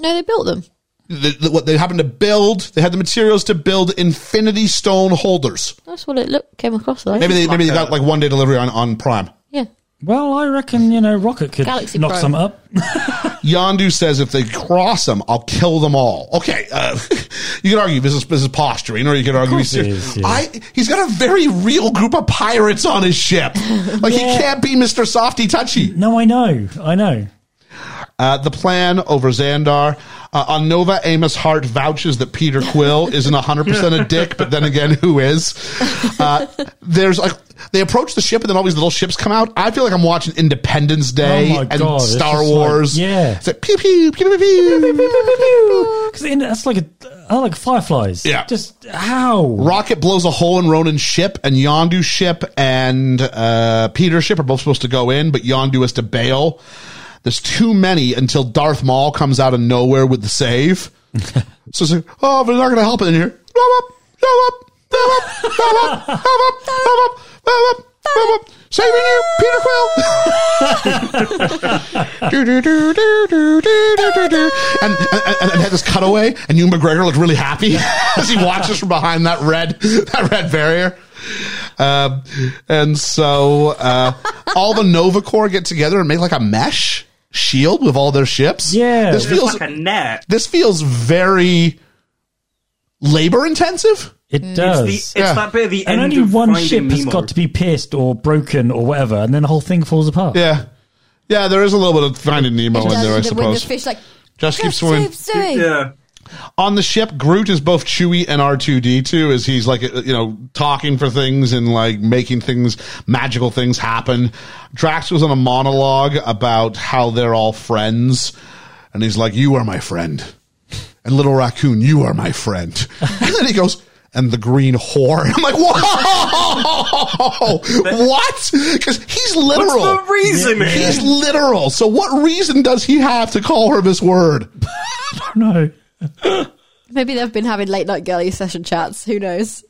[SPEAKER 8] No, they built them.
[SPEAKER 4] The, the- what they happened to build, they had the materials to build infinity stone holders.
[SPEAKER 8] That's what it looked came across like.
[SPEAKER 4] Maybe they maybe they got like one day delivery on on Prime.
[SPEAKER 8] yeah.
[SPEAKER 5] Well, I reckon, you know, Rocket could
[SPEAKER 8] Galaxy
[SPEAKER 5] knock
[SPEAKER 8] Pro.
[SPEAKER 5] some up.
[SPEAKER 4] Yandu says if they cross them, I'll kill them all. Okay, uh, you could argue this is this is posturing, or you could argue he's
[SPEAKER 5] course it
[SPEAKER 4] serious.
[SPEAKER 5] is, yeah.
[SPEAKER 4] I he's got a very real group of pirates on his ship. Like he
[SPEAKER 5] Yeah.
[SPEAKER 4] can't be Mister Softy Touchy.
[SPEAKER 5] No, I know. I know.
[SPEAKER 4] Uh, the plan over Xandar. Uh, on Nova, Amos Hart vouches that Peter Quill isn't 100% a dick, but then again, who is? Uh, there's like, they approach the ship and then all these little ships come out. I feel like I'm watching Independence Day
[SPEAKER 5] Oh my
[SPEAKER 4] and
[SPEAKER 5] God, it's
[SPEAKER 4] Star
[SPEAKER 5] just like-
[SPEAKER 4] Wars.
[SPEAKER 5] yeah.
[SPEAKER 4] It's like pew pew, pew pew pew, pew, pew, pew, pew.
[SPEAKER 5] Because that's like a, I like fireflies.
[SPEAKER 4] Yeah.
[SPEAKER 5] Just how?
[SPEAKER 4] Rocket blows a hole in Ronin's ship, and Yondu's ship and uh, Peter's ship are both supposed to go in, but Yondu has to bail. There's too many until Darth Maul comes out of nowhere with the save. so it's like, oh, they're not going to help it in here. Help up, help up, help up, help up, help up, help up, help up, help up. Saving you, Peter Quill. do, do, do, do, do, do, do, do, do. And, and, and they had this cutaway, and Ewan McGregor looked really happy as he watches from behind that red that red barrier. Um, and so uh, all the Nova Corps get together and make like a mesh shield with all their ships.
[SPEAKER 5] Yeah.
[SPEAKER 4] this
[SPEAKER 6] It's
[SPEAKER 4] feels
[SPEAKER 6] like a net.
[SPEAKER 4] this feels very labor intensive.
[SPEAKER 5] It
[SPEAKER 6] It's,
[SPEAKER 5] does.
[SPEAKER 6] the, it's
[SPEAKER 4] Yeah.
[SPEAKER 6] that bit of the
[SPEAKER 5] and
[SPEAKER 6] end
[SPEAKER 5] only
[SPEAKER 6] of
[SPEAKER 5] one
[SPEAKER 6] Finding
[SPEAKER 5] ship has
[SPEAKER 6] Nemo.
[SPEAKER 5] got to be pierced or broken or whatever, and then the whole thing falls apart.
[SPEAKER 4] Yeah, yeah, there is a little bit of Finding Nemo in there, I
[SPEAKER 8] the, when the
[SPEAKER 4] suppose.
[SPEAKER 8] fish like
[SPEAKER 4] Just keep swimming.
[SPEAKER 6] Yeah.
[SPEAKER 4] on the ship, Groot is both Chewie and R two D two as he's like uh, you know talking for things and like making things magical things happen. Drax was on a monologue about how they're all friends, and he's like, "You are my friend," and Little Raccoon, "You are my friend," and then he goes. And the green whore. I'm like, whoa, what? Because he's literal.
[SPEAKER 6] What's the reason?
[SPEAKER 4] He's literal. So, what reason does he have to call her this word?
[SPEAKER 5] No,
[SPEAKER 8] maybe they've been having late night girly session chats. Who knows?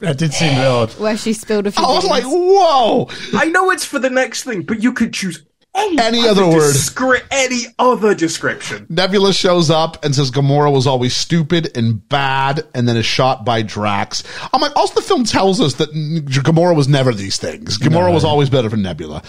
[SPEAKER 5] that did seem a bit odd.
[SPEAKER 8] Where she spilled a few.
[SPEAKER 4] Oh, I was
[SPEAKER 8] beans.
[SPEAKER 4] like, whoa.
[SPEAKER 6] I know it's for the next thing, but you could choose
[SPEAKER 4] any other word.
[SPEAKER 6] Descri- any other description.
[SPEAKER 4] Nebula shows up and says Gamora was always stupid and bad, and then is shot by Drax. I'm like, also the film tells us that N- Gamora was never these things. Gamora was always better than Nebula.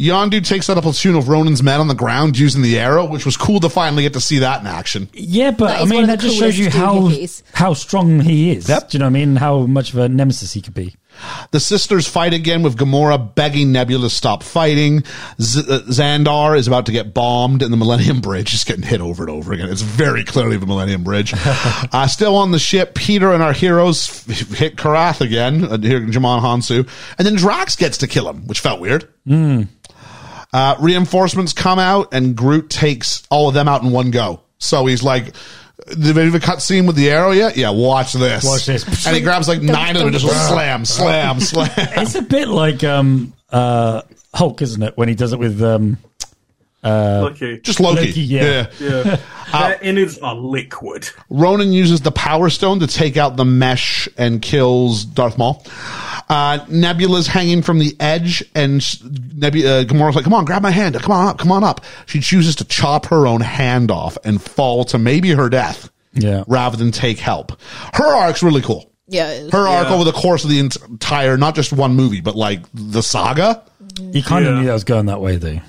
[SPEAKER 4] Yondu takes out a platoon of Ronin's men on the ground using the arrow, which was cool to finally get to see that in action.
[SPEAKER 5] Yeah, but
[SPEAKER 8] That
[SPEAKER 5] I
[SPEAKER 8] is one
[SPEAKER 5] mean,
[SPEAKER 8] of
[SPEAKER 5] that
[SPEAKER 8] the
[SPEAKER 5] just shows you
[SPEAKER 8] coolest
[SPEAKER 5] how
[SPEAKER 8] doohickeys.
[SPEAKER 5] how strong he is.
[SPEAKER 4] Yep.
[SPEAKER 5] Do you know what I mean? How much of a nemesis he could be.
[SPEAKER 4] The sisters fight again with Gamora begging Nebula to stop fighting. Z- uh, Xandar is about to get bombed, and the Millennium Bridge is getting hit over and over again. It's very clearly the Millennium Bridge. uh, still on the ship, Peter and our heroes f- hit Karath again, uh, here Jamon Hansu, and then Drax gets to kill him, which felt weird.
[SPEAKER 5] Hmm.
[SPEAKER 4] Uh, reinforcements come out, and Groot takes all of them out in one go. So he's like. They've even cut scene with the arrow yet? Yeah, watch this.
[SPEAKER 5] Watch this.
[SPEAKER 4] And he grabs like nine of them and just slam, slam, slam.
[SPEAKER 5] It's a bit like um, uh, Hulk, isn't it? When he does it with um,
[SPEAKER 6] Lucky.
[SPEAKER 4] Just Loki.
[SPEAKER 5] Loki,
[SPEAKER 4] yeah.
[SPEAKER 5] yeah.
[SPEAKER 6] yeah. Their innards are liquid.
[SPEAKER 4] Ronan uses the Power Stone to take out the mesh and kills Darth Maul. Uh, Nebula's hanging from the edge, and sh- Nebu- uh, Gamora's like, "Come on, grab my hand! Come on up! Come on up!" She chooses to chop her own hand off and fall to maybe her death,
[SPEAKER 5] Yeah.
[SPEAKER 4] rather than take help. Her arc's really cool.
[SPEAKER 8] Yeah, it was-
[SPEAKER 4] Her arc over the course of the ent- entire, not just one movie, but like the saga.
[SPEAKER 5] you kind of
[SPEAKER 6] Yeah.
[SPEAKER 5] knew that was going that way, though.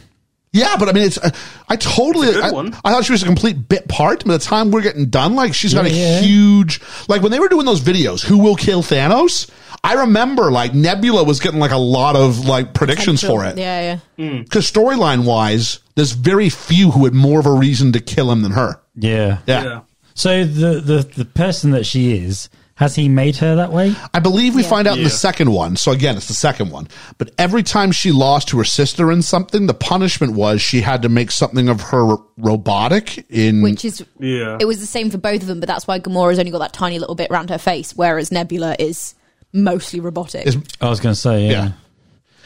[SPEAKER 4] Yeah, but I mean, it's uh, I totally.
[SPEAKER 6] good
[SPEAKER 4] I,
[SPEAKER 6] one.
[SPEAKER 4] I thought she was a complete bit part. By the time we're getting done, like she's got a
[SPEAKER 5] Yeah, yeah.
[SPEAKER 4] huge. Like when they were doing those videos, who will kill Thanos? I remember like Nebula was getting like a lot of like predictions for it
[SPEAKER 8] Yeah,
[SPEAKER 6] Mm.
[SPEAKER 8] yeah.
[SPEAKER 4] because storyline wise, there's very few who had more of a reason to kill him than her.
[SPEAKER 5] Yeah.
[SPEAKER 4] Yeah.
[SPEAKER 6] Yeah.
[SPEAKER 5] So the, the the person that she is has he made her that way?
[SPEAKER 4] I believe we find out in the
[SPEAKER 6] Yeah.
[SPEAKER 4] second one. So again, it's the second one. But every time she lost to her sister in something, the punishment was she had to make something of her robotic in
[SPEAKER 8] Which is
[SPEAKER 6] Yeah.
[SPEAKER 8] it was the same for both of them, but that's why Gamora's only got that tiny little bit around her face, whereas Nebula is mostly robotic.
[SPEAKER 4] Is-
[SPEAKER 5] I was going to say yeah.
[SPEAKER 4] Yeah.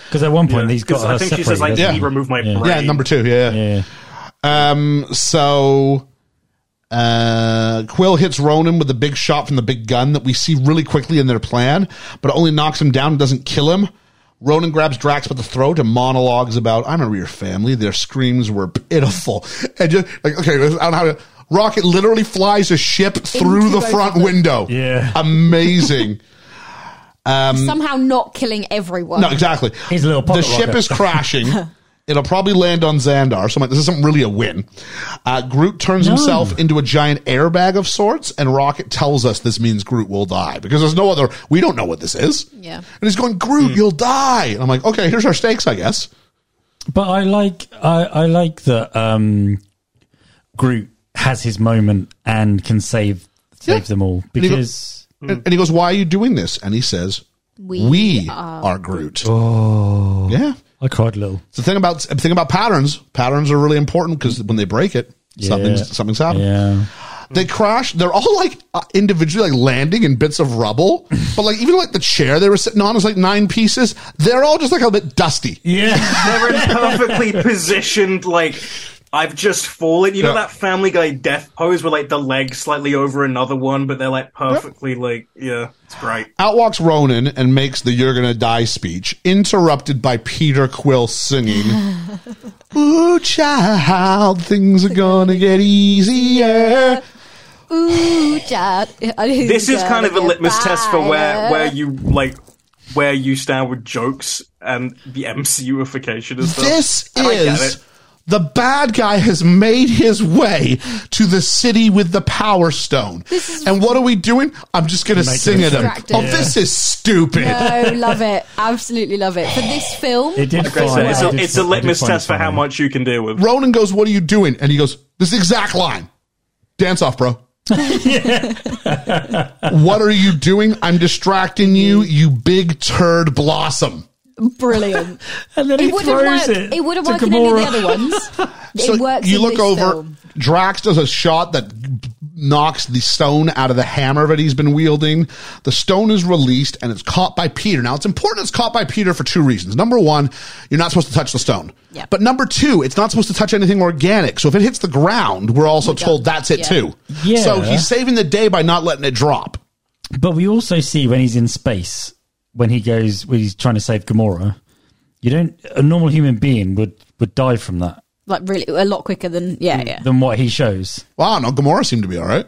[SPEAKER 5] Because at one point
[SPEAKER 6] Yeah,
[SPEAKER 5] he's got
[SPEAKER 6] 'cause
[SPEAKER 5] her
[SPEAKER 6] I think she says, like,
[SPEAKER 5] separated,
[SPEAKER 4] Yeah.
[SPEAKER 6] he removed my brain.
[SPEAKER 4] yeah number two. yeah.
[SPEAKER 5] doesn't he? yeah.
[SPEAKER 4] Um, so uh, Quill hits Ronan with a big shot from the big gun that we see really quickly in their plan, but only knocks him down and doesn't kill him. Ronan grabs Drax by the throat and monologues about, I remember your family. Their screams were pitiful. And just like, okay, I don't know how to. Rocket literally flies a ship through the
[SPEAKER 8] both
[SPEAKER 4] front
[SPEAKER 8] of them.
[SPEAKER 4] window.
[SPEAKER 5] Yeah.
[SPEAKER 4] Amazing.
[SPEAKER 8] Somehow not killing everyone.
[SPEAKER 4] um, No, exactly.
[SPEAKER 5] He's a little
[SPEAKER 4] The
[SPEAKER 5] pocket
[SPEAKER 4] ship
[SPEAKER 5] rocket.
[SPEAKER 4] is crashing. It'll probably land on Xandar, so I'm like, this isn't really a win. Uh, Groot turns himself into a giant airbag of sorts, and Rocket tells us this means Groot will die because there's no other. We don't know what this is.
[SPEAKER 8] Yeah.
[SPEAKER 4] and he's going, Groot, you'll die. And I'm like, okay, here's our stakes, I guess.
[SPEAKER 5] But I like I, I like that um, Groot has his moment and can save save
[SPEAKER 4] Yeah.
[SPEAKER 5] them all
[SPEAKER 4] And he go-
[SPEAKER 5] because
[SPEAKER 4] And, and he goes, why are you doing this? And he says, we, are, Groot. Oh, yeah.
[SPEAKER 5] I cried a little.
[SPEAKER 4] It's the thing about the thing about patterns. Patterns are really important because when they break it, something's something's happened.
[SPEAKER 5] Yeah.
[SPEAKER 4] They crash. They're all like uh, individually like landing in bits of rubble, but like even like the chair they were sitting on is like nine pieces. They're all just like a bit dusty.
[SPEAKER 5] Yeah.
[SPEAKER 6] They're in perfectly positioned, like, I've just fallen. You know
[SPEAKER 4] Yeah.
[SPEAKER 6] that Family Guy death pose where, like, the leg's slightly over another one, but they're, like, perfectly, like, yeah, it's great.
[SPEAKER 4] Out walks Ronan and makes the "You're gonna die" speech, interrupted by Peter Quill singing, "Ooh, child, things are gonna get easier."
[SPEAKER 8] Ooh, Dad.
[SPEAKER 6] This is kind of a litmus test for where, where you, like, where you stand with jokes and the MCUification and stuff.
[SPEAKER 4] This
[SPEAKER 6] And I get
[SPEAKER 4] is
[SPEAKER 6] it.
[SPEAKER 4] the bad guy has made his way to the city with the power stone. and what are we doing? I'm just going to sing at him.
[SPEAKER 8] distracted.
[SPEAKER 4] Oh, this is stupid.
[SPEAKER 8] Oh, love it. Absolutely love it. For this film,
[SPEAKER 5] It did.
[SPEAKER 6] Like I said,
[SPEAKER 5] fine.
[SPEAKER 6] it's
[SPEAKER 5] I
[SPEAKER 6] a,
[SPEAKER 5] did
[SPEAKER 6] it's a
[SPEAKER 5] fi- I did
[SPEAKER 6] litmus
[SPEAKER 5] find it
[SPEAKER 6] test for how
[SPEAKER 5] funny.
[SPEAKER 6] much you can deal with.
[SPEAKER 4] Ronan goes, What are you doing? And he goes, This is the exact line. Dance off, bro. what are you doing? I'm distracting you, you big turd blossom.
[SPEAKER 8] brilliant.
[SPEAKER 5] And then he
[SPEAKER 8] It wouldn't
[SPEAKER 5] throws
[SPEAKER 8] work.
[SPEAKER 5] it.
[SPEAKER 8] It, wouldn't
[SPEAKER 5] to
[SPEAKER 8] work in any of the
[SPEAKER 5] Gamora.
[SPEAKER 8] other ones. it works.
[SPEAKER 4] you
[SPEAKER 8] in
[SPEAKER 4] look
[SPEAKER 8] this
[SPEAKER 4] over,
[SPEAKER 8] film.
[SPEAKER 4] Drax does a shot that knocks the stone out of the hammer that he's been wielding. The stone is released and it's caught by Peter. Now, it's important it's caught by Peter for two reasons. Number one, you're not supposed to touch the stone.
[SPEAKER 8] Yeah.
[SPEAKER 4] But number two, it's not supposed to touch anything organic. So if it hits the ground, we're also told that's it
[SPEAKER 8] Yeah.
[SPEAKER 4] too.
[SPEAKER 5] Yeah.
[SPEAKER 4] So he's saving the day by not letting it drop.
[SPEAKER 5] But we also see when he's in space, when he goes, when he's trying to save Gamora,
[SPEAKER 12] You don't. A normal human being would would die from that
[SPEAKER 10] Like really, a lot quicker than
[SPEAKER 4] Mm.
[SPEAKER 10] yeah, yeah.
[SPEAKER 12] than what he shows.
[SPEAKER 4] Well, I don't know. Gamora seemed to be all right.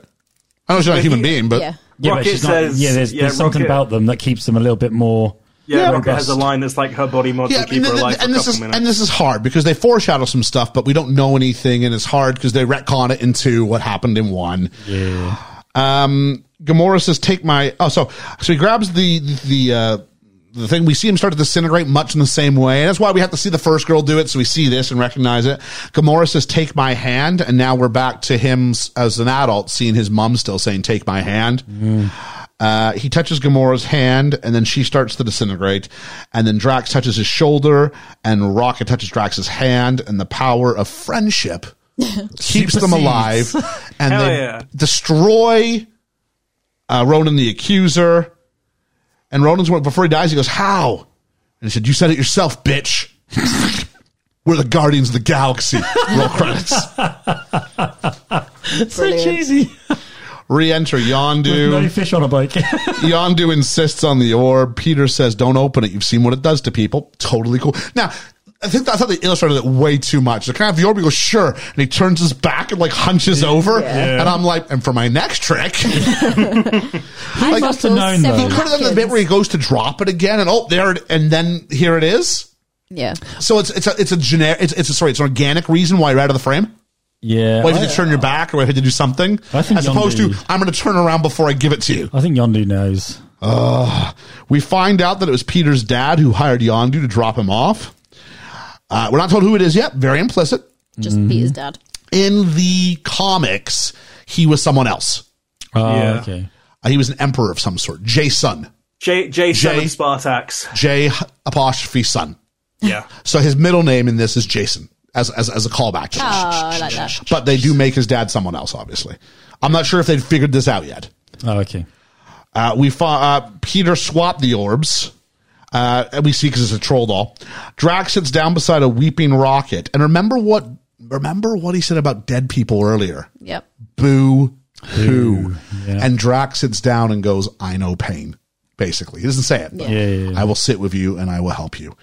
[SPEAKER 4] I know she's not a human being, but
[SPEAKER 10] yeah.
[SPEAKER 12] Yeah,
[SPEAKER 6] Rocket
[SPEAKER 12] but she's not,
[SPEAKER 6] says-
[SPEAKER 12] yeah, there's,
[SPEAKER 6] yeah,
[SPEAKER 12] there's something
[SPEAKER 6] Rocket-
[SPEAKER 12] about them that keeps them a little bit more.
[SPEAKER 6] Yeah,
[SPEAKER 4] Yeah,
[SPEAKER 6] Rocket has a
[SPEAKER 12] robust.
[SPEAKER 6] line that's like her body mods
[SPEAKER 4] Yeah,
[SPEAKER 6] will keep
[SPEAKER 4] and,
[SPEAKER 6] her
[SPEAKER 4] th-
[SPEAKER 6] alive for a
[SPEAKER 4] and this
[SPEAKER 6] couple
[SPEAKER 4] is
[SPEAKER 6] minutes.
[SPEAKER 4] and this is hard because they foreshadow some stuff, but we don't know anything, and it's hard because they retcon it into what happened in one.
[SPEAKER 12] Yeah.
[SPEAKER 4] Um, Gamora says, "Take my oh." So so he grabs the the uh, the thing. We see him start to disintegrate much in the same way, and that's why we have to see the first girl do it. So we see this and recognize it. Gamora says, "Take my hand," and now we're back to him s- as an adult, seeing his mom still saying, "Take my hand." Uh, he touches Gamora's hand, and then she starts to disintegrate. And then Drax touches his shoulder, and Rocket touches Drax's hand, and the power of friendship keeps them alive. And
[SPEAKER 6] Hell
[SPEAKER 4] they
[SPEAKER 6] yeah.
[SPEAKER 4] destroy uh, Ronan the Accuser. And Ronan's one before he dies. He goes, "How?" And he said, "You said it yourself, bitch." We're the guardians of the galaxy. Roll credits.
[SPEAKER 12] So cheesy.
[SPEAKER 4] Re-enter Yondu.
[SPEAKER 12] No fish on a bike.
[SPEAKER 4] Yondu insists on the orb. Peter says, "Don't open it. You've seen what it does to people." Totally cool. Now, I think I thought they illustrated it way too much. They kind of the orb. He goes, "Sure," and he turns his back and like hunches over. And I'm like, "And for my next trick."
[SPEAKER 12] I must have known
[SPEAKER 4] He
[SPEAKER 12] though.
[SPEAKER 4] could have done the bit where he goes to drop it again, and oh, there, it, and then here it is.
[SPEAKER 10] yeah.
[SPEAKER 4] So it's it's a it's a generic it's, it's a sorry it's an organic reason why you're out of the frame.
[SPEAKER 12] Oh, Yeah,
[SPEAKER 4] Why you
[SPEAKER 12] I,
[SPEAKER 4] had to turn your back or why you had to do something,
[SPEAKER 12] I think
[SPEAKER 4] as opposed to
[SPEAKER 12] Yondu-
[SPEAKER 4] I'm going to turn around before I give it to you.
[SPEAKER 12] I think Yondu knows.
[SPEAKER 4] We find out that it was Peter's dad who hired Yondu to drop him off. Uh, we're not told who it is yet. Very implicit.
[SPEAKER 10] Just
[SPEAKER 4] Mm.
[SPEAKER 10] Peter's dad.
[SPEAKER 4] In the comics, he was someone else.
[SPEAKER 12] Oh,
[SPEAKER 6] Yeah.
[SPEAKER 12] okay.
[SPEAKER 4] Uh, he was an emperor of some sort. J son.
[SPEAKER 6] J J
[SPEAKER 4] Jay-
[SPEAKER 6] Seven Spartax.
[SPEAKER 4] J apostrophe son.
[SPEAKER 6] Yeah.
[SPEAKER 4] So his middle name in this is Jason as, as, as a callback.
[SPEAKER 10] Oh, I like that.
[SPEAKER 4] But they do make his dad someone else, obviously. I'm not sure if they've figured this out yet.
[SPEAKER 12] Oh, okay.
[SPEAKER 4] Uh, we fo- uh, Peter swapped the orbs. Uh, and we see because it's a troll doll. Drax sits down beside a weeping rocket, and remember what remember what he said about dead people earlier.
[SPEAKER 10] Yep.
[SPEAKER 4] Boo hoo.
[SPEAKER 12] yeah.
[SPEAKER 4] And Drax sits down and goes, "I know pain." Basically, he doesn't say it. but,
[SPEAKER 12] Yeah, yeah, yeah.
[SPEAKER 4] I will sit with you and I will help you.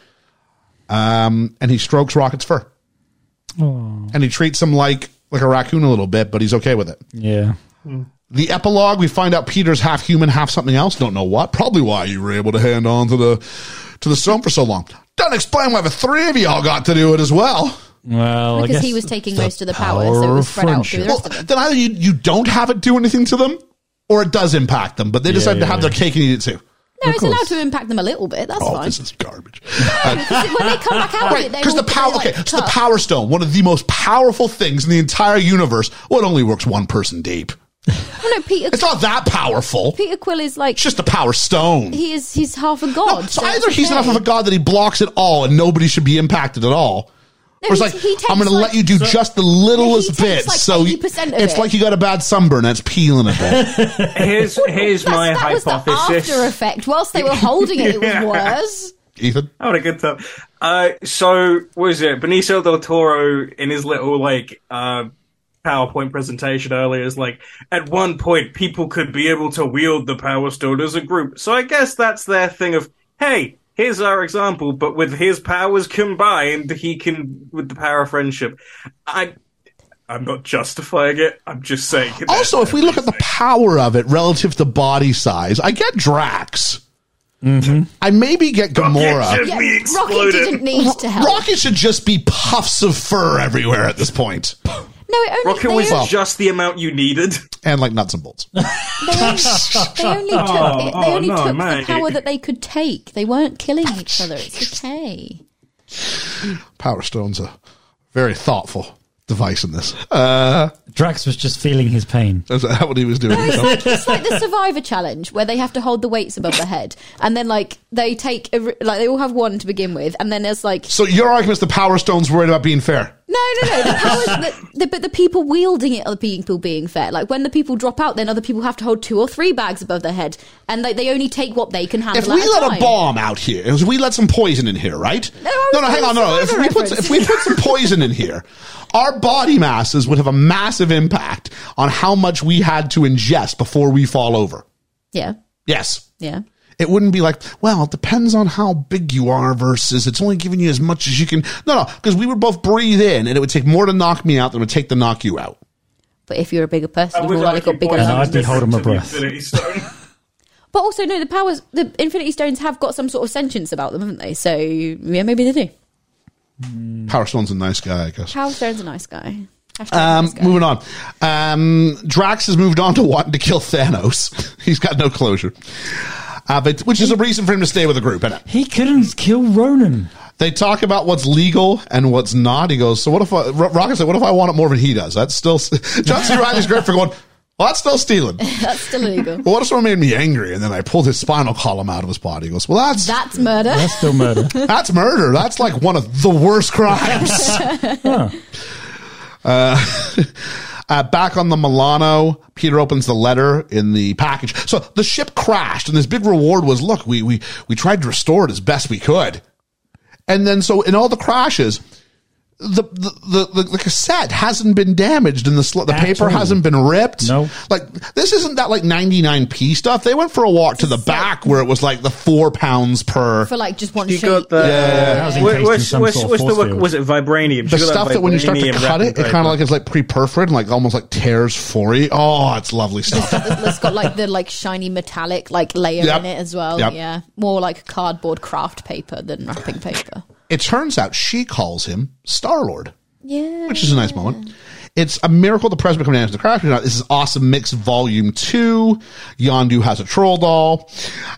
[SPEAKER 4] Um, and he strokes Rocket's fur, and he treats him like like a raccoon a little bit, but he's okay with it.
[SPEAKER 12] Yeah.
[SPEAKER 4] The epilogue, we find out Peter's half human, half something else. Don't know what. Probably why you were able to hand on to the to the stone for so long. Don't explain why the three of y'all got to do it as well.
[SPEAKER 12] Well, I
[SPEAKER 8] because
[SPEAKER 12] guess
[SPEAKER 8] he was taking
[SPEAKER 12] the
[SPEAKER 8] most of the power, so it was spread out through the
[SPEAKER 4] Well,
[SPEAKER 8] rest of them.
[SPEAKER 4] then either you, you don't have it do anything to them, or it does impact them. But they decided
[SPEAKER 12] yeah,
[SPEAKER 4] to have their cake and eat it too.
[SPEAKER 8] No,
[SPEAKER 12] Of
[SPEAKER 8] it's
[SPEAKER 12] course.
[SPEAKER 8] allowed to impact them a little bit. That's
[SPEAKER 4] Oh,
[SPEAKER 8] fine.
[SPEAKER 4] this is garbage. Uh,
[SPEAKER 8] When they come back out,
[SPEAKER 4] Right,
[SPEAKER 8] they
[SPEAKER 4] because the
[SPEAKER 8] all-
[SPEAKER 4] power.
[SPEAKER 8] they're, like,
[SPEAKER 4] Okay, so the
[SPEAKER 8] tough.
[SPEAKER 4] Power Stone, one of the most powerful things in the entire universe. Well, it only works one person deep.
[SPEAKER 8] Oh, no, Peter.
[SPEAKER 4] It's not that powerful. It's
[SPEAKER 8] Peter Quill is like
[SPEAKER 4] just the Power Stone.
[SPEAKER 8] he is. He's half a god.
[SPEAKER 4] So,
[SPEAKER 8] Oh, it's
[SPEAKER 4] either he's
[SPEAKER 8] okay.
[SPEAKER 4] enough of a god that he blocks it all and nobody should be impacted at all. or it's
[SPEAKER 8] he-
[SPEAKER 4] like,
[SPEAKER 8] he takes,
[SPEAKER 4] I'm going to
[SPEAKER 8] like-
[SPEAKER 4] let you do just the
[SPEAKER 8] he
[SPEAKER 4] littlest
[SPEAKER 8] takes,
[SPEAKER 4] bit.
[SPEAKER 8] like,
[SPEAKER 4] so
[SPEAKER 8] 80% of
[SPEAKER 4] it's
[SPEAKER 8] it.
[SPEAKER 4] like you got a bad sunburn that's peeling a bit.
[SPEAKER 6] Here's
[SPEAKER 8] That's-
[SPEAKER 6] here's my
[SPEAKER 8] that was the
[SPEAKER 6] hypothesis.
[SPEAKER 8] after effect. Whilst they were holding it, it was
[SPEAKER 6] Yeah.
[SPEAKER 8] worse.
[SPEAKER 4] Ethan?
[SPEAKER 6] I had a good time. Uh, so what is it? Benicio del Toro in his little like uh, PowerPoint presentation earlier is like, at one point people could be able to wield the Power Stone as a group. So I guess that's their thing of, hey, here's our example, but with his powers combined, he can with the power of friendship. I, I'm not justifying it. I'm just saying. it.
[SPEAKER 4] Also, if we look at the power of it relative to body size, I get Drax. I maybe get Gamora.
[SPEAKER 6] Rocket should be
[SPEAKER 8] Rocket
[SPEAKER 6] exploded.
[SPEAKER 8] didn't need to help.
[SPEAKER 4] Rocket should just be puffs of fur everywhere at this point,
[SPEAKER 8] no, it only
[SPEAKER 6] Rocket
[SPEAKER 8] they,
[SPEAKER 6] was
[SPEAKER 8] only,
[SPEAKER 6] just the amount you needed.
[SPEAKER 4] and like nuts and bolts.
[SPEAKER 8] they only, they only took, it, they
[SPEAKER 6] oh,
[SPEAKER 8] only
[SPEAKER 6] no,
[SPEAKER 8] took the
[SPEAKER 6] mate.
[SPEAKER 8] power that they could take. They weren't killing each other. It's okay.
[SPEAKER 4] Power Stone's a very thoughtful device in this. Uh,
[SPEAKER 12] Drax was just feeling his pain.
[SPEAKER 4] is that what he was doing?
[SPEAKER 8] it's like the survivor challenge where they have to hold the weights above their head and then like they take a, re- like they all have one to begin with and then there's like
[SPEAKER 4] So your argument is the Power Stone's worried about being fair.
[SPEAKER 8] no no no the powers the, the, but the people wielding it are the people being fair like when the people drop out then other people have to hold two or three bags above their head and like they only take what they can handle
[SPEAKER 4] If we
[SPEAKER 8] at a
[SPEAKER 4] let
[SPEAKER 8] time.
[SPEAKER 4] a bomb out here, if we let some poison in here, right?
[SPEAKER 8] No, I
[SPEAKER 4] no,
[SPEAKER 8] was
[SPEAKER 4] no hang
[SPEAKER 8] doing
[SPEAKER 4] on, no. no. If we,
[SPEAKER 8] survivor
[SPEAKER 4] put,
[SPEAKER 8] reference.
[SPEAKER 4] if we put some poison in here, our body masses would have a massive impact on how much we had to ingest before we fall over.
[SPEAKER 8] yeah
[SPEAKER 4] Yes.
[SPEAKER 8] yeah
[SPEAKER 4] It wouldn't be like, well, it depends on how big you are versus it's only giving you as much as you can. No, no, because we would both breathe in and it would take more to knock me out than it would take to knock you out.
[SPEAKER 8] But if you're a bigger person,
[SPEAKER 5] I
[SPEAKER 8] you've
[SPEAKER 5] would
[SPEAKER 8] already
[SPEAKER 5] like
[SPEAKER 8] got
[SPEAKER 5] you
[SPEAKER 8] bigger
[SPEAKER 5] boys to
[SPEAKER 8] arms.
[SPEAKER 5] I'd be holding my breath.
[SPEAKER 8] But also, no, the powers, the Infinity Stones have got some sort of sentience about them, haven't they? So yeah, maybe they do. Mm.
[SPEAKER 4] Power Stone's a nice guy, I guess.
[SPEAKER 8] Power Stone's a nice guy. Hashtag
[SPEAKER 4] Um,
[SPEAKER 8] nice guy.
[SPEAKER 4] moving on. Um, Drax has moved on to wanting to kill Thanos. He's got no closure. Uh, but which is a reason for him to stay with the group, innit?
[SPEAKER 12] He couldn't kill Ronan.
[SPEAKER 4] They talk about what's legal and what's not. He goes, "So what if I, Ro- Rocket said, what if I want it more than he does? That's still John C. Riley's great for going. Well, that's still stealing.
[SPEAKER 8] That's still illegal.
[SPEAKER 4] Well, what if someone made me angry and then I pulled his spinal column out of his body? He goes, well, that's
[SPEAKER 8] That's murder.
[SPEAKER 12] That's still murder.
[SPEAKER 4] that's murder. That's like one of the worst crimes. uh, uh, back on the Milano, Peter opens the letter in the package. So the ship crashed, and this big reward was look, we we we tried to restore it as best we could, and then so in all the crashes. The, the the the cassette hasn't been damaged and the sl- the
[SPEAKER 12] At
[SPEAKER 4] paper
[SPEAKER 12] all.
[SPEAKER 4] hasn't been ripped.
[SPEAKER 12] No.
[SPEAKER 4] like this isn't that like ninety nine p stuff. They went for a walk to the back where it was like the four pounds per.
[SPEAKER 8] For like just one
[SPEAKER 6] She
[SPEAKER 8] sheet.
[SPEAKER 6] got the. uh,
[SPEAKER 12] That was
[SPEAKER 6] Which,
[SPEAKER 12] encased in
[SPEAKER 6] which,
[SPEAKER 12] some
[SPEAKER 6] which,
[SPEAKER 12] sort of
[SPEAKER 6] which
[SPEAKER 12] force
[SPEAKER 6] the,
[SPEAKER 12] field.
[SPEAKER 6] was it vibranium?
[SPEAKER 4] the
[SPEAKER 6] She got
[SPEAKER 4] stuff that when you start to
[SPEAKER 6] vibranium
[SPEAKER 4] cut it,
[SPEAKER 6] wrapping
[SPEAKER 4] it kind
[SPEAKER 6] paper.
[SPEAKER 4] of like it's like pre-perforated, like almost like tears for you. Oh, it's lovely stuff.
[SPEAKER 8] it's got like the like shiny metallic like layer
[SPEAKER 4] Yep.
[SPEAKER 8] in it as well.
[SPEAKER 4] Yep.
[SPEAKER 8] Yeah, more like cardboard craft paper than wrapping paper.
[SPEAKER 4] it turns out she calls him Star Lord,
[SPEAKER 8] Yeah,
[SPEAKER 4] which is a nice moment. It's a miracle the president coming down to the craft. This is awesome mix volume two. Yondu has a troll doll.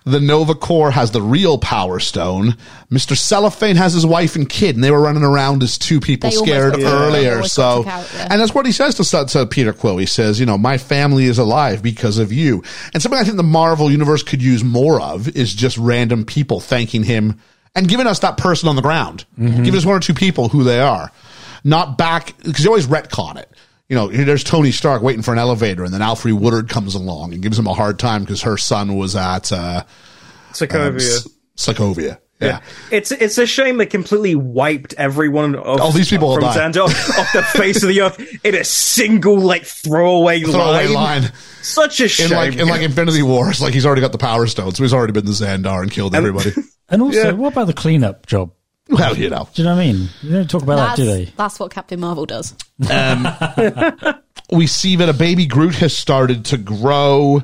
[SPEAKER 4] The Nova Corps has the real Power Stone. Mister Cellophane has his wife and kid, and they were running around as two people
[SPEAKER 8] They almost
[SPEAKER 4] scared
[SPEAKER 8] got- Yeah. they
[SPEAKER 4] earlier.
[SPEAKER 8] almost
[SPEAKER 4] So,
[SPEAKER 8] got took out, yeah.
[SPEAKER 4] and that's what he says to, Sa- to Peter Quill. He says, you know, my family is alive because of you. And something I think the Marvel universe could use more of is just random people thanking him and giving us that person on the ground,
[SPEAKER 8] Mm-hmm.
[SPEAKER 4] giving us one or two people who they are, not back because they always retcon it. You know, there's Tony Stark waiting for an elevator, and then Alfred Woodard comes along and gives him a hard time because her son was at uh, um,
[SPEAKER 6] Sokovia.
[SPEAKER 4] S- Sokovia. Yeah.
[SPEAKER 6] It's it's a shame they completely wiped everyone off.
[SPEAKER 4] All these people
[SPEAKER 6] from
[SPEAKER 4] will die.
[SPEAKER 6] Xandar off, off the face of the earth in a single like throwaway,
[SPEAKER 4] Throwaway
[SPEAKER 6] line.
[SPEAKER 4] line.
[SPEAKER 6] Such a shame.
[SPEAKER 4] In like, in like Infinity War, it's like he's already got the Power Stone, so he's already been the Xandar and killed everybody.
[SPEAKER 12] And also,
[SPEAKER 6] Yeah.
[SPEAKER 12] what about the cleanup job?
[SPEAKER 4] well, you know.
[SPEAKER 12] Do you know what I mean? They don't talk about
[SPEAKER 8] that's,
[SPEAKER 12] that, do they?
[SPEAKER 8] that's what Captain Marvel does.
[SPEAKER 4] we see that a baby Groot has started to grow,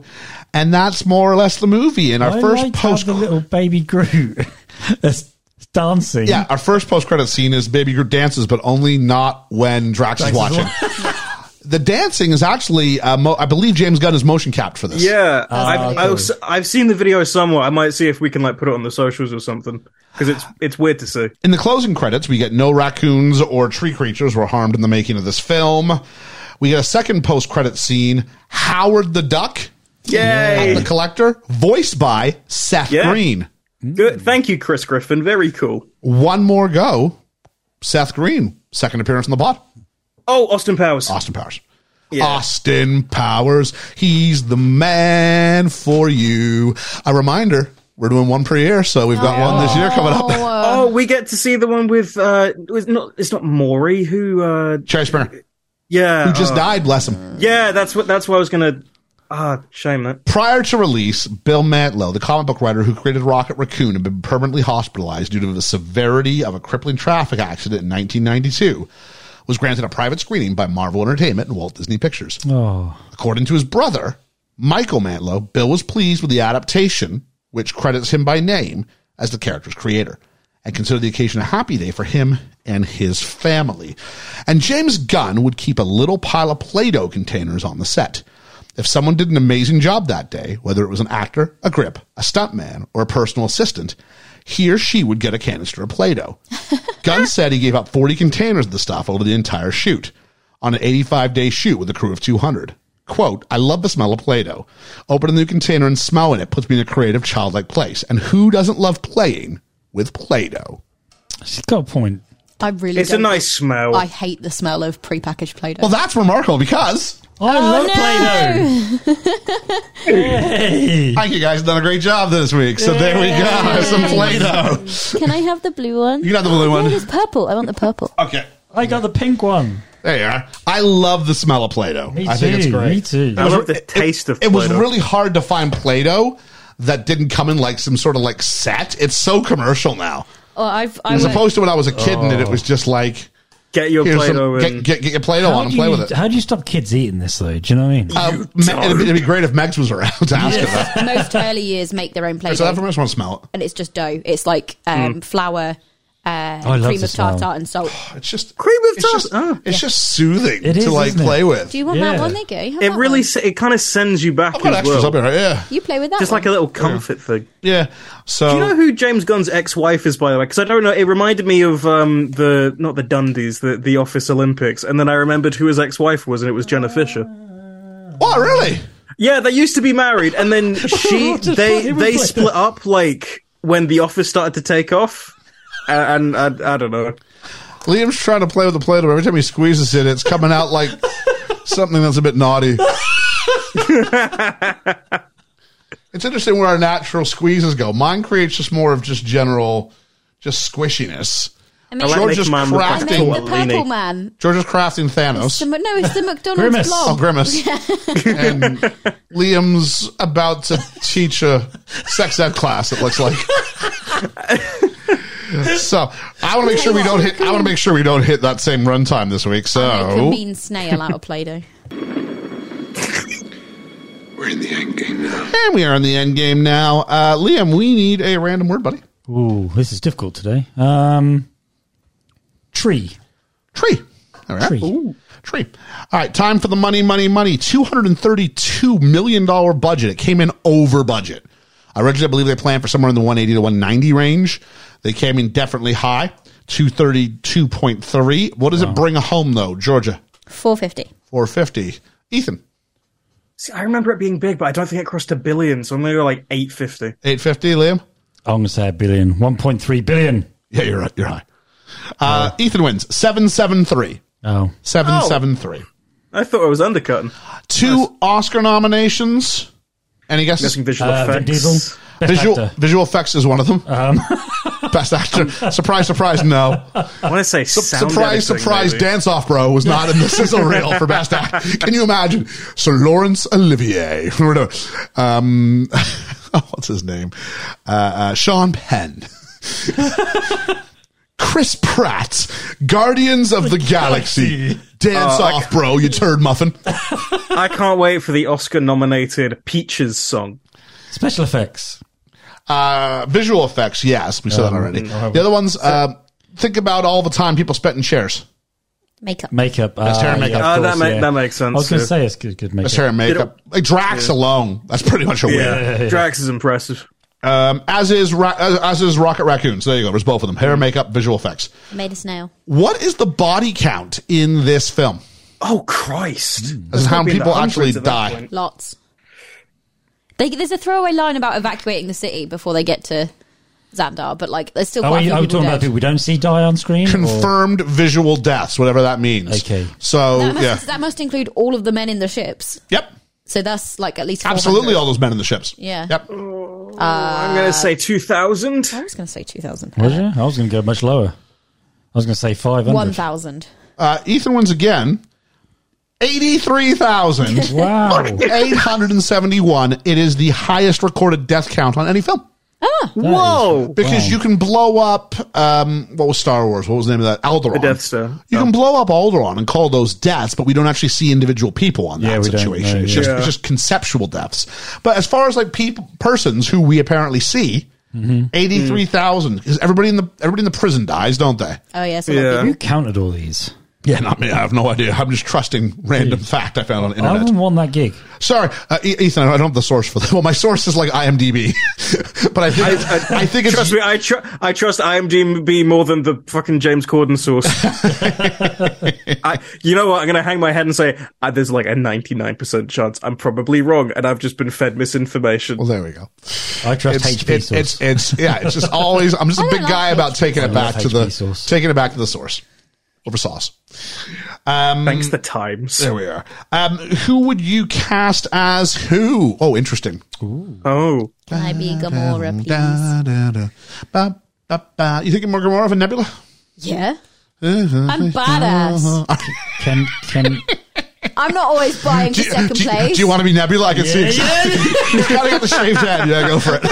[SPEAKER 4] and that's more or less the movie. And our
[SPEAKER 12] I
[SPEAKER 4] first
[SPEAKER 12] like how
[SPEAKER 4] post,
[SPEAKER 12] the little baby Groot is dancing.
[SPEAKER 4] yeah, our first post credit scene is baby Groot dances, but only not when
[SPEAKER 12] Drax
[SPEAKER 4] Drax, is
[SPEAKER 12] is
[SPEAKER 4] watching. the dancing is actually, uh, mo- I believe James Gunn is motion capped for this.
[SPEAKER 6] yeah,
[SPEAKER 12] okay.
[SPEAKER 6] I've, I've s- I've seen the video somewhere. I might see if we can like put it on the socials or something because it's it's weird to see.
[SPEAKER 4] In the closing credits, we get no raccoons or tree creatures were harmed in the making of this film. We get a second post credit scene. Howard the Duck,
[SPEAKER 6] Yay!
[SPEAKER 4] the collector, voiced by Seth
[SPEAKER 6] Yeah.
[SPEAKER 4] Green.
[SPEAKER 6] Good. Thank you, Chris Griffin. Very cool.
[SPEAKER 4] One more go. Seth Green, second appearance on the pod.
[SPEAKER 6] Oh, Austin Powers.
[SPEAKER 4] Austin Powers. Austin Powers, he's the man for you. A reminder, we're doing one per year, so we've got one this year coming up.
[SPEAKER 6] Oh, we get to see the one with uh, it's not it's not Maury who uh,
[SPEAKER 4] Cherry Springer,
[SPEAKER 6] yeah,
[SPEAKER 4] who just
[SPEAKER 6] uh,
[SPEAKER 4] died, bless him.
[SPEAKER 6] yeah. That's what that's what I was gonna. Ah, shame that.
[SPEAKER 4] Prior to release, Bill Mantlo, the comic book writer who created Rocket Raccoon, had been permanently hospitalized due to the severity of a crippling traffic accident in 1992. Was granted a private screening by Marvel Entertainment and Walt Disney Pictures.
[SPEAKER 12] Oh,
[SPEAKER 4] According to his brother, Michael Mantlo, Bill was pleased with the adaptation, which credits him by name as the character's creator, and considered the occasion a happy day for him and his family. And James Gunn would keep a little pile of Play Doh containers on the set. If someone did an amazing job that day, whether it was an actor, a grip, a stuntman, or a personal assistant, he or she would get a canister of Play Doh. Gunn said he gave out 40 containers of the stuff over the entire shoot on an 85 day shoot with a crew of 200. Quote, I love the smell of Play Doh. Open a new container and smelling it puts me in a creative, childlike place. And who doesn't love playing with Play Doh?
[SPEAKER 12] she's got a point.
[SPEAKER 8] I really.
[SPEAKER 6] It's a
[SPEAKER 8] don't-
[SPEAKER 6] nice smell.
[SPEAKER 8] I hate the smell of prepackaged Play-Doh.
[SPEAKER 4] Well, that's remarkable because
[SPEAKER 8] Oh,
[SPEAKER 12] I love Play-Doh.
[SPEAKER 4] thank you guys. Done a great job this week. So there we go. Some Play Doh.
[SPEAKER 8] Can I have the blue one?
[SPEAKER 4] You got the blue
[SPEAKER 8] No,
[SPEAKER 4] one.
[SPEAKER 8] it's purple. I want the purple.
[SPEAKER 4] Okay.
[SPEAKER 12] I got the pink one.
[SPEAKER 4] There you are. I love the smell of Play Doh.
[SPEAKER 12] Me
[SPEAKER 4] I
[SPEAKER 12] too.
[SPEAKER 4] think it's great.
[SPEAKER 12] Me too.
[SPEAKER 6] I love the taste of
[SPEAKER 4] It was
[SPEAKER 6] Play-Doh.
[SPEAKER 4] really hard to find Play Doh that didn't come in like some sort of like set. It's so commercial now.
[SPEAKER 8] Well, Oh, I've, I
[SPEAKER 4] As
[SPEAKER 8] work-
[SPEAKER 4] opposed to when I was a kid and
[SPEAKER 5] Oh.
[SPEAKER 4] it was just like
[SPEAKER 6] Get your
[SPEAKER 4] here's some-
[SPEAKER 6] Play-Doh
[SPEAKER 4] get,
[SPEAKER 6] and-
[SPEAKER 4] get, get your Play-Doh on and
[SPEAKER 5] do
[SPEAKER 4] play
[SPEAKER 5] you,
[SPEAKER 4] with it.
[SPEAKER 5] How do you stop kids eating this though? Do you know what I mean?
[SPEAKER 4] Uh, Ma- it'd, be, it'd be great if Megs was around to ask her that.
[SPEAKER 8] most early years make their own play
[SPEAKER 4] So that from us want to smell
[SPEAKER 8] and it's just dough. It's like um, flour, uh,
[SPEAKER 4] I love
[SPEAKER 8] cream
[SPEAKER 4] the
[SPEAKER 8] of tartar,
[SPEAKER 4] smell.
[SPEAKER 8] and salt.
[SPEAKER 4] It's just
[SPEAKER 6] cream Oh,
[SPEAKER 4] of tartar. It's just, it's just soothing
[SPEAKER 6] It
[SPEAKER 4] to
[SPEAKER 6] is,
[SPEAKER 4] like
[SPEAKER 6] isn't it?
[SPEAKER 4] play with.
[SPEAKER 8] Do you want that
[SPEAKER 6] Yeah.
[SPEAKER 8] one? There you go. Have
[SPEAKER 6] It
[SPEAKER 8] that
[SPEAKER 6] really,
[SPEAKER 8] one.
[SPEAKER 6] se- it kind of sends you back.
[SPEAKER 8] I've got
[SPEAKER 6] as
[SPEAKER 8] extras
[SPEAKER 6] well.
[SPEAKER 8] up here, right?
[SPEAKER 4] Yeah,
[SPEAKER 8] You play with that.
[SPEAKER 6] just like a
[SPEAKER 8] one.
[SPEAKER 6] little comfort thing.
[SPEAKER 4] Yeah. So
[SPEAKER 6] do you know who James Gunn's ex-wife is, by the way? Because I don't know. It reminded me of um, the not the Dundies, the the Office Olympics, and then I remembered who his ex-wife was, and it was Jenna Fisher.
[SPEAKER 4] What Oh, really?
[SPEAKER 6] Yeah, they used to be married, and then she
[SPEAKER 5] Just
[SPEAKER 6] they
[SPEAKER 5] fucking
[SPEAKER 6] they
[SPEAKER 5] reflect
[SPEAKER 6] split up like when the Office started to take off, and, and I, I don't know.
[SPEAKER 4] Liam's trying to play with the Play-Doh. Every time he squeezes it, it's coming out like something that's a bit naughty. it's interesting where our natural squeezes go. Mine creates just more of just general, just squishiness.
[SPEAKER 8] I mean-
[SPEAKER 4] George is
[SPEAKER 8] I made the purple
[SPEAKER 4] crafting.
[SPEAKER 8] man.
[SPEAKER 4] George is crafting Thanos.
[SPEAKER 8] The Mc- no, it's the McDonald's
[SPEAKER 4] Oh,
[SPEAKER 8] blob.
[SPEAKER 4] grimace. and Liam's about to teach a sex ed class. It looks like. so I want to make sure we don't hit. I want to make sure we don't hit that same runtime this week.
[SPEAKER 8] Make a
[SPEAKER 4] So
[SPEAKER 8] mean snail out of Play-Doh.
[SPEAKER 1] We're in the end game now.
[SPEAKER 4] and we are in the end game now. Uh, Liam, we need a random word, buddy.
[SPEAKER 5] Ooh, this is difficult today. Um, tree.
[SPEAKER 4] Tree. All right.
[SPEAKER 5] Tree.
[SPEAKER 4] Tree. All right. Time for the money, money, money. Two hundred and thirty-two million dollar budget. It came in over budget. Originally, I believe they planned for somewhere in the one eighty to one ninety range. They came in definitely high. Two thirty-two point three. What does it bring home though, Georgia?
[SPEAKER 8] Four fifty.
[SPEAKER 4] Four fifty. Ethan.
[SPEAKER 6] See, I remember it being big, but I don't think it crossed a billion. So I'm gonna go like eight fifty.
[SPEAKER 4] Eight fifty. Liam.
[SPEAKER 5] I'm gonna say a billion. One point three billion.
[SPEAKER 4] Yeah, you're right. You're high. Uh, Ethan wins seven seven three.
[SPEAKER 5] Oh,
[SPEAKER 4] Seven
[SPEAKER 6] Oh.
[SPEAKER 4] seven three.
[SPEAKER 6] I thought I was undercutting.
[SPEAKER 4] Two Oscar nominations. Any guesses?
[SPEAKER 6] Guessing visual
[SPEAKER 5] Uh, Vin
[SPEAKER 6] effects.
[SPEAKER 5] Diesel. Best
[SPEAKER 4] visual
[SPEAKER 5] actor.
[SPEAKER 4] visual effects is one of them. Best actor. Surprise, surprise. No.
[SPEAKER 6] I want to say
[SPEAKER 4] Su-
[SPEAKER 6] Um, sound
[SPEAKER 4] surprise,
[SPEAKER 6] editing,
[SPEAKER 4] surprise.
[SPEAKER 6] maybe.
[SPEAKER 4] Dance off, bro. Was not in the sizzle reel for best act. Can you imagine? Sir Lawrence Olivier. We're doing- um, what's his name? Uh, uh, Sean Penn. Chris Pratt, Guardians of the Galaxy. Dance
[SPEAKER 6] Oh, I
[SPEAKER 4] off, bro, you turd muffin.
[SPEAKER 6] I can't wait for the Oscar-nominated Peaches song.
[SPEAKER 5] special effects.
[SPEAKER 4] Uh, visual effects, yes, we saw that already.
[SPEAKER 5] mm,
[SPEAKER 4] The other ones, um, think about all the time people spent in chairs.
[SPEAKER 8] Makeup.
[SPEAKER 5] Makeup.
[SPEAKER 4] Best
[SPEAKER 5] uh,
[SPEAKER 4] hair and
[SPEAKER 5] yeah,
[SPEAKER 4] makeup.
[SPEAKER 5] of
[SPEAKER 6] Oh, that
[SPEAKER 5] course,
[SPEAKER 6] ma-
[SPEAKER 5] yeah.
[SPEAKER 6] that makes sense,
[SPEAKER 5] I was going
[SPEAKER 6] yeah.
[SPEAKER 5] to say it's good, good makeup.
[SPEAKER 4] That's hair and makeup. Like Drax alone, that's pretty much a win.
[SPEAKER 6] Drax is impressive.
[SPEAKER 4] Um, as is Ra- as, as is Rocket Raccoons. There you go. There's both of them. Hair and makeup, visual effects.
[SPEAKER 8] Made a snail.
[SPEAKER 4] What is the body count in this film?
[SPEAKER 6] Oh Christ!
[SPEAKER 4] As in how
[SPEAKER 6] gotta be
[SPEAKER 4] many
[SPEAKER 6] in the
[SPEAKER 4] people
[SPEAKER 6] hundreds
[SPEAKER 4] actually
[SPEAKER 6] at that
[SPEAKER 4] die?
[SPEAKER 6] point.
[SPEAKER 8] Lots. They, there's a throwaway line about evacuating the city before they get to Xandar, but like there's still
[SPEAKER 5] Are
[SPEAKER 8] quite
[SPEAKER 5] we,
[SPEAKER 8] a few
[SPEAKER 5] Oh, are we
[SPEAKER 8] people
[SPEAKER 5] talking
[SPEAKER 8] dead.
[SPEAKER 5] about people we don't see die on screen? or-
[SPEAKER 4] Confirmed visual deaths, whatever that means.
[SPEAKER 5] Okay.
[SPEAKER 4] So
[SPEAKER 8] that, must,
[SPEAKER 4] yeah.
[SPEAKER 8] that must include all of the men in the ships.
[SPEAKER 4] Yep.
[SPEAKER 8] So that's like at least 400.
[SPEAKER 4] Absolutely, all those men in the ships.
[SPEAKER 8] Yeah.
[SPEAKER 4] Yep.
[SPEAKER 6] I'm gonna say two thousand.
[SPEAKER 8] I was going to say two thousand.
[SPEAKER 5] Was it? I was going to go much lower. I was going to say 500.
[SPEAKER 8] One thousand.
[SPEAKER 4] Uh, Ethan wins again. Eighty-three thousand
[SPEAKER 5] Wow.
[SPEAKER 4] eight hundred and seventy-one. It is the highest recorded death count on any film.
[SPEAKER 6] Whoa!
[SPEAKER 4] Because you can blow up um, what was Star Wars? What was the name of that? Alderaan.
[SPEAKER 6] The Death Star.
[SPEAKER 4] You
[SPEAKER 6] Oh.
[SPEAKER 4] can blow up Alderaan and call those deaths, but we don't actually see individual people on that
[SPEAKER 5] Yeah, we don't,
[SPEAKER 4] situation.
[SPEAKER 5] no,
[SPEAKER 4] it's
[SPEAKER 5] yeah.
[SPEAKER 4] just
[SPEAKER 6] Yeah.
[SPEAKER 4] it's just conceptual deaths. But as far as like people persons who we apparently see,
[SPEAKER 5] Mm-hmm.
[SPEAKER 4] three thousand. Because everybody in the everybody in the prison dies, don't they?
[SPEAKER 8] Oh yes.
[SPEAKER 6] Yeah.
[SPEAKER 5] Who counted all these?
[SPEAKER 4] Yeah, not me. I have no idea. I'm just trusting random fact I found on the
[SPEAKER 5] I
[SPEAKER 4] internet.
[SPEAKER 5] wouldn't want that gig.
[SPEAKER 4] Sorry, uh, E- Ethan, I don't have the source for that. Well, my source is like IMDb, but I think it's- I, think it's
[SPEAKER 6] Trust me, I, tr- I trust IMDb more than the fucking James Corden source. I, you know what? I'm going to hang my head and say uh, there's like a 99% chance I'm probably wrong, and I've just been fed misinformation.
[SPEAKER 4] Well, there we go.
[SPEAKER 5] I trust
[SPEAKER 4] It's,
[SPEAKER 5] HP
[SPEAKER 4] it,
[SPEAKER 5] source.
[SPEAKER 4] it's it's yeah. It's just always. I'm just a
[SPEAKER 8] I
[SPEAKER 4] big
[SPEAKER 8] like
[SPEAKER 4] guy about taking it
[SPEAKER 5] I
[SPEAKER 4] back
[SPEAKER 5] love
[SPEAKER 4] to the
[SPEAKER 5] HP source.
[SPEAKER 4] taking it back to the source over sauce. Um,
[SPEAKER 6] Thanks, the Times.
[SPEAKER 4] There we are. Um, who would you cast as who? Oh, interesting.
[SPEAKER 6] Oh,
[SPEAKER 8] Can I be Gamora, please?
[SPEAKER 4] Da, da, da. Ba, ba, ba. You thinking more Gamora than Nebula?
[SPEAKER 8] Uh-huh. Yeah. I'm badass.
[SPEAKER 5] Can, can,
[SPEAKER 8] I'm not always buying for second
[SPEAKER 4] do, you-
[SPEAKER 8] place.
[SPEAKER 4] do you want to be Nebula? I can see
[SPEAKER 8] Yeah,
[SPEAKER 4] it.
[SPEAKER 8] yeah.
[SPEAKER 4] He's got to get the shaved head. Yeah, go for it.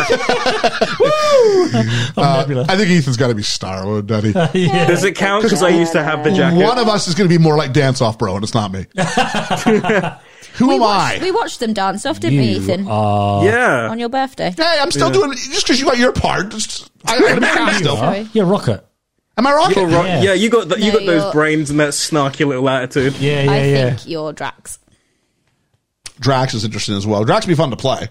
[SPEAKER 4] Uh, I think Ethan's got to be Starwood, doesn't he?
[SPEAKER 6] Yeah. Does it count? 'Cause I used to have the jacket.
[SPEAKER 4] One of us is going to be more like Dance Off Bro, and it's not me. Who
[SPEAKER 8] we
[SPEAKER 4] am I?
[SPEAKER 8] watched, We watched them dance off, didn't we,
[SPEAKER 4] You
[SPEAKER 8] Ethan?
[SPEAKER 4] are- Yeah.
[SPEAKER 8] On your birthday.
[SPEAKER 4] Hey, I'm still doing just because you got your part. just- I, I'm gonna be cast
[SPEAKER 6] You
[SPEAKER 4] still.
[SPEAKER 6] are.
[SPEAKER 5] You're Rocket.
[SPEAKER 4] Am I Rocket?
[SPEAKER 6] You're ro- yeah. you got the, you
[SPEAKER 8] No,
[SPEAKER 6] got those
[SPEAKER 8] you're-
[SPEAKER 6] brains and that snarky little attitude.
[SPEAKER 5] Yeah,
[SPEAKER 8] I think you're Drax.
[SPEAKER 4] Drax is interesting as well. Drax would be fun to play.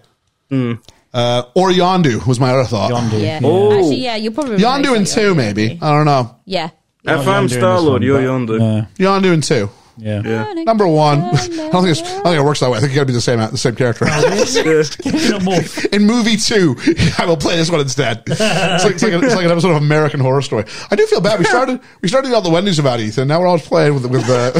[SPEAKER 4] Uh, or Yondu was my other thought. Yondu.
[SPEAKER 8] Yeah. Actually, yeah, you're probably
[SPEAKER 4] Yondu and
[SPEAKER 8] right.
[SPEAKER 4] two, maybe. I don't know.
[SPEAKER 8] Yeah.
[SPEAKER 6] If I'm Star Lord, you're Yonder.
[SPEAKER 4] Yondu and two.
[SPEAKER 5] Yeah.
[SPEAKER 4] Number one. I don't think it's, I don't think it works that way. I think you got to be the same the same character.
[SPEAKER 6] Oh,
[SPEAKER 4] In movie two, I will play this one instead. It's like, it's like, a- it's like an episode of American Horror Story. I do feel bad. We started we started all the Wendy's about Ethan. Now we're all playing with with the.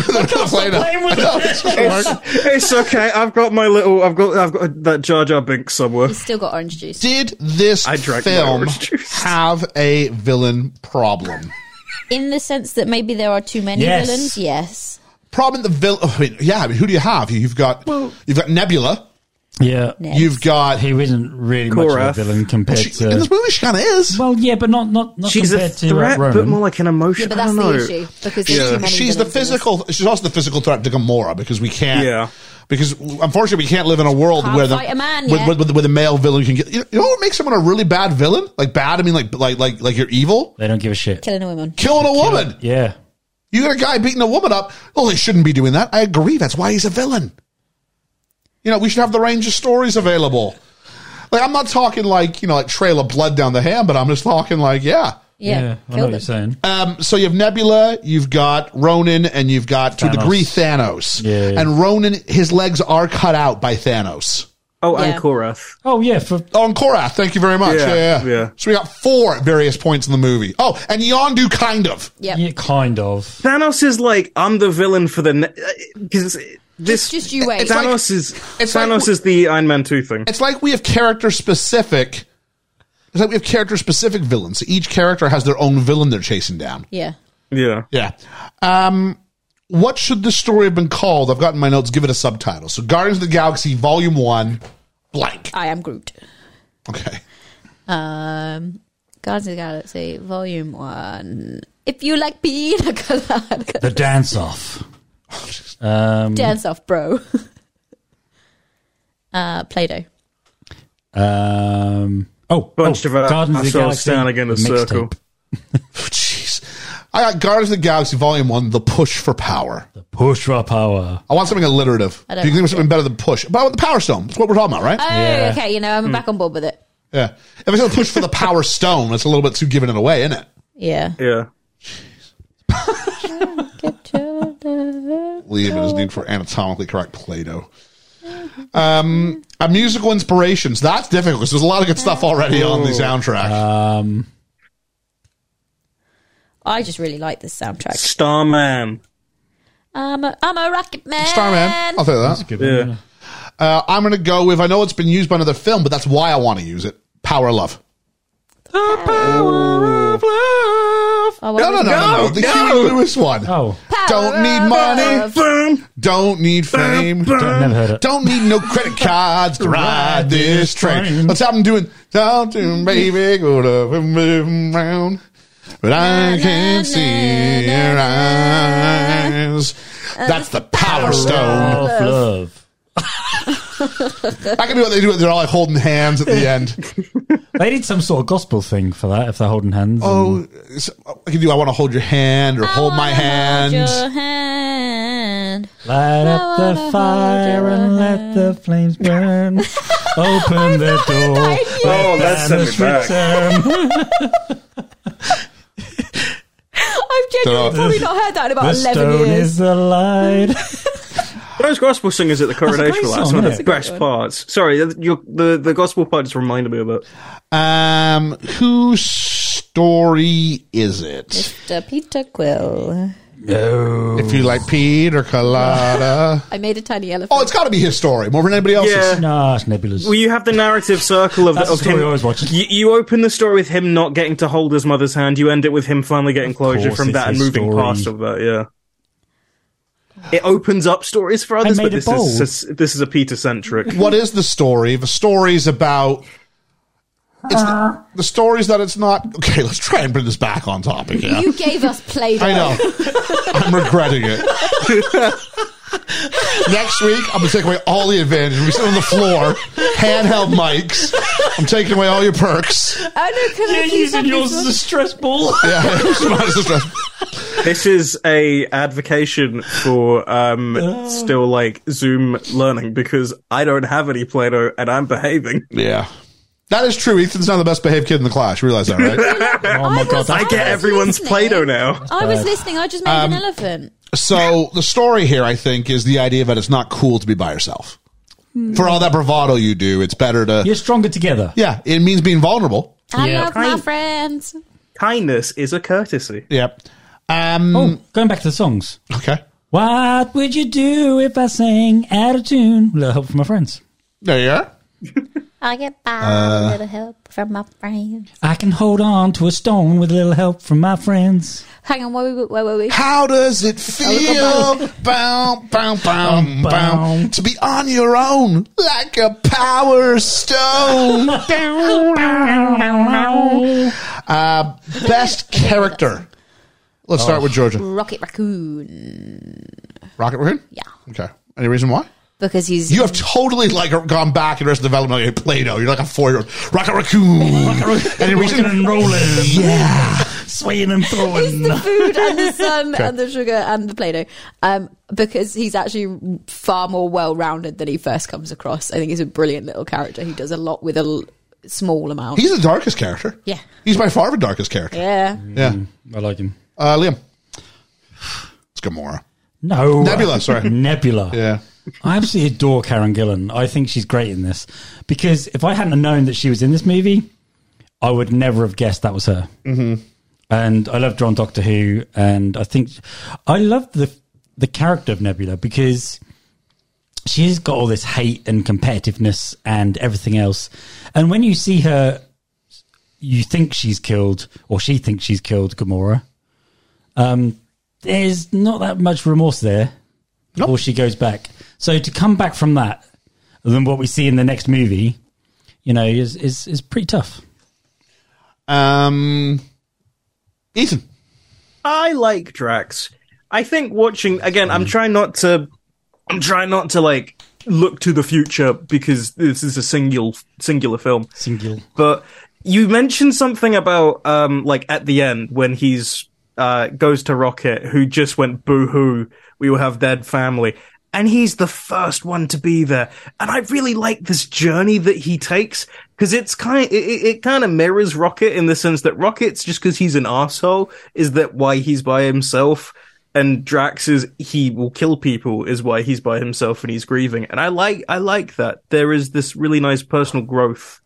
[SPEAKER 6] playing with
[SPEAKER 4] it.
[SPEAKER 6] It's okay. I've got my little. I've got. I've got that Jar Jar Binks somewhere.
[SPEAKER 8] He's still got orange juice.
[SPEAKER 4] Did this
[SPEAKER 6] I drank my
[SPEAKER 4] film
[SPEAKER 6] orange
[SPEAKER 4] have a villain problem?
[SPEAKER 8] In the sense that maybe there are too many
[SPEAKER 4] Yes.
[SPEAKER 8] villains. Yes.
[SPEAKER 4] Problem the villain. I mean, yeah, I mean, who do you have? You've got you've got Nebula.
[SPEAKER 5] Yeah.
[SPEAKER 4] You've got
[SPEAKER 5] he isn't really much
[SPEAKER 4] Korra.
[SPEAKER 5] of a villain compared to.
[SPEAKER 4] In this
[SPEAKER 6] uh,
[SPEAKER 4] movie, she kind of is.
[SPEAKER 5] Well, yeah, but not not not
[SPEAKER 6] She's a
[SPEAKER 5] compared to uh,
[SPEAKER 6] threat,
[SPEAKER 5] Ronan.
[SPEAKER 6] but more like an emotion. I don't know.
[SPEAKER 8] because
[SPEAKER 6] there's too many
[SPEAKER 4] she's the
[SPEAKER 6] villains in this.
[SPEAKER 4] physical. She's also the physical threat to Gamora because we can't.
[SPEAKER 6] Yeah.
[SPEAKER 4] Because unfortunately, we can't live in a world
[SPEAKER 8] Can't
[SPEAKER 4] where the
[SPEAKER 8] fight a man
[SPEAKER 4] with,
[SPEAKER 8] yet.
[SPEAKER 4] with, with, with a male villain can get. You know, you know what makes someone a really bad villain? Like bad, I mean, like like like like you're evil.
[SPEAKER 5] They don't give a shit.
[SPEAKER 8] Killing a woman.
[SPEAKER 4] Killing a woman.
[SPEAKER 5] Yeah.
[SPEAKER 4] You got a guy beating a woman up. Well, he shouldn't be doing that. I agree. That's why he's a villain. You know, we should have the range of stories available. Like, I'm not talking like, you know, like trail of blood down the ham, but I'm just talking like, yeah.
[SPEAKER 5] Yeah, I know what you're saying.
[SPEAKER 4] Um, so you have Nebula, you've got Ronan, and you've got to a
[SPEAKER 5] Thanos.
[SPEAKER 4] degree Thanos.
[SPEAKER 5] Yeah.
[SPEAKER 4] And Ronan, his legs are cut out by Thanos.
[SPEAKER 6] Oh,
[SPEAKER 5] Yeah.
[SPEAKER 6] and Korath.
[SPEAKER 5] Oh yeah, for
[SPEAKER 4] Oh, and Korath, thank you very much.
[SPEAKER 6] Yeah,
[SPEAKER 4] Yeah, yeah, yeah. So we got four at various points in the movie. Oh, and Yondu, kind of.
[SPEAKER 5] yeah, kind of.
[SPEAKER 6] Thanos is like I'm the villain for the because this
[SPEAKER 8] Just- just you wait. It's
[SPEAKER 6] Thanos
[SPEAKER 8] like-
[SPEAKER 6] is
[SPEAKER 4] it's
[SPEAKER 6] Thanos
[SPEAKER 4] like-
[SPEAKER 6] is the Iron Man two thing.
[SPEAKER 4] It's like we have character specific. It's like we have character specific villains. So each character has their own villain they're chasing down.
[SPEAKER 8] Yeah.
[SPEAKER 6] Yeah.
[SPEAKER 4] Yeah. Um, what should the story have been called? I've gotten my notes. Give it a subtitle. So, Guardians of the Galaxy Volume One, blank.
[SPEAKER 8] I am Groot.
[SPEAKER 4] Okay.
[SPEAKER 8] Um, Guardians of the Galaxy, Volume 1. If you like E, pina colada,
[SPEAKER 5] The dance off. Um,
[SPEAKER 8] dance off, bro. uh, Play Doh.
[SPEAKER 5] Um, oh,
[SPEAKER 6] Bunch
[SPEAKER 5] oh,
[SPEAKER 6] of, uh,
[SPEAKER 5] Guardians of the
[SPEAKER 6] ourselves
[SPEAKER 5] Galaxy
[SPEAKER 6] standing in a
[SPEAKER 5] mixtape.
[SPEAKER 6] circle.
[SPEAKER 4] I got Guardians of the Galaxy Volume One: The Push for Power.
[SPEAKER 5] Push for power.
[SPEAKER 4] I want something alliterative.
[SPEAKER 8] I
[SPEAKER 4] Do
[SPEAKER 8] don't
[SPEAKER 4] you think
[SPEAKER 8] like
[SPEAKER 4] of something better than push? But I want the Power Stone. That's what we're talking about, right?
[SPEAKER 8] Oh, okay. You know,
[SPEAKER 4] Hmm.
[SPEAKER 8] I'm back on board with it.
[SPEAKER 4] Yeah. If I said push for the Power Stone, that's a little bit too giving it away, isn't it?
[SPEAKER 8] Yeah.
[SPEAKER 6] Yeah.
[SPEAKER 4] leave it as need for anatomically correct Play-Doh. Um, a musical inspirations. That's difficult because there's a lot of good stuff already on the
[SPEAKER 5] Ooh.
[SPEAKER 4] soundtrack.
[SPEAKER 5] Um,
[SPEAKER 8] I just really like this soundtrack.
[SPEAKER 6] Starman.
[SPEAKER 8] Um, I'm a rocket man. Oh,
[SPEAKER 4] Starman. I'll take that. That's
[SPEAKER 5] good
[SPEAKER 6] Yeah.
[SPEAKER 4] Uh, I'm going to go with. I know it's been used by another film, but that's why I want to use it. Power of Love.
[SPEAKER 8] Oh,
[SPEAKER 4] No, no, no, no, no. The Huey Lewis one.
[SPEAKER 5] Oh.
[SPEAKER 4] Don't need money. Don't need fame.
[SPEAKER 5] Never heard it.
[SPEAKER 4] Don't need no credit cards to ride this train. Let's have them doing something, baby. Go to move around. But I can't see your eyes. That's the power stone.
[SPEAKER 5] Of love.
[SPEAKER 4] I can do what they do. They're all like holding hands at the end.
[SPEAKER 5] They need some sort of gospel thing for that if they're holding hands.
[SPEAKER 4] Oh, so I can do. I want to hold your hand or hold my hand.
[SPEAKER 8] Your hand.
[SPEAKER 5] Light up the fire and let the flames burn. Open the door.
[SPEAKER 6] Oh, that's sent me back.
[SPEAKER 8] I've genuinely
[SPEAKER 4] Dunno.
[SPEAKER 8] probably not heard that in
[SPEAKER 5] The
[SPEAKER 8] about 11
[SPEAKER 5] stone
[SPEAKER 8] years.
[SPEAKER 5] is the light.
[SPEAKER 6] Those gospel singers at the coronation
[SPEAKER 5] great
[SPEAKER 6] were like
[SPEAKER 5] song,
[SPEAKER 6] one
[SPEAKER 5] yeah.
[SPEAKER 6] of the best parts. Sorry, your, the the gospel part just reminded me of it.
[SPEAKER 4] Um, whose story is it?
[SPEAKER 8] Mr. Peter Quill.
[SPEAKER 5] No.
[SPEAKER 4] If you like Peter Colada.
[SPEAKER 8] I made a tiny elephant.
[SPEAKER 4] oh, it's got to be his story more than anybody else's.
[SPEAKER 6] Yeah.
[SPEAKER 5] Nah, it's nebulous.
[SPEAKER 6] Well, you have the narrative circle of, the,
[SPEAKER 5] That's the
[SPEAKER 6] of
[SPEAKER 5] story
[SPEAKER 6] him.
[SPEAKER 5] I always watch.
[SPEAKER 6] You, you open the story with him not getting to hold his mother's hand. You end it with him finally getting closure
[SPEAKER 5] course
[SPEAKER 6] from
[SPEAKER 5] it's
[SPEAKER 6] that and
[SPEAKER 5] his
[SPEAKER 6] moving
[SPEAKER 5] story.
[SPEAKER 6] past of that. Yeah. It opens up stories for others,
[SPEAKER 4] made
[SPEAKER 6] but
[SPEAKER 4] it
[SPEAKER 6] this
[SPEAKER 4] bold.
[SPEAKER 6] is this is a Peter centric.
[SPEAKER 4] What is the story? The story's about. It's the, the story's that it's not. Okay, let's try and bring this back on topic. Yeah?
[SPEAKER 8] You gave us play.
[SPEAKER 4] I know. I'm regretting it. Next week, I'm going to take away all the advantages. We sit on the floor, handheld mics. I'm taking away all your perks.
[SPEAKER 8] Oh no, because
[SPEAKER 14] You're using yours as a stress ball.
[SPEAKER 4] Yeah, it's not as stressful.
[SPEAKER 6] this is a advocation for um
[SPEAKER 5] Uh.
[SPEAKER 6] still like Zoom learning because I don't have any Play-Doh and I'm behaving.
[SPEAKER 4] Yeah. That is true. Ethan's not the best behaved kid in the class. You realize that, right?
[SPEAKER 14] oh
[SPEAKER 8] my God,
[SPEAKER 6] I get everyone's Play-Doh now.
[SPEAKER 8] I was listening. I just made
[SPEAKER 4] Um,
[SPEAKER 8] an elephant.
[SPEAKER 4] So the story here, I think, is the idea that it's not cool to be by yourself. For all that bravado you do, it's better to.
[SPEAKER 5] You're stronger together.
[SPEAKER 4] Yeah, it means being vulnerable.
[SPEAKER 8] I
[SPEAKER 5] Yeah.
[SPEAKER 8] love my friends.
[SPEAKER 6] Kindness is a courtesy.
[SPEAKER 4] Yep. Um,
[SPEAKER 5] Oh, going back to the songs.
[SPEAKER 4] Okay.
[SPEAKER 5] What would you do if I sang out of tune? A little help from my friends.
[SPEAKER 4] There you are.
[SPEAKER 8] I get by
[SPEAKER 5] Uh,
[SPEAKER 8] little help from my friends.
[SPEAKER 5] I can hold on to a stone with a little help from my friends.
[SPEAKER 8] Hang on, wait, wait, wait, wait, wait.
[SPEAKER 4] How does it
[SPEAKER 8] Oh,
[SPEAKER 4] feel? bow, bow, bow,
[SPEAKER 5] Bum,
[SPEAKER 4] bow,
[SPEAKER 5] bum.
[SPEAKER 4] to be on your own like a power stone. uh, best character. Let's start with Georgia.
[SPEAKER 8] Rocket Raccoon.
[SPEAKER 4] Rocket Raccoon?
[SPEAKER 8] Yeah.
[SPEAKER 4] Okay. Any reason why?
[SPEAKER 8] Because he's.
[SPEAKER 4] You have totally like gone back in rest development like Play-Doh. You're like a four-year-old. Rocket Raccoon. Any
[SPEAKER 5] Rocking
[SPEAKER 4] reason?
[SPEAKER 5] and rolling.
[SPEAKER 4] Yeah.
[SPEAKER 5] Swaying and throwing.
[SPEAKER 8] food and the sun and the sugar and the play-doh um, because he's actually far more well-rounded than he first comes across i think he's a brilliant little character he does a lot with a l- small amount
[SPEAKER 4] He's the darkest character.
[SPEAKER 8] Yeah.
[SPEAKER 4] He's by far the darkest character.
[SPEAKER 8] yeah
[SPEAKER 4] Yeah.
[SPEAKER 5] I like him.
[SPEAKER 4] Uh, Liam. It's Gamora.
[SPEAKER 5] No.
[SPEAKER 4] Nebula, sorry.
[SPEAKER 5] Nebula.
[SPEAKER 4] Yeah.
[SPEAKER 5] I absolutely adore Karen Gillan. I think she's great in this because if I hadn't have known that she was in this movie, I would never have guessed that was her. Mm-hmm. And I love John Doctor Who, and I think I love the the character of Nebula because she's got all this hate and competitiveness and everything else. And when you see her, you think she's killed, or she thinks she's killed Gamora. Um, there's not that much remorse there before she goes back. So to come back from that, and then what we see in the next movie, you know, is is, is pretty tough.
[SPEAKER 4] Um, Ethan.
[SPEAKER 6] I like Drax. I think watching again. I'm trying not to. I'm trying not to like look to the future because this is a single singular film.
[SPEAKER 5] Singular.
[SPEAKER 6] But you mentioned something about um like at the end when he's uh goes to Rocket who just went boo hoo we will have dead family and he's the first one to be there and I really like this journey that he takes because it's kind it, it, it kind of mirrors Rocket in the sense that Rocket's just because he's an asshole is that why he's by himself and Drax is he will kill people is why he's by himself and he's grieving and I like I like that there is this really nice personal growth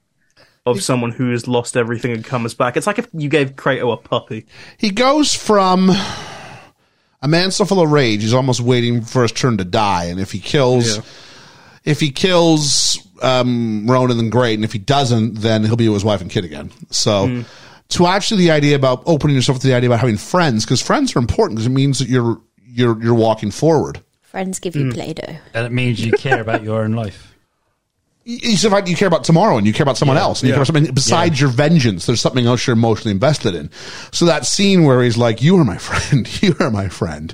[SPEAKER 6] of someone who has lost everything and comes back. It's like if you gave Kratos a puppy.
[SPEAKER 4] He goes from a man so full of rage, he's almost waiting for his turn to die. And if he kills,
[SPEAKER 6] Yeah.
[SPEAKER 4] if he kills um, Ronan, then great. And if he doesn't, then he'll be with his wife and kid again. So. To actually the idea about opening yourself to the idea about having friends because friends are important because it means that you're you're you're walking forward.
[SPEAKER 8] friends give
[SPEAKER 14] Hmm.
[SPEAKER 8] you play-doh
[SPEAKER 5] And it means you care about your own life.
[SPEAKER 4] It's the fact that you care about tomorrow and you care about someone else and you care about something besides your vengeance. There's something else you're emotionally invested in. So that scene where he's like, "You are my friend. You are my friend."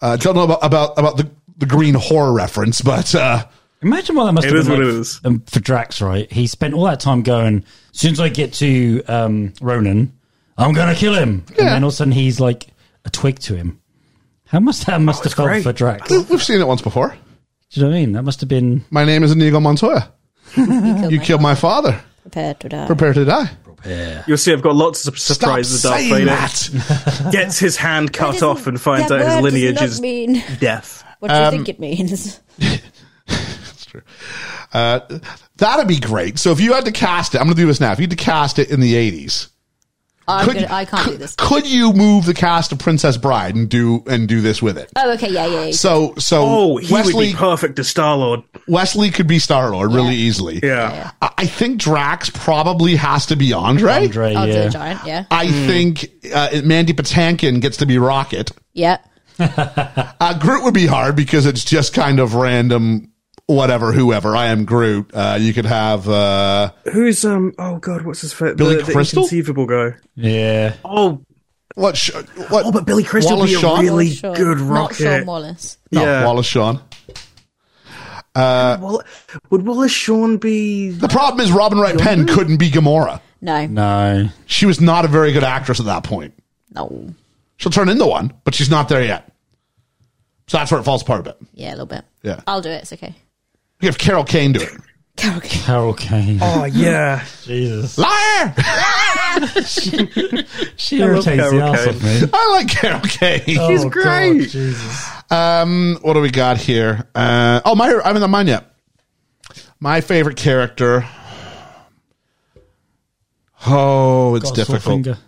[SPEAKER 4] Uh, don't know about about, about the, the green horror reference, but uh,
[SPEAKER 5] Imagine what that must
[SPEAKER 6] It
[SPEAKER 5] have
[SPEAKER 6] is
[SPEAKER 5] been
[SPEAKER 6] what
[SPEAKER 5] like
[SPEAKER 6] it is.
[SPEAKER 5] um, for Drax, right? He spent all that time going, as soon as I get to um, Ronan, I'm going to kill him. And then all of a sudden he's like a twig to him. How must that must have felt
[SPEAKER 6] Oh, great.
[SPEAKER 5] for Drax? Do
[SPEAKER 4] we- we've seen it once before.
[SPEAKER 5] you know what I mean? That must have been
[SPEAKER 4] My name is Inigo Montoya. you killed my father.
[SPEAKER 8] prepared to die
[SPEAKER 4] Prepare to die.
[SPEAKER 6] You'll see I've got lots of surprises
[SPEAKER 4] Stop
[SPEAKER 6] Darth
[SPEAKER 4] saying
[SPEAKER 6] Vader
[SPEAKER 4] that.
[SPEAKER 6] gets his hand cut off and finds
[SPEAKER 8] that
[SPEAKER 6] out
[SPEAKER 8] word does
[SPEAKER 6] his lineage
[SPEAKER 8] not
[SPEAKER 6] is
[SPEAKER 8] mean
[SPEAKER 6] death.
[SPEAKER 8] what do you think it means
[SPEAKER 4] Uh, that'd be great. So if you had to cast it, I'm going to do this now. If you had to cast it in the 80s,
[SPEAKER 8] I'm
[SPEAKER 4] could-
[SPEAKER 8] gonna, i can't do
[SPEAKER 4] could-
[SPEAKER 8] this
[SPEAKER 4] Could you move the cast of Princess Bride and do and do this with it?
[SPEAKER 8] oh okay yeah yeah, yeah.
[SPEAKER 4] So so
[SPEAKER 6] Oh, he would
[SPEAKER 4] Wesley
[SPEAKER 6] be perfect to Star Lord.
[SPEAKER 4] Wesley could be Star Lord really easily.
[SPEAKER 6] Yeah.
[SPEAKER 4] I I think Drax probably has to be Andre.
[SPEAKER 5] Andre,
[SPEAKER 8] i'll do
[SPEAKER 5] yeah.
[SPEAKER 6] Hmm.
[SPEAKER 8] a giant yeah
[SPEAKER 4] I think uh, Mandy Patinkin gets to be Rocket.
[SPEAKER 8] yeah
[SPEAKER 4] uh, Groot would be hard because it's just kind of random, whatever, whoever. I am Groot. Uh, you could have. Uh,
[SPEAKER 6] Who's um? Oh God, what's his face?
[SPEAKER 4] Billy
[SPEAKER 6] the, the
[SPEAKER 4] Crystal?
[SPEAKER 6] inconceivable guy.
[SPEAKER 5] Yeah.
[SPEAKER 6] Oh,
[SPEAKER 4] what, sh- what?
[SPEAKER 6] oh, but Billy Crystal
[SPEAKER 4] Wallace
[SPEAKER 6] would be a
[SPEAKER 4] Shawn?
[SPEAKER 6] really
[SPEAKER 8] Not Sean-
[SPEAKER 6] good
[SPEAKER 8] Not Sean
[SPEAKER 6] rocket.
[SPEAKER 8] Wallace.
[SPEAKER 4] No,
[SPEAKER 6] yeah.
[SPEAKER 4] Wallace Shawn.
[SPEAKER 6] Wall- would Wallace Shawn be?
[SPEAKER 4] The problem is Robin Wright Penn couldn't be Gamora.
[SPEAKER 8] No.
[SPEAKER 5] No.
[SPEAKER 4] She was not a very good actress at that point.
[SPEAKER 8] No.
[SPEAKER 4] She'll turn into one, but she's not there yet. So that's where it falls apart a bit.
[SPEAKER 8] Yeah, a little bit.
[SPEAKER 4] Yeah.
[SPEAKER 8] I'll do it. It's okay.
[SPEAKER 4] You have Carol Kane do it.
[SPEAKER 8] Carol Kane.
[SPEAKER 5] Carol Kane.
[SPEAKER 6] Oh yeah.
[SPEAKER 5] Jesus.
[SPEAKER 4] Liar!
[SPEAKER 5] She irritates the
[SPEAKER 6] Carol
[SPEAKER 5] ass off me.
[SPEAKER 4] I like Carol Kane.
[SPEAKER 5] She's
[SPEAKER 4] great.
[SPEAKER 5] Oh, Jesus.
[SPEAKER 4] Um, what do we got here? Uh, oh, my, I haven't done mine yet. My favorite character. Oh, it's
[SPEAKER 5] Got a sore
[SPEAKER 4] difficult.
[SPEAKER 5] finger.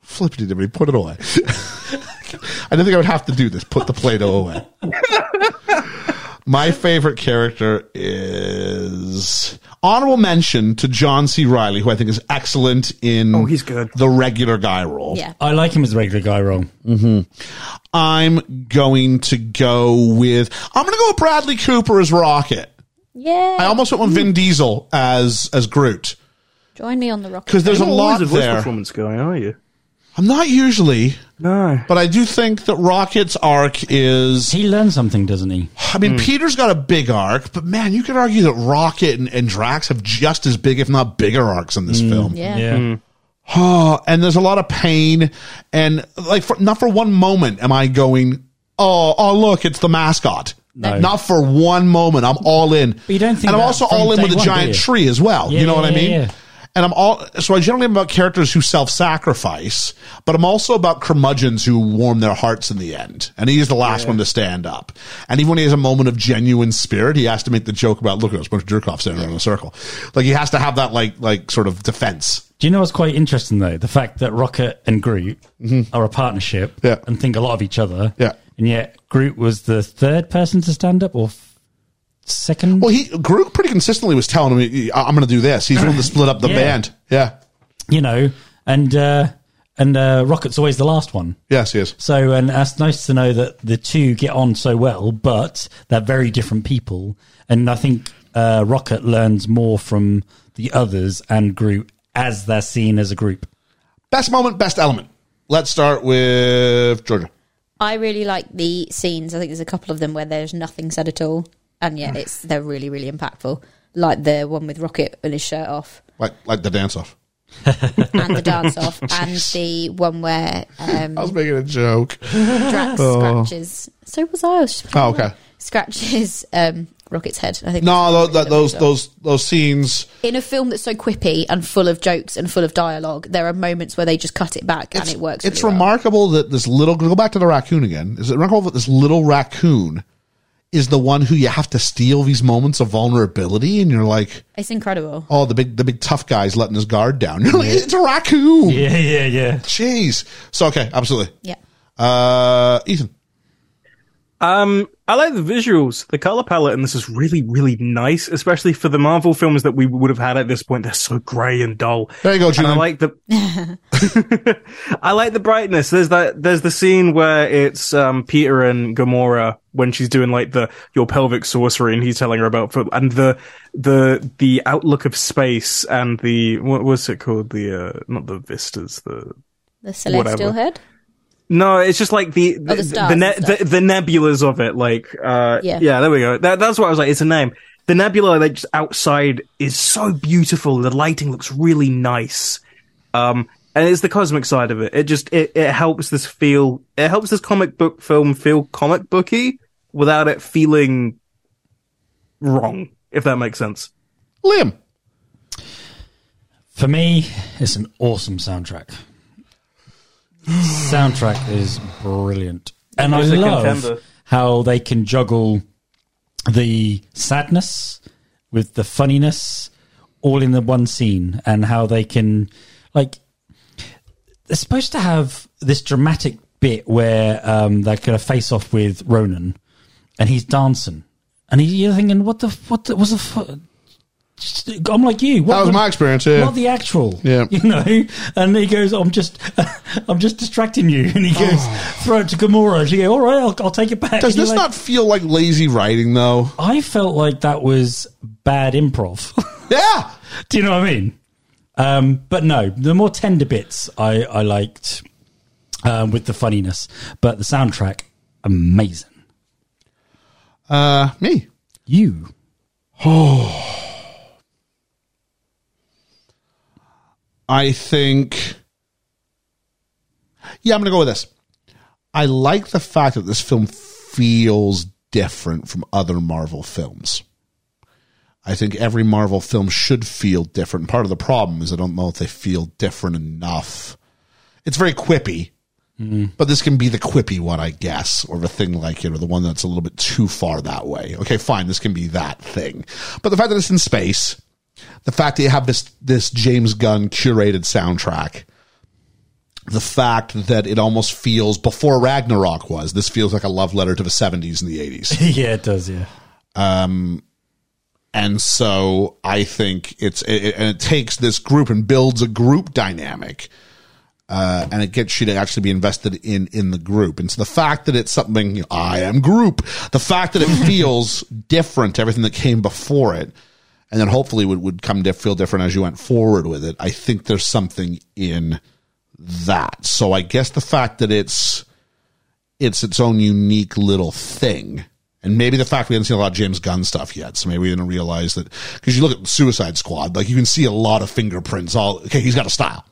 [SPEAKER 4] Flippity dippity, put it away. I didn't think I would have to do this. Put the Play Doh away. My favorite character is honorable mention to John C. Riley, who I think is excellent in
[SPEAKER 6] Oh, he's good.
[SPEAKER 4] the regular guy role.
[SPEAKER 8] Yeah.
[SPEAKER 5] I like him as the regular guy role.
[SPEAKER 4] I'm going to go with I'm going to go with Bradley Cooper as Rocket.
[SPEAKER 8] Yeah.
[SPEAKER 4] I almost went with Vin Diesel as as Groot
[SPEAKER 8] Join me on the rocket.
[SPEAKER 4] because there's a
[SPEAKER 6] You're not always
[SPEAKER 4] lot
[SPEAKER 6] a voice
[SPEAKER 4] there.
[SPEAKER 6] performance guy, are you?
[SPEAKER 4] I'm not usually,
[SPEAKER 6] No.
[SPEAKER 4] but I do think that Rocket's arc is.
[SPEAKER 5] He learns something, doesn't he?
[SPEAKER 4] I mean, Peter's got a big arc, but man, you could argue that Rocket and, and Drax have just as big, if not bigger, arcs in this film.
[SPEAKER 8] Yeah.
[SPEAKER 5] Yeah.
[SPEAKER 4] Hmm. Oh, and there's a lot of pain, and like for, not for one moment am I going, oh, oh, look, it's the mascot.
[SPEAKER 5] No.
[SPEAKER 4] Not for one moment. I'm all in.
[SPEAKER 5] But you don't think
[SPEAKER 4] and I'm
[SPEAKER 5] that
[SPEAKER 4] also
[SPEAKER 5] from
[SPEAKER 4] all in
[SPEAKER 5] day
[SPEAKER 4] with a
[SPEAKER 5] one, do
[SPEAKER 4] giant
[SPEAKER 5] you?
[SPEAKER 4] tree as well.
[SPEAKER 5] Yeah,
[SPEAKER 4] you know
[SPEAKER 5] yeah,
[SPEAKER 4] what I
[SPEAKER 5] yeah,
[SPEAKER 4] mean?
[SPEAKER 5] yeah.
[SPEAKER 4] And I'm all so I generally am about characters who self-sacrifice, but I'm also about curmudgeons who warm their hearts in the end. And he is the last one to stand up. And even when he has a moment of genuine spirit, he has to make the joke about look at us, a bunch of jerk offs standing around in a circle. Like he has to have that like like sort of defense.
[SPEAKER 5] Do you know what's quite interesting though? The fact that Rocket and Groot are a partnership
[SPEAKER 4] Mm-hmm. Yeah.
[SPEAKER 5] and think a lot of each other.
[SPEAKER 4] Yeah.
[SPEAKER 5] And yet Groot was the third person to stand up or f- second.
[SPEAKER 4] Well, he Groot pretty consistently was telling him, "I- "I'm going to do this." He's willing to split up the
[SPEAKER 5] Yeah.
[SPEAKER 4] band. Yeah.
[SPEAKER 5] you know, and uh, and uh, Rocket's always the last one.
[SPEAKER 4] Yes, he is.
[SPEAKER 5] So and that's nice to know that the two get on so well, but they're very different people. And I think uh, Rocket learns more from the others and Groot as they're seen as a group.
[SPEAKER 4] Best moment, best element. Let's start with Georgia.
[SPEAKER 8] I really like the scenes. I think there's a couple of them where there's nothing said at all, and yet it's they're really really impactful. Like the one with Rocket and his shirt off,
[SPEAKER 4] Like like the dance off.
[SPEAKER 8] and the dance off, and the one where um,
[SPEAKER 4] I was making a joke.
[SPEAKER 8] Drax scratches. So was I. I was just
[SPEAKER 4] Oh, okay.
[SPEAKER 8] Scratches um, Rocket's head. I think
[SPEAKER 4] No,
[SPEAKER 8] that's
[SPEAKER 4] those
[SPEAKER 8] really
[SPEAKER 4] those
[SPEAKER 8] lovely.
[SPEAKER 4] those, those scenes.
[SPEAKER 8] in a film that's so quippy and full of jokes and full of dialogue, there are moments where they just cut it back and
[SPEAKER 4] it's-
[SPEAKER 8] it works.
[SPEAKER 4] It's
[SPEAKER 8] really well.
[SPEAKER 4] remarkable that this little go back to the raccoon again. Is it remarkable that this little raccoon is the one who you have to steal these moments of vulnerability, and you're like,
[SPEAKER 8] It's incredible.
[SPEAKER 4] oh, the big the big tough guy's letting his guard down. You're like, it's a raccoon.
[SPEAKER 5] Yeah, yeah, yeah.
[SPEAKER 4] Jeez. So okay, absolutely.
[SPEAKER 8] Yeah.
[SPEAKER 4] Uh, Ethan.
[SPEAKER 6] Um, I like the visuals. The color palette in this is really, really nice, especially for the Marvel films that we would have had at this point. They're so grey and dull.
[SPEAKER 4] There you go,
[SPEAKER 6] And I
[SPEAKER 4] Julian.
[SPEAKER 6] like the, I like the brightness. There's that. There's the scene where it's um, Peter and Gamora when she's doing like the your pelvic sorcery, and he's telling her about foot and the the the outlook of space and the what was it called? The uh, not the vistas. The
[SPEAKER 8] The celestial
[SPEAKER 6] Whatever.
[SPEAKER 8] head.
[SPEAKER 6] no, it's just like the the
[SPEAKER 8] Oh, the
[SPEAKER 6] the,
[SPEAKER 8] stars
[SPEAKER 6] the,
[SPEAKER 8] and
[SPEAKER 6] ne-
[SPEAKER 8] stuff.
[SPEAKER 6] the, the nebulas of it. Like, uh,
[SPEAKER 8] Yeah.
[SPEAKER 6] yeah. there we go. That, that's what I was like. It's a name. The nebula like just outside is so beautiful. The lighting looks really nice. Um, and it's the cosmic side of it. It just it, it helps this feel. It helps this comic book film feel comic booky without it feeling wrong. If that makes sense.
[SPEAKER 4] Liam.
[SPEAKER 5] For me, it's an awesome soundtrack. soundtrack is brilliant, and I
[SPEAKER 6] It's a
[SPEAKER 5] love
[SPEAKER 6] contender.
[SPEAKER 5] how they can juggle the sadness with the funniness all in the one scene, and how they can like they're supposed to have this dramatic bit where um, they're going to face off with Ronan, and he's dancing, and he, you're thinking, what the what the, was the fu- I'm like you.
[SPEAKER 4] What that was the, my experience. Yeah.
[SPEAKER 5] What the actual?
[SPEAKER 4] Yeah.
[SPEAKER 5] You know. And he goes, "I'm just, I'm just distracting you." And he goes, "Throw it to Gamora." She goes, "All right, I'll, I'll take it back."
[SPEAKER 4] Oh. Does
[SPEAKER 5] And
[SPEAKER 4] this
[SPEAKER 5] you're like-
[SPEAKER 4] not feel like lazy writing though?
[SPEAKER 5] I felt like that was bad improv.
[SPEAKER 4] Yeah.
[SPEAKER 5] Do you know what I mean? Um, but no, the more tender bits I, I liked um, with the funniness, but the soundtrack amazing.
[SPEAKER 4] Uh, me.
[SPEAKER 5] You,
[SPEAKER 4] I think. Yeah, I'm going to go with this. I like the fact that this film feels different from other Marvel films. I think every Marvel film should feel different. Part of the problem is I don't know if they feel different enough. It's very quippy, but this can be the quippy one, I guess, or the thing like, you know, the one that's a little bit too far that way. Okay, fine, this can be that thing. But the fact that it's in space, the fact that you have this this James Gunn curated soundtrack, the fact that it almost feels before Ragnarok was, this feels like a love letter to the seventies and the eighties.
[SPEAKER 5] yeah, it does, yeah.
[SPEAKER 4] and so I think it's it, it- and it takes this group and builds a group dynamic, uh, and it gets you to actually be invested in in the group. And so the fact that it's something you know, I am group, the fact that it feels different to everything that came before it, and then hopefully would would come to feel different as you went forward with it. I think there's something in that. So I guess the fact that it's it's its own unique little thing. And maybe the fact we haven't seen a lot of James Gunn stuff yet, so maybe we didn't realize that. Because you look at Suicide Squad, like you can see a lot of fingerprints. All okay, he's got a style.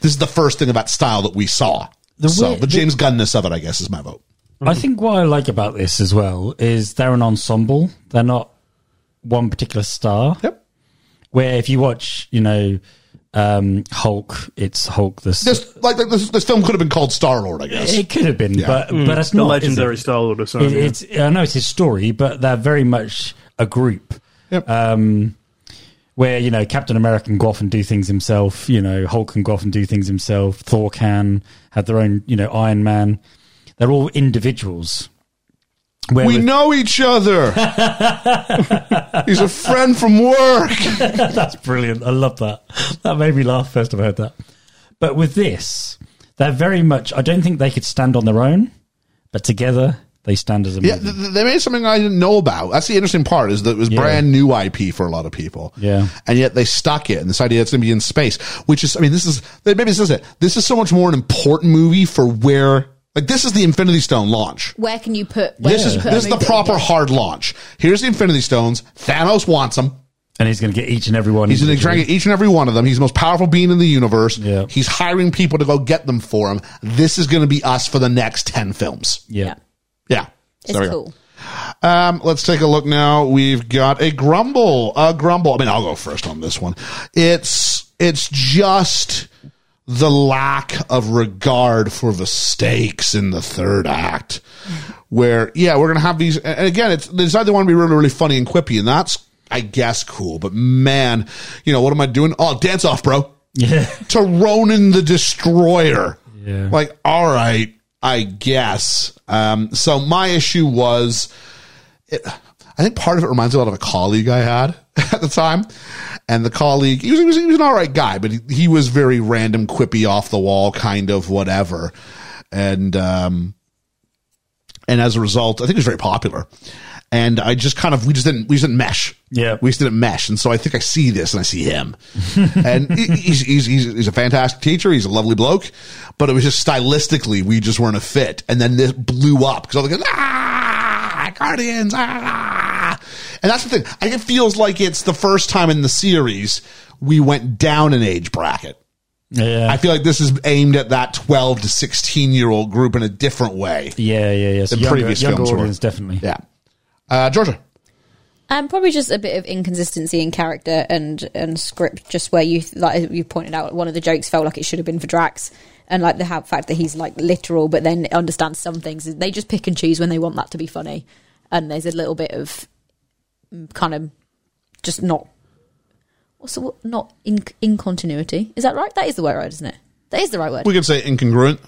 [SPEAKER 4] This is the first thing about style that we saw.
[SPEAKER 5] The
[SPEAKER 4] so
[SPEAKER 5] way-
[SPEAKER 4] the James Gunness of it, I guess, is my vote. Mm-hmm.
[SPEAKER 5] I think what I like about this as well is they're an ensemble. They're not one particular star.
[SPEAKER 4] Yep.
[SPEAKER 5] Where if you watch, you know, um, Hulk, it's Hulk the s-
[SPEAKER 4] This like this, this film could have been called Star Lord, I guess.
[SPEAKER 5] It could have been,
[SPEAKER 4] Yeah.
[SPEAKER 5] but but it's
[SPEAKER 6] Mm. the
[SPEAKER 5] not. is
[SPEAKER 6] legendary
[SPEAKER 5] it?
[SPEAKER 6] Star Lord or
[SPEAKER 5] It,
[SPEAKER 6] something. yeah.
[SPEAKER 5] it's I know it's his story, but they're very much a group.
[SPEAKER 4] Yep.
[SPEAKER 5] Um, where you know Captain America can go off and do things himself. You know Hulk can go off and do things himself. Thor can have their own. You know Iron Man. They're all individuals. Where
[SPEAKER 4] we
[SPEAKER 5] with-
[SPEAKER 4] know each other. he's a friend from work.
[SPEAKER 5] That's brilliant. I love that. That made me laugh first time I heard that. But with this, they're very much. I don't think they could stand on their own, but together they stand as a.
[SPEAKER 4] Yeah,
[SPEAKER 5] movie.
[SPEAKER 4] th- th- they made something I didn't know about. That's the interesting part is that it was
[SPEAKER 5] Yeah.
[SPEAKER 4] brand new IP for a lot of people.
[SPEAKER 5] Yeah.
[SPEAKER 4] And yet they stuck it and this idea it's going to be in space, which is, I mean, this is, maybe this is it. This is so much more an important movie for where, like, this is the Infinity Stone launch.
[SPEAKER 10] Where can you put? Where
[SPEAKER 4] This
[SPEAKER 10] can
[SPEAKER 4] is,
[SPEAKER 10] you put a
[SPEAKER 4] this is the
[SPEAKER 10] movie?
[SPEAKER 4] proper hard launch. Here's the Infinity Stones. Thanos wants them.
[SPEAKER 5] and he's going to get each and every one.
[SPEAKER 4] He's going to
[SPEAKER 5] individually.
[SPEAKER 4] try to get each and every one of them. He's the most powerful being in the universe.
[SPEAKER 5] Yeah.
[SPEAKER 4] He's hiring people to go get them for him. This is going to be us for the next 10 films.
[SPEAKER 5] Yeah.
[SPEAKER 4] Yeah. So
[SPEAKER 10] It's
[SPEAKER 4] there we go.
[SPEAKER 10] cool.
[SPEAKER 4] Um, let's take a look now. We've got a grumble. A grumble. I mean, I'll go first on this one. It's it's just the lack of regard for the stakes in the third act, where yeah, we're gonna have these. And again, it's they decide they want to be really really funny and quippy, and that's I guess cool. But man, you know what am I doing? Oh, dance off, bro.
[SPEAKER 5] Yeah.
[SPEAKER 4] To Ronan the Destroyer.
[SPEAKER 5] Yeah.
[SPEAKER 4] Like, all right, I guess. Um, so my issue was. I think part of it reminds me a lot of a colleague I had at the time. And the colleague, he was, he was, he was an all right guy, but he, he was very random, quippy, off the wall, kind of whatever. And, um, and as a result, I think he was very popular. And I just kind of, we just didn't, we just didn't mesh.
[SPEAKER 5] Yeah.
[SPEAKER 4] We just didn't mesh. And so I think I see this and I see him. and he- he's, he's, he's, he's a fantastic teacher. He's a lovely bloke, but it was just stylistically, we just weren't a fit. And then this blew up because I was like, ah, Guardians, ah. And that's the thing. I think it feels like it's the first time in the series we went down an age bracket.
[SPEAKER 5] Yeah.
[SPEAKER 4] I feel like this is aimed at that 12 to 16 year old group in a different way.
[SPEAKER 5] yeah. Yeah. Yeah. So
[SPEAKER 4] The
[SPEAKER 5] younger,
[SPEAKER 4] previous
[SPEAKER 5] younger
[SPEAKER 4] films were.
[SPEAKER 5] audience, definitely.
[SPEAKER 4] Yeah. Uh, Georgia.
[SPEAKER 10] Um, probably just a bit of inconsistency in character and and script, just where you like you pointed out one of the jokes felt like it should have been for Drax, and like the ha- fact that he's like literal, but then understands some things. They just pick and choose when they want that to be funny, and there's a little bit of mm, kind of just not what's the, wo- not in incontinuity. Is that right? That is the word, right? Isn't it? That is the right word.
[SPEAKER 4] We could say incongruent.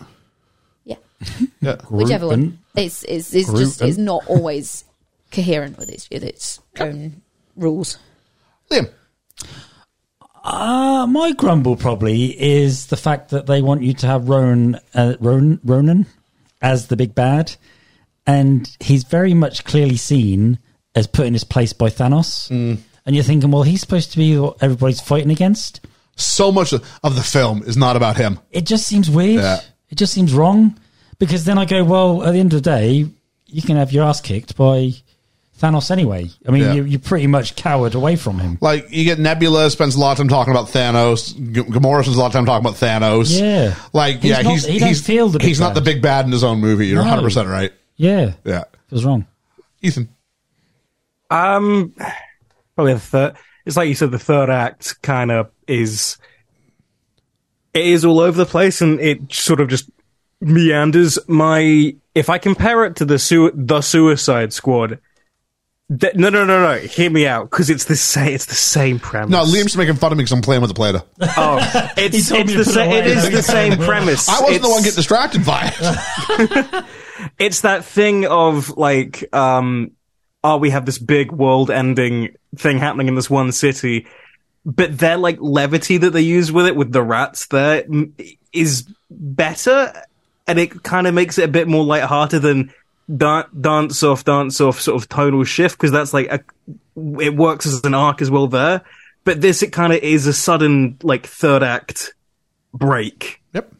[SPEAKER 10] yeah,
[SPEAKER 4] Yeah.
[SPEAKER 10] whichever
[SPEAKER 5] Groupin.
[SPEAKER 10] one. It's it's, it's just
[SPEAKER 5] Groupin.
[SPEAKER 10] it's not always coherent with its with its own rules.
[SPEAKER 4] Liam.
[SPEAKER 5] Uh, my grumble probably is the fact that they want you to have Ronan, uh, Ronan, Ronan as the big bad, and he's very much clearly seen as put in his place by Thanos.
[SPEAKER 4] Mm.
[SPEAKER 5] And you're thinking, well, he's supposed to be what everybody's fighting against.
[SPEAKER 4] So much of the film is not about him.
[SPEAKER 5] It just seems weird.
[SPEAKER 4] Yeah.
[SPEAKER 5] It just seems wrong because then I go, well, at the end of the day, you can have your ass kicked by Thanos anyway. I mean,
[SPEAKER 4] Yeah.
[SPEAKER 5] you, you pretty much cowered away from him.
[SPEAKER 4] Like you get Nebula spends a lot of time talking about Thanos. G- Gamora spends a lot of time talking about Thanos.
[SPEAKER 5] Yeah.
[SPEAKER 4] like
[SPEAKER 5] He's
[SPEAKER 4] yeah,
[SPEAKER 5] not-
[SPEAKER 4] he's
[SPEAKER 5] he don't
[SPEAKER 4] he's
[SPEAKER 5] feel the big
[SPEAKER 4] he's not the
[SPEAKER 5] bad.
[SPEAKER 4] big bad in his own movie. You're
[SPEAKER 5] No.
[SPEAKER 4] 100 percent right.
[SPEAKER 5] Yeah, it
[SPEAKER 4] Yeah,
[SPEAKER 5] was wrong.
[SPEAKER 4] Ethan.
[SPEAKER 6] Um, probably the third. It's like you said, the third act kind of is. It is all over the place, and it sort of just meanders. My if I compare it to the su- the Suicide Squad. th- no, no, no, no. Hear me out, because it's the same. It's the same premise.
[SPEAKER 4] No, Liam's just making fun of me because I'm playing with the Play-Doh.
[SPEAKER 6] Oh, it's,
[SPEAKER 5] told
[SPEAKER 6] it's
[SPEAKER 5] me to
[SPEAKER 6] the
[SPEAKER 5] put it
[SPEAKER 6] sa- it
[SPEAKER 5] away.
[SPEAKER 6] is the same premise.
[SPEAKER 4] I wasn't the
[SPEAKER 6] It's-
[SPEAKER 4] one getting distracted by it.
[SPEAKER 6] it's that thing of like um oh we have this big world ending thing happening in this one city but their like levity that they use with it with the rats there m- is better and it kind of makes it a bit more lighthearted than dan- dance off dance off sort of tonal shift because that's like a it works as an arc as well there but this it kind of is a sudden like third act break
[SPEAKER 4] Yep.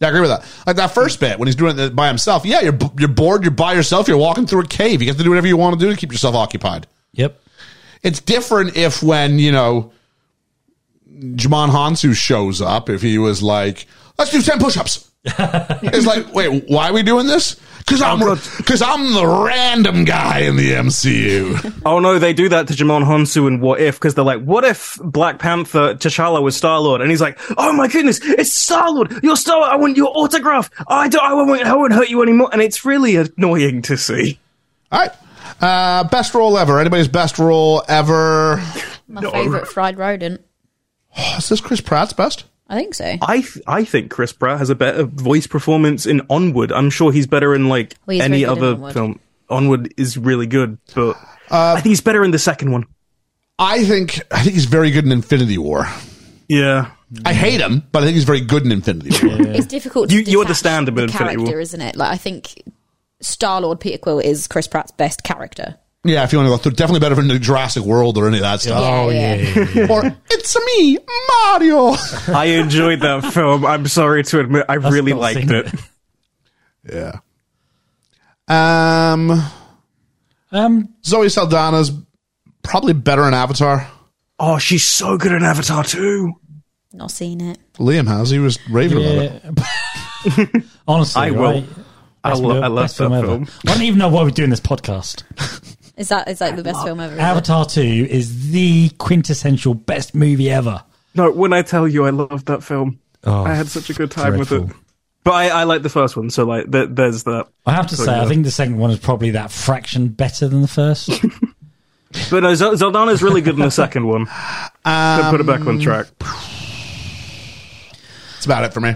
[SPEAKER 4] Yeah, I agree with that. Like that first bit when he's doing it by himself. Yeah, you're you're bored. You're by yourself. You're walking through a cave. You have to do whatever you want to do to keep yourself occupied.
[SPEAKER 5] Yep.
[SPEAKER 4] It's different if when you know Jamon Hansu shows up. If he was like, let's do ten push-ups. it's like, wait, why are we doing this? Because I'm because I'm the random guy in the MCU.
[SPEAKER 6] Oh no, they do that to Jamon Honsu in What If because they're like, what if Black Panther T'Challa was Star Lord? And he's like, oh my goodness, it's Star Lord. You're Star Lord. I want your autograph. I don't. I won't. I won't hurt you anymore. And it's really annoying to see.
[SPEAKER 4] All right. Uh, best role ever. Anybody's best role ever.
[SPEAKER 8] My favourite fried rodent.
[SPEAKER 4] Is this Chris Pratt's best?
[SPEAKER 8] I think so.
[SPEAKER 6] I th- I think Chris Pratt has a better voice performance in Onward. I'm sure he's better in like
[SPEAKER 8] Well, he's very
[SPEAKER 6] any
[SPEAKER 8] good in
[SPEAKER 6] other
[SPEAKER 8] Onward.
[SPEAKER 6] film. Onward is really good, but I think he's better in the second one.
[SPEAKER 4] I think I think he's very good in Infinity War.
[SPEAKER 6] Yeah.
[SPEAKER 4] I hate him, but I think he's very good in Infinity War.
[SPEAKER 8] It's difficult. To
[SPEAKER 6] You- you
[SPEAKER 8] detach
[SPEAKER 6] understand him
[SPEAKER 8] the
[SPEAKER 6] in Infinity War.
[SPEAKER 8] character, isn't it? Like I think Star Lord Peter Quill is Chris Pratt's best character.
[SPEAKER 4] yeah, if you want to go through, definitely better than the Jurassic World or any of that stuff.
[SPEAKER 8] Oh, yeah.
[SPEAKER 4] or it's me, Mario.
[SPEAKER 6] I enjoyed that film. I'm sorry to admit, I really
[SPEAKER 5] not
[SPEAKER 6] liked
[SPEAKER 5] seen
[SPEAKER 6] it.
[SPEAKER 4] yeah. Um,
[SPEAKER 5] Um,
[SPEAKER 4] Zoe Saldana's probably better in Avatar.
[SPEAKER 6] Oh, she's so good in Avatar too.
[SPEAKER 8] Not seen it.
[SPEAKER 4] Liam has. He was raving about it.
[SPEAKER 5] yeah. Honestly,
[SPEAKER 6] I will.
[SPEAKER 5] right?
[SPEAKER 6] I
[SPEAKER 5] Best
[SPEAKER 6] lo-
[SPEAKER 5] film-
[SPEAKER 6] I love
[SPEAKER 5] best
[SPEAKER 6] that
[SPEAKER 5] ever.
[SPEAKER 6] film.
[SPEAKER 5] I don't even know why we're doing this podcast.
[SPEAKER 8] Is that is that the best film ever? is it?
[SPEAKER 5] Avatar 2 is the quintessential best movie ever.
[SPEAKER 6] No, when I tell you I loved that film, I had such a good time with it.
[SPEAKER 5] Oh, dreadful.
[SPEAKER 6] But I, I like the first one, so like th- there's that.
[SPEAKER 5] I have to
[SPEAKER 6] So,
[SPEAKER 5] say,
[SPEAKER 6] yeah.
[SPEAKER 5] I think the second one is probably that fraction better than the first.
[SPEAKER 6] But no, Zel- Zeldana's really good in the second one. to put it back
[SPEAKER 5] Um,
[SPEAKER 6] on track.
[SPEAKER 4] That's about it for me.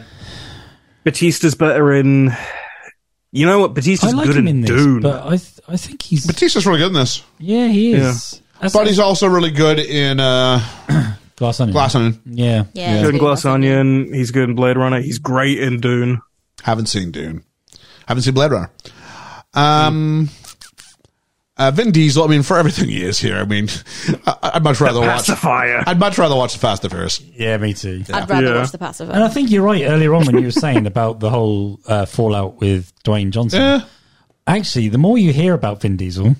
[SPEAKER 6] Batista's better in. You know what?
[SPEAKER 5] I
[SPEAKER 6] Batista's
[SPEAKER 5] like
[SPEAKER 6] good
[SPEAKER 5] him
[SPEAKER 6] in,
[SPEAKER 5] in this,
[SPEAKER 6] Dune.
[SPEAKER 5] but I th- I think he's
[SPEAKER 4] Batista's really good in this,
[SPEAKER 5] yeah he is. That's
[SPEAKER 4] but he's also really good in uh,
[SPEAKER 5] glass onion.
[SPEAKER 4] Glass Onion.
[SPEAKER 5] Yeah.
[SPEAKER 8] Yeah, it's
[SPEAKER 6] Good
[SPEAKER 8] good.
[SPEAKER 6] in Glass Onion. He's good in Blade Runner. He's great in Dune.
[SPEAKER 4] Haven't seen Dune. Haven't seen Blade Runner. Um, uh, Vin Diesel. I mean, for everything he is here. I mean, I, I'd much rather watch.
[SPEAKER 6] Pacifier.
[SPEAKER 4] I'd much rather watch the Fast and Furious.
[SPEAKER 5] Yeah, me too.
[SPEAKER 8] I'd rather
[SPEAKER 6] Yeah.
[SPEAKER 8] watch the passive.
[SPEAKER 5] And I think you're right earlier on when you were saying about the whole uh, fallout with Dwayne Johnson.
[SPEAKER 4] Yeah,
[SPEAKER 5] Actually, the more you hear about Vin Diesel,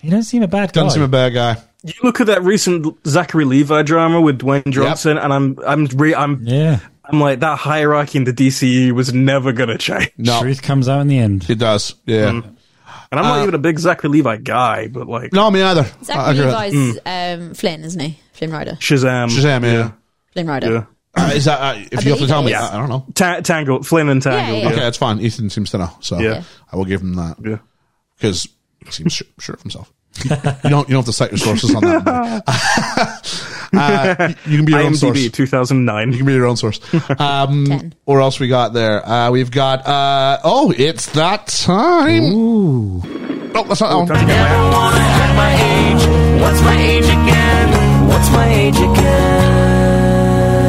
[SPEAKER 5] he doesn't seem a bad guy.
[SPEAKER 4] doesn't seem a bad guy.
[SPEAKER 6] You look at that recent Zachary Levi drama with Dwayne Johnson, and I'm I'm re- I'm
[SPEAKER 5] yeah.
[SPEAKER 6] I'm like that hierarchy in the DCU was never gonna change.
[SPEAKER 4] No,
[SPEAKER 5] Truth comes out in the end.
[SPEAKER 4] it does. Yeah.
[SPEAKER 6] And
[SPEAKER 5] Uh,
[SPEAKER 6] I'm not even a big Zachary Leevy guy, but like
[SPEAKER 4] No, me either. I
[SPEAKER 8] Zachary
[SPEAKER 4] agree with that.
[SPEAKER 8] Levi's
[SPEAKER 6] Mm.
[SPEAKER 8] um, Flynn, isn't he? Flynn Rider.
[SPEAKER 6] Shazam,
[SPEAKER 4] Shazam. Yeah.
[SPEAKER 8] Flynn Rider.
[SPEAKER 6] yeah,
[SPEAKER 4] Uh, is that uh, if you have to tell me? I, I don't know.
[SPEAKER 6] Ta- Tangled, Flynn and Tangled.
[SPEAKER 8] Yeah.
[SPEAKER 4] Okay, that's fine. Ethan seems to know, so
[SPEAKER 6] Yeah.
[SPEAKER 4] I will give him that
[SPEAKER 6] Yeah.
[SPEAKER 4] because he seems sure, sure of himself. You don't. You don't have to cite your sources on that. one. uh, you can be your own source.
[SPEAKER 6] IMDb 2009.
[SPEAKER 4] You can be your own source. Um,
[SPEAKER 8] Ten.
[SPEAKER 4] or else we got there. Uh, we've got. Uh, oh, it's that time.
[SPEAKER 5] Ooh.
[SPEAKER 4] Nope, that's not that one.
[SPEAKER 15] Never wanna hurt my age. What's my age again? What's my age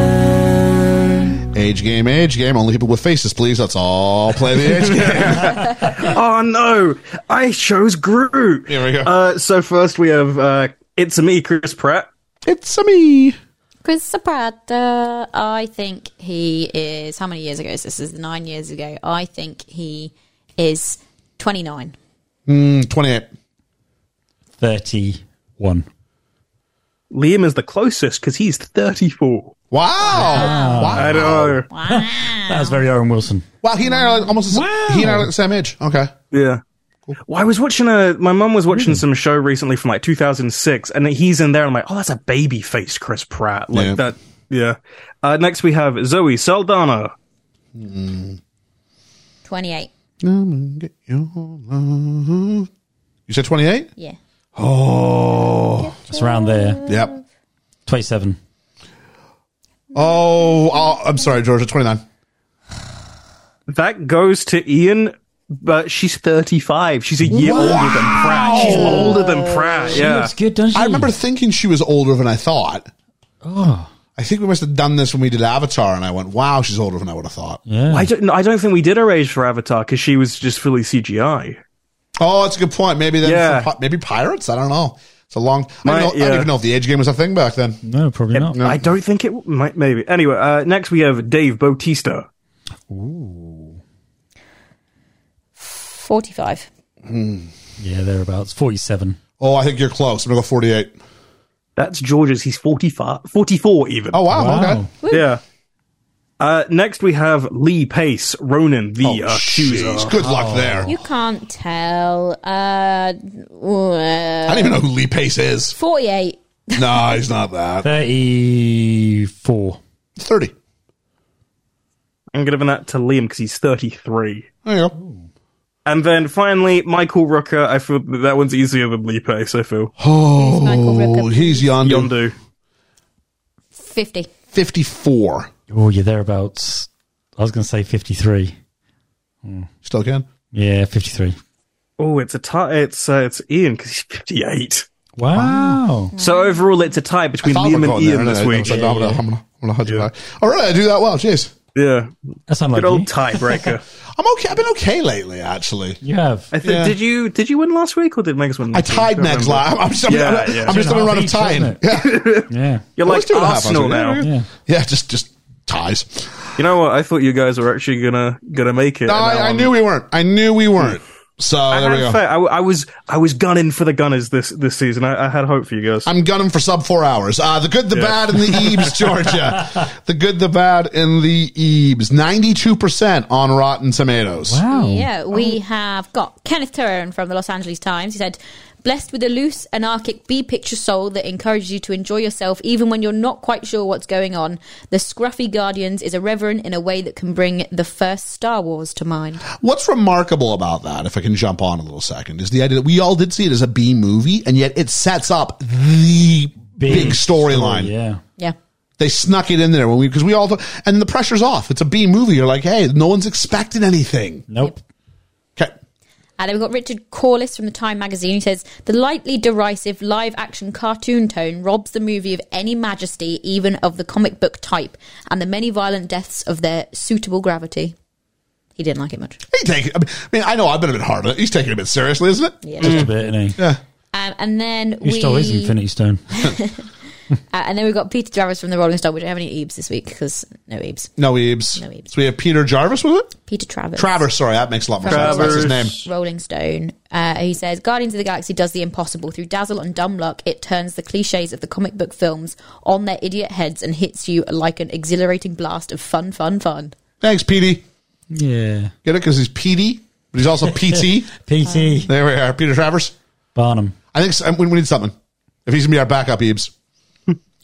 [SPEAKER 15] again?
[SPEAKER 4] Age game, age game. Only people with faces, please. Let's all play the age game.
[SPEAKER 6] oh no, I chose Groot.
[SPEAKER 4] Here we go.
[SPEAKER 6] Uh, so first we have uh, it's a me, Chris Pratt.
[SPEAKER 4] it's a me.
[SPEAKER 8] Chris Prada, I think he is. How many years ago is this? This is nine years ago. I think he is 29.
[SPEAKER 4] Mm, 28.
[SPEAKER 5] 31.
[SPEAKER 6] Liam is the closest because he's thirty-four.
[SPEAKER 4] Wow. Wow.
[SPEAKER 6] I know.
[SPEAKER 5] That was very Owen Wilson.
[SPEAKER 4] Wow, he and I are almost he and I are the same age. Okay.
[SPEAKER 6] Yeah. Well, I was watching a. My mum was watching some show recently from like 2006, and he's in there. And I'm like, oh, that's a baby face, Chris Pratt. Like
[SPEAKER 4] Yeah.
[SPEAKER 6] that. Yeah. Uh, next, we have Zoe Saldana.
[SPEAKER 8] 28.
[SPEAKER 4] You said 28?
[SPEAKER 8] Yeah.
[SPEAKER 5] It's around there.
[SPEAKER 4] Yep.
[SPEAKER 5] 27.
[SPEAKER 4] Oh, oh, I'm sorry, Georgia, 29.
[SPEAKER 6] That goes to Ian, but she's 35. She's a year older than Pratt. She's older than Pratt.
[SPEAKER 5] She
[SPEAKER 6] Yeah.
[SPEAKER 5] looks good, doesn't she?
[SPEAKER 4] I remember thinking she was older than I thought.
[SPEAKER 5] Oh,
[SPEAKER 4] I think we must have done this when we did Avatar, and I went, wow, she's older than I would have thought.
[SPEAKER 5] yeah.
[SPEAKER 6] I don't. I don't think we did her age for Avatar because she was just fully CGI.
[SPEAKER 4] Oh, that's a good point. Maybe then,
[SPEAKER 6] Yeah.
[SPEAKER 4] for pi- maybe pirates? I don't know. It's a long, I,
[SPEAKER 6] My-
[SPEAKER 4] don't know, I don't
[SPEAKER 6] yeah.
[SPEAKER 4] even know if the age game was a thing back then.
[SPEAKER 5] no, probably not.
[SPEAKER 6] I don't think it w- might. Maybe. Anyway, uh, next we have Dave Bautista.
[SPEAKER 8] 45.
[SPEAKER 5] Yeah, thereabouts. 47.
[SPEAKER 4] Oh, I think you're close. I'm going to go 48.
[SPEAKER 6] That's George's. He's 45, 44 even.
[SPEAKER 4] Oh, wow. Okay.
[SPEAKER 6] Yeah. Uh, next, we have Lee Pace, Ronan uh, the
[SPEAKER 4] Oh,
[SPEAKER 6] Accuser.
[SPEAKER 4] jeez. Good
[SPEAKER 5] Oh.
[SPEAKER 4] luck there.
[SPEAKER 8] You can't tell. Uh, uh,
[SPEAKER 4] I don't even know who Lee Pace is.
[SPEAKER 8] 48.
[SPEAKER 4] No, he's not that.
[SPEAKER 5] 34.
[SPEAKER 4] 30.
[SPEAKER 6] I'm giving that to Liam because he's 33.
[SPEAKER 4] There you go.
[SPEAKER 6] And then finally, Michael Rooker. I feel that, that one's easier than Lee Pace, I feel.
[SPEAKER 4] Oh,
[SPEAKER 8] Michael Rooker.
[SPEAKER 4] he's yonder.
[SPEAKER 6] Yondu.
[SPEAKER 8] 50.
[SPEAKER 4] 54.
[SPEAKER 5] Oh, you're thereabouts. I was going to say 53.
[SPEAKER 4] Still can.
[SPEAKER 5] Yeah, 53.
[SPEAKER 6] Oh, it's a tie. It's, uh, it's Ian because he's 58.
[SPEAKER 5] Wow.
[SPEAKER 6] So overall, it's a tie between
[SPEAKER 4] Thought we're
[SPEAKER 6] Liam and
[SPEAKER 4] going there,
[SPEAKER 6] Ian
[SPEAKER 4] and
[SPEAKER 6] this
[SPEAKER 4] then I
[SPEAKER 6] week.
[SPEAKER 4] said, no, I'm gonna- I'm gonna- I'm gonna hide you back. All right, I do that well. Jeez,
[SPEAKER 6] Yeah.
[SPEAKER 5] That's unlike
[SPEAKER 6] Good old
[SPEAKER 5] you.
[SPEAKER 6] tiebreaker.
[SPEAKER 4] I'm okay. I've been okay lately, actually.
[SPEAKER 5] you have.
[SPEAKER 6] I think
[SPEAKER 4] Yeah.
[SPEAKER 6] Did you did you win last week or did Megas win?
[SPEAKER 4] I
[SPEAKER 6] last week?
[SPEAKER 4] tied
[SPEAKER 6] can't
[SPEAKER 4] Meg's
[SPEAKER 6] remember.
[SPEAKER 4] last. I'm just, I'm,
[SPEAKER 6] Yeah,
[SPEAKER 4] I'm,
[SPEAKER 6] yeah.
[SPEAKER 4] I'm just on a run of tying. Yeah.
[SPEAKER 5] Yeah.
[SPEAKER 6] You're
[SPEAKER 4] Let's
[SPEAKER 6] like
[SPEAKER 4] do a half,
[SPEAKER 6] Arsenal
[SPEAKER 4] actually.
[SPEAKER 6] now.
[SPEAKER 5] Yeah.
[SPEAKER 4] yeah, just just ties.
[SPEAKER 6] You know what? I thought you guys were actually gonna gonna make it.
[SPEAKER 4] No,
[SPEAKER 6] and now
[SPEAKER 4] I, I
[SPEAKER 6] I'm-
[SPEAKER 4] knew we weren't. I knew we weren't. So
[SPEAKER 6] I
[SPEAKER 4] there we go.
[SPEAKER 6] had faith. I, w- I was I was gunning for the Gunners this this season. I, I had hope for you guys.
[SPEAKER 4] I'm gunning for sub four hours. Uh, the good, the
[SPEAKER 6] Yeah.
[SPEAKER 4] bad, and the Ebes, Georgia. the good, the bad, and the Ebes. 92% on Rotten Tomatoes.
[SPEAKER 5] Wow.
[SPEAKER 8] Yeah, we have got Kenneth Turin from the Los Angeles Times. He said, Blessed with a loose, anarchic B picture soul that encourages you to enjoy yourself even when you're not quite sure what's going on, The Scruffy Guardians is irreverent in a way that can bring the first Star Wars to mind.
[SPEAKER 4] What's remarkable about that, if I can jump on a little second, is the idea that we all did see it as a B movie, and yet it sets up the big, storyline.
[SPEAKER 5] Yeah.
[SPEAKER 8] Yeah.
[SPEAKER 4] They snuck it in there when we because we all th- and the pressure's off. It's a B movie. You're like, hey, no one's expecting anything.
[SPEAKER 5] Nope.
[SPEAKER 4] Okay,
[SPEAKER 8] And Uh, then we've got Richard Corliss from the Time magazine who says, The lightly derisive live action cartoon tone robs the movie of any majesty, even of the comic book type, and the many violent deaths of their suitable gravity. He didn't like it much.
[SPEAKER 4] he take. I mean, I mean, I know I've been a bit hard on it. He's taking it a bit seriously, isn't it?
[SPEAKER 8] Yeah.
[SPEAKER 5] Just a bit, innit? Yeah.
[SPEAKER 8] Mm. Um, and then
[SPEAKER 5] He
[SPEAKER 8] we
[SPEAKER 5] stole his Infinity Stone.
[SPEAKER 8] uh, and then we've got Peter Jarvis from the Rolling Stone, which I haven't any Ebes this week because no Ebes.
[SPEAKER 4] No Ebes.
[SPEAKER 8] No Ebes.
[SPEAKER 4] So we have Peter Jarvis with it.
[SPEAKER 8] Peter Travers.
[SPEAKER 4] Travers. Sorry, that makes a lot more sense. That's his name.
[SPEAKER 8] Rolling Stone. Uh, he says, Guardians of the Galaxy does the impossible. Through dazzle and dumb luck, it turns the cliches of the comic book films on their idiot heads and hits you like an exhilarating blast of fun, fun, fun.
[SPEAKER 4] Thanks, PD.
[SPEAKER 5] yeah.
[SPEAKER 4] Get it because he's PD, but he's also PT.
[SPEAKER 5] PT.
[SPEAKER 4] there we are, Peter Travers.
[SPEAKER 5] Barnum.
[SPEAKER 4] I think so, we we need something. If he's gonna be our backup, Ebes.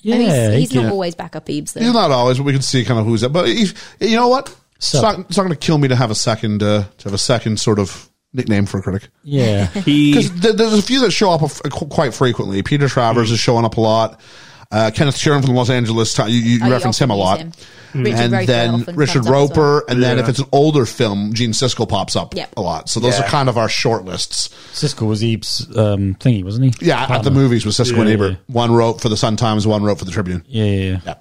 [SPEAKER 5] Yeah.
[SPEAKER 8] And he's
[SPEAKER 5] he
[SPEAKER 8] he's
[SPEAKER 5] can-
[SPEAKER 8] not always back up
[SPEAKER 4] He's
[SPEAKER 8] Ebes, though.
[SPEAKER 4] not always, but we can see kind of who's that. But if, you know what? It's
[SPEAKER 5] Sub.
[SPEAKER 4] not, it's not going to kill me to have a second uh, to have a second sort of nickname for a critic
[SPEAKER 5] Yeah.
[SPEAKER 6] He,
[SPEAKER 4] because th- there's a few that show up f- qu- quite frequently. Peter Travers is showing up a lot. Uh, Kenneth Sheeran from the Los Angeles, Times, you, you
[SPEAKER 8] Oh, you
[SPEAKER 4] reference him a
[SPEAKER 8] often
[SPEAKER 4] lot. Mm.
[SPEAKER 8] use him.
[SPEAKER 5] Mm.
[SPEAKER 7] Richard
[SPEAKER 4] and
[SPEAKER 7] Roper
[SPEAKER 4] then
[SPEAKER 7] often
[SPEAKER 4] Richard
[SPEAKER 7] comes up as
[SPEAKER 4] Roper,
[SPEAKER 7] well.
[SPEAKER 4] and then
[SPEAKER 12] Yeah.
[SPEAKER 4] if it's an older film, Gene Siskel pops up
[SPEAKER 7] Yep.
[SPEAKER 4] a lot. So those
[SPEAKER 12] Yeah.
[SPEAKER 4] are kind of our short lists.
[SPEAKER 12] Siskel was Ebe's um, thingy, wasn't he?
[SPEAKER 4] Yeah, at the
[SPEAKER 12] Partner.
[SPEAKER 4] movies with Siskel and
[SPEAKER 12] Yeah,
[SPEAKER 4] Ebert. One wrote for the Sun Times, one wrote for the Tribune.
[SPEAKER 12] Yeah, yeah, yeah.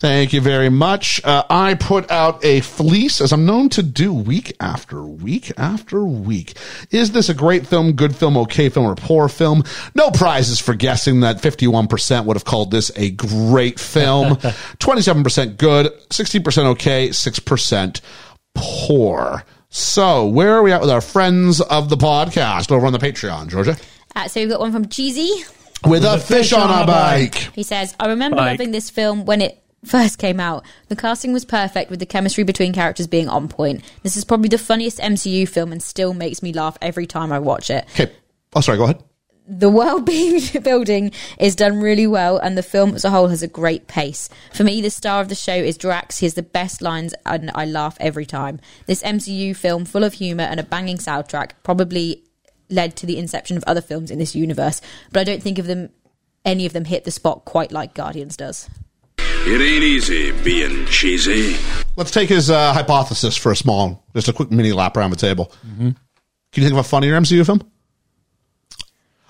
[SPEAKER 4] Thank you very much. Uh, I put out a fleece, as I'm known to do week after week after week. Is this a great film, good film, okay film, or poor film? No prizes for guessing that 51% would have called this a great film, 27% good, 60% okay, 6% poor. So, where are we at with our friends of the podcast over on the Patreon, Georgia?
[SPEAKER 8] Uh, so we've got one from Jeezy.
[SPEAKER 4] With a fish on our bike.
[SPEAKER 8] He says, I remember
[SPEAKER 4] Bike.
[SPEAKER 8] loving this film when it first came out. The casting was perfect with the chemistry between characters being on point. This is probably the funniest MCU film and still makes me laugh every time I watch it.
[SPEAKER 4] Okay. Oh, sorry, go ahead.
[SPEAKER 8] The world being building is done really well, and the film as a whole has a great pace. For me, the star of the show is Drax. He has the best lines, and I laugh every time. This MCU film, full of humor and a banging soundtrack, probably led to the inception of other films in this universe. But I don't think of them, any of them, hit the spot quite like Guardians does.
[SPEAKER 9] It ain't easy being cheesy.
[SPEAKER 4] Let's take his uh, hypothesis for a small, just a quick mini lap around the table. Can you think of a funnier MCU film?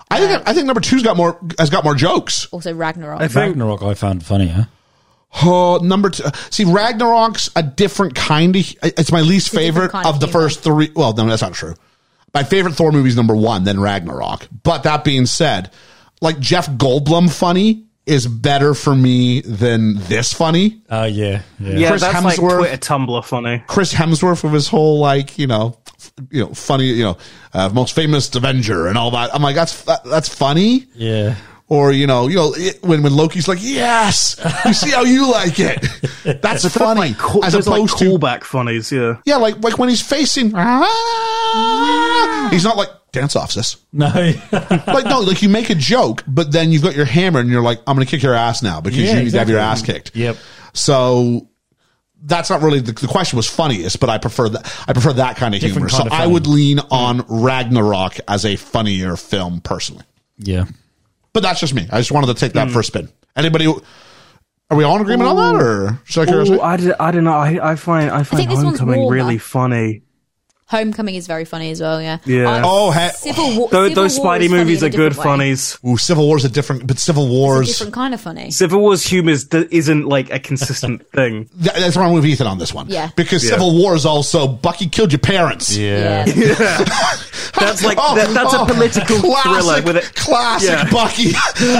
[SPEAKER 4] I think I think number two's got more has got more jokes.
[SPEAKER 8] Also, Ragnarok.
[SPEAKER 12] Ragnarok I found funnier.
[SPEAKER 4] Oh, number two. See, Ragnarok's a different kind of. It's my least
[SPEAKER 12] a different
[SPEAKER 4] favorite
[SPEAKER 12] kind of
[SPEAKER 4] of the first three. Well, no, that's not true. My favorite Thor movie is number one, then Ragnarok. But that being said, like Jeff Goldblum funny is better for me than this funny.
[SPEAKER 12] Oh yeah,
[SPEAKER 4] Ah, yeah.
[SPEAKER 6] Yeah,
[SPEAKER 4] Chris
[SPEAKER 6] that's
[SPEAKER 4] Hemsworth.
[SPEAKER 6] like Twitter Tumblr funny.
[SPEAKER 4] Chris Hemsworth with his whole like you know, f- you know, funny you know, uh, most famous Avenger and all that. I'm like that's that, that's funny.
[SPEAKER 12] Yeah.
[SPEAKER 4] Or you know you know it- when when Loki's like yes you see how you like it that's
[SPEAKER 6] Sort of
[SPEAKER 4] funny
[SPEAKER 6] like ca-
[SPEAKER 4] as
[SPEAKER 6] those, like,
[SPEAKER 4] opposed to
[SPEAKER 6] callback funnies. Yeah,
[SPEAKER 4] yeah like like when he's facing "Ah!" he's not like dance off sis
[SPEAKER 12] no
[SPEAKER 4] like no like you make a joke but then you've got your hammer and you're like I'm gonna kick your ass now because
[SPEAKER 12] Yeah,
[SPEAKER 4] you need to have your ass
[SPEAKER 12] exactly.
[SPEAKER 4] kicked
[SPEAKER 12] Yep.
[SPEAKER 4] so that's not really the, the question was funniest, but I prefer that I prefer that kind of humor.
[SPEAKER 12] Different kind
[SPEAKER 4] so
[SPEAKER 12] of
[SPEAKER 4] I
[SPEAKER 12] funny.
[SPEAKER 4] would lean on Ragnarok as a funnier film personally.
[SPEAKER 12] Yeah.
[SPEAKER 4] But that's just me. I just wanted to take
[SPEAKER 12] Hmm.
[SPEAKER 4] that for a spin. Anybody are we all in agreement on that or should I carry us-
[SPEAKER 6] Ooh, I, d- I don't know. I, I find I find
[SPEAKER 8] think this one's
[SPEAKER 6] Homecoming
[SPEAKER 8] warmer.
[SPEAKER 6] really funny.
[SPEAKER 8] Homecoming is very funny as well. Yeah. Uh,
[SPEAKER 6] Yeah.
[SPEAKER 4] Oh, he-
[SPEAKER 8] Civil War.
[SPEAKER 6] Those,
[SPEAKER 8] Civil
[SPEAKER 6] those
[SPEAKER 8] War
[SPEAKER 6] Spidey
[SPEAKER 8] is funny
[SPEAKER 6] movies
[SPEAKER 8] in
[SPEAKER 6] are
[SPEAKER 8] a
[SPEAKER 6] good
[SPEAKER 8] different way.
[SPEAKER 6] funnies.
[SPEAKER 4] Ooh, Civil War's a different, but Civil War's
[SPEAKER 8] It's a different kind of funny.
[SPEAKER 6] Civil War's humor is isn't like a consistent thing.
[SPEAKER 4] That- that's why I'm with Ethan on this one.
[SPEAKER 6] Yeah.
[SPEAKER 4] Because
[SPEAKER 6] Yeah.
[SPEAKER 4] Civil War is also Bucky killed your parents.
[SPEAKER 12] Yeah.
[SPEAKER 6] That's like that, that's a political thriller with it.
[SPEAKER 4] Oh, Classic
[SPEAKER 6] Yeah.
[SPEAKER 4] Bucky.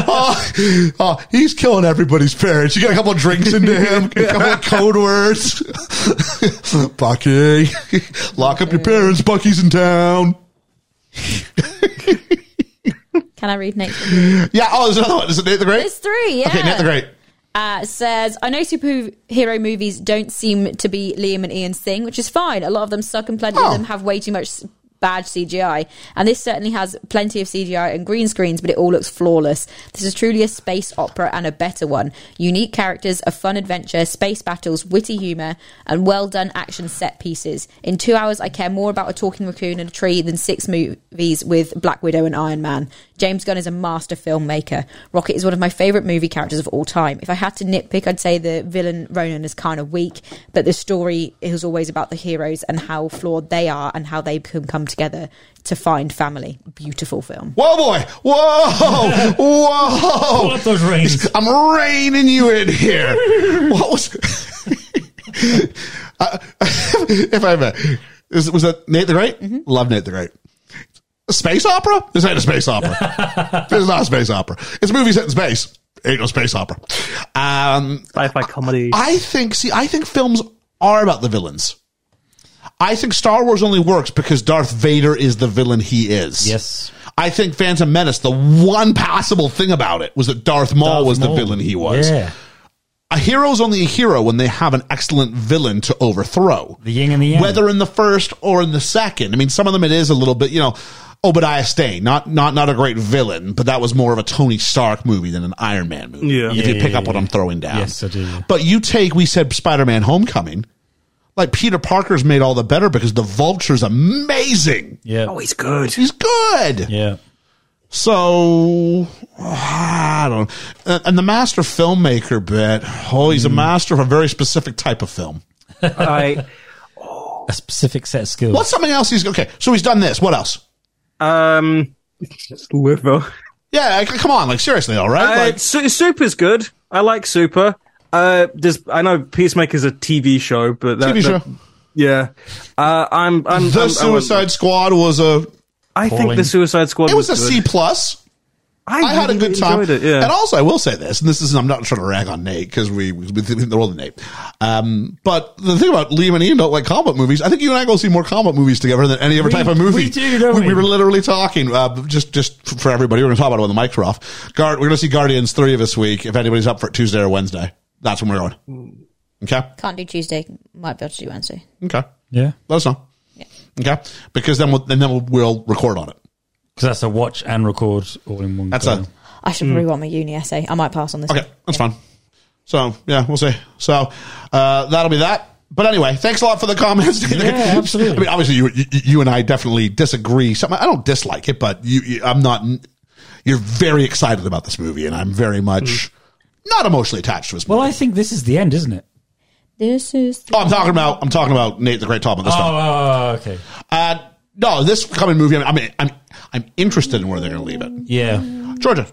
[SPEAKER 4] oh, oh, he's killing everybody's parents. You got a couple of drinks into him, a couple of code words. Bucky, lock up your parents. Bucky's in town.
[SPEAKER 8] Can I read next?
[SPEAKER 4] Yeah. Oh, there's another one. Is it Nate the Great?
[SPEAKER 8] There's three. Yeah.
[SPEAKER 4] Okay, Nate the Great.
[SPEAKER 8] uh, says, I know superhero movies don't seem to be Liam and Ian's thing, which is fine. A lot of them suck and plenty of them have way too much s- bad CGI. And this certainly has plenty of CGI and green screens, but it all looks flawless. This is truly a space opera and a better one. Unique characters, a fun adventure, space battles, witty humour, and well done action set pieces. In two hours, I care more about a talking raccoon and a tree than six movies with Black Widow and Iron Man. James Gunn is a master filmmaker. Rocket is one of my favourite movie characters of all time. If I had to nitpick, I'd say the villain Ronan is kind of weak, but the story is always about the heroes and how flawed they are and how they can come together to find family. Beautiful film.
[SPEAKER 4] Whoa, boy! Whoa! Whoa!
[SPEAKER 12] Pull up those reins.
[SPEAKER 4] I'm reining you in here. what was? Uh, if I may, is, was that Nate the Great? Love Nate the Great. A space opera? This ain't a space opera. this is not a space opera. It's a movie set in space. Ain't no space opera. Um,
[SPEAKER 6] Sci-fi comedy.
[SPEAKER 4] I think. See, I think films are about the villains. I think Star Wars only works because Darth Vader is the villain he is. Yes. I think Phantom Menace, the one passable thing about it was that Darth Maul was the
[SPEAKER 12] Maul.
[SPEAKER 4] villain he was.
[SPEAKER 12] Yeah.
[SPEAKER 4] A hero's only a hero when they have an excellent villain to overthrow. The
[SPEAKER 12] yin and the yang.
[SPEAKER 4] Whether in the first or in the second. I mean, some of them it is a little bit, you know, Obadiah Stane, not not not a great villain, but that was more of a Tony Stark movie than an Iron Man movie.
[SPEAKER 12] Yeah.
[SPEAKER 4] If
[SPEAKER 12] Yeah,
[SPEAKER 4] you
[SPEAKER 12] yeah,
[SPEAKER 4] pick up
[SPEAKER 12] yeah,
[SPEAKER 4] what I'm throwing down.
[SPEAKER 12] Yes, I do.
[SPEAKER 4] But you take, we said Spider Man Homecoming. Like Peter Parker's made all the better because the vulture's amazing.
[SPEAKER 12] Yeah.
[SPEAKER 6] Oh, he's good.
[SPEAKER 4] He's good.
[SPEAKER 12] Yeah.
[SPEAKER 4] So I don't. know. And the master filmmaker bit. Oh, he's a master of a very specific type of film.
[SPEAKER 6] I
[SPEAKER 5] a specific set of skills.
[SPEAKER 4] What's something else he's okay? So he's done this. What else?
[SPEAKER 16] Um, Litho.
[SPEAKER 4] Yeah, c- come on, like seriously, all right.
[SPEAKER 16] Uh,
[SPEAKER 4] Like,
[SPEAKER 16] Su- Super's good. I like Super. Uh, there's, I know Peacemaker's a TV show, but that,
[SPEAKER 4] TV show.
[SPEAKER 16] that- yeah, uh, I'm. I'm
[SPEAKER 4] the
[SPEAKER 16] I'm- I'm-
[SPEAKER 4] Suicide Squad was a.
[SPEAKER 16] I think the Suicide Squad.
[SPEAKER 4] It was,
[SPEAKER 16] was
[SPEAKER 4] a
[SPEAKER 16] good.
[SPEAKER 4] C plus.
[SPEAKER 16] I
[SPEAKER 4] had a
[SPEAKER 16] really
[SPEAKER 4] good time.
[SPEAKER 16] enjoyed it, yeah.
[SPEAKER 4] And also, I will say this, and this is I'm not trying to rag on Nate because we we- they're all the Nate. Um, but the thing about Liam and Ian don't like comic movies. I think you and I go see more comic movies together than any other
[SPEAKER 5] We-
[SPEAKER 4] type of movie.
[SPEAKER 5] we do, don't we?
[SPEAKER 4] were literally talking uh, just just for everybody. We're going to talk about it when the mics are off. Guard, we're going to see Guardians three this week. If anybody's up for it, Tuesday or Wednesday, that's when we're
[SPEAKER 5] Mm.
[SPEAKER 4] going. Okay,
[SPEAKER 8] Can't do Tuesday. Might be able to do Wednesday.
[SPEAKER 4] okay,
[SPEAKER 5] Yeah.
[SPEAKER 4] let us know. Okay, because then we'll, and then we'll, we'll record on it.
[SPEAKER 5] Because that's a watch and record all in one.
[SPEAKER 4] That's
[SPEAKER 5] go.
[SPEAKER 4] a-
[SPEAKER 8] I should probably want my uni essay. I might pass on this.
[SPEAKER 4] Okay, that's fine. So yeah, we'll see. So uh, that'll be that. But anyway, thanks a lot for the comments.
[SPEAKER 5] Yeah, absolutely.
[SPEAKER 4] I mean, obviously, you, you you and I definitely disagree. Something I don't dislike it, but you, you I'm not. You're very excited about this movie, and I'm very much not emotionally attached to this.
[SPEAKER 5] Mm. Well,
[SPEAKER 4] Movie.
[SPEAKER 5] I think this is the end, isn't it?
[SPEAKER 8] This is.
[SPEAKER 4] oh, I'm talking about I'm talking about Nate the Great Talbot. This time.
[SPEAKER 5] Oh, okay.
[SPEAKER 4] Uh, no, this coming movie. I mean, I'm I'm interested in where they're going to leave it.
[SPEAKER 8] Mm.
[SPEAKER 5] Yeah.
[SPEAKER 4] Georgia,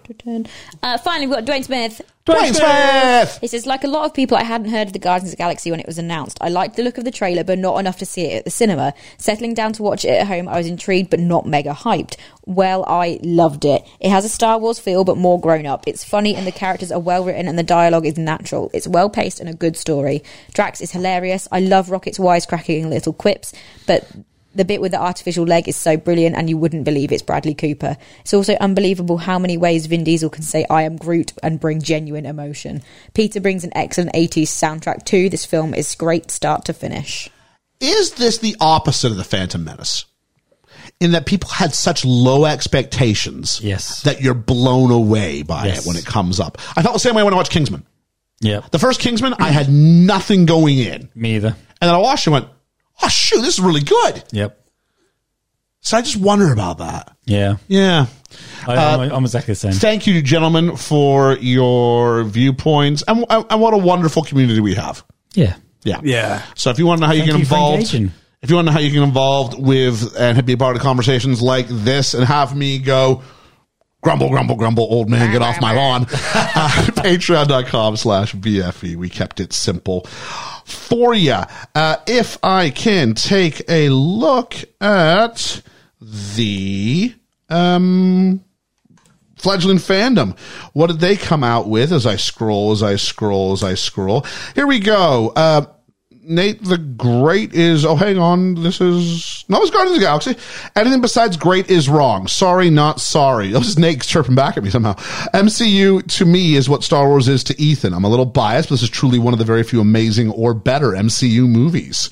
[SPEAKER 8] Uh, finally, we've got Dwayne Smith.
[SPEAKER 4] Dwayne Smith.
[SPEAKER 8] He says, like a lot of people, I hadn't heard of the Guardians of the Galaxy when it was announced. I liked the look of the trailer, but not enough to see it at the cinema. Settling down to watch it at home, I was intrigued, but not mega hyped. Well, I loved it. It has a Star Wars feel, but more grown up. It's funny, and the characters are well written, and the dialogue is natural. It's well paced and a good story. Drax is hilarious. I love Rocket's wisecracking little quips, but the bit with the artificial leg is so brilliant, and you wouldn't believe it's Bradley Cooper. It's also unbelievable how many ways Vin Diesel can say "I am Groot" and bring genuine emotion. Peter brings an excellent '80s soundtrack too. This film is great start to finish.
[SPEAKER 4] is this the opposite of the Phantom Menace? In that people had such low expectations,
[SPEAKER 5] Yes.
[SPEAKER 4] that you're blown away by
[SPEAKER 5] Yes.
[SPEAKER 4] it when it comes up. I felt the same way when I watched Kingsman.
[SPEAKER 5] Yeah.
[SPEAKER 4] The first Kingsman, I had nothing going in, and
[SPEAKER 5] Me either.
[SPEAKER 4] then I watched it and went, "Oh shoot, this is really good."
[SPEAKER 5] Yep.
[SPEAKER 4] So I just wonder about that.
[SPEAKER 5] Yeah.
[SPEAKER 4] Yeah.
[SPEAKER 5] I,
[SPEAKER 4] Uh,
[SPEAKER 5] I'm, I'm exactly the same.
[SPEAKER 4] Thank you, gentlemen, for your viewpoints, and, and and what a wonderful community we have.
[SPEAKER 5] yeah.
[SPEAKER 4] Yeah.
[SPEAKER 16] Yeah.
[SPEAKER 4] So if you want to know how you
[SPEAKER 5] Thank
[SPEAKER 4] get
[SPEAKER 5] you for
[SPEAKER 4] involved,
[SPEAKER 5] engaging.
[SPEAKER 4] if you want to know how you get involved with and be a part of conversations like this and have me go grumble, grumble, grumble, old man, get off my lawn, uh, patreon.com slash BFE. We kept it simple for you. Uh, if I can take a look at the, um, fledgling fandom. What did they come out with as I scroll, as I scroll, as I scroll? Here we go. Uh, Nate the Great is, oh, hang on. This is, no, it's Guardians of the Galaxy. Anything besides great is wrong. Sorry, not sorry. That was Nate chirping back at me somehow. MCU to me is what Star Wars is to Ethan. I'm a little biased, but this is truly one of the very few amazing or better MCU movies.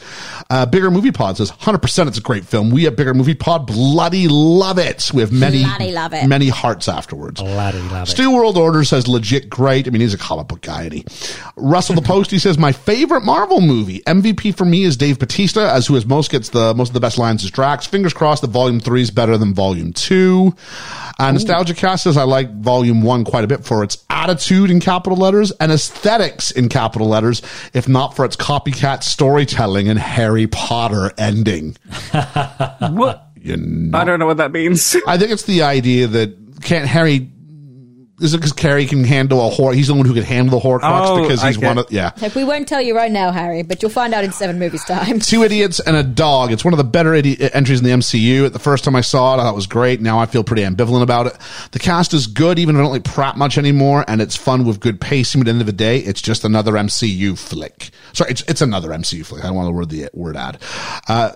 [SPEAKER 4] Uh, Bigger Movie Pod says 100% it's a great film. We at Bigger Movie Pod bloody love it. We have many,
[SPEAKER 8] Bloody love it.
[SPEAKER 4] many hearts afterwards.
[SPEAKER 5] Bloody love it.
[SPEAKER 4] Steel World Order says legit great. I mean, he's a comic book guy, and he. Russell the Post, he says my favorite Marvel movie. MVP for me is Dave Batista, as who has most gets the most of the best lines is Drax. Fingers crossed that Volume Three is better than Volume Two. Uh, Nostalgia Cast says I like Volume One quite a bit for its attitude in capital letters and aesthetics in capital letters, if not for its copycat storytelling and Harry Potter ending.
[SPEAKER 16] What?
[SPEAKER 4] You know.
[SPEAKER 16] I don't know what that means.
[SPEAKER 4] I think it's the idea that can't Harry. Is it because Harry can handle a whore? He's the one who can handle the Horcrux
[SPEAKER 16] Oh,
[SPEAKER 4] because he's
[SPEAKER 16] I get-
[SPEAKER 4] one of yeah.
[SPEAKER 8] Like, we won't tell you right now, Harry, but you'll find out in seven movies time.
[SPEAKER 4] Two idiots and a dog. It's one of the better idi- uh, entries in the MCU. The first time I saw it, I thought it was great. Now I feel pretty ambivalent about it. The cast is good, even if I don't like Pratt much anymore, and it's fun with good pacing. But at the end of the day, it's just another MCU flick. Sorry, it's it's another MCU flick. I don't want to word the word ad. Uh,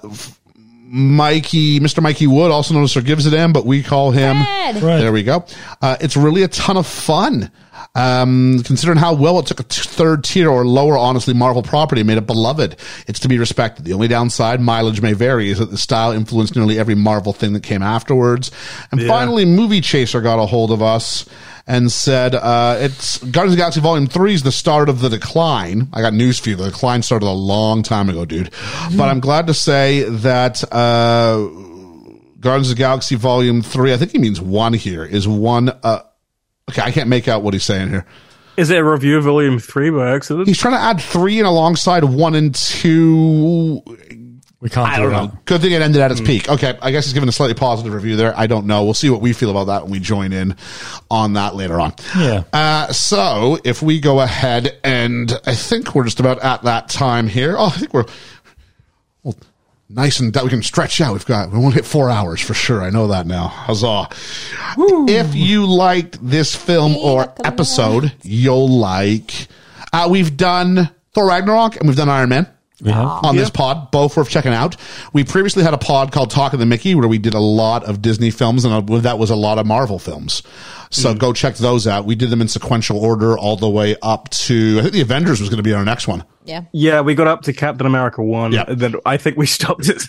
[SPEAKER 4] Mikey, Mr. Mikey Wood, also known as Sir Gives a Damn, but we call him.
[SPEAKER 5] Right.
[SPEAKER 4] There we go. Uh, it's really a ton of fun. Um, considering how well it took a t- third tier or lower, honestly, Marvel property and made it beloved. It's to be respected. The only downside, mileage may vary, is that the style influenced nearly every Marvel thing that came afterwards. And finally, Movie Chaser got a hold of us and said, uh, it's Guardians of the Galaxy Volume 3 is the start of the decline. I got news for you. The decline started a long time ago, dude. But I'm glad to say that, uh, Guardians of the Galaxy Volume 3, I think he means one here, is one. Uh, okay, I can't make out what he's saying here.
[SPEAKER 6] Is it a review of Volume 3 by accident?
[SPEAKER 4] He's trying to add three in alongside one and two.
[SPEAKER 5] We can't
[SPEAKER 4] I don't know. uh, Hmm. Good thing it ended at its peak. Okay, I guess he's giving a slightly positive review there. I don't know. We'll see what we feel about that when we join in on that later on.
[SPEAKER 5] Yeah.
[SPEAKER 4] Uh, so if we go ahead and I think we're just about at that time here. Oh, I think we're well, nice and that we can stretch out. We've got we won't hit four hours for sure. I know that now. Huzzah! If you liked this film or episode, you'll like. Uh, we've done Thor Ragnarok and we've done Iron Man on this pod, both worth checking out. We previously had a pod called Talk of the Mickey where we did a lot of Disney films and a, that was a lot of Marvel films. So go check those out. We did them in sequential order all the way up to, I think the Avengers was going to be our next one.
[SPEAKER 8] Yeah.
[SPEAKER 6] Yeah, we got up to Captain America 1, and then I think we stopped it.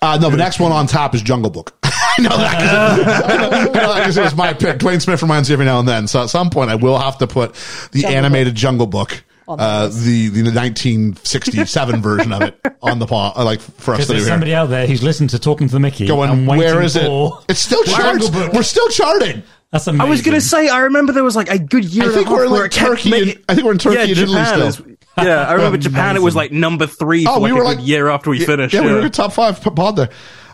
[SPEAKER 4] Uh, no, the next one on top is Jungle Book. I know that 'cause- I know that 'cause it was my pick. Dwayne Smith reminds me every now and then. So at some point, I will have to put the
[SPEAKER 17] Jungle
[SPEAKER 4] animated Jungle Book, uh, the the 1967 version of it, on the paw, like for us
[SPEAKER 5] Because
[SPEAKER 4] to do
[SPEAKER 5] there's
[SPEAKER 4] here.
[SPEAKER 5] somebody out there who's listened to Talking to the Mickey.
[SPEAKER 4] Going,
[SPEAKER 5] and waiting
[SPEAKER 4] where is it?
[SPEAKER 5] for-
[SPEAKER 4] It's still charts. We're still charting.
[SPEAKER 5] That's amazing.
[SPEAKER 6] I was going to say, I remember there was like a good year.
[SPEAKER 4] I
[SPEAKER 6] and a
[SPEAKER 4] think
[SPEAKER 6] half
[SPEAKER 4] we're in,
[SPEAKER 6] where
[SPEAKER 4] like,
[SPEAKER 6] it kept
[SPEAKER 4] Turkey and- I think we're in Turkey
[SPEAKER 6] yeah,
[SPEAKER 4] and Italy
[SPEAKER 6] Japan
[SPEAKER 4] still. Oh,
[SPEAKER 6] is- yeah, I remember Japan. It was like number three. For like a good year after we
[SPEAKER 4] yeah,
[SPEAKER 6] finished.
[SPEAKER 4] Yeah, we
[SPEAKER 6] yeah.
[SPEAKER 4] were in the top five p- pod there.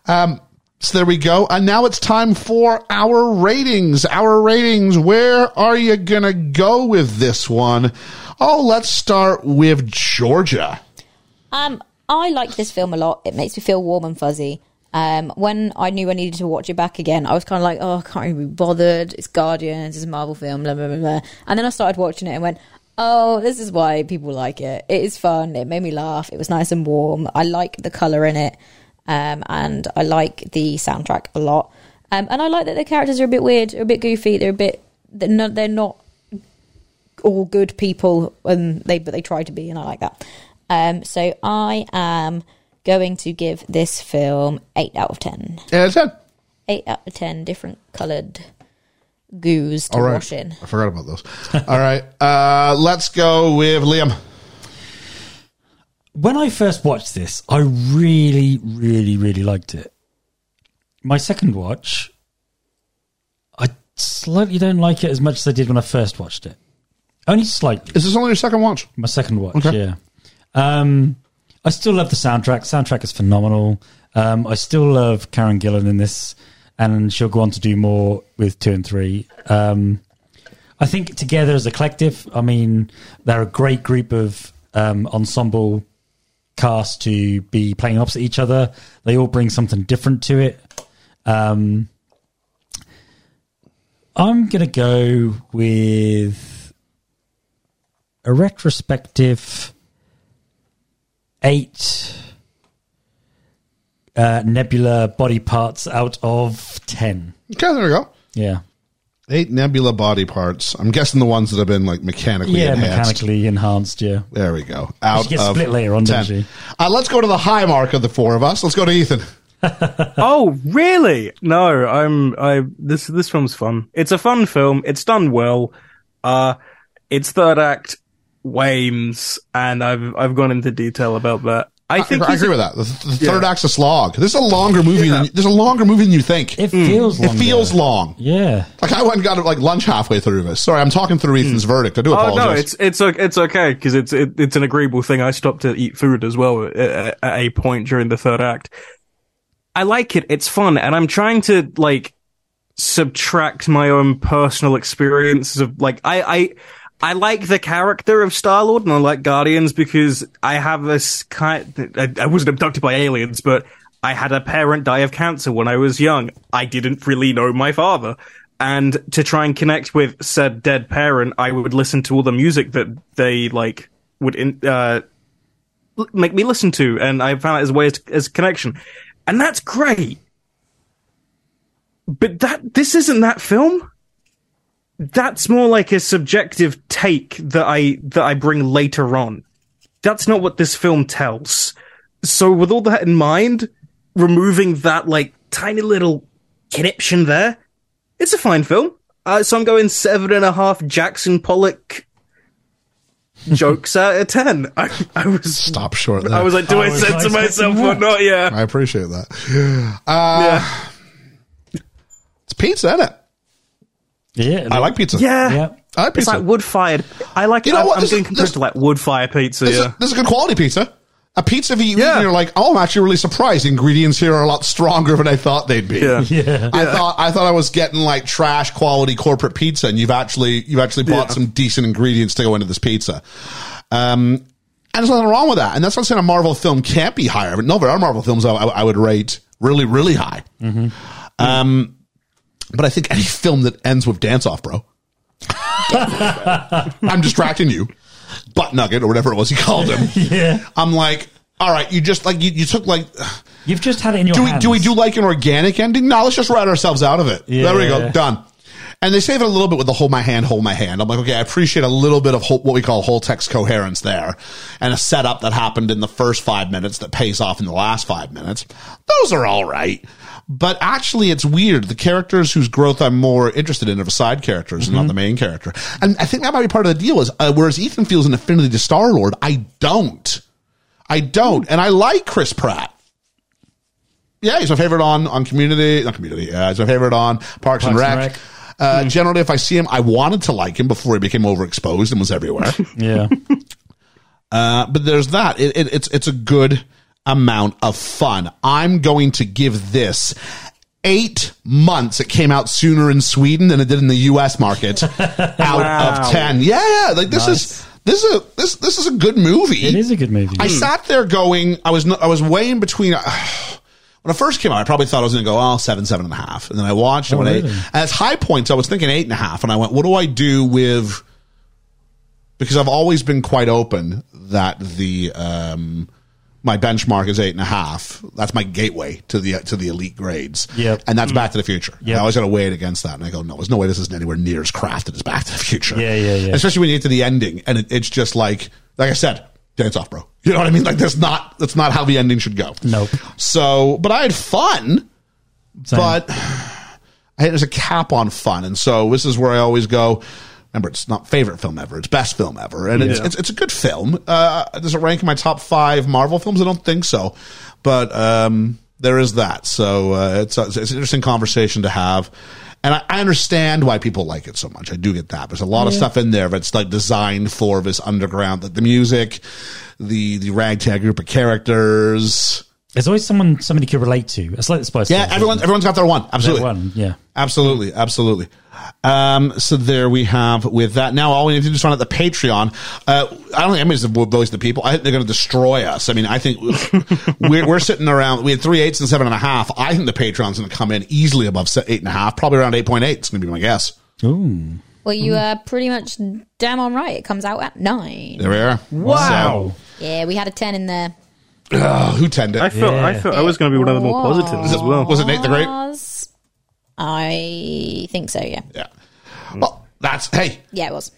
[SPEAKER 4] Um, so there we go. And now it's time for our ratings. Our ratings. Where are you gonna go with this one? Oh, let's start with Georgia.
[SPEAKER 8] Um, I like this film a lot. It makes me feel warm and fuzzy. Um, when I knew I needed to watch it back again, I was kind of like, oh, I can't really be bothered. It's Guardians, it's a Marvel film, blah, blah, blah, blah. And then I started watching it and went, oh, this is why people like it. It is fun. It made me laugh. It was nice and warm. I like the colour in it. Um, and I like the soundtrack a lot. Um, and I like that the characters are a bit weird, they're a bit goofy, they're a bit, they're not, they're not all good people and they but they try to be and I like that. Um so I am going to give this film 8 out of 10.
[SPEAKER 4] Yeah, that's it.
[SPEAKER 8] 8 out of 10 different colored goos to
[SPEAKER 4] All right.
[SPEAKER 8] wash in.
[SPEAKER 4] I forgot about those. All right. Uh, let's go with Liam.
[SPEAKER 5] when I first watched this, I really, really, really liked it. My second watch, I slightly don't like it as much as I did when I first watched it. Only slightly.
[SPEAKER 4] Is this only your second watch?
[SPEAKER 5] My second watch,
[SPEAKER 4] Okay.
[SPEAKER 5] yeah. Um, I still love the soundtrack. Soundtrack is phenomenal. Um, I still love Karen Gillan in this, and she'll go on to do more with two and three. Um, I think together as a collective, I mean, they're a great group of um, ensemble cast to be playing opposite each other. They all bring something different to it. Um, I'm going to go with a retrospective eight uh, Nebula body parts out of ten.
[SPEAKER 4] Okay, there we go.
[SPEAKER 5] Yeah.
[SPEAKER 4] Eight Nebula body parts. I'm guessing the ones that have been like mechanically
[SPEAKER 5] yeah,
[SPEAKER 4] enhanced.
[SPEAKER 5] mechanically enhanced. Yeah.
[SPEAKER 4] There we go. Out
[SPEAKER 5] she gets
[SPEAKER 4] of
[SPEAKER 5] split later on,
[SPEAKER 4] 10.
[SPEAKER 5] doesn't she?
[SPEAKER 4] Uh, let's go to the high mark of the four of us. Let's go to Ethan.
[SPEAKER 6] oh really no i'm i this this film's fun it's a fun film it's done well uh its third act wanes and i've i've gone into detail about that i think
[SPEAKER 4] I
[SPEAKER 6] he's
[SPEAKER 4] agree
[SPEAKER 6] a-
[SPEAKER 4] with that. The, the third
[SPEAKER 6] Yeah.
[SPEAKER 4] act's a slog. This is a longer movie. Than, this is a longer movie than you think. It
[SPEAKER 5] feels
[SPEAKER 4] Mm. It
[SPEAKER 5] longer.
[SPEAKER 4] feels long.
[SPEAKER 5] Yeah.
[SPEAKER 4] Like I went and got like lunch halfway through this. Sorry, I'm talking through Ethan's
[SPEAKER 16] Hmm.
[SPEAKER 4] verdict. I do
[SPEAKER 6] Oh
[SPEAKER 4] apologize.
[SPEAKER 6] no, it's it's o- it's okay because it's it, it's an agreeable thing. I stopped to eat food as well at, at a point during the third act. I like it. It's fun, and I'm trying to like subtract my own personal experiences of like I I I like the character of Star Lord and I like Guardians because I have this kind. I, I wasn't abducted by aliens, but I had a parent die of cancer when I was young. I didn't really know my father. And to try and connect with said dead parent, I would listen to all the music that they like would in, uh, l- make me listen to, and I found it as a way as, as a connection, and that's great. But that this isn't that film. That's more like a subjective take that I that I bring later on. That's not what this film tells. So with all that in mind, removing that like tiny little connection there, it's a fine film. Uh, so I'm going seven and a half Jackson Pollock jokes out of ten. I, I was
[SPEAKER 4] stop short. There.
[SPEAKER 6] I was like, do I,
[SPEAKER 4] was
[SPEAKER 6] censor
[SPEAKER 4] like,
[SPEAKER 6] myself or not? Yeah.
[SPEAKER 4] I appreciate that. Uh, pizza, isn't it?
[SPEAKER 5] Yeah,
[SPEAKER 4] I like pizza.
[SPEAKER 16] Yeah.
[SPEAKER 4] I like
[SPEAKER 16] It's
[SPEAKER 4] pizza.
[SPEAKER 16] like wood fired. I like
[SPEAKER 4] You know
[SPEAKER 16] I'm,
[SPEAKER 4] what?
[SPEAKER 16] I'm
[SPEAKER 4] This
[SPEAKER 16] being
[SPEAKER 4] is-
[SPEAKER 16] compared to like wood fire pizza.
[SPEAKER 4] This,
[SPEAKER 16] yeah.
[SPEAKER 4] is, this is good quality pizza. A pizza that you eat and you're like, oh, I'm actually really surprised. The ingredients here are a lot stronger than I thought they'd be.
[SPEAKER 16] Yeah.
[SPEAKER 5] Yeah.
[SPEAKER 4] I
[SPEAKER 16] Yeah.
[SPEAKER 4] thought I thought I was getting like trash quality corporate pizza, and you've actually you've actually bought
[SPEAKER 16] Yeah.
[SPEAKER 4] some decent ingredients to go into this pizza. Um, and there's nothing wrong with that. And that's not saying a Marvel film can't be higher. But no, there are Marvel films I, I would rate really, really high. Um, but I think any film that ends with dance off, bro. I'm distracting you, butt nugget or whatever it was you called him.
[SPEAKER 5] Yeah.
[SPEAKER 4] I'm like, all right, you just like you, you took like.
[SPEAKER 5] You've just had it in your
[SPEAKER 4] do we
[SPEAKER 5] hands.
[SPEAKER 4] do we do like an organic ending? No, let's just write ourselves out of it. There we go,
[SPEAKER 5] Yeah.
[SPEAKER 4] done. And they save it a little bit with the hold my hand, hold my hand. I'm like, okay, I appreciate a little bit of whole, what we call whole text coherence there, and a setup that happened in the first five minutes that pays off in the last five minutes. Those are all right, but actually, it's weird. The characters whose growth I'm more interested in are the side characters
[SPEAKER 5] Mm-hmm.
[SPEAKER 4] and not the main character. And I think that might be part of the deal. Is uh, whereas Ethan feels an affinity to Star Lord, I don't. I don't, and I like Chris Pratt. Yeah, he's my favorite on on Community, not Community. Yeah, he's my favorite on Parks, and
[SPEAKER 5] Parks
[SPEAKER 4] Rec.
[SPEAKER 5] and Rec.
[SPEAKER 4] Uh, Generally, if I see him, I wanted to like him before he became overexposed and was everywhere.
[SPEAKER 5] Yeah.
[SPEAKER 4] uh, but there's that. It, it, it's it's a good amount of fun. I'm going to give this eight months. It came out sooner in Sweden than it did in the U.S. market. out
[SPEAKER 16] Wow.
[SPEAKER 4] of ten, yeah, yeah. Like this is this is a, this this is a good movie.
[SPEAKER 5] It is a good movie. Hmm.
[SPEAKER 4] I sat there going, I was no- I was way in between. uh, when I first came out, I probably thought I was going to go, oh, seven, seven and a half. And then I watched it
[SPEAKER 5] Oh,
[SPEAKER 4] when
[SPEAKER 5] really?
[SPEAKER 4] I, as high points, I was thinking eight and a half. And I went, what do I do with, because I've always been quite open that the, um, my benchmark is eight and a half. That's my gateway to the, to the elite grades.
[SPEAKER 5] Yep. Mm.
[SPEAKER 4] And that's Back to the Future.
[SPEAKER 5] Yep.
[SPEAKER 4] I always got to weigh it against that. And I go, no, there's no way this isn't anywhere near as crafted as Back to the Future.
[SPEAKER 5] Yeah, yeah, yeah.
[SPEAKER 4] Especially when you get to the ending and it, it's just like, like I said, dance off, bro. You know what I mean? Like that's not, that's not how the ending should go.
[SPEAKER 5] Nope.
[SPEAKER 4] So, but I had fun,
[SPEAKER 5] Same.
[SPEAKER 4] but I think there's a cap on fun. And so this is where I always go. Remember, it's not favorite film ever. It's best film ever. And it's,
[SPEAKER 16] Yeah.
[SPEAKER 4] it's, it's a good film. Uh, does it rank in my top five Marvel films? I don't think so. But, um, there is that. So, uh, it's, a, it's an interesting conversation to have. And I, I understand why people like it so much. I do get that. There's a lot of
[SPEAKER 16] Yeah.
[SPEAKER 4] stuff in there that's like designed for this underground, like the music, the, the ragtag group of characters.
[SPEAKER 5] There's always someone somebody could relate to. It's like the Spice
[SPEAKER 4] Yeah,
[SPEAKER 5] Girls,
[SPEAKER 4] everyone,
[SPEAKER 5] isn't it?
[SPEAKER 4] everyone's got their one. Absolutely.
[SPEAKER 5] That one, yeah.
[SPEAKER 4] Absolutely, absolutely. Um, so there we have with that. Now all we need to do is find out the Patreon. Uh, I don't think anybody's the voice of the people. I think they're going to destroy us. I mean, I think we're, we're sitting around. We had three eights and seven and a half. I think the Patreon's going to come in easily above se- eight and a half, probably around eight point eight. It's going to be my guess.
[SPEAKER 5] Ooh.
[SPEAKER 8] Well, you are
[SPEAKER 4] Mm-hmm.
[SPEAKER 8] pretty much damn on right. It comes out at nine.
[SPEAKER 4] There we are.
[SPEAKER 5] Wow.
[SPEAKER 8] Yeah, we had a ten in there.
[SPEAKER 4] So, ugh, who tended?
[SPEAKER 16] I felt I felt I was going to be one of the more positives as well.
[SPEAKER 4] Was it Nate the Great?
[SPEAKER 8] Uh, Was- I think so. Yeah.
[SPEAKER 4] Yeah. Well, that's hey.
[SPEAKER 8] Yeah, it was.
[SPEAKER 4] Mm-hmm.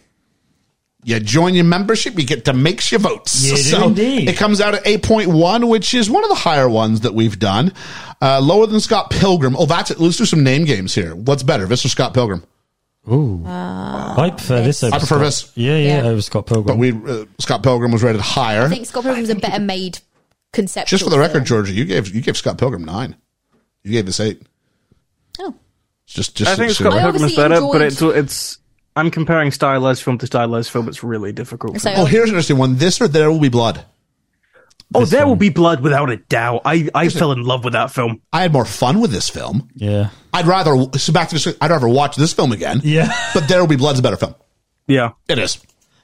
[SPEAKER 4] you join your membership, you get to mix your votes.
[SPEAKER 5] You do indeed.
[SPEAKER 4] It comes out at 8.1, which is one of the higher ones that we've done. Uh, lower than Scott Pilgrim. Oh, that's it. Let's do some name games here. What's better, this or Scott Pilgrim?
[SPEAKER 5] Ooh. I prefer this. Over
[SPEAKER 4] I prefer
[SPEAKER 5] Scott-
[SPEAKER 4] this.
[SPEAKER 5] Yeah, yeah,
[SPEAKER 8] Yeah.
[SPEAKER 5] Over Scott Pilgrim.
[SPEAKER 4] But we uh, Scott Pilgrim was rated higher.
[SPEAKER 8] I think Scott Pilgrim was a better made conceptual.
[SPEAKER 4] Just for the record,
[SPEAKER 8] film.
[SPEAKER 4] Georgia, you gave you gave Scott Pilgrim nine. You gave this eight.
[SPEAKER 8] Oh.
[SPEAKER 4] It's Just, just
[SPEAKER 16] I think
[SPEAKER 4] so-
[SPEAKER 16] Scott Pilgrim is
[SPEAKER 8] obviously
[SPEAKER 16] better, but it's
[SPEAKER 8] enjoyed-
[SPEAKER 16] it's. I'm comparing stylized film to stylized film. It's really difficult. for
[SPEAKER 8] So-
[SPEAKER 16] me.
[SPEAKER 4] Oh, here's an interesting one. This or There Will Be Blood.
[SPEAKER 16] oh, there will be blood without a doubt. I, I fell in love with that film.
[SPEAKER 4] I had more fun with this film.
[SPEAKER 5] yeah.
[SPEAKER 4] I'd rather so back to the, I'd rather watch this film again.
[SPEAKER 5] Yeah.
[SPEAKER 4] But There Will Be Blood's a better film.
[SPEAKER 16] Yeah,
[SPEAKER 4] It is.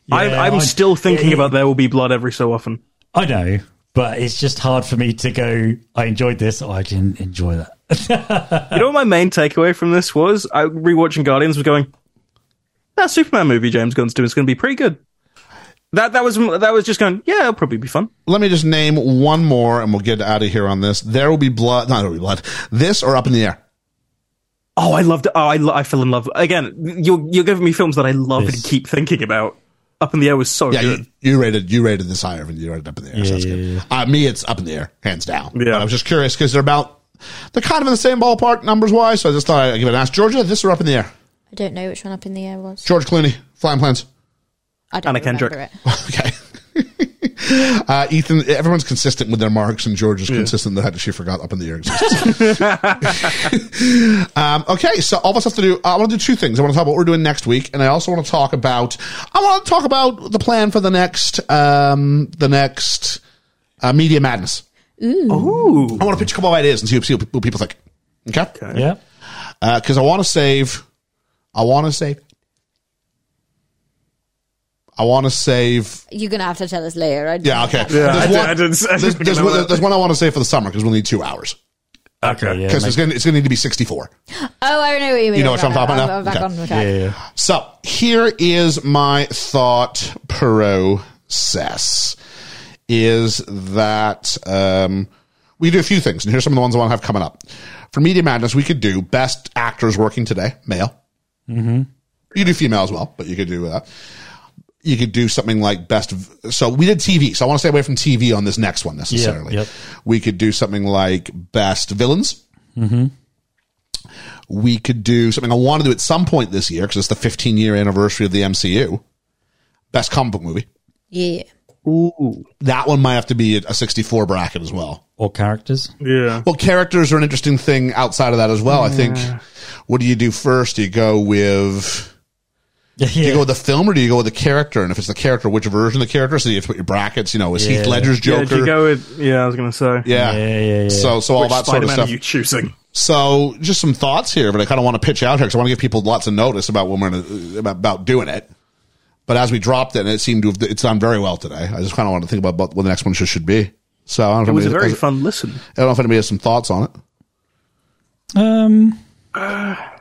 [SPEAKER 5] Yeah,
[SPEAKER 16] I, I'm
[SPEAKER 5] I-
[SPEAKER 16] still thinking
[SPEAKER 5] yeah.
[SPEAKER 16] about there will be blood every so often.
[SPEAKER 5] I know, but it's just hard for me to go, I enjoyed this or I didn't enjoy that.
[SPEAKER 16] You know what my main takeaway from this was? I rewatching Guardians was going, that Superman movie James Gunn's doing is going to be pretty good. That that was that was just going, yeah, it'll probably be fun.
[SPEAKER 4] let me just name one more and we'll get out of here on this. There will be blood. Not there will be blood. This or up in the air.
[SPEAKER 16] Oh, I loved it. Oh, I, lo- I fell in love again. You're you're giving me films that I love
[SPEAKER 5] Yes.
[SPEAKER 16] and keep thinking about. Up in the air was so
[SPEAKER 4] Yeah,
[SPEAKER 16] good.
[SPEAKER 4] you, you rated you rated this higher than you rated up in the air. so
[SPEAKER 5] Yeah,
[SPEAKER 4] that's
[SPEAKER 5] yeah,
[SPEAKER 4] good. Uh, me, it's up in the air, hands down.
[SPEAKER 16] Yeah.
[SPEAKER 4] But I was just curious because they're about they're kind of in the same ballpark numbers wise. So I just thought I'd give it an ask. Georgia, this or up in the air?
[SPEAKER 8] I don't know which one up in the air was.
[SPEAKER 4] George Clooney, flying planes.
[SPEAKER 8] I don't
[SPEAKER 16] Anna
[SPEAKER 8] remember
[SPEAKER 16] Kendrick.
[SPEAKER 8] it.
[SPEAKER 4] okay. Uh, Ethan, everyone's consistent with their marks, and George is consistent that she forgot up in the air existence. um, okay, so all of us have to do. I want to do two things. I want to talk about what we're doing next week, and I also want to talk about. I want to talk about the plan for the next, um, the next uh, media madness.
[SPEAKER 8] Ooh.
[SPEAKER 4] I want to pitch a couple of ideas and see, see what people think. Okay,
[SPEAKER 5] yeah,
[SPEAKER 4] because I want to save. I want to save. I want to save
[SPEAKER 8] You're gonna have to tell us later. I
[SPEAKER 4] Yeah, okay.
[SPEAKER 6] I
[SPEAKER 4] there's,
[SPEAKER 6] did-
[SPEAKER 4] one,
[SPEAKER 6] I didn't- I didn't
[SPEAKER 4] there's,
[SPEAKER 6] think
[SPEAKER 4] there's
[SPEAKER 6] about
[SPEAKER 4] one,
[SPEAKER 6] that.
[SPEAKER 4] there's one I want to say for the summer because we'll need two hours.
[SPEAKER 5] Okay, yeah,
[SPEAKER 4] Because
[SPEAKER 5] make-
[SPEAKER 4] it's going to it's gonna need to be 64.
[SPEAKER 8] Oh, I know what you mean.
[SPEAKER 4] You know what I'm talking about now?
[SPEAKER 8] I'm back
[SPEAKER 4] Okay.
[SPEAKER 8] on the track.
[SPEAKER 4] So here is my thought process is that um, we do a few things, and here's some of the ones I want to have coming up. For Media Madness, we could do best actors working today, male.
[SPEAKER 5] Mm-hmm.
[SPEAKER 4] You could do female as well, but you could do that. You could do something like best. v- So we did TV. So I want to stay away from TV on this next one necessarily.
[SPEAKER 5] yep.
[SPEAKER 4] We could do something like best villains.
[SPEAKER 5] Mm-hmm.
[SPEAKER 4] We could do something I want to do at some point this year because it's the 15 year anniversary of the MCU. Best comic book movie.
[SPEAKER 8] Yeah.
[SPEAKER 4] Ooh. That one might have to be a 64 bracket as well.
[SPEAKER 5] Or characters.
[SPEAKER 6] Yeah.
[SPEAKER 4] Well, characters are an interesting thing outside of that as well. I think.
[SPEAKER 5] Yeah.
[SPEAKER 4] What do you do first? Do you go with? Do you go with the film or do you go with the character? And if it's the character, which version of the character? So you have to put your brackets. You know, is Heath Ledger's
[SPEAKER 6] Yeah,
[SPEAKER 4] Joker?
[SPEAKER 6] did you go with? Yeah, I was gonna say.
[SPEAKER 4] Yeah. Yeah, yeah, yeah. So- so all
[SPEAKER 6] Which
[SPEAKER 4] that sort of
[SPEAKER 6] Spider-Man
[SPEAKER 4] stuff.
[SPEAKER 6] Are you choosing?
[SPEAKER 4] So, just some thoughts here, but I kind of want to pitch out here because I want to give people lots of notice about when we're gonna, about, about doing it. But as we dropped it, and it seemed to have it's done very well today. I just kind of want to think about what the next one should, should be. So, I don't know
[SPEAKER 6] It
[SPEAKER 4] if
[SPEAKER 6] was a
[SPEAKER 4] anybody-
[SPEAKER 6] very fun listen.
[SPEAKER 4] I don't know if anybody has some thoughts on it.
[SPEAKER 5] Um,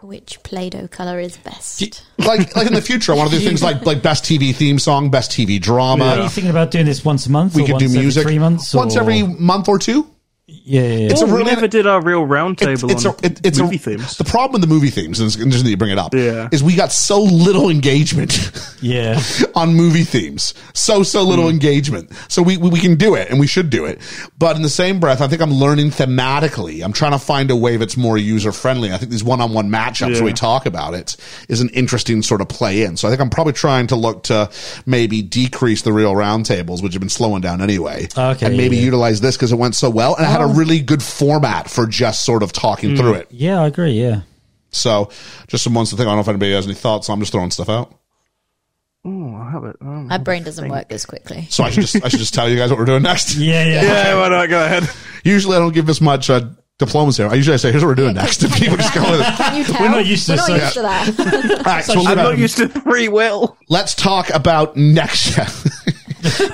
[SPEAKER 8] Which Play-Doh color is best?
[SPEAKER 4] Like, like in the future, I want to do things like like best TV theme song, best TV drama.
[SPEAKER 5] Are you thinking about doing this once a month?
[SPEAKER 4] We
[SPEAKER 5] or
[SPEAKER 4] could do
[SPEAKER 5] once every
[SPEAKER 4] music
[SPEAKER 5] three months. Or?
[SPEAKER 4] once every month or two.
[SPEAKER 5] Yeah, yeah, yeah.
[SPEAKER 4] It's a
[SPEAKER 6] Oh, we
[SPEAKER 4] really-
[SPEAKER 6] never did our real roundtable
[SPEAKER 4] it's
[SPEAKER 6] on
[SPEAKER 4] a- it- it's a-
[SPEAKER 6] movie themes.
[SPEAKER 4] The problem with the movie themes, and it's interesting that you bring it up,
[SPEAKER 6] Yeah.
[SPEAKER 4] is we got so little engagement.
[SPEAKER 5] yeah.
[SPEAKER 4] on movie themes. So so little engagement. So we, we we can do it and we should do it. But in the same breath, I think I'm learning thematically. I'm trying to find a way that's more user friendly. I think these one on one matchups where we
[SPEAKER 6] Yeah.
[SPEAKER 4] talk about it is an interesting sort of play in. So I think I'm probably trying to look to maybe decrease the real roundtables, which have been slowing down anyway.
[SPEAKER 5] Okay,
[SPEAKER 4] And maybe
[SPEAKER 5] yeah, yeah.
[SPEAKER 4] utilize this because it went so well and I had a really good format for just sort of talking through it.
[SPEAKER 5] Yeah, I agree. Yeah.
[SPEAKER 4] So just some ones to think. I don't know if anybody has any thoughts. So I'm just throwing stuff out.
[SPEAKER 6] Oh, I have it. Oh,
[SPEAKER 8] My brain doesn't work this quickly.
[SPEAKER 4] So I should just I should just tell you guys what we're doing next.
[SPEAKER 5] Yeah, yeah.
[SPEAKER 6] yeah, why not? Go ahead.
[SPEAKER 4] Usually I don't give this much uh, diplomas here. I usually say, "Here's what we're doing next," and people just go. With it.
[SPEAKER 8] Can you tell?
[SPEAKER 5] We're not used to
[SPEAKER 8] We're
[SPEAKER 5] this,
[SPEAKER 8] not
[SPEAKER 5] so-
[SPEAKER 8] used to that.
[SPEAKER 4] All right, so we'll
[SPEAKER 6] I'm
[SPEAKER 4] leave
[SPEAKER 6] not
[SPEAKER 4] out-
[SPEAKER 6] used to free will.
[SPEAKER 4] let's talk about next.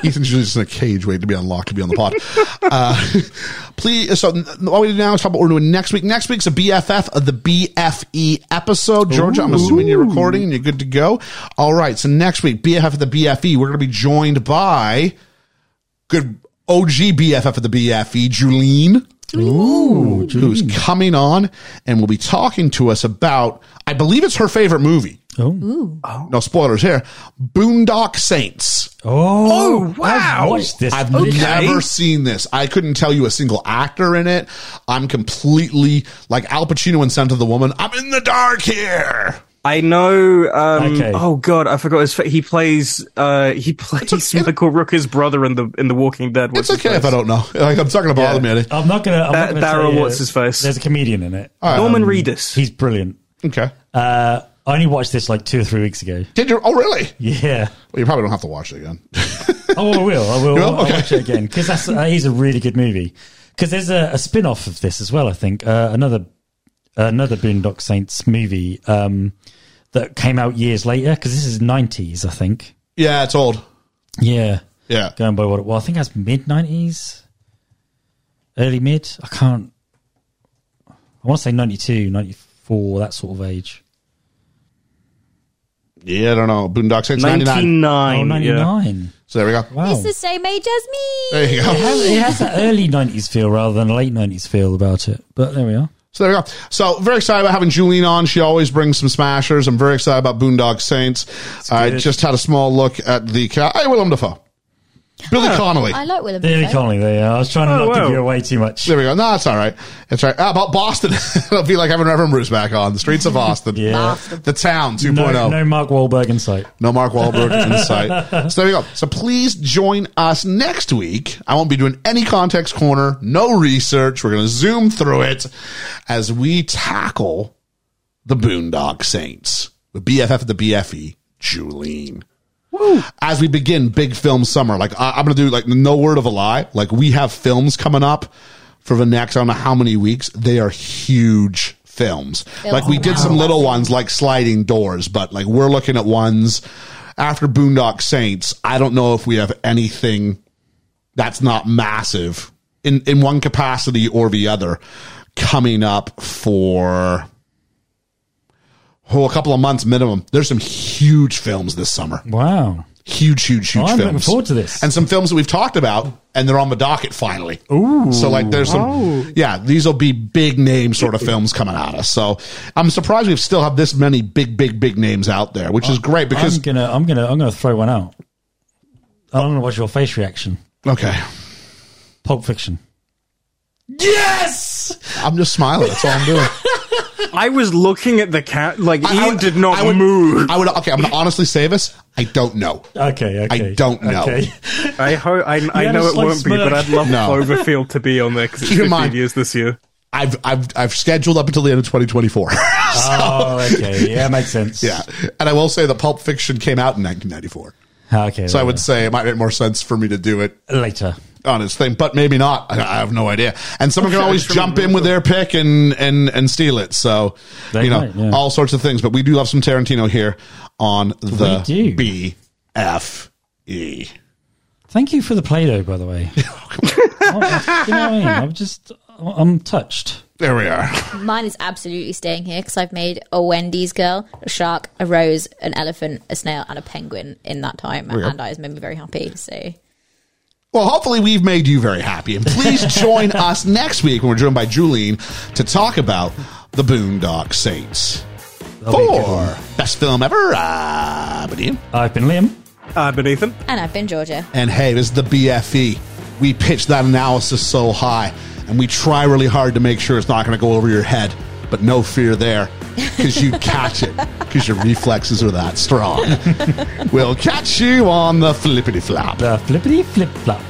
[SPEAKER 4] Ethan's usually just in a cage waiting to be unlocked to be on the pod. Uh, please, so n- all we do now is talk about what we're doing next week. Next week's a BFF of uh, the BFE episode. Georgia, I'm assuming you're recording and you're good to go. All right, so next week, BFF of the BFE, we're going to be joined by good OG BFF of the BFE, Julene. who's coming on and will be talking to us about, I believe it's her favorite movie.
[SPEAKER 5] Oh.
[SPEAKER 4] No spoilers here. Boondock Saints.
[SPEAKER 5] Oh,
[SPEAKER 6] Oh, wow.
[SPEAKER 5] I've watched this.
[SPEAKER 4] I've
[SPEAKER 6] Okay.
[SPEAKER 4] never seen this. I couldn't tell you a single actor in it. I'm completely like Al Pacino in Scent of the Woman. I'm in the dark here.
[SPEAKER 6] I know. Um,
[SPEAKER 5] Okay.
[SPEAKER 6] Oh God, I forgot his. Fa- he plays. Uh, he plays Michael Rooker's brother in the in the Walking Dead. What's
[SPEAKER 4] It's okay if I don't know. Like, I'm talking about
[SPEAKER 6] Yeah.
[SPEAKER 4] yeah.
[SPEAKER 5] I'm not gonna. I'm
[SPEAKER 6] That-
[SPEAKER 5] not gonna
[SPEAKER 6] Darryl
[SPEAKER 5] tell you.
[SPEAKER 6] what's his face?
[SPEAKER 5] There's a comedian in it. Um,
[SPEAKER 6] Norman Reedus.
[SPEAKER 5] He's brilliant.
[SPEAKER 4] Okay.
[SPEAKER 5] Uh, I only watched this like two or three weeks ago.
[SPEAKER 4] Did you? Oh, really?
[SPEAKER 5] Yeah.
[SPEAKER 4] Well, you probably don't have to watch it again.
[SPEAKER 5] Oh, I will. I will.
[SPEAKER 4] You will?
[SPEAKER 5] I'll
[SPEAKER 4] Okay.
[SPEAKER 5] watch it again because that's that is a really good movie. Because there's a, a spin off of this as well. I think uh, another another Boondock Saints movie um, that came out years later. Because this is 90s, I think.
[SPEAKER 4] yeah, it's old.
[SPEAKER 5] Yeah.
[SPEAKER 4] Yeah.
[SPEAKER 5] Going by what it was, I think that's mid 90s, early mid. I can't. I want to say 92, 94, that sort of age.
[SPEAKER 4] Yeah, I don't know. Boondock Saints 99.
[SPEAKER 6] Ninety
[SPEAKER 5] Oh,
[SPEAKER 6] nine.
[SPEAKER 5] 99.
[SPEAKER 4] So there we go.
[SPEAKER 5] Wow.
[SPEAKER 8] It's the same age as me.
[SPEAKER 4] There you go.
[SPEAKER 5] It has, it has that early 90s feel rather than a late 90s feel about it. But there we are.
[SPEAKER 4] So there we go. So very excited about having Julene on. She always brings some smashers. I'm very excited about Boondock Saints. I
[SPEAKER 5] good.
[SPEAKER 4] just had a small look at the. Ca- hey, Willem Dafoe. Billy Connolly.
[SPEAKER 8] I like Willem.
[SPEAKER 5] Billy
[SPEAKER 8] Dafoe.
[SPEAKER 5] Connolly, there you are. I was trying to
[SPEAKER 4] Oh,
[SPEAKER 5] not
[SPEAKER 4] wow.
[SPEAKER 5] give you away too much.
[SPEAKER 4] There we go. No, it's all right. It's all right. Ah, about Boston. It'll be like having Reverend Bruce back on. The streets of Boston.
[SPEAKER 5] Yeah. Boston.
[SPEAKER 4] The town 2.0.
[SPEAKER 5] No, no Mark Wahlberg in sight.
[SPEAKER 4] No Mark Wahlberg in sight. So there you go. So please join us next week. I won't be doing any context corner, no research. We're going to zoom through it as we tackle the Boondock Saints with BFF at the E, BFE, Julene. As we begin big film summer, like I, I'm going to do like no word of a lie. Like we have films coming up for the next, I don't know how many weeks. They are huge films.
[SPEAKER 18] They're
[SPEAKER 4] like we did some
[SPEAKER 18] wow.
[SPEAKER 4] little ones like sliding doors, but like we're looking at ones after Boondock Saints. I don't know if we have anything that's not massive in, in one capacity or the other coming up for oh, a couple of months minimum. There's some huge films this summer.
[SPEAKER 5] Wow.
[SPEAKER 4] Huge, huge, huge
[SPEAKER 5] Oh, I'm
[SPEAKER 4] films.
[SPEAKER 5] looking forward to this.
[SPEAKER 4] And some films that we've talked about, and they're on the docket finally.
[SPEAKER 5] Ooh.
[SPEAKER 4] So, like, there's some,
[SPEAKER 5] Oh.
[SPEAKER 4] yeah, these will be big name sort of films coming at us. So, I'm surprised we still have this many big, big, big names out there, which is great because,
[SPEAKER 5] I'm gonna, I'm gonna, I'm gonna throw one out. I'm gonna watch your face reaction.
[SPEAKER 4] Okay.
[SPEAKER 5] Pulp Fiction.
[SPEAKER 4] Yes! I'm just smiling. That's all I'm doing.
[SPEAKER 6] I was looking at the cat. Like
[SPEAKER 4] I- I
[SPEAKER 6] Ian
[SPEAKER 4] would-
[SPEAKER 6] did not
[SPEAKER 4] I would-
[SPEAKER 6] move.
[SPEAKER 4] I would okay. I'm gonna honestly say this. I don't know.
[SPEAKER 5] Okay,
[SPEAKER 4] I don't know.
[SPEAKER 6] I hope I, I
[SPEAKER 4] had a
[SPEAKER 6] know it
[SPEAKER 4] slight
[SPEAKER 6] won't be, but
[SPEAKER 4] smirk.
[SPEAKER 6] I'd love
[SPEAKER 4] No.
[SPEAKER 6] Cloverfield to be on there because it's
[SPEAKER 4] Keep in
[SPEAKER 6] 15
[SPEAKER 4] mind-
[SPEAKER 6] years this year.
[SPEAKER 4] I've I've I've scheduled up until the end of 2024.
[SPEAKER 5] Oh, okay. Yeah, makes sense.
[SPEAKER 4] yeah, and I will say that Pulp Fiction came out in 1994,
[SPEAKER 5] Ah, Okay.
[SPEAKER 4] so I
[SPEAKER 5] there
[SPEAKER 4] would say it might make more sense for me to do it
[SPEAKER 5] we go. later.
[SPEAKER 4] on its thing, but maybe not. I, I have no idea. And someone can
[SPEAKER 5] Okay,
[SPEAKER 4] always
[SPEAKER 5] sure.
[SPEAKER 4] jump in with their pick and and and steal it. So
[SPEAKER 5] They
[SPEAKER 4] you know
[SPEAKER 5] might, yeah.
[SPEAKER 4] all sorts of things. But we do love some Tarantino here on the B F E.
[SPEAKER 5] Thank you for the Play-Doh, by the way. Oh, you know what I mean? I'm just, I'm touched.
[SPEAKER 4] There we are.
[SPEAKER 8] Mine is absolutely staying here because I've made a Wendy's girl, a shark, a rose, an elephant, a snail, and a penguin in that time,
[SPEAKER 4] There you go.
[SPEAKER 8] and that has made me very happy. So.
[SPEAKER 4] Well, hopefully we've made you very happy. And please join us next week when we're joined by Julene to talk about the Boondock Saints. For best film ever, I've been Ian.
[SPEAKER 5] I've been Liam.
[SPEAKER 6] I've been Ethan.
[SPEAKER 8] And I've been Georgia.
[SPEAKER 4] And hey, this is the BFE. We pitch that analysis so high, and we try really hard to make sure it's not going to go over your head. But no fear there, because you catch it, because your reflexes are that strong. we'll catch you on the flippity flap.
[SPEAKER 5] The flippity flip flop.